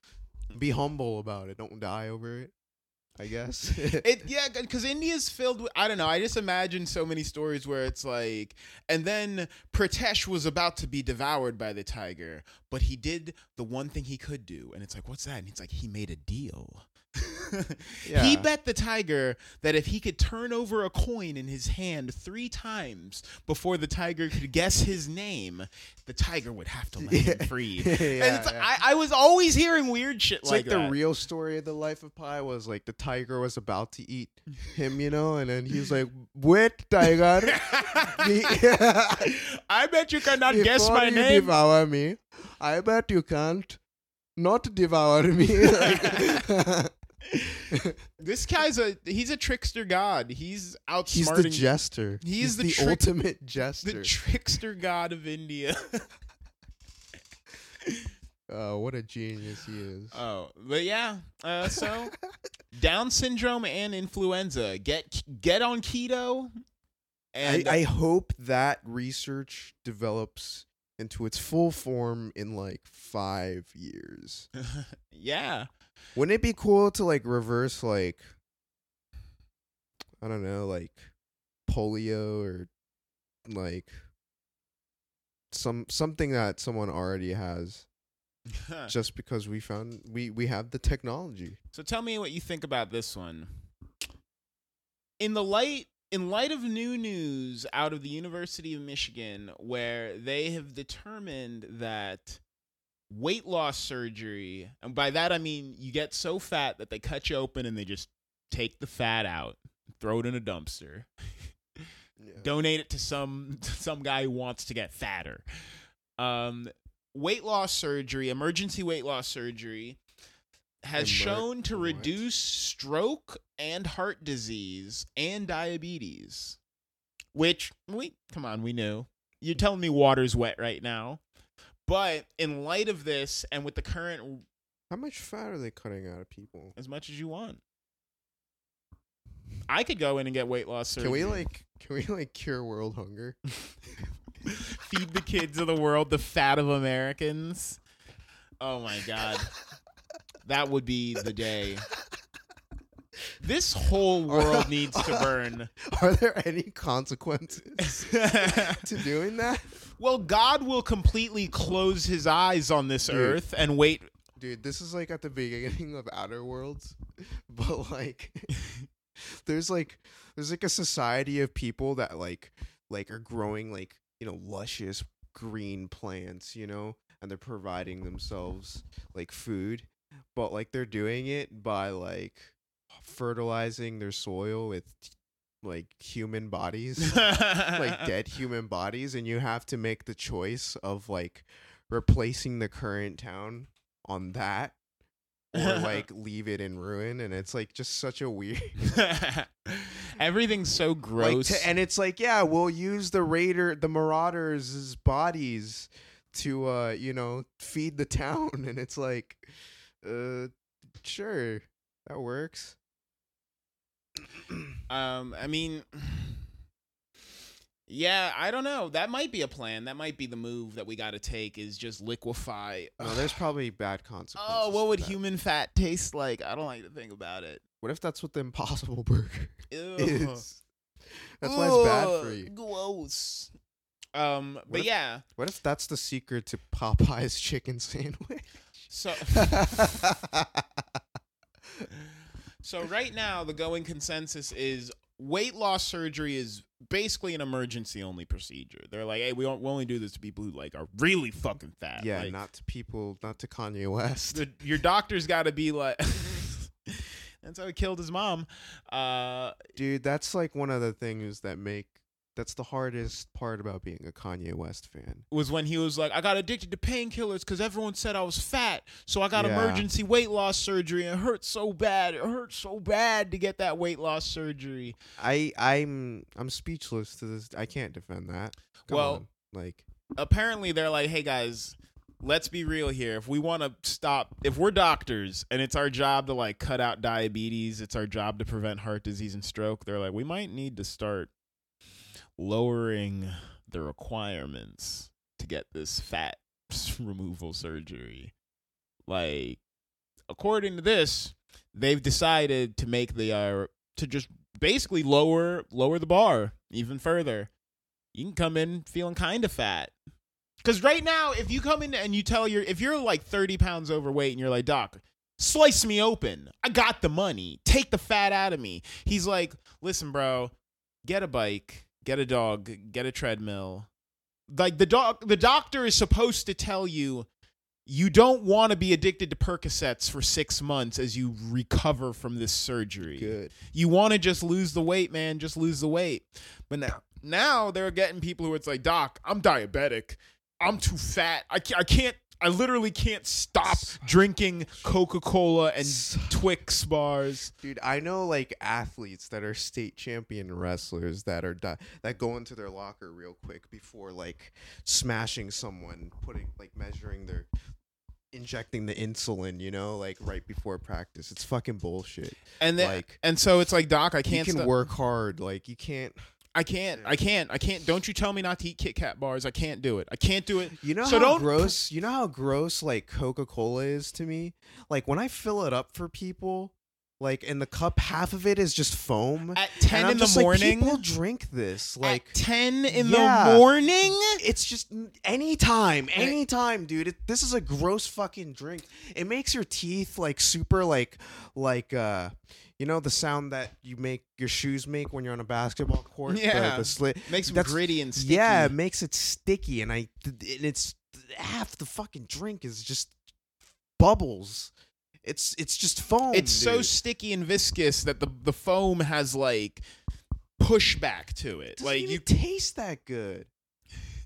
Speaker 3: be
Speaker 1: Mm.
Speaker 3: humble about it don't die over it i guess
Speaker 1: It yeah, because India's filled with I don't know. I just imagine so many stories where it's like, and then Pratesh was about to be devoured by the tiger, but he did the one thing he could do, and it's like, what's that? And it's like he made a deal. He
Speaker 3: Yeah.
Speaker 1: bet the tiger that if he could turn over a coin in his hand three times before the tiger could guess his name, the tiger would have to let him free.
Speaker 3: Yeah,
Speaker 1: and it's,
Speaker 3: yeah.
Speaker 1: I, I was always hearing weird shit
Speaker 3: It's like, the
Speaker 1: that.
Speaker 3: real story of the life of Pi was like the tiger was about to eat him, you know, and then he's like,
Speaker 5: wait, tiger, be-
Speaker 1: I bet you cannot guess
Speaker 5: before
Speaker 1: my
Speaker 5: you
Speaker 1: name.
Speaker 5: devour me, I bet you can't not devour me. Like-
Speaker 1: This guy's a he's a trickster god. He's outsmarting
Speaker 3: he's the jester.
Speaker 1: He is the
Speaker 3: the,
Speaker 1: trick-
Speaker 3: ultimate
Speaker 1: the
Speaker 3: jester.
Speaker 1: trickster god of India.
Speaker 3: oh, what a genius he is.
Speaker 1: oh, but yeah. Uh, so Down syndrome and influenza. Get get on keto.
Speaker 3: I,
Speaker 1: And
Speaker 3: I hope that research develops into its full form in like five years.
Speaker 1: yeah,
Speaker 3: Wouldn't it be cool to like reverse like I don't know, like polio or like some something that someone already has
Speaker 1: Uh.
Speaker 3: just because we found we we have the technology.
Speaker 1: So tell me what you think about this one. In the light in light of new news out of the University of Michigan where they have determined that weight loss surgery and by that I mean you get so fat that they cut you open and they just take the fat out, throw it in a dumpster, donate it to some to some guy who wants to get fatter. Um weight loss surgery, emergency weight loss surgery has
Speaker 3: Emer-
Speaker 1: shown to
Speaker 3: what?
Speaker 1: reduce stroke and heart disease and diabetes. Which we come on, we knew. You're telling me water's wet right now. But in light of this and with the current
Speaker 3: How much fat are they cutting out of people?
Speaker 1: as much as you want. I could go in and get weight loss surgery.
Speaker 3: Can we like can we like cure world hunger?
Speaker 1: feed the kids of the world the fat of Americans. Oh my god. That would be the day. This whole world needs to burn.
Speaker 3: Are there any consequences to doing that?
Speaker 1: well, God will completely close his eyes on this
Speaker 3: Dude.
Speaker 1: earth and wait.
Speaker 3: Dude, this is like at the beginning of Outer Worlds, but like there's like there's like a society of people that like like are growing like, you know, luscious green plants, you know, and they're providing themselves like food, but like they're doing it by like fertilizing their soil with like human bodies
Speaker 1: like
Speaker 3: like dead human bodies and you have to make the choice of like replacing the current town on that or like leave it in ruin and it's like just such a weird
Speaker 1: Everything's so
Speaker 3: like
Speaker 1: gross.
Speaker 3: to, and it's like yeah we'll use the raider the marauders bodies to uh you know feed the town and it's like uh sure that works
Speaker 1: um, I mean, yeah, I don't know. That might be a plan. That might be the move that we got to take. Is just liquefy.
Speaker 3: no there's probably bad consequences
Speaker 1: Oh, what
Speaker 3: to
Speaker 1: would
Speaker 3: that.
Speaker 1: human fat taste like? I don't like to think about it.
Speaker 3: what if that's what the impossible burger
Speaker 1: Ew.
Speaker 3: is that's why it's bad for
Speaker 1: Ugh,
Speaker 3: you
Speaker 1: Gross. Um, but
Speaker 3: if-
Speaker 1: yeah.
Speaker 3: What if that's the secret to Popeye's chicken sandwich?
Speaker 1: So Uh, so right now the going consensus is weight loss surgery is basically an emergency only procedure. They're like, hey, we don't we only do this to people who like are really fucking fat.
Speaker 3: yeah,
Speaker 1: like,
Speaker 3: not to people, not to Kanye West.
Speaker 1: the, your doctor's got to be like. That's how he killed his mom. Uh,
Speaker 3: Dude, that's like one of the things that make that's the hardest part about being a Kanye West fan.
Speaker 1: was when he was like, I got addicted to painkillers because everyone said I was fat, so I got
Speaker 3: Yeah.
Speaker 1: emergency weight loss surgery. And it hurt so bad. It hurt so bad to get that weight loss surgery.
Speaker 3: I I'm I'm speechless to this. I can't defend that. Come
Speaker 1: Well-
Speaker 3: on. like
Speaker 1: apparently they're like, hey guys, let's be real here. If we want to stop, if we're doctors and it's our job to like cut out diabetes, it's our job to prevent heart disease and stroke, they're like, we might need to start lowering the requirements to get this fat removal surgery. Like, according to this, they've decided to make the uh, to just basically lower lower the bar even further you can come in feeling kind of fat. Because right now, if you come in and you tell your, if you're like 30 pounds overweight and you're like, Doc, slice me open. I got the money. Take the fat out of me. He's like, listen, bro, get a bike, get a dog, get a treadmill. Like the doc, the doctor is supposed to tell you, you don't want to be addicted to Percocets for six months as you recover from this surgery.
Speaker 3: good.
Speaker 1: You want to just lose the weight, man. Just lose the weight. But now, now they're getting people who it's like, Doc, I'm diabetic. I'm too fat. I can't. I, can't, I literally can't stop drinking Coca Cola and Twix bars.
Speaker 3: Dude, I know like athletes that are state champion wrestlers that are di- that go into their locker real quick before like smashing someone, putting like measuring their injecting the insulin, you know, like right before practice. It's fucking bullshit.
Speaker 1: And then,
Speaker 3: Like-
Speaker 1: and so it's like, Doc, I
Speaker 3: You
Speaker 1: can't.
Speaker 3: can
Speaker 1: stop-
Speaker 3: work hard, like you can't.
Speaker 1: I can't. I can't. I can't. Don't you tell me not to eat Kit Kat bars. I can't do it. I can't do it.
Speaker 3: You know
Speaker 1: So
Speaker 3: how
Speaker 1: don't-
Speaker 3: gross. You know how gross like Coca Cola is to me. Like when I fill it up for people, like in the cup, half of it is just foam.
Speaker 1: At
Speaker 3: And
Speaker 1: ten
Speaker 3: I'm
Speaker 1: in the
Speaker 3: just like,
Speaker 1: morning.
Speaker 3: people drink this. Like
Speaker 1: at ten in
Speaker 3: Yeah.
Speaker 1: the morning.
Speaker 3: It's just n- anytime,
Speaker 1: And it-
Speaker 3: anytime, dude. It, this is a gross fucking drink. It makes your teeth like super like like uh you know the sound that you make your shoes make when you're on a basketball court. the-
Speaker 1: Yeah.
Speaker 3: the slit.
Speaker 1: Makes them
Speaker 3: That's-
Speaker 1: gritty and sticky.
Speaker 3: Yeah, it makes it sticky, and I th- and it's half the fucking drink is just bubbles. It's it's just foam.
Speaker 1: it's so
Speaker 3: dude.
Speaker 1: sticky and viscous that the the foam has like pushback to it.
Speaker 3: doesn't
Speaker 1: like
Speaker 3: even
Speaker 1: you
Speaker 3: taste that good.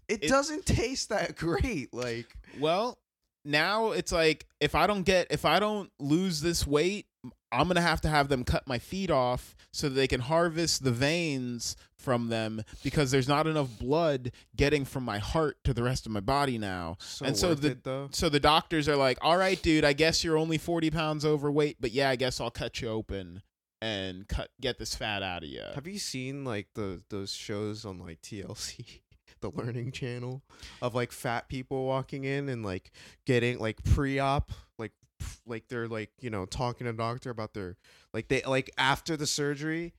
Speaker 3: It,
Speaker 1: It-
Speaker 3: doesn't taste that great. Like
Speaker 1: well, now it's like if I don't get if I don't lose this weight, I'm going to have to have them cut my feet off so that they can harvest the veins from them because there's not enough blood getting from my heart to the rest of my body now.
Speaker 3: so
Speaker 1: And so
Speaker 3: worth
Speaker 1: the-
Speaker 3: it, though.
Speaker 1: So the doctors are like, "All right, dude, I guess you're only 40 pounds overweight, but yeah, I guess I'll cut you open and cut get this fat out of you."
Speaker 3: Have you seen like the those shows on like TLC, the Learning Channel, of like fat people walking in and like getting like pre-op, like pff, like they're like you know talking to doctor about their like they like after the surgery.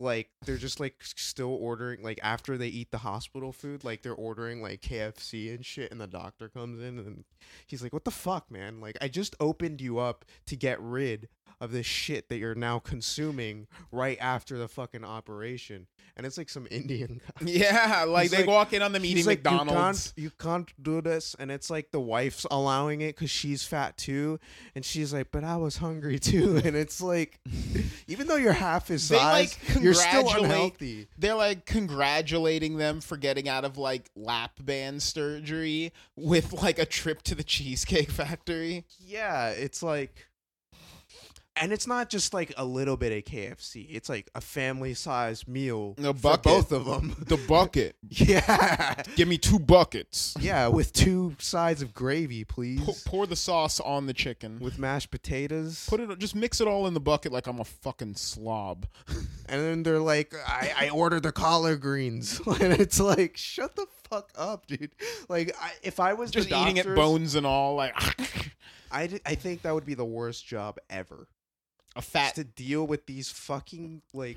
Speaker 3: Like they're just like s- still ordering like after they eat the hospital food, like they're ordering like KFC and shit, and the doctor comes in and he's like, "What the fuck, man? Like I just opened you up to get rid of this shit that you're now consuming right after the fucking operation. And it's like some Indian guy.
Speaker 1: Yeah, like
Speaker 3: He's
Speaker 1: they
Speaker 3: like-
Speaker 1: walk in on them
Speaker 3: He's
Speaker 1: eating
Speaker 3: like,
Speaker 1: McDonald's.
Speaker 3: You can't, you can't do this. And it's like the wife's allowing it because she's fat too. And she's like, but I was hungry too. And it's like, even though you're half his
Speaker 1: They, like,
Speaker 3: size, you're still
Speaker 1: congratulate-
Speaker 3: unhealthy.
Speaker 1: They're like congratulating them for getting out of like lap band surgery with like a trip to the Cheesecake Factory.
Speaker 3: Yeah, it's like. And it's not just like a little bit of KFC. It's like a family-sized meal
Speaker 1: A
Speaker 3: for
Speaker 1: bucket.
Speaker 3: both of them.
Speaker 1: The bucket.
Speaker 3: yeah,
Speaker 1: Give me two buckets.
Speaker 3: yeah, with two sides of gravy,
Speaker 1: P-
Speaker 3: please.
Speaker 1: pour the sauce on the chicken.
Speaker 3: with mashed potatoes.
Speaker 1: Put it. Just mix it all in the bucket like I'm a fucking slob.
Speaker 3: and then they're like, I, I ordered the collard greens. and it's like, shut the fuck up, dude. Like, I, if I was
Speaker 1: Just
Speaker 3: the
Speaker 1: eating it
Speaker 3: doctors,
Speaker 1: bones and all. Like
Speaker 3: I, d- I think that would be the worst job ever.
Speaker 1: a
Speaker 3: Just
Speaker 1: fat.
Speaker 3: to deal with these fucking, like,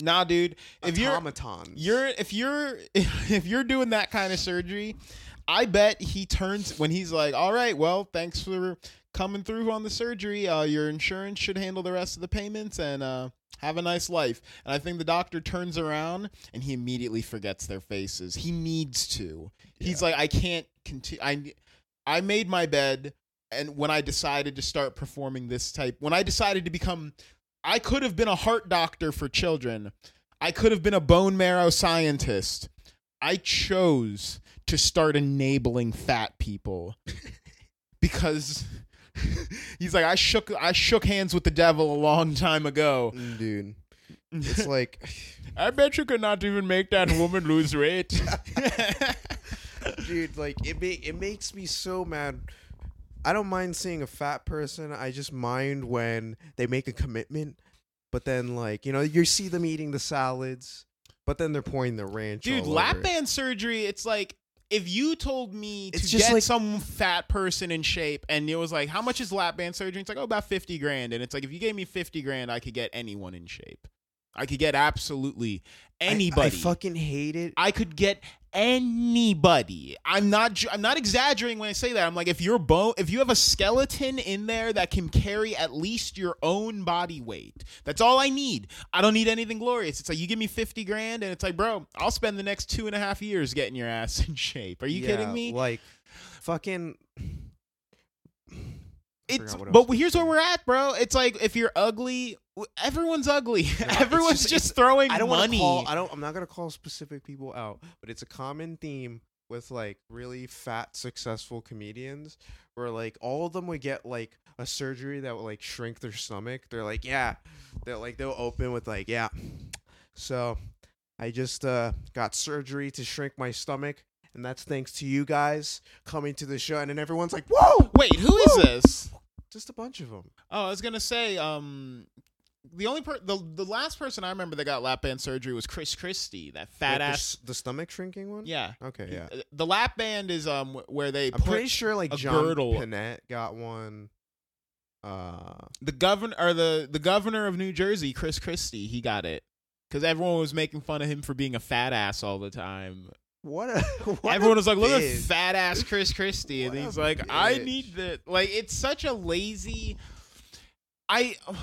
Speaker 1: Nah, dude. If you're
Speaker 3: automatons.
Speaker 1: you're if you're if you're doing that kind of surgery i bet he turns when he's like all right well thanks for coming through on the surgery uh, your insurance should handle the rest of the payments and uh, have a nice life and i think the doctor turns around and he immediately forgets their faces he needs to he's like i can't continue i i made my bed and when i decided to start performing this type when i decided to become i could have been a heart doctor for children I could have been a bone marrow scientist. I chose to start enabling fat people because he's like I shook I shook hands with the devil a long time ago.
Speaker 3: dude. It's like,
Speaker 1: I bet you could not even make that woman lose weight.
Speaker 3: dude, like it ma- it makes me so mad. I don't mind seeing a fat person. I just mind when they make a commitment, but then like you know you see them eating the salads, but then they're pouring the ranch.
Speaker 1: Dude,
Speaker 3: all
Speaker 1: lap
Speaker 3: over it.
Speaker 1: band surgery, it's like if you told me
Speaker 3: It's
Speaker 1: to
Speaker 3: just
Speaker 1: get
Speaker 3: like-
Speaker 1: some fat person in shape and it was like, how much is lap band surgery? It's like, oh, about 50 grand. And it's like, if you gave me 50 grand, I could get anyone in shape. I could get absolutely
Speaker 3: I-
Speaker 1: anybody.
Speaker 3: I,
Speaker 1: I,
Speaker 3: fucking hate it.
Speaker 1: could get anybody. I'm not ju- I'm not exaggerating when I say that. I'm like if your bone if you have a skeleton in there that can carry at least your own body weight. That's all I need. I don't need anything glorious. It's like you give me 50 grand and it's like, bro, I'll spend the next two and a half years getting your ass in shape. Are you kidding
Speaker 3: Yeah,
Speaker 1: me?
Speaker 3: Like, fucking.
Speaker 1: it's
Speaker 3: forgot what I
Speaker 1: but
Speaker 3: was
Speaker 1: here's where
Speaker 3: gonna
Speaker 1: we're at, bro. It's like if you're ugly, w- everyone's ugly.
Speaker 3: it's
Speaker 1: everyone's
Speaker 3: just-
Speaker 1: just, throwing
Speaker 3: I don't want to
Speaker 1: money.
Speaker 3: call. I don't. I'm not gonna call specific people out, but it's a common theme with like really fat successful comedians, where like all of them would get like a surgery that would like shrink their stomach. They're like, yeah, they're like they'll open with like, yeah, so I just uh got surgery to shrink my stomach. And that's thanks to you guys coming to the show, and then everyone's like, "Whoa!"
Speaker 1: Wait, who is
Speaker 3: Woo!
Speaker 1: this?
Speaker 3: Just a bunch of them.
Speaker 1: Oh, I was gonna say, um, the only per- the the last person I remember that got lap band surgery was Chris Christie, that fat ass.
Speaker 3: The, stomach shrinking one.
Speaker 1: Yeah. Uh,
Speaker 3: Okay. Yeah.
Speaker 1: the lap band is um wh- where they
Speaker 3: I'm
Speaker 1: put
Speaker 3: pretty sure like
Speaker 1: a
Speaker 3: John
Speaker 1: girdle.
Speaker 3: Panette got one. Uh,
Speaker 1: the governor or the the governor of New Jersey, Chris Christie, he got it because everyone was making fun of him for being a fat ass all the time.
Speaker 3: what a what
Speaker 1: everyone was like, "Look at
Speaker 3: bitch.
Speaker 1: fat ass Chris Christie," and
Speaker 3: What a
Speaker 1: he's like, "I
Speaker 3: bitch.
Speaker 1: need the like." It's such a lazy. I,
Speaker 3: I,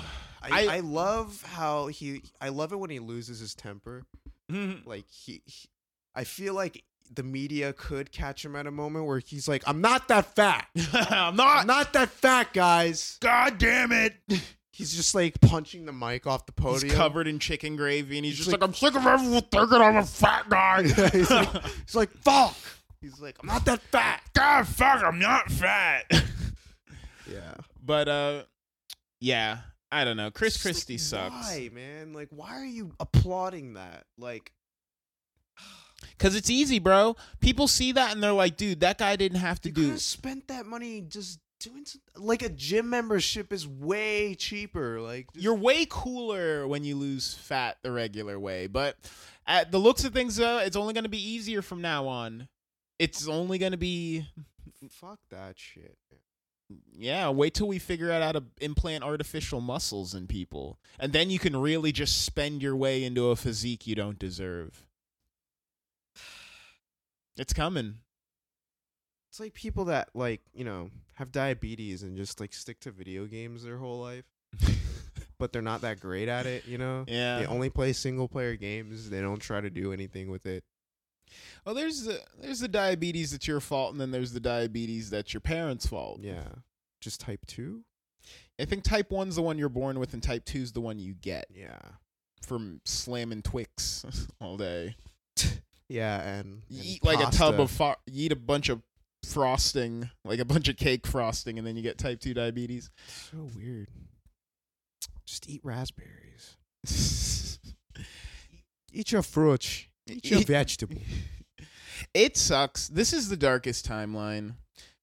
Speaker 1: I-
Speaker 3: I love how he. I love it when he loses his temper. Like he, he- I feel like the media could catch him at a moment where he's like, "I'm not that fat.
Speaker 1: I'm
Speaker 3: I'm
Speaker 1: not.
Speaker 3: not that fat, guys."
Speaker 1: God damn it!
Speaker 3: He's just like punching the mic off the
Speaker 1: He's
Speaker 3: podium.
Speaker 1: covered in chicken gravy, and he's,
Speaker 3: He's
Speaker 1: just
Speaker 3: like-
Speaker 1: like, "I'm sick of everyone thinking I'm a fat guy."
Speaker 3: He's like- He's like, "Fuck." He's like, "I'm not that fat."
Speaker 1: God, fuck, I'm not fat.
Speaker 3: Yeah.
Speaker 1: but uh, yeah, I don't know. Chris
Speaker 3: It's just like,
Speaker 1: Christie sucks
Speaker 3: Why, man? Like, why are you applauding that? Like,
Speaker 1: because it's easy, bro. People see that and they're like, "Dude, that guy didn't have to
Speaker 3: you could
Speaker 1: do."
Speaker 3: have spent that money just doing some, like a gym membership is way cheaper. Like, just-
Speaker 1: You're way cooler when you lose fat the regular way, but at the looks of things, uh, it's only going to be easier from now on. It's only going to be
Speaker 3: fuck that shit. man.
Speaker 1: Yeah, wait till we figure out how to implant artificial muscles in people. And then you can really just spend your way into a physique you don't deserve. It's coming.
Speaker 3: it's like people that like you know have diabetes and just like stick to video games their whole life, but they're not that great at it. You know,
Speaker 1: yeah.
Speaker 3: they only play single player games. They don't try to do anything with it.
Speaker 1: Well, Oh, there's the there's the diabetes that's your fault, and then there's the diabetes that's your parents' fault.
Speaker 3: Yeah, just type two.
Speaker 1: I think type one's the one you're born with, and type two's the one you get
Speaker 3: Yeah,
Speaker 1: from slamming Twix all day.
Speaker 3: yeah, and,
Speaker 1: You
Speaker 3: and
Speaker 1: eat like a tub
Speaker 3: pasta.
Speaker 1: of fo- you eat a bunch of frosting, like a bunch of cake frosting, and then you get type two diabetes.
Speaker 3: so weird. Just eat raspberries. Eat your fruit. Eat your
Speaker 1: Eat-
Speaker 3: vegetable.
Speaker 1: it sucks. This is the darkest timeline.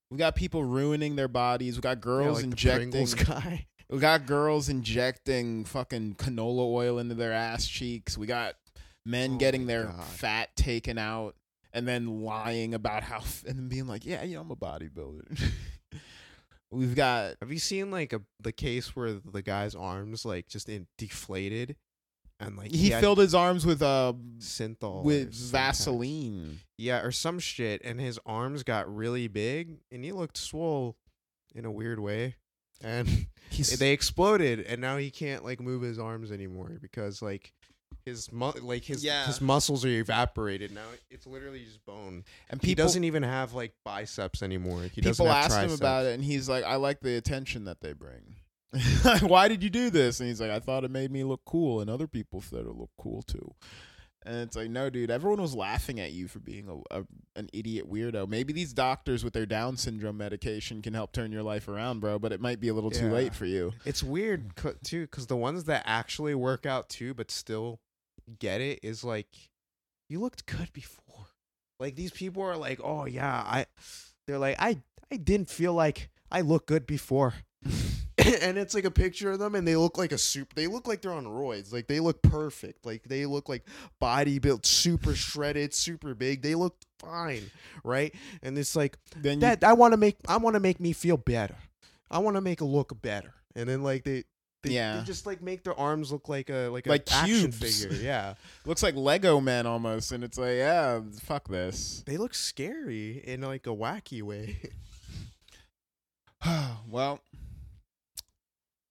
Speaker 1: We got people ruining their bodies. We got girls
Speaker 3: yeah, like the
Speaker 1: injecting.
Speaker 3: Pringles guy.
Speaker 1: We got girls injecting fucking canola oil into their ass cheeks. We got men
Speaker 3: Oh
Speaker 1: getting
Speaker 3: my
Speaker 1: their
Speaker 3: God.
Speaker 1: fat taken out and then lying about how and then being like, "Yeah, you know, I'm a bodybuilder." We've got
Speaker 3: Have you seen like a the case where the guy's arms like just in, deflated, and like
Speaker 1: he
Speaker 3: had
Speaker 1: filled his arms with uh
Speaker 3: synthol or
Speaker 1: with
Speaker 3: some kind of-
Speaker 1: Vaseline.
Speaker 3: yeah, or some shit, and his arms got really big, and he looked swole in a weird way, and
Speaker 1: He's
Speaker 3: they exploded, and now he can't like move his arms anymore because like his mu- like his
Speaker 1: Yeah.
Speaker 3: his muscles are evaporated now. It's literally just bone.
Speaker 1: and
Speaker 3: he
Speaker 1: people
Speaker 3: doesn't even have like biceps anymore. He doesn't
Speaker 1: people
Speaker 3: have
Speaker 1: asked him
Speaker 3: triceps.
Speaker 1: about it and he's like, "I like the attention that they bring." Why did you do this? And he's like, "I thought it made me look cool and other people thought it looked cool too." And it's like, "No, dude, everyone was laughing at you for being a, a an idiot weirdo. Maybe these doctors with their down syndrome medication can help turn your life around, bro, but it might be a little too
Speaker 3: Yeah.
Speaker 1: late for you."
Speaker 3: It's weird co- too, because the ones that actually work out too, but still get it, is like you looked good before. Like these people are like, oh yeah, I. They're like, I I didn't feel like I looked good before. and it's like a picture of them, and they look like a soup. They look like they're on roids. Like they look perfect. Like they look like body built, super shredded, super big. They look fine, right? And it's like,
Speaker 1: Then you,
Speaker 3: that I want to make I want to make me feel better. I want to make it look better. And then like they they,
Speaker 1: Yeah.
Speaker 3: they just like make their arms look like a like,
Speaker 1: Like
Speaker 3: a action
Speaker 1: cubes.
Speaker 3: figure. Yeah.
Speaker 1: looks like Lego men almost and it's like, "Yeah, fuck this."
Speaker 3: They look scary in like a wacky way.
Speaker 1: well,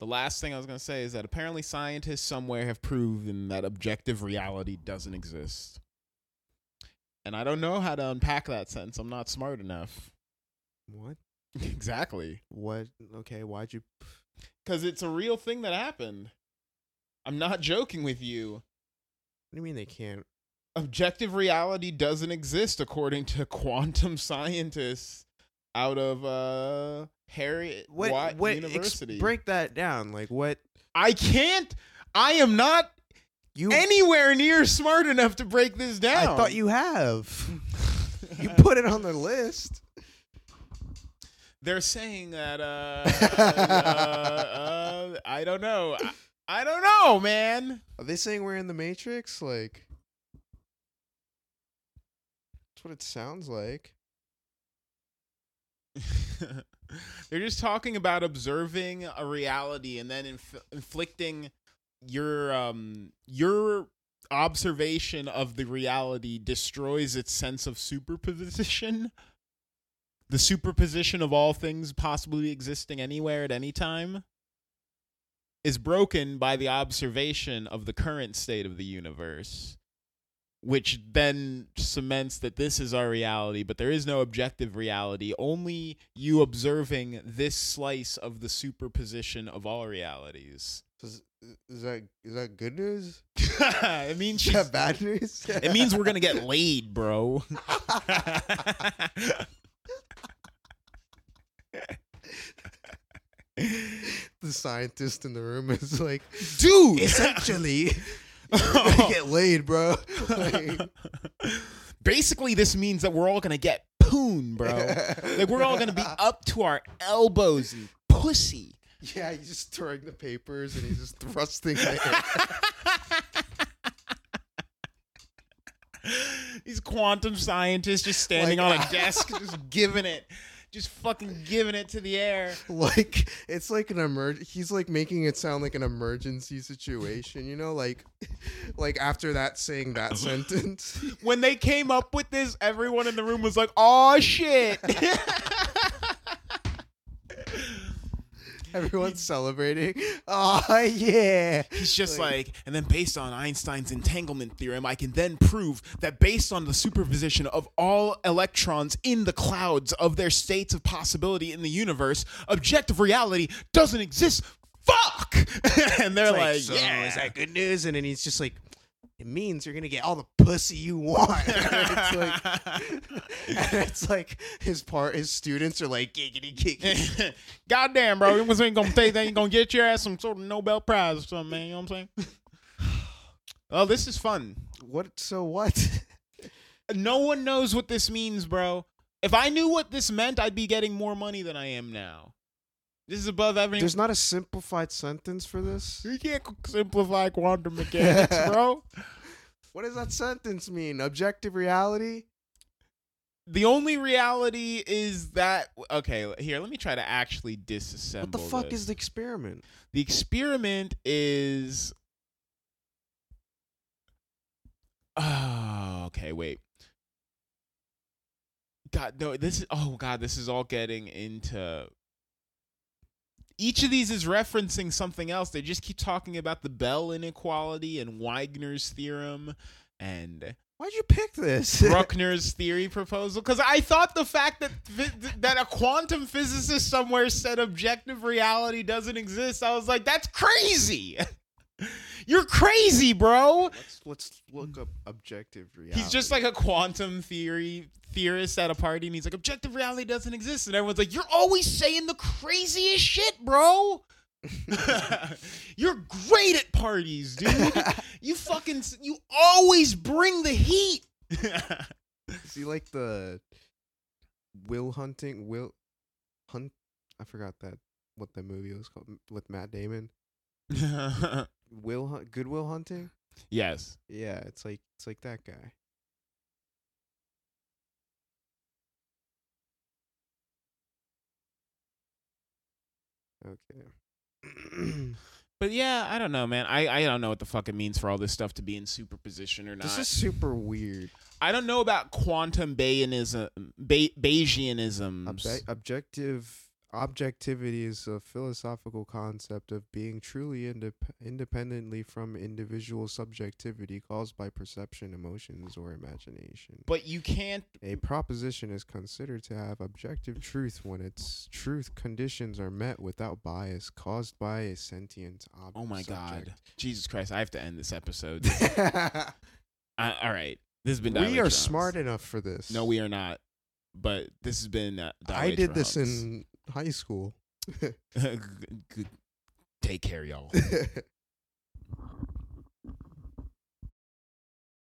Speaker 1: the last thing I was going to say is that apparently scientists somewhere have proven that objective reality doesn't exist. And I don't know how to unpack that sentence. I'm not smart enough.
Speaker 3: what?
Speaker 1: exactly.
Speaker 3: What? Okay, why'd you
Speaker 1: Because it's a real thing that happened. I'm not joking with you.
Speaker 3: What do you mean they can't?
Speaker 1: Objective reality doesn't exist according to quantum scientists out of uh, Harriet
Speaker 3: What
Speaker 1: Watt
Speaker 3: what ex-
Speaker 1: University.
Speaker 3: break that down. Like what
Speaker 1: I can't. I am not
Speaker 3: you
Speaker 1: anywhere near smart enough to break this
Speaker 3: I
Speaker 1: down.
Speaker 3: thought you have. you put it on the list.
Speaker 1: They're saying that. Uh, uh, uh, I don't know. I, I don't know, man.
Speaker 3: Are they saying we're in the Matrix? Like That's what it sounds like.
Speaker 1: They're just talking about observing a reality and then inf- inflicting your um your observation of the reality destroys its sense of superposition. The superposition of all things possibly existing anywhere at any time is broken by the observation of the current state of the universe, which then cements that this is our reality, but there is no objective reality, only you observing this slice of the superposition of all realities.
Speaker 3: So is, is that is that good news?
Speaker 1: it means
Speaker 3: Is
Speaker 1: she's-
Speaker 3: that bad news?
Speaker 1: it means we're gonna get laid, bro.
Speaker 3: the scientist in the room is like,
Speaker 1: Dude,
Speaker 3: essentially, you're gonna get laid, bro. Like,
Speaker 1: basically this means that we're all gonna get poon, bro. Like we're all gonna be up to our elbows in pussy.
Speaker 3: Yeah, he's just throwing the papers and he's just thrusting. it.
Speaker 1: These quantum scientists just standing
Speaker 3: Like,
Speaker 1: on a desk, just giving it, just fucking giving it to the air.
Speaker 3: like it's like an emerg he's like making it sound like an emergency situation you know like like after that saying that sentence
Speaker 1: When they came up with this, everyone in the room was like, "Oh shit!"
Speaker 3: everyone's celebrating oh yeah
Speaker 1: He's just like, and then based on Einstein's entanglement theorem, I can then prove that based on the superposition of all electrons in the clouds of their states of possibility in the universe, objective reality doesn't exist. Fuck! and they're like, yeah.
Speaker 3: is that good news and then he's just like it means you're gonna get all the pussy you want And it's like and it's like his part his students are like giggity giggity
Speaker 1: Goddamn, bro. It was ain't gonna take that. Ain't gonna get your ass some sort of Nobel Prize or something, man. You know what I'm saying? Oh, this is fun.
Speaker 3: what so what
Speaker 1: No one knows what this means, bro. If I knew what this meant, I'd be getting more money than I am now. This is above everything.
Speaker 3: there's not a simplified sentence for this
Speaker 1: You can't c- simplify quantum mechanics, bro.
Speaker 3: What does that sentence mean? Objective reality?
Speaker 1: The only reality is that okay. Here, let me try to actually disassemble.
Speaker 3: What the fuck
Speaker 1: this.
Speaker 3: is the experiment?
Speaker 1: the experiment? Is oh, okay. Wait. God, no. This is oh god. This is all getting into. Each of these is referencing something else. They just keep talking about the Bell inequality and Wegener's theorem, and
Speaker 3: Why'd you pick this?
Speaker 1: Bruckner's theory proposal because I thought the fact that phy- that a quantum physicist somewhere said objective reality doesn't exist, I was like, that's crazy. You're crazy, bro.
Speaker 3: let's let's look up objective reality.
Speaker 1: He's just like a quantum theory theorist at a party, and he's like, objective reality doesn't exist, and everyone's like, you're always saying the craziest shit, bro. You're great at parties, dude. you fucking s- you always bring the heat.
Speaker 3: Is he like the Will Hunting Will Hunt I forgot that what the movie was called m- with Matt Damon. Will Hunt Good Will Hunting?
Speaker 1: yes.
Speaker 3: Yeah, it's like it's like that guy. Okay.
Speaker 1: But yeah, I don't know, man. I, I don't know what the fuck it means for all this stuff to be in superposition or not.
Speaker 3: this is super weird.
Speaker 1: I don't know about quantum Bayanism, Bay, Bayesianism.
Speaker 3: Obje- objective objectivity is a philosophical concept of being truly indep- independently from individual subjectivity caused by perception, emotions, or imagination.
Speaker 1: But you can't.
Speaker 3: A proposition is considered to have objective truth when its truth conditions are met without bias caused by a sentient object.
Speaker 1: Oh my god, Jesus Christ! I have to end this episode. I, all right, this has been.
Speaker 3: we are
Speaker 1: Dilatrons.
Speaker 3: smart enough for this.
Speaker 1: No, we are not. But this has been. Uh,
Speaker 3: I did this
Speaker 1: Dilatrons.
Speaker 3: in high school.
Speaker 1: Good- Take care, y'all.